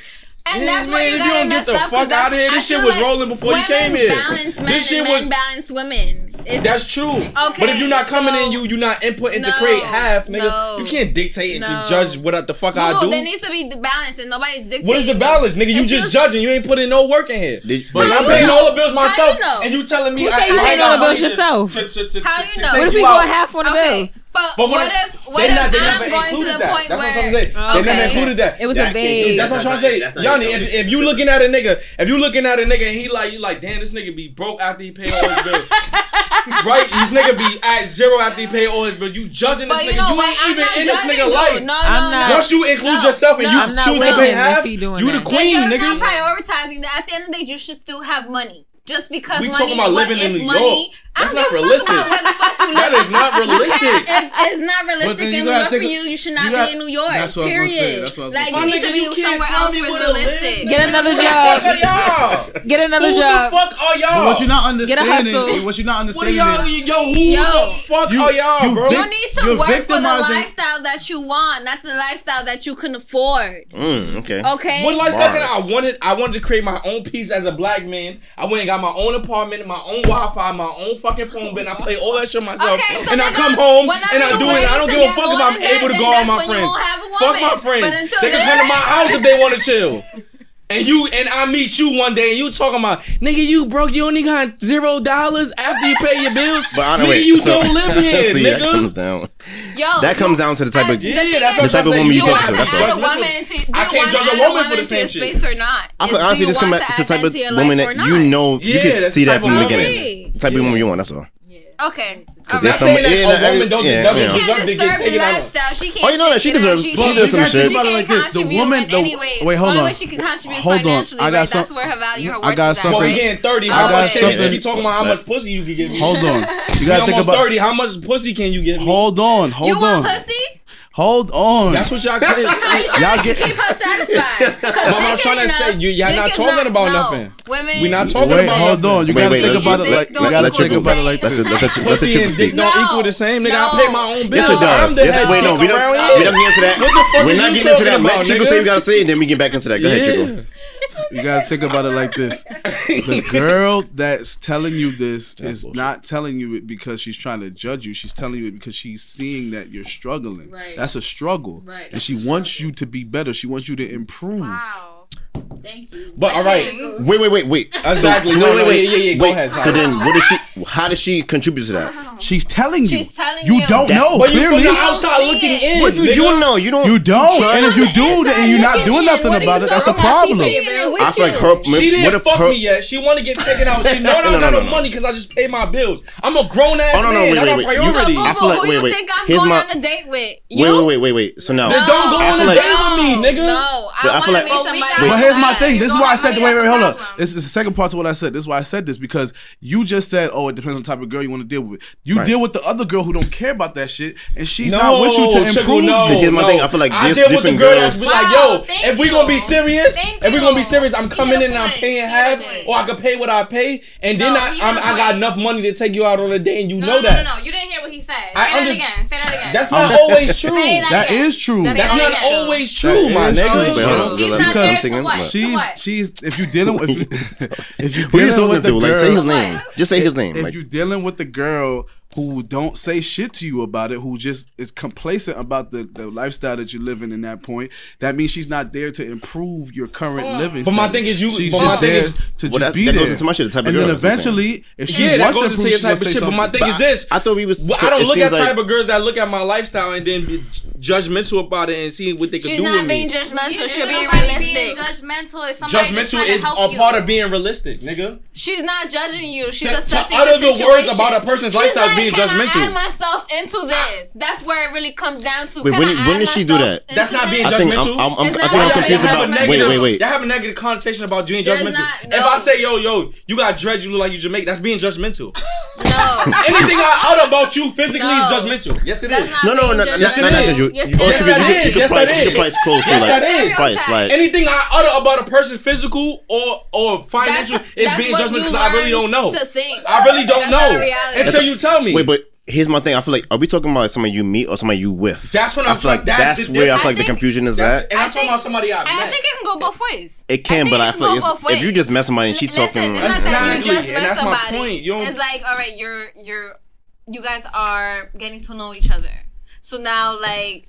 [SPEAKER 6] And
[SPEAKER 2] Yeah,
[SPEAKER 6] that's where
[SPEAKER 2] man,
[SPEAKER 6] you
[SPEAKER 2] if
[SPEAKER 6] got
[SPEAKER 2] you don't get
[SPEAKER 6] it messed
[SPEAKER 2] the
[SPEAKER 6] up. 'cause
[SPEAKER 2] fuck
[SPEAKER 6] that's-
[SPEAKER 2] outta here, this
[SPEAKER 6] I
[SPEAKER 2] shit
[SPEAKER 6] feel
[SPEAKER 2] was rolling before you
[SPEAKER 6] women
[SPEAKER 2] came here.
[SPEAKER 6] Balance
[SPEAKER 2] This
[SPEAKER 6] men
[SPEAKER 2] shit
[SPEAKER 6] this shit and men
[SPEAKER 2] was-
[SPEAKER 6] balance women. It's,
[SPEAKER 2] That's true. but if you're not coming in,
[SPEAKER 6] so-
[SPEAKER 2] you you're not inputting to
[SPEAKER 6] No,
[SPEAKER 2] create half, nigga.
[SPEAKER 6] no,
[SPEAKER 2] you can't dictate and
[SPEAKER 6] no.
[SPEAKER 2] judge what the fuck I
[SPEAKER 6] no,
[SPEAKER 2] do.
[SPEAKER 6] there needs to be the balance, and nobody's dictating.
[SPEAKER 2] What is the balance, nigga? You
[SPEAKER 6] If
[SPEAKER 2] just
[SPEAKER 6] you-
[SPEAKER 2] judging. You ain't putting no work in here.
[SPEAKER 4] Did-
[SPEAKER 2] But
[SPEAKER 4] but-
[SPEAKER 2] I'm
[SPEAKER 6] you
[SPEAKER 2] paying
[SPEAKER 6] know?
[SPEAKER 2] all the bills
[SPEAKER 6] How you
[SPEAKER 2] myself,
[SPEAKER 6] know?
[SPEAKER 2] and you telling me
[SPEAKER 7] You
[SPEAKER 2] I,
[SPEAKER 7] say you
[SPEAKER 2] I
[SPEAKER 7] paying
[SPEAKER 2] got
[SPEAKER 7] all the
[SPEAKER 2] money
[SPEAKER 7] bills
[SPEAKER 2] to-
[SPEAKER 7] yourself.
[SPEAKER 2] To, to, to,
[SPEAKER 6] How
[SPEAKER 2] to
[SPEAKER 6] you
[SPEAKER 2] take
[SPEAKER 6] know? What
[SPEAKER 7] What if we
[SPEAKER 2] you
[SPEAKER 7] go
[SPEAKER 2] out.
[SPEAKER 7] half on the
[SPEAKER 6] Okay,
[SPEAKER 7] bills?
[SPEAKER 6] but,
[SPEAKER 2] But
[SPEAKER 6] what
[SPEAKER 2] what I'm-
[SPEAKER 6] if what
[SPEAKER 2] they
[SPEAKER 6] if
[SPEAKER 2] not- they never
[SPEAKER 6] I'm going to
[SPEAKER 2] included
[SPEAKER 6] the
[SPEAKER 2] that. That's
[SPEAKER 6] point where
[SPEAKER 2] what I'm saying. They never
[SPEAKER 6] Okay.
[SPEAKER 2] included that.
[SPEAKER 7] It was a
[SPEAKER 4] That can't
[SPEAKER 7] big.
[SPEAKER 4] be-
[SPEAKER 2] That's what I'm trying to say.
[SPEAKER 4] That's not-
[SPEAKER 2] Yanni,
[SPEAKER 4] that's not-
[SPEAKER 2] if, if you looking at a nigga, if you looking at a nigga and he like, you like, damn, this nigga be broke after he pay all his bills. right? This nigga be at zero after he pay all his bills. You judging this
[SPEAKER 6] But you
[SPEAKER 2] nigga.
[SPEAKER 6] know
[SPEAKER 2] you
[SPEAKER 6] what?
[SPEAKER 2] ain't
[SPEAKER 6] I'm
[SPEAKER 2] even
[SPEAKER 6] not
[SPEAKER 2] in this
[SPEAKER 6] judging
[SPEAKER 2] nigga
[SPEAKER 6] you.
[SPEAKER 2] life.
[SPEAKER 6] No, no,
[SPEAKER 7] I'm not-
[SPEAKER 6] no.
[SPEAKER 2] Once you include yourself and
[SPEAKER 6] no,
[SPEAKER 2] you
[SPEAKER 7] I'm not
[SPEAKER 2] choose
[SPEAKER 7] with
[SPEAKER 2] to pay
[SPEAKER 7] him if
[SPEAKER 2] half,
[SPEAKER 7] he
[SPEAKER 2] you
[SPEAKER 7] doing
[SPEAKER 2] the
[SPEAKER 6] Then
[SPEAKER 7] that.
[SPEAKER 2] queen,
[SPEAKER 6] you're
[SPEAKER 2] nigga.
[SPEAKER 6] not prioritizing that. At the end of the day, you should still have money. Just because
[SPEAKER 2] We
[SPEAKER 6] money,
[SPEAKER 2] talking about
[SPEAKER 6] what
[SPEAKER 2] living in
[SPEAKER 6] if
[SPEAKER 2] New
[SPEAKER 6] money?
[SPEAKER 2] York.
[SPEAKER 6] I
[SPEAKER 2] That's
[SPEAKER 6] don't
[SPEAKER 2] not
[SPEAKER 6] give a fuck
[SPEAKER 2] realistic.
[SPEAKER 6] about where the fuck you
[SPEAKER 2] that
[SPEAKER 6] live.
[SPEAKER 2] is not realistic.
[SPEAKER 6] If it's not realistic
[SPEAKER 3] then you
[SPEAKER 6] in New
[SPEAKER 3] gotta
[SPEAKER 6] York for
[SPEAKER 3] think of-
[SPEAKER 6] you, you should not
[SPEAKER 3] you
[SPEAKER 6] be
[SPEAKER 3] gotta-
[SPEAKER 6] in New York.
[SPEAKER 3] that's what I was
[SPEAKER 6] period.
[SPEAKER 3] gonna say, that's what I was
[SPEAKER 6] like
[SPEAKER 3] gonna
[SPEAKER 6] you
[SPEAKER 3] say.
[SPEAKER 6] need to
[SPEAKER 2] My nigga, you
[SPEAKER 6] be
[SPEAKER 2] can't
[SPEAKER 6] somewhere
[SPEAKER 2] tell
[SPEAKER 6] else
[SPEAKER 2] me
[SPEAKER 6] where
[SPEAKER 2] where to
[SPEAKER 6] it's realistic.
[SPEAKER 7] Get another
[SPEAKER 2] Fuck are
[SPEAKER 7] job.
[SPEAKER 2] y'all?
[SPEAKER 7] Get another
[SPEAKER 2] Who the
[SPEAKER 7] job.
[SPEAKER 2] fuck are y'all?
[SPEAKER 3] But what you're not
[SPEAKER 7] Get a
[SPEAKER 3] understanding,
[SPEAKER 7] hustle.
[SPEAKER 3] what you're not
[SPEAKER 2] What are
[SPEAKER 3] understanding
[SPEAKER 2] y'all?
[SPEAKER 3] is
[SPEAKER 2] Yo, who
[SPEAKER 6] Yo.
[SPEAKER 2] the fuck
[SPEAKER 3] You-
[SPEAKER 2] are y'all,
[SPEAKER 3] you
[SPEAKER 2] bro?
[SPEAKER 3] vic-
[SPEAKER 6] You need to
[SPEAKER 3] You're
[SPEAKER 6] work for the
[SPEAKER 3] victimizing-
[SPEAKER 6] lifestyle that you want, not the lifestyle that you can afford.
[SPEAKER 4] Mm, okay.
[SPEAKER 6] Okay.
[SPEAKER 2] What lifestyle can I
[SPEAKER 4] Bars.
[SPEAKER 2] wanted? I wanted to create my own piece as a black man. I went and got my own apartment, my own Wi-Fi, my own fucking phone bill. and I play all that shit myself,
[SPEAKER 6] Okay, so
[SPEAKER 2] and I
[SPEAKER 6] nigga,
[SPEAKER 2] come home and
[SPEAKER 6] whenever
[SPEAKER 2] I
[SPEAKER 6] you
[SPEAKER 2] do it. and I don't give
[SPEAKER 6] ready to
[SPEAKER 2] a
[SPEAKER 6] get
[SPEAKER 2] fuck
[SPEAKER 6] more
[SPEAKER 2] if I'm
[SPEAKER 6] than that,
[SPEAKER 2] able to
[SPEAKER 6] then
[SPEAKER 2] go out with
[SPEAKER 6] that's
[SPEAKER 2] my
[SPEAKER 6] when you
[SPEAKER 2] friends.
[SPEAKER 6] won't have a
[SPEAKER 2] Fuck
[SPEAKER 6] woman.
[SPEAKER 2] my
[SPEAKER 6] But
[SPEAKER 2] friends.
[SPEAKER 6] until
[SPEAKER 2] They can
[SPEAKER 6] then-
[SPEAKER 2] come to my house if they want to chill. And you and I meet you one day, and you talking about nigga, you broke, you only got zero dollars after you pay your bills.
[SPEAKER 4] But I
[SPEAKER 2] nigga,
[SPEAKER 4] don't wait.
[SPEAKER 2] you
[SPEAKER 4] so-
[SPEAKER 2] don't live here,
[SPEAKER 4] see,
[SPEAKER 2] nigga.
[SPEAKER 4] That comes down.
[SPEAKER 6] Yo,
[SPEAKER 4] That comes down to the type of.
[SPEAKER 6] Yeah.
[SPEAKER 2] yeah,
[SPEAKER 6] thing
[SPEAKER 2] that's
[SPEAKER 6] is-
[SPEAKER 2] what I'm
[SPEAKER 4] The type of
[SPEAKER 2] saying.
[SPEAKER 4] woman you
[SPEAKER 6] you
[SPEAKER 4] talk
[SPEAKER 6] want
[SPEAKER 4] to,
[SPEAKER 6] to
[SPEAKER 4] that's
[SPEAKER 6] add a
[SPEAKER 4] judgmental.
[SPEAKER 6] woman into, do you
[SPEAKER 2] I can't
[SPEAKER 6] want
[SPEAKER 2] judge
[SPEAKER 6] to
[SPEAKER 2] a
[SPEAKER 6] add
[SPEAKER 2] woman for
[SPEAKER 6] into
[SPEAKER 2] the
[SPEAKER 6] your
[SPEAKER 2] same shit.
[SPEAKER 6] space or not?
[SPEAKER 4] I feel
[SPEAKER 6] Is-
[SPEAKER 4] honestly,
[SPEAKER 6] do you
[SPEAKER 4] this come
[SPEAKER 6] want
[SPEAKER 4] back to the type
[SPEAKER 6] add
[SPEAKER 4] of
[SPEAKER 6] into your
[SPEAKER 4] woman
[SPEAKER 6] life or
[SPEAKER 4] that
[SPEAKER 6] not?
[SPEAKER 4] you know you
[SPEAKER 2] Yeah,
[SPEAKER 4] could
[SPEAKER 2] that's the
[SPEAKER 4] see that
[SPEAKER 2] type
[SPEAKER 4] from the
[SPEAKER 2] of
[SPEAKER 4] beginning.
[SPEAKER 6] woman.
[SPEAKER 4] The type of woman you want. That's all.
[SPEAKER 6] Okay. All
[SPEAKER 4] Cause
[SPEAKER 2] Not
[SPEAKER 4] there's
[SPEAKER 6] right.
[SPEAKER 4] some-
[SPEAKER 2] saying that
[SPEAKER 4] yeah,
[SPEAKER 2] a
[SPEAKER 4] every-
[SPEAKER 2] woman doesn't
[SPEAKER 4] yeah,
[SPEAKER 2] doesn't
[SPEAKER 6] She
[SPEAKER 4] yeah.
[SPEAKER 2] deserve
[SPEAKER 6] can't
[SPEAKER 2] to
[SPEAKER 6] deserve
[SPEAKER 2] dictate
[SPEAKER 6] the
[SPEAKER 2] it. I know.
[SPEAKER 6] lifestyle. She can't.
[SPEAKER 4] Oh, you know that she
[SPEAKER 6] shake it out.
[SPEAKER 4] deserves- she
[SPEAKER 3] Well,
[SPEAKER 6] can't-
[SPEAKER 4] does some
[SPEAKER 3] you gotta think
[SPEAKER 4] shit.
[SPEAKER 3] about it
[SPEAKER 6] can't
[SPEAKER 3] like this. The
[SPEAKER 6] contribute
[SPEAKER 3] woman,
[SPEAKER 6] in
[SPEAKER 3] the
[SPEAKER 6] any way.
[SPEAKER 3] wait, hold
[SPEAKER 6] Only
[SPEAKER 3] on.
[SPEAKER 6] way she can contribute is
[SPEAKER 3] Hold on.
[SPEAKER 6] financially.
[SPEAKER 3] I
[SPEAKER 6] right?
[SPEAKER 3] got some-
[SPEAKER 6] That's where her value, her
[SPEAKER 3] I
[SPEAKER 6] worth
[SPEAKER 3] got
[SPEAKER 6] is at,
[SPEAKER 2] But
[SPEAKER 3] something.
[SPEAKER 2] we
[SPEAKER 6] right?
[SPEAKER 2] getting thirty.
[SPEAKER 6] I
[SPEAKER 2] How
[SPEAKER 6] got
[SPEAKER 2] much can
[SPEAKER 3] something.
[SPEAKER 2] you talking about? How much pussy you can give me?
[SPEAKER 3] Hold on.
[SPEAKER 2] We
[SPEAKER 3] You gotta think
[SPEAKER 2] almost
[SPEAKER 3] about.
[SPEAKER 2] thirty. How much pussy can you give me?
[SPEAKER 3] Hold on.
[SPEAKER 6] You
[SPEAKER 3] Hold
[SPEAKER 6] want
[SPEAKER 3] on.
[SPEAKER 6] pussy?
[SPEAKER 3] Hold on.
[SPEAKER 2] That's what y'all claim.
[SPEAKER 6] You trying
[SPEAKER 3] Y'all
[SPEAKER 6] to
[SPEAKER 3] get-
[SPEAKER 6] keep her satisfied. 'Cause
[SPEAKER 2] Mama, I'm
[SPEAKER 6] dick
[SPEAKER 2] tryna
[SPEAKER 6] ain't
[SPEAKER 2] say,
[SPEAKER 6] enough.
[SPEAKER 2] you- y'all
[SPEAKER 6] Dick
[SPEAKER 2] not
[SPEAKER 6] is
[SPEAKER 2] talking about
[SPEAKER 6] no.
[SPEAKER 2] nothing.
[SPEAKER 6] Women,
[SPEAKER 2] We not talking
[SPEAKER 3] Wait,
[SPEAKER 2] about.
[SPEAKER 3] hold
[SPEAKER 2] nothing.
[SPEAKER 3] on. You
[SPEAKER 4] Wait,
[SPEAKER 3] gotta
[SPEAKER 4] wait,
[SPEAKER 3] think
[SPEAKER 4] wait.
[SPEAKER 3] about it
[SPEAKER 6] Dick
[SPEAKER 3] like you
[SPEAKER 6] don't
[SPEAKER 3] gotta
[SPEAKER 6] equal
[SPEAKER 3] think
[SPEAKER 6] the
[SPEAKER 3] about it like
[SPEAKER 6] same.
[SPEAKER 4] Let the let the let the
[SPEAKER 2] Pussy
[SPEAKER 4] chick
[SPEAKER 2] and dick
[SPEAKER 4] speak.
[SPEAKER 2] don't
[SPEAKER 6] No.
[SPEAKER 2] equal the same, nigga. I
[SPEAKER 6] No.
[SPEAKER 2] pay my own bills.
[SPEAKER 4] Yes, it
[SPEAKER 6] No.
[SPEAKER 4] does.
[SPEAKER 2] I'm the
[SPEAKER 4] Yes,
[SPEAKER 2] head
[SPEAKER 4] wait, no, we
[SPEAKER 2] dick
[SPEAKER 4] don't.
[SPEAKER 2] around
[SPEAKER 4] We
[SPEAKER 2] here.
[SPEAKER 4] don't get into
[SPEAKER 2] What the
[SPEAKER 4] that.
[SPEAKER 2] fuck
[SPEAKER 4] We're
[SPEAKER 2] is
[SPEAKER 4] not
[SPEAKER 2] you
[SPEAKER 4] getting into
[SPEAKER 2] talking
[SPEAKER 4] that. Let
[SPEAKER 2] about,
[SPEAKER 4] Chico
[SPEAKER 2] nigga?
[SPEAKER 4] say what we gotta say, and then we get back into that. Go ahead,
[SPEAKER 2] Yeah.
[SPEAKER 4] Chico.
[SPEAKER 3] You gotta think about it like this. The girl that's telling you this is
[SPEAKER 4] bullshit.
[SPEAKER 3] not telling you it because she's trying to judge you. She's telling you it because she's seeing that you're struggling.
[SPEAKER 7] Right.
[SPEAKER 3] That's a struggle.
[SPEAKER 7] Right.
[SPEAKER 3] And she wants you to be better. She wants you to improve.
[SPEAKER 5] Wow.
[SPEAKER 7] Thank you.
[SPEAKER 2] But all right,
[SPEAKER 4] Wait, wait, wait, wait.
[SPEAKER 2] Exactly.
[SPEAKER 4] So,
[SPEAKER 2] No, no,
[SPEAKER 4] wait, wait, wait.
[SPEAKER 2] yeah, yeah, yeah. Go
[SPEAKER 4] Wait,
[SPEAKER 2] ahead,
[SPEAKER 4] So
[SPEAKER 2] Zion.
[SPEAKER 4] then, what does she? How does she contribute to that?
[SPEAKER 3] She's telling you.
[SPEAKER 6] She's telling
[SPEAKER 3] you
[SPEAKER 6] you.
[SPEAKER 3] don't
[SPEAKER 4] That's-
[SPEAKER 3] know.
[SPEAKER 2] but you from
[SPEAKER 3] clearly,
[SPEAKER 2] the outside looking in.
[SPEAKER 4] What if you
[SPEAKER 2] nigga.
[SPEAKER 4] do know? You don't.
[SPEAKER 3] you don't.
[SPEAKER 4] She's
[SPEAKER 3] And if
[SPEAKER 4] on
[SPEAKER 3] you
[SPEAKER 6] the
[SPEAKER 3] do, then
[SPEAKER 6] inside
[SPEAKER 3] you're not
[SPEAKER 6] looking
[SPEAKER 3] doing
[SPEAKER 6] in.
[SPEAKER 3] nothing
[SPEAKER 6] What are
[SPEAKER 3] about
[SPEAKER 6] you
[SPEAKER 3] it. That's a
[SPEAKER 6] talking about? She's
[SPEAKER 3] problem.
[SPEAKER 6] sitting there with
[SPEAKER 4] I feel like
[SPEAKER 6] you.
[SPEAKER 4] her.
[SPEAKER 2] She
[SPEAKER 4] what
[SPEAKER 2] didn't
[SPEAKER 4] if
[SPEAKER 2] fuck
[SPEAKER 4] her,
[SPEAKER 2] me yet. She want to get taken out. She know I
[SPEAKER 4] No,
[SPEAKER 2] don't
[SPEAKER 4] no,
[SPEAKER 2] got
[SPEAKER 4] no,
[SPEAKER 2] no,
[SPEAKER 4] no.
[SPEAKER 2] money because I just pay my bills. I'm a grown ass
[SPEAKER 4] Oh, no, no,
[SPEAKER 2] man.
[SPEAKER 4] wait,
[SPEAKER 2] I got
[SPEAKER 4] wait, wait. You-
[SPEAKER 2] priorities.
[SPEAKER 6] So,
[SPEAKER 4] I
[SPEAKER 6] Bobo,
[SPEAKER 4] feel like-
[SPEAKER 6] who
[SPEAKER 4] wait,
[SPEAKER 6] you
[SPEAKER 4] wait.
[SPEAKER 6] think I'm
[SPEAKER 4] Here's
[SPEAKER 6] going
[SPEAKER 4] my-
[SPEAKER 6] on a date with?
[SPEAKER 4] Wait,
[SPEAKER 6] You?
[SPEAKER 4] wait, wait, wait, wait. So now,
[SPEAKER 2] Then don't go
[SPEAKER 4] I
[SPEAKER 2] on
[SPEAKER 4] feel
[SPEAKER 2] a
[SPEAKER 4] like-
[SPEAKER 2] date with me, nigga.
[SPEAKER 6] No,
[SPEAKER 4] But I feel
[SPEAKER 6] I want to
[SPEAKER 4] like-
[SPEAKER 6] meet somebody.
[SPEAKER 5] But
[SPEAKER 3] But here's my
[SPEAKER 6] outside.
[SPEAKER 3] thing. This is
[SPEAKER 5] You're
[SPEAKER 3] why I
[SPEAKER 5] gonna
[SPEAKER 3] said the
[SPEAKER 5] have
[SPEAKER 3] wait, wait, hold up.
[SPEAKER 5] problem.
[SPEAKER 3] This is the second part to what I said. This is why I said this because you just said, "Oh, it depends on the type of girl you want to deal with." You deal with the other girl who don't care about that shit, and she's not with you to
[SPEAKER 2] Chico,
[SPEAKER 3] improve.
[SPEAKER 2] no,
[SPEAKER 3] it.
[SPEAKER 4] Here's my
[SPEAKER 2] no.
[SPEAKER 4] thing, I feel like
[SPEAKER 2] I
[SPEAKER 4] there's
[SPEAKER 2] deal with the
[SPEAKER 4] different
[SPEAKER 2] girl that's
[SPEAKER 4] girls-
[SPEAKER 2] be like,
[SPEAKER 5] Wow,
[SPEAKER 2] yo,
[SPEAKER 5] thank
[SPEAKER 2] if we gonna be
[SPEAKER 5] you.
[SPEAKER 2] serious,
[SPEAKER 5] Thank
[SPEAKER 2] if we gonna be
[SPEAKER 5] you.
[SPEAKER 2] serious, I'm coming
[SPEAKER 5] hit a
[SPEAKER 2] in and I'm
[SPEAKER 5] point.
[SPEAKER 2] paying
[SPEAKER 5] He
[SPEAKER 2] half,
[SPEAKER 5] hit a point.
[SPEAKER 2] or I could pay what I pay, and then
[SPEAKER 5] No,
[SPEAKER 2] I
[SPEAKER 5] he
[SPEAKER 2] I'm,
[SPEAKER 5] hit a
[SPEAKER 2] I got
[SPEAKER 5] point.
[SPEAKER 2] enough money to take you out on a date, and you
[SPEAKER 5] No,
[SPEAKER 2] know
[SPEAKER 5] no,
[SPEAKER 2] that.
[SPEAKER 5] no, no. You didn't hear what he said. Say
[SPEAKER 2] I
[SPEAKER 5] that
[SPEAKER 2] under-
[SPEAKER 5] again. Say that again.
[SPEAKER 2] That's not
[SPEAKER 4] Um,
[SPEAKER 2] always true.
[SPEAKER 5] Say that
[SPEAKER 3] That
[SPEAKER 5] again.
[SPEAKER 3] is true.
[SPEAKER 5] That
[SPEAKER 2] That's
[SPEAKER 5] is
[SPEAKER 2] not
[SPEAKER 5] true.
[SPEAKER 2] always true, my
[SPEAKER 3] is
[SPEAKER 2] nigga.
[SPEAKER 4] true.
[SPEAKER 5] True.
[SPEAKER 4] Hold on,
[SPEAKER 5] She's
[SPEAKER 4] let me
[SPEAKER 5] not
[SPEAKER 4] cut
[SPEAKER 5] there
[SPEAKER 4] this thing
[SPEAKER 5] to
[SPEAKER 4] in.
[SPEAKER 5] what? To
[SPEAKER 3] She's
[SPEAKER 5] what?
[SPEAKER 3] she's if you dealing with if you, if you
[SPEAKER 4] Who you
[SPEAKER 3] dealing
[SPEAKER 4] talking
[SPEAKER 3] with the
[SPEAKER 4] to?
[SPEAKER 3] girl,
[SPEAKER 4] Like, say his name. Just say his name.
[SPEAKER 3] if
[SPEAKER 4] Like,
[SPEAKER 3] you dealing with the girl who don't say shit to you about it, who just is complacent about the, the lifestyle that you're living in that point, that means she's not there to improve your current living.
[SPEAKER 2] But my
[SPEAKER 3] standard.
[SPEAKER 2] thing is you-
[SPEAKER 3] She's
[SPEAKER 2] but
[SPEAKER 3] just
[SPEAKER 2] my thing
[SPEAKER 3] there
[SPEAKER 2] is-
[SPEAKER 3] to just
[SPEAKER 4] Well, that-
[SPEAKER 3] be
[SPEAKER 4] that
[SPEAKER 3] there.
[SPEAKER 4] goes into my shit, the type of
[SPEAKER 3] and
[SPEAKER 4] girl,
[SPEAKER 3] then
[SPEAKER 4] that's what I'm saying.
[SPEAKER 3] eventually, if she
[SPEAKER 2] Yeah, that
[SPEAKER 3] wants
[SPEAKER 2] goes
[SPEAKER 3] to
[SPEAKER 2] into your
[SPEAKER 3] improve,
[SPEAKER 2] type of shit. But my thing is this:
[SPEAKER 4] I thought we was.
[SPEAKER 2] Well,
[SPEAKER 4] so
[SPEAKER 2] I
[SPEAKER 4] it
[SPEAKER 2] don't look at
[SPEAKER 4] seems
[SPEAKER 2] type
[SPEAKER 4] like-
[SPEAKER 2] of girls that look at my lifestyle and then be judgmental about it and see what they could
[SPEAKER 6] She's
[SPEAKER 2] do
[SPEAKER 6] not
[SPEAKER 2] with
[SPEAKER 6] being
[SPEAKER 2] me.
[SPEAKER 6] judgmental.
[SPEAKER 5] It's
[SPEAKER 6] She's being
[SPEAKER 5] nobody Being
[SPEAKER 6] realistic.
[SPEAKER 5] judgmental is somebody just
[SPEAKER 2] Judgmental
[SPEAKER 5] trying to
[SPEAKER 2] is
[SPEAKER 5] help
[SPEAKER 2] a
[SPEAKER 5] you.
[SPEAKER 2] part of being realistic, nigga.
[SPEAKER 6] She's not judging you. She's
[SPEAKER 2] To- to
[SPEAKER 6] assessing
[SPEAKER 2] utter
[SPEAKER 6] the
[SPEAKER 2] the
[SPEAKER 6] situation.
[SPEAKER 2] words about a person's
[SPEAKER 6] She's
[SPEAKER 2] lifestyle is
[SPEAKER 6] like,
[SPEAKER 2] being
[SPEAKER 6] can
[SPEAKER 2] judgmental.
[SPEAKER 6] I add myself into this. That's where it really comes down to.
[SPEAKER 4] Wait,
[SPEAKER 6] Can
[SPEAKER 4] when-
[SPEAKER 6] I
[SPEAKER 4] when
[SPEAKER 6] add
[SPEAKER 4] did she do
[SPEAKER 6] myself
[SPEAKER 4] that?
[SPEAKER 6] into
[SPEAKER 2] That's not being
[SPEAKER 6] this?
[SPEAKER 4] I think I'm,
[SPEAKER 2] judgmental.
[SPEAKER 4] I'm, I'm,
[SPEAKER 6] It's
[SPEAKER 4] I
[SPEAKER 6] not
[SPEAKER 4] think I'm
[SPEAKER 6] like
[SPEAKER 4] confused
[SPEAKER 6] that.
[SPEAKER 4] about.
[SPEAKER 6] It's not
[SPEAKER 4] Wait,
[SPEAKER 6] like
[SPEAKER 4] wait, wait.
[SPEAKER 2] Y'all have a negative connotation about you being
[SPEAKER 6] There's
[SPEAKER 2] judgmental.
[SPEAKER 6] not,
[SPEAKER 2] If I
[SPEAKER 6] no.
[SPEAKER 2] say, yo, yo, you got dread, you look like you Jamaican, that's being judgmental.
[SPEAKER 6] No.
[SPEAKER 2] Anything I utter about you physically
[SPEAKER 6] No.
[SPEAKER 2] is judgmental. Yes, it is.
[SPEAKER 6] That's
[SPEAKER 4] No,
[SPEAKER 6] not
[SPEAKER 4] no,
[SPEAKER 6] being
[SPEAKER 4] no,
[SPEAKER 6] judgmental.
[SPEAKER 4] that's not
[SPEAKER 2] Yes,
[SPEAKER 4] that you.
[SPEAKER 6] You're
[SPEAKER 4] you- also,
[SPEAKER 2] that is.
[SPEAKER 4] you could- you could
[SPEAKER 2] Yes,
[SPEAKER 4] price-
[SPEAKER 2] that
[SPEAKER 4] you could
[SPEAKER 2] is.
[SPEAKER 4] price close to
[SPEAKER 2] Yes,
[SPEAKER 4] like
[SPEAKER 2] that is.
[SPEAKER 4] price like.
[SPEAKER 2] Anything I utter about a person's physical or or financial
[SPEAKER 6] That's-
[SPEAKER 2] is
[SPEAKER 6] that's
[SPEAKER 2] being
[SPEAKER 6] what
[SPEAKER 2] judgmental
[SPEAKER 6] you
[SPEAKER 2] because I really
[SPEAKER 6] learned
[SPEAKER 2] don't know.
[SPEAKER 6] to think.
[SPEAKER 2] I really don't
[SPEAKER 6] That's not a
[SPEAKER 2] know
[SPEAKER 6] reality.
[SPEAKER 2] until you tell me.
[SPEAKER 4] Wait, but here's my thing. I feel like are we talking about somebody you meet or somebody you with?
[SPEAKER 2] That's what
[SPEAKER 4] I
[SPEAKER 2] I'm
[SPEAKER 4] feel like.
[SPEAKER 2] trying- that's
[SPEAKER 4] That's
[SPEAKER 2] the
[SPEAKER 4] where I
[SPEAKER 2] difference.
[SPEAKER 4] feel like the
[SPEAKER 6] I think-
[SPEAKER 4] confusion is
[SPEAKER 2] That's-
[SPEAKER 4] at.
[SPEAKER 2] and I'm
[SPEAKER 6] I
[SPEAKER 2] talking
[SPEAKER 6] think-
[SPEAKER 2] about somebody I
[SPEAKER 6] I
[SPEAKER 2] met.
[SPEAKER 6] think it can go both ways.
[SPEAKER 4] It can,
[SPEAKER 6] think
[SPEAKER 4] but
[SPEAKER 6] it
[SPEAKER 4] I
[SPEAKER 6] can
[SPEAKER 4] feel like
[SPEAKER 6] go
[SPEAKER 4] it's-
[SPEAKER 6] both
[SPEAKER 4] if you
[SPEAKER 6] ways.
[SPEAKER 4] just met somebody and she
[SPEAKER 6] Listen,
[SPEAKER 4] talking,
[SPEAKER 6] it's not that you
[SPEAKER 2] Exactly,
[SPEAKER 6] just
[SPEAKER 2] and
[SPEAKER 6] met
[SPEAKER 2] that's my
[SPEAKER 6] somebody.
[SPEAKER 2] point. You don't-
[SPEAKER 6] It's like, all right, you're you're you guys are getting to know each other. So now, like,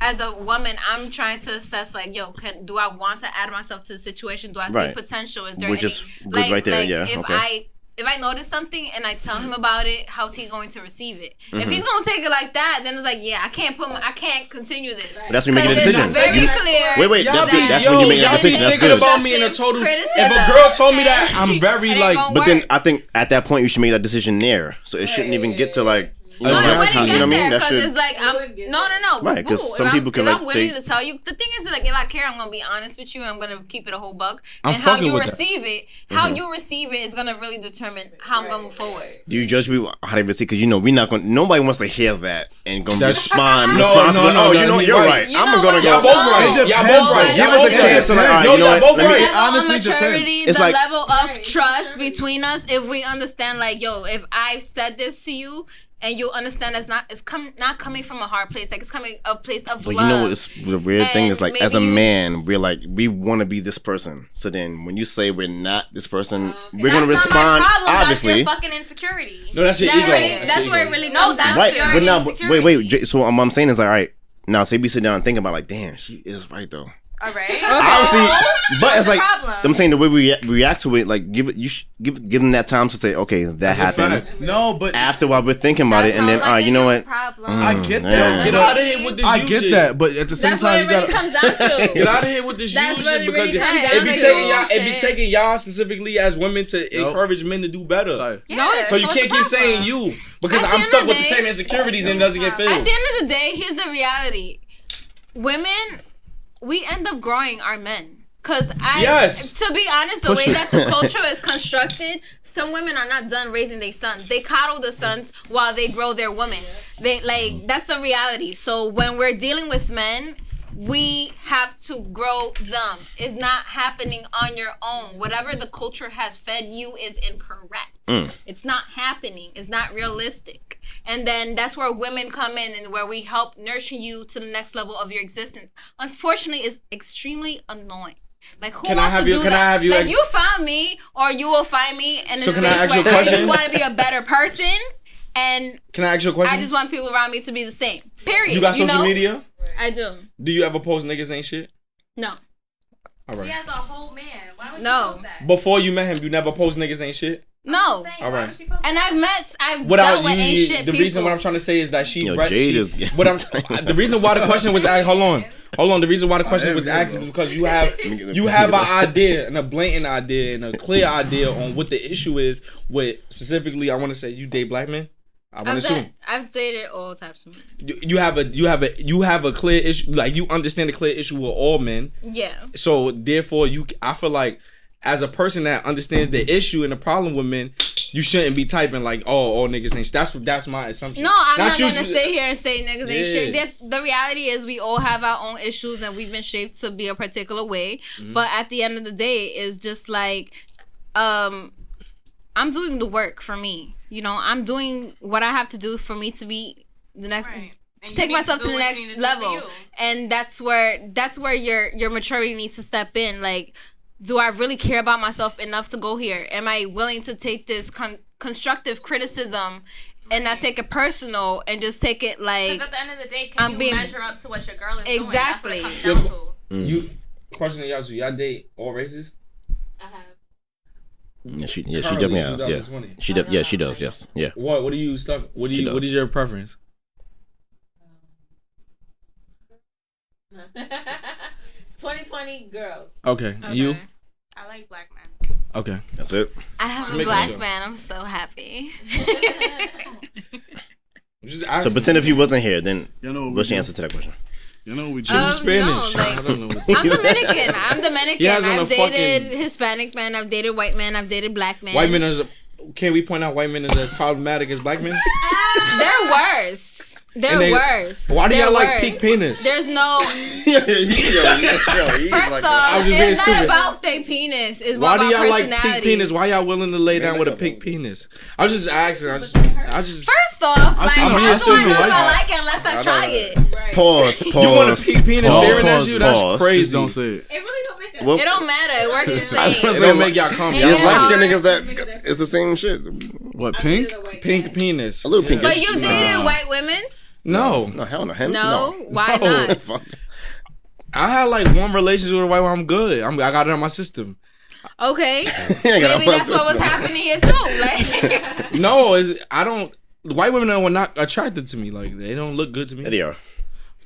[SPEAKER 6] as a woman, I'm trying to assess, like, yo, can do I want to add myself to the situation? Do I
[SPEAKER 4] Right.
[SPEAKER 6] see potential? Is there
[SPEAKER 4] Which
[SPEAKER 6] any,
[SPEAKER 4] is good right there, yeah,
[SPEAKER 6] If
[SPEAKER 4] okay.
[SPEAKER 6] I if I notice something and I tell him about it, how's he going to receive it?
[SPEAKER 4] Mm-hmm.
[SPEAKER 6] If he's gonna take it like that, then it's like, yeah, I can't put, my, I can't continue this.
[SPEAKER 4] that's when you make a
[SPEAKER 6] Because
[SPEAKER 4] decision.
[SPEAKER 6] it's very
[SPEAKER 4] You-
[SPEAKER 6] clear.
[SPEAKER 4] Wait, wait,
[SPEAKER 2] Y'all
[SPEAKER 4] that's
[SPEAKER 2] be-
[SPEAKER 4] good. That's when
[SPEAKER 2] yo,
[SPEAKER 4] you make a
[SPEAKER 2] y'all be
[SPEAKER 4] decision. That's
[SPEAKER 2] thinking
[SPEAKER 4] good.
[SPEAKER 2] about me in a total. If a
[SPEAKER 6] Criticism.
[SPEAKER 2] girl told me that, I'm very
[SPEAKER 6] It ain't
[SPEAKER 2] like.
[SPEAKER 6] gonna
[SPEAKER 4] But then
[SPEAKER 6] work.
[SPEAKER 4] I think at that point you should make that decision there. So it shouldn't even get to like. You know,
[SPEAKER 6] No,
[SPEAKER 2] Exactly.
[SPEAKER 6] it wouldn't
[SPEAKER 4] you know what I
[SPEAKER 6] get
[SPEAKER 4] mean?
[SPEAKER 6] there
[SPEAKER 4] That
[SPEAKER 6] because
[SPEAKER 4] should.
[SPEAKER 6] it's like I'm
[SPEAKER 7] wouldn't get
[SPEAKER 6] no,
[SPEAKER 7] there.
[SPEAKER 6] no, no.
[SPEAKER 4] Right, 'cause
[SPEAKER 6] boo.
[SPEAKER 4] some
[SPEAKER 6] If I'm-
[SPEAKER 4] people can,
[SPEAKER 6] if
[SPEAKER 4] like,
[SPEAKER 6] I'm willing
[SPEAKER 4] take-
[SPEAKER 6] to tell you. The thing is, like, if I care, I'm gonna be honest with you. I'm gonna keep it a whole buck.
[SPEAKER 2] I'm
[SPEAKER 6] and how
[SPEAKER 2] fucking
[SPEAKER 6] you
[SPEAKER 2] with that.
[SPEAKER 6] receive it, how
[SPEAKER 4] Mm-hmm.
[SPEAKER 6] you receive it is gonna really determine how I'm gonna move forward.
[SPEAKER 4] Do you judge people how they receive? Because you know we're not going. to Nobody wants to hear that and gonna
[SPEAKER 2] That's-
[SPEAKER 4] respond.
[SPEAKER 2] No,
[SPEAKER 4] responsible.
[SPEAKER 2] no, no,
[SPEAKER 4] oh,
[SPEAKER 2] no,
[SPEAKER 4] you know
[SPEAKER 2] you
[SPEAKER 4] you're
[SPEAKER 2] right.
[SPEAKER 4] right.
[SPEAKER 6] You
[SPEAKER 4] I'm
[SPEAKER 6] know
[SPEAKER 4] gonna
[SPEAKER 6] what?
[SPEAKER 4] go.
[SPEAKER 2] Y'all both right. Y'all both right.
[SPEAKER 4] Give
[SPEAKER 2] Y'all
[SPEAKER 4] us a
[SPEAKER 2] both right.
[SPEAKER 4] chance to like. all right,
[SPEAKER 2] No,
[SPEAKER 4] you know
[SPEAKER 2] y'all
[SPEAKER 4] what?
[SPEAKER 2] both
[SPEAKER 4] Let me-
[SPEAKER 2] right.
[SPEAKER 6] The level
[SPEAKER 3] honestly
[SPEAKER 6] of
[SPEAKER 3] depends.
[SPEAKER 6] maturity,
[SPEAKER 4] It's
[SPEAKER 6] the
[SPEAKER 4] like-
[SPEAKER 6] level of
[SPEAKER 7] Right,
[SPEAKER 6] trust
[SPEAKER 7] maturity.
[SPEAKER 6] between us. If we understand, like, yo, if I've said this to you. And you understand it's not it's come not coming from a hard place like it's coming a place of
[SPEAKER 4] But you
[SPEAKER 6] love.
[SPEAKER 4] know what's the weird thing is
[SPEAKER 6] And
[SPEAKER 4] like as a
[SPEAKER 6] maybe you-
[SPEAKER 4] man, we're like we want to be this person. So then when you say we're not this person, we're
[SPEAKER 5] Oh, That's
[SPEAKER 4] gonna
[SPEAKER 5] not my
[SPEAKER 4] respond
[SPEAKER 5] problem. That's
[SPEAKER 4] obviously.
[SPEAKER 5] your fucking insecurity.
[SPEAKER 2] No, that's your
[SPEAKER 6] that
[SPEAKER 2] ego.
[SPEAKER 6] really,
[SPEAKER 2] your
[SPEAKER 6] that's where it
[SPEAKER 2] ego.
[SPEAKER 6] really
[SPEAKER 5] No,
[SPEAKER 6] comes down
[SPEAKER 5] that's
[SPEAKER 4] Right,
[SPEAKER 6] to.
[SPEAKER 5] your
[SPEAKER 4] but now, but- wait, wait.
[SPEAKER 5] insecurity.
[SPEAKER 4] J- So um, I'm saying is like, all right, now say we sit down and think about like, damn, she is right though.
[SPEAKER 5] All right.
[SPEAKER 4] Obviously, but
[SPEAKER 5] What's
[SPEAKER 4] it's
[SPEAKER 5] Oh, the
[SPEAKER 4] like
[SPEAKER 5] problem?
[SPEAKER 4] I'm saying the way we rea- react to it, like give it, you sh- give give them that time to say, okay, that happened.
[SPEAKER 2] fact.
[SPEAKER 3] no, but
[SPEAKER 4] After while we're thinking about
[SPEAKER 5] That
[SPEAKER 4] it, and then
[SPEAKER 5] sounds
[SPEAKER 4] all
[SPEAKER 5] like
[SPEAKER 4] right, you
[SPEAKER 5] a
[SPEAKER 4] know
[SPEAKER 5] you
[SPEAKER 4] what?
[SPEAKER 5] problem.
[SPEAKER 4] Mm,
[SPEAKER 3] I get
[SPEAKER 4] yeah.
[SPEAKER 3] that.
[SPEAKER 2] Get out of here with this.
[SPEAKER 3] I
[SPEAKER 2] you
[SPEAKER 3] get
[SPEAKER 2] shit.
[SPEAKER 3] that, but at the same
[SPEAKER 6] That's what
[SPEAKER 3] time,
[SPEAKER 6] it
[SPEAKER 3] you gotta.
[SPEAKER 6] really comes down to.
[SPEAKER 2] Get out of here with this
[SPEAKER 6] That's
[SPEAKER 2] you
[SPEAKER 6] what
[SPEAKER 2] shit
[SPEAKER 6] it
[SPEAKER 2] because
[SPEAKER 6] really comes
[SPEAKER 2] it,
[SPEAKER 6] down
[SPEAKER 2] be
[SPEAKER 6] to.
[SPEAKER 2] taking y'all, it be
[SPEAKER 5] Bullshit.
[SPEAKER 2] taking y'all specifically as women to
[SPEAKER 3] Nope.
[SPEAKER 2] encourage men to do better.
[SPEAKER 3] Sorry.
[SPEAKER 5] Yeah,
[SPEAKER 6] No, it's-
[SPEAKER 2] So you
[SPEAKER 5] what's
[SPEAKER 2] can't
[SPEAKER 5] the
[SPEAKER 2] keep
[SPEAKER 5] problem?
[SPEAKER 2] saying you because
[SPEAKER 6] At the
[SPEAKER 2] I'm
[SPEAKER 6] end
[SPEAKER 2] stuck
[SPEAKER 6] of
[SPEAKER 2] with the
[SPEAKER 6] the
[SPEAKER 2] same
[SPEAKER 6] day-
[SPEAKER 2] insecurities and it doesn't get
[SPEAKER 6] At
[SPEAKER 2] filled.
[SPEAKER 6] the end of the day, here's the reality: women, we end up growing our men. Cause I,
[SPEAKER 2] Yes.
[SPEAKER 6] to be honest, the way that the culture is constructed, some women are not done raising their sons. They coddle the sons while they grow their women. They like
[SPEAKER 2] Mm.
[SPEAKER 6] that's the reality. So when we're dealing with men, we have to grow them. It's not happening on your own. Whatever the culture has fed you is incorrect.
[SPEAKER 2] Mm.
[SPEAKER 6] It's not happening. It's not realistic. And then that's where women come in and where we help nurture you to the next level of your existence. Unfortunately, it's extremely annoying. Like who
[SPEAKER 2] Can I
[SPEAKER 6] wants
[SPEAKER 2] have
[SPEAKER 6] to
[SPEAKER 2] you-
[SPEAKER 6] do
[SPEAKER 2] can I
[SPEAKER 6] that?
[SPEAKER 2] have you
[SPEAKER 6] like
[SPEAKER 2] ex-
[SPEAKER 6] you found me, or you will find me, and
[SPEAKER 2] So
[SPEAKER 6] it's
[SPEAKER 2] can I ask you a
[SPEAKER 6] you
[SPEAKER 2] question?
[SPEAKER 6] want to be a better person, and
[SPEAKER 2] Can I ask you a question?
[SPEAKER 6] I just want people around me to be the same. Period.
[SPEAKER 2] you got social
[SPEAKER 6] know?
[SPEAKER 2] media?
[SPEAKER 6] I do.
[SPEAKER 2] Do you ever post niggas ain't shit?
[SPEAKER 6] No.
[SPEAKER 8] All
[SPEAKER 5] She
[SPEAKER 8] right.
[SPEAKER 5] has a whole man. Why would
[SPEAKER 6] No.
[SPEAKER 5] she post that?
[SPEAKER 2] Before you met him, you never posed niggas ain't shit.
[SPEAKER 6] No.
[SPEAKER 5] Saying,
[SPEAKER 8] All
[SPEAKER 5] why
[SPEAKER 8] right.
[SPEAKER 5] would she post
[SPEAKER 6] And
[SPEAKER 5] that?
[SPEAKER 6] I've met, I've
[SPEAKER 2] Without
[SPEAKER 6] dealt with
[SPEAKER 2] you,
[SPEAKER 6] ain't
[SPEAKER 2] you-
[SPEAKER 6] shit
[SPEAKER 2] the
[SPEAKER 6] people.
[SPEAKER 2] reason what I'm trying to say is that she.
[SPEAKER 4] Yo,
[SPEAKER 2] right,
[SPEAKER 4] Jade
[SPEAKER 2] she-
[SPEAKER 4] is getting-
[SPEAKER 2] what I'm the reason why the question was asked. Hold on, hold on. The reason why the question
[SPEAKER 3] am
[SPEAKER 2] was
[SPEAKER 3] here,
[SPEAKER 2] asked
[SPEAKER 3] bro.
[SPEAKER 2] is because you have
[SPEAKER 4] get the
[SPEAKER 2] you have an idea and a blatant idea and a clear idea on what the issue is with specifically. I want to say you date black men. I want
[SPEAKER 6] I've,
[SPEAKER 2] to
[SPEAKER 6] da-
[SPEAKER 2] assume
[SPEAKER 6] I've dated all types of men.
[SPEAKER 2] you, you have a you have a you have a clear issue. Like you understand the clear issue with all men.
[SPEAKER 6] Yeah.
[SPEAKER 2] So therefore, you I feel like as a person that understands the issue and the problem with men, you shouldn't be typing like, "Oh, all niggas ain't." shit." That's that's my assumption.
[SPEAKER 6] No, I'm not,
[SPEAKER 2] you-
[SPEAKER 6] gonna sit here and say niggas ain't shit.
[SPEAKER 2] Yeah.
[SPEAKER 6] That- The reality is we all have our own issues and we've been shaped to be a particular way.
[SPEAKER 2] Mm-hmm.
[SPEAKER 6] But at the end of the day, it's just like, um, I'm doing the work for me. You know, I'm doing what I have to do for me to be the next
[SPEAKER 5] Right. And
[SPEAKER 6] to
[SPEAKER 5] you
[SPEAKER 6] take
[SPEAKER 5] need to
[SPEAKER 6] myself to
[SPEAKER 5] do
[SPEAKER 6] the
[SPEAKER 5] what you need
[SPEAKER 6] next
[SPEAKER 5] to do for
[SPEAKER 6] level
[SPEAKER 5] you.
[SPEAKER 6] and that's where that's where your your maturity needs to step in like do i really care about myself enough to go here am i willing to take this con- constructive criticism and not take it personal and just take it like
[SPEAKER 5] Because at the end of the day, can
[SPEAKER 6] I'm
[SPEAKER 5] you
[SPEAKER 6] being-
[SPEAKER 5] measure up to what your girl is
[SPEAKER 6] Exactly.
[SPEAKER 5] doing? That's what it comes down to.
[SPEAKER 2] You question y'all two. Y'all date all races?
[SPEAKER 4] Yeah, she, yeah, she
[SPEAKER 2] Currently,
[SPEAKER 4] definitely has. Yeah,
[SPEAKER 2] 2020.
[SPEAKER 4] she de- yeah, she does. Yes, yeah.
[SPEAKER 2] What what do you stuck? What do
[SPEAKER 4] She
[SPEAKER 2] you what
[SPEAKER 4] does.
[SPEAKER 2] is your preference?
[SPEAKER 1] Twenty twenty girls.
[SPEAKER 2] Okay, you
[SPEAKER 5] I like black men.
[SPEAKER 2] okay?
[SPEAKER 4] That's it.
[SPEAKER 6] i have a
[SPEAKER 2] making
[SPEAKER 6] black
[SPEAKER 2] sure.
[SPEAKER 6] man i'm so happy
[SPEAKER 2] Just
[SPEAKER 4] So pretend if you wasn't here, then
[SPEAKER 3] You know what
[SPEAKER 4] what's
[SPEAKER 3] we
[SPEAKER 4] your
[SPEAKER 3] do?
[SPEAKER 4] answer to that question?
[SPEAKER 3] You know what we do?
[SPEAKER 2] Uh,
[SPEAKER 6] Um,
[SPEAKER 2] Spanish.
[SPEAKER 6] no, like-
[SPEAKER 2] I don't know.
[SPEAKER 6] i'm dominican i'm dominican
[SPEAKER 2] He has on a
[SPEAKER 6] i've dated
[SPEAKER 2] fucking-
[SPEAKER 6] hispanic men i've dated white men i've dated black men
[SPEAKER 2] White men is. Can we point out white men is as problematic as black men? Ah!
[SPEAKER 6] they're worse they're
[SPEAKER 2] And they-
[SPEAKER 6] worse
[SPEAKER 2] Why do
[SPEAKER 6] They're
[SPEAKER 2] y'all
[SPEAKER 6] worse.
[SPEAKER 2] like pink penis?
[SPEAKER 6] there's no
[SPEAKER 4] yo, yo, yo, he's
[SPEAKER 6] First
[SPEAKER 4] like-
[SPEAKER 2] I was just
[SPEAKER 6] off,
[SPEAKER 2] being
[SPEAKER 6] it's not
[SPEAKER 2] stupid.
[SPEAKER 6] about their penis. It's more
[SPEAKER 2] Why do
[SPEAKER 6] about
[SPEAKER 2] y'all like
[SPEAKER 6] personality.
[SPEAKER 2] pink penis? Why y'all willing to lay down with a pink penis? I was just asking. I was just. I was just
[SPEAKER 6] First off, like,
[SPEAKER 3] seen
[SPEAKER 6] how
[SPEAKER 3] a-
[SPEAKER 6] do
[SPEAKER 3] I've
[SPEAKER 6] I know
[SPEAKER 3] seen a
[SPEAKER 6] if I
[SPEAKER 3] white-
[SPEAKER 6] like it unless I,
[SPEAKER 2] I
[SPEAKER 6] try
[SPEAKER 2] don't-
[SPEAKER 6] it?
[SPEAKER 4] Pause. Pause.
[SPEAKER 2] you want a pink penis
[SPEAKER 4] pause,
[SPEAKER 2] staring at
[SPEAKER 4] pause,
[SPEAKER 2] you? That's
[SPEAKER 4] pause.
[SPEAKER 2] crazy.
[SPEAKER 3] Just don't say it.
[SPEAKER 1] It really don't make a
[SPEAKER 4] Well,
[SPEAKER 6] It don't matter. It works the
[SPEAKER 4] I was gonna
[SPEAKER 6] same.
[SPEAKER 4] say,
[SPEAKER 2] it don't make y'all come.
[SPEAKER 6] It
[SPEAKER 2] Y'all
[SPEAKER 4] It's
[SPEAKER 6] is
[SPEAKER 4] light
[SPEAKER 2] like
[SPEAKER 4] skinned
[SPEAKER 6] hard.
[SPEAKER 4] niggas that it's the same shit.
[SPEAKER 3] What
[SPEAKER 1] Pink?
[SPEAKER 3] pink?
[SPEAKER 2] pink penis.
[SPEAKER 4] A little pinkish.
[SPEAKER 6] But you dated
[SPEAKER 3] Nah.
[SPEAKER 6] white women?
[SPEAKER 2] No,
[SPEAKER 4] No, hell no. Him?
[SPEAKER 6] No, why
[SPEAKER 4] No.
[SPEAKER 6] not?
[SPEAKER 4] Fuck.
[SPEAKER 2] I had like one relationship with a white woman. I'm good. I'm, I got it on my system.
[SPEAKER 6] Okay,
[SPEAKER 4] He ain't got
[SPEAKER 6] maybe
[SPEAKER 4] no
[SPEAKER 6] that's what was
[SPEAKER 4] sister.
[SPEAKER 6] happening here too. Like,
[SPEAKER 2] No, is I don't. White women are not attracted to me. Like they don't look good to
[SPEAKER 4] There
[SPEAKER 2] me.
[SPEAKER 4] they are.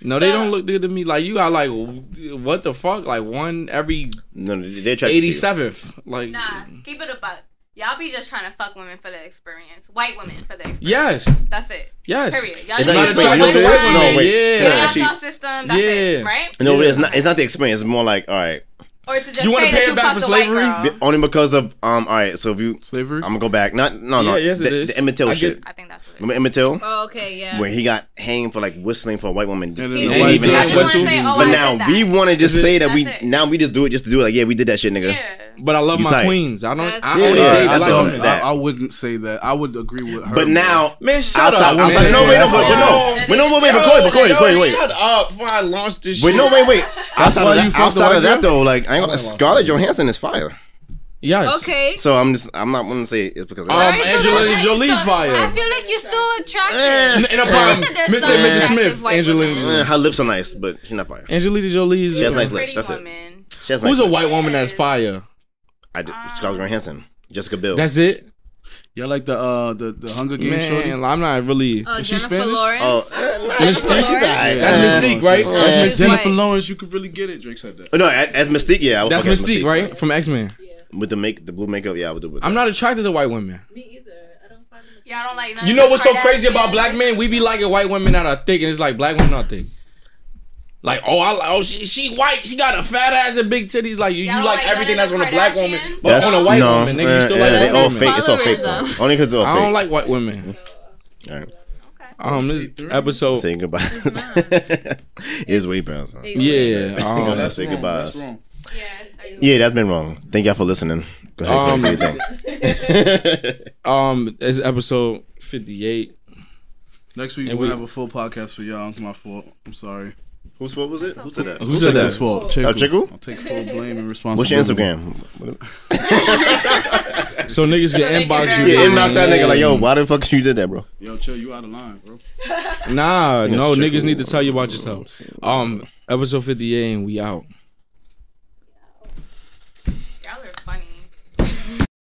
[SPEAKER 2] No, they don't look good to me. Like you got like what the fuck? Like one every
[SPEAKER 4] No, no, they're attracted
[SPEAKER 2] eighty
[SPEAKER 4] to you.
[SPEAKER 2] seventh. Like
[SPEAKER 5] Nah,
[SPEAKER 4] Mm.
[SPEAKER 5] keep it a buck. Y'all be just trying to fuck women for the experience. White women for the experience.
[SPEAKER 2] yes,
[SPEAKER 5] That's it.
[SPEAKER 2] yes.
[SPEAKER 5] Period. Y'all just
[SPEAKER 4] It's not
[SPEAKER 2] Not
[SPEAKER 5] trying to
[SPEAKER 2] attracted
[SPEAKER 4] experience.
[SPEAKER 2] to
[SPEAKER 5] fuck
[SPEAKER 2] white
[SPEAKER 5] women.
[SPEAKER 2] women.
[SPEAKER 4] No, wait.
[SPEAKER 2] Yeah.
[SPEAKER 5] Get
[SPEAKER 4] Nah,
[SPEAKER 5] out
[SPEAKER 4] she-
[SPEAKER 5] y'all system. That's it.
[SPEAKER 2] Yeah.
[SPEAKER 5] Right?
[SPEAKER 4] No, it's not. It's not the experience. It's more like, all right,
[SPEAKER 5] Or to just
[SPEAKER 2] You wanna
[SPEAKER 5] say
[SPEAKER 2] pay
[SPEAKER 5] that
[SPEAKER 2] it
[SPEAKER 5] you
[SPEAKER 2] back
[SPEAKER 5] fucked
[SPEAKER 2] for
[SPEAKER 5] a white
[SPEAKER 2] slavery?
[SPEAKER 5] girl.
[SPEAKER 4] only because of um. All right, so if you,
[SPEAKER 3] Slavery?
[SPEAKER 4] I'm gonna go back. Not, no, no.
[SPEAKER 2] Yeah, yes,
[SPEAKER 4] the,
[SPEAKER 2] it is.
[SPEAKER 4] The Emmett Till
[SPEAKER 2] I get-
[SPEAKER 4] shit.
[SPEAKER 5] I think that's what it is.
[SPEAKER 4] Remember Emmett Till?
[SPEAKER 6] oh, okay, yeah.
[SPEAKER 4] Where he got hanged for like whistling for a white woman.
[SPEAKER 3] then
[SPEAKER 4] No
[SPEAKER 3] the
[SPEAKER 4] one
[SPEAKER 2] white
[SPEAKER 4] even
[SPEAKER 2] man
[SPEAKER 5] I just
[SPEAKER 2] Yeah,
[SPEAKER 4] asked him.
[SPEAKER 5] want
[SPEAKER 2] what's
[SPEAKER 5] to
[SPEAKER 2] you-
[SPEAKER 5] say, oh,
[SPEAKER 4] But
[SPEAKER 5] I
[SPEAKER 4] now
[SPEAKER 5] did that.
[SPEAKER 4] we want to just say that
[SPEAKER 5] That's
[SPEAKER 4] we
[SPEAKER 5] it.
[SPEAKER 4] now we just do it just to do it. Like yeah, we did that shit, nigga.
[SPEAKER 5] Yeah.
[SPEAKER 2] But I love
[SPEAKER 4] You
[SPEAKER 2] my
[SPEAKER 4] tight.
[SPEAKER 2] queens. I don't.
[SPEAKER 6] That's
[SPEAKER 2] I
[SPEAKER 6] it.
[SPEAKER 2] only
[SPEAKER 4] Yeah,
[SPEAKER 2] date
[SPEAKER 4] that's
[SPEAKER 2] black
[SPEAKER 4] all.
[SPEAKER 2] women.
[SPEAKER 4] That-
[SPEAKER 3] I, I wouldn't say that. I would agree with her.
[SPEAKER 4] But now
[SPEAKER 2] Man, shut
[SPEAKER 4] outside,
[SPEAKER 2] up.
[SPEAKER 4] outside,
[SPEAKER 2] man.
[SPEAKER 4] no wait, no, but, but no,
[SPEAKER 5] Yeah.
[SPEAKER 4] but no, wait, wait, McCoy, McCoy,
[SPEAKER 2] Yo,
[SPEAKER 4] McCoy, wait.
[SPEAKER 2] Shut up before I launch this shit.
[SPEAKER 4] But no, wait, wait. Outside
[SPEAKER 3] why
[SPEAKER 4] of
[SPEAKER 3] you
[SPEAKER 4] that,
[SPEAKER 3] fucked
[SPEAKER 4] outside
[SPEAKER 3] the
[SPEAKER 4] of
[SPEAKER 3] white
[SPEAKER 4] that though, like I ain't gonna,
[SPEAKER 2] I don't like
[SPEAKER 4] Scarlett Johansson is fire.
[SPEAKER 2] Yes.
[SPEAKER 6] Okay.
[SPEAKER 4] So I'm just, I'm not gonna say it's because. of
[SPEAKER 2] Um,
[SPEAKER 4] that.
[SPEAKER 6] Alright, so
[SPEAKER 2] Angelina
[SPEAKER 6] like,
[SPEAKER 2] Jolie's
[SPEAKER 6] so
[SPEAKER 2] fire.
[SPEAKER 6] I feel like you're still attractive.
[SPEAKER 4] Eh,
[SPEAKER 2] And upon
[SPEAKER 6] There's
[SPEAKER 2] Mr.
[SPEAKER 6] some
[SPEAKER 2] and Mrs.
[SPEAKER 6] attractive
[SPEAKER 2] Smith,
[SPEAKER 6] white
[SPEAKER 2] Angelina
[SPEAKER 6] women.
[SPEAKER 4] eh,
[SPEAKER 2] Jolie.
[SPEAKER 4] her lips are nice, but she's not fire.
[SPEAKER 2] Angelina Jolie is.
[SPEAKER 4] She has nice
[SPEAKER 5] Pretty
[SPEAKER 4] lips. That's it.
[SPEAKER 5] woman.
[SPEAKER 4] She has nice
[SPEAKER 2] Who's a
[SPEAKER 4] lips.
[SPEAKER 2] white woman that's fire?
[SPEAKER 4] I did, Scarlett
[SPEAKER 5] Ah.
[SPEAKER 4] Johansson, Jessica Biel.
[SPEAKER 2] That's it.
[SPEAKER 3] yeah, like the uh the, the Hunger Games show.
[SPEAKER 2] Man, I'm not really.
[SPEAKER 6] Oh,
[SPEAKER 3] Is she
[SPEAKER 6] Jennifer
[SPEAKER 3] Spanish?
[SPEAKER 6] Lawrence.
[SPEAKER 4] oh, eh, nah,
[SPEAKER 2] Miss
[SPEAKER 4] she's
[SPEAKER 2] Thee,
[SPEAKER 4] fine.
[SPEAKER 2] she's
[SPEAKER 4] She's
[SPEAKER 2] alright.
[SPEAKER 4] alright.
[SPEAKER 2] That's
[SPEAKER 4] Eh,
[SPEAKER 2] Mystique, right?
[SPEAKER 4] eh.
[SPEAKER 2] That's
[SPEAKER 6] She's
[SPEAKER 2] Mystique.
[SPEAKER 3] Jennifer
[SPEAKER 6] white.
[SPEAKER 3] Lawrence, you could really get it. Drake said that.
[SPEAKER 4] Oh, No, as Mystique, yeah. I would
[SPEAKER 2] That's
[SPEAKER 4] fuck as
[SPEAKER 2] Mystique, right? From X Men.
[SPEAKER 4] With the make, the blue makeup, yeah, I would do it. With
[SPEAKER 2] I'm
[SPEAKER 4] that.
[SPEAKER 2] not attracted to white women.
[SPEAKER 1] Me either. I don't find them.
[SPEAKER 5] Y'all don't like none
[SPEAKER 2] You
[SPEAKER 5] of
[SPEAKER 2] know
[SPEAKER 5] these
[SPEAKER 2] what's so
[SPEAKER 5] Kardashians.
[SPEAKER 2] crazy about black men? We be liking white women that are thick, and it's like black women are thick. Like oh I like- oh she she white she got a fat ass and big titties like
[SPEAKER 5] Y'all
[SPEAKER 2] you, you
[SPEAKER 5] don't
[SPEAKER 2] like,
[SPEAKER 5] like
[SPEAKER 2] everything
[SPEAKER 5] none of the
[SPEAKER 2] that's on a black woman
[SPEAKER 5] Kardashians?
[SPEAKER 2] but on a white woman nigga you
[SPEAKER 4] eh,
[SPEAKER 2] still
[SPEAKER 4] yeah,
[SPEAKER 2] like
[SPEAKER 4] they
[SPEAKER 2] white
[SPEAKER 4] all
[SPEAKER 2] women.
[SPEAKER 4] fake. It's all fake.
[SPEAKER 6] Colorism.
[SPEAKER 4] Only because all fake.
[SPEAKER 2] I don't like white women.
[SPEAKER 4] All right.
[SPEAKER 2] Um, this episode
[SPEAKER 4] Say goodbye. It's way past. huh?
[SPEAKER 2] yeah um,
[SPEAKER 4] That's say goodbye.
[SPEAKER 3] That's wrong.
[SPEAKER 5] Yeah.
[SPEAKER 4] Yeah, that's been wrong. Thank y'all for listening. Go ahead,
[SPEAKER 2] Um,
[SPEAKER 4] do your thing.
[SPEAKER 2] um it's episode fifty eight.
[SPEAKER 3] Next week
[SPEAKER 2] And
[SPEAKER 3] we'll
[SPEAKER 2] we-
[SPEAKER 3] have a full podcast for y'all. It's my fault. I'm sorry.
[SPEAKER 4] Whose fault was it? Who said that?
[SPEAKER 2] Who said
[SPEAKER 3] It's
[SPEAKER 2] that?
[SPEAKER 3] fault.
[SPEAKER 4] Oh, Chiku?
[SPEAKER 3] I'll take full blame and responsibility.
[SPEAKER 4] What's your Instagram?
[SPEAKER 2] So niggas get inbox you.
[SPEAKER 4] Yeah, inbox that nigga like, yo, why the fuck you did that, bro?
[SPEAKER 3] Yo, chill. You out of line, bro.
[SPEAKER 2] Nah, no
[SPEAKER 4] it's
[SPEAKER 2] niggas
[SPEAKER 4] Chiku.
[SPEAKER 2] need to tell you about yourself. Um, episode fifty eight and we out.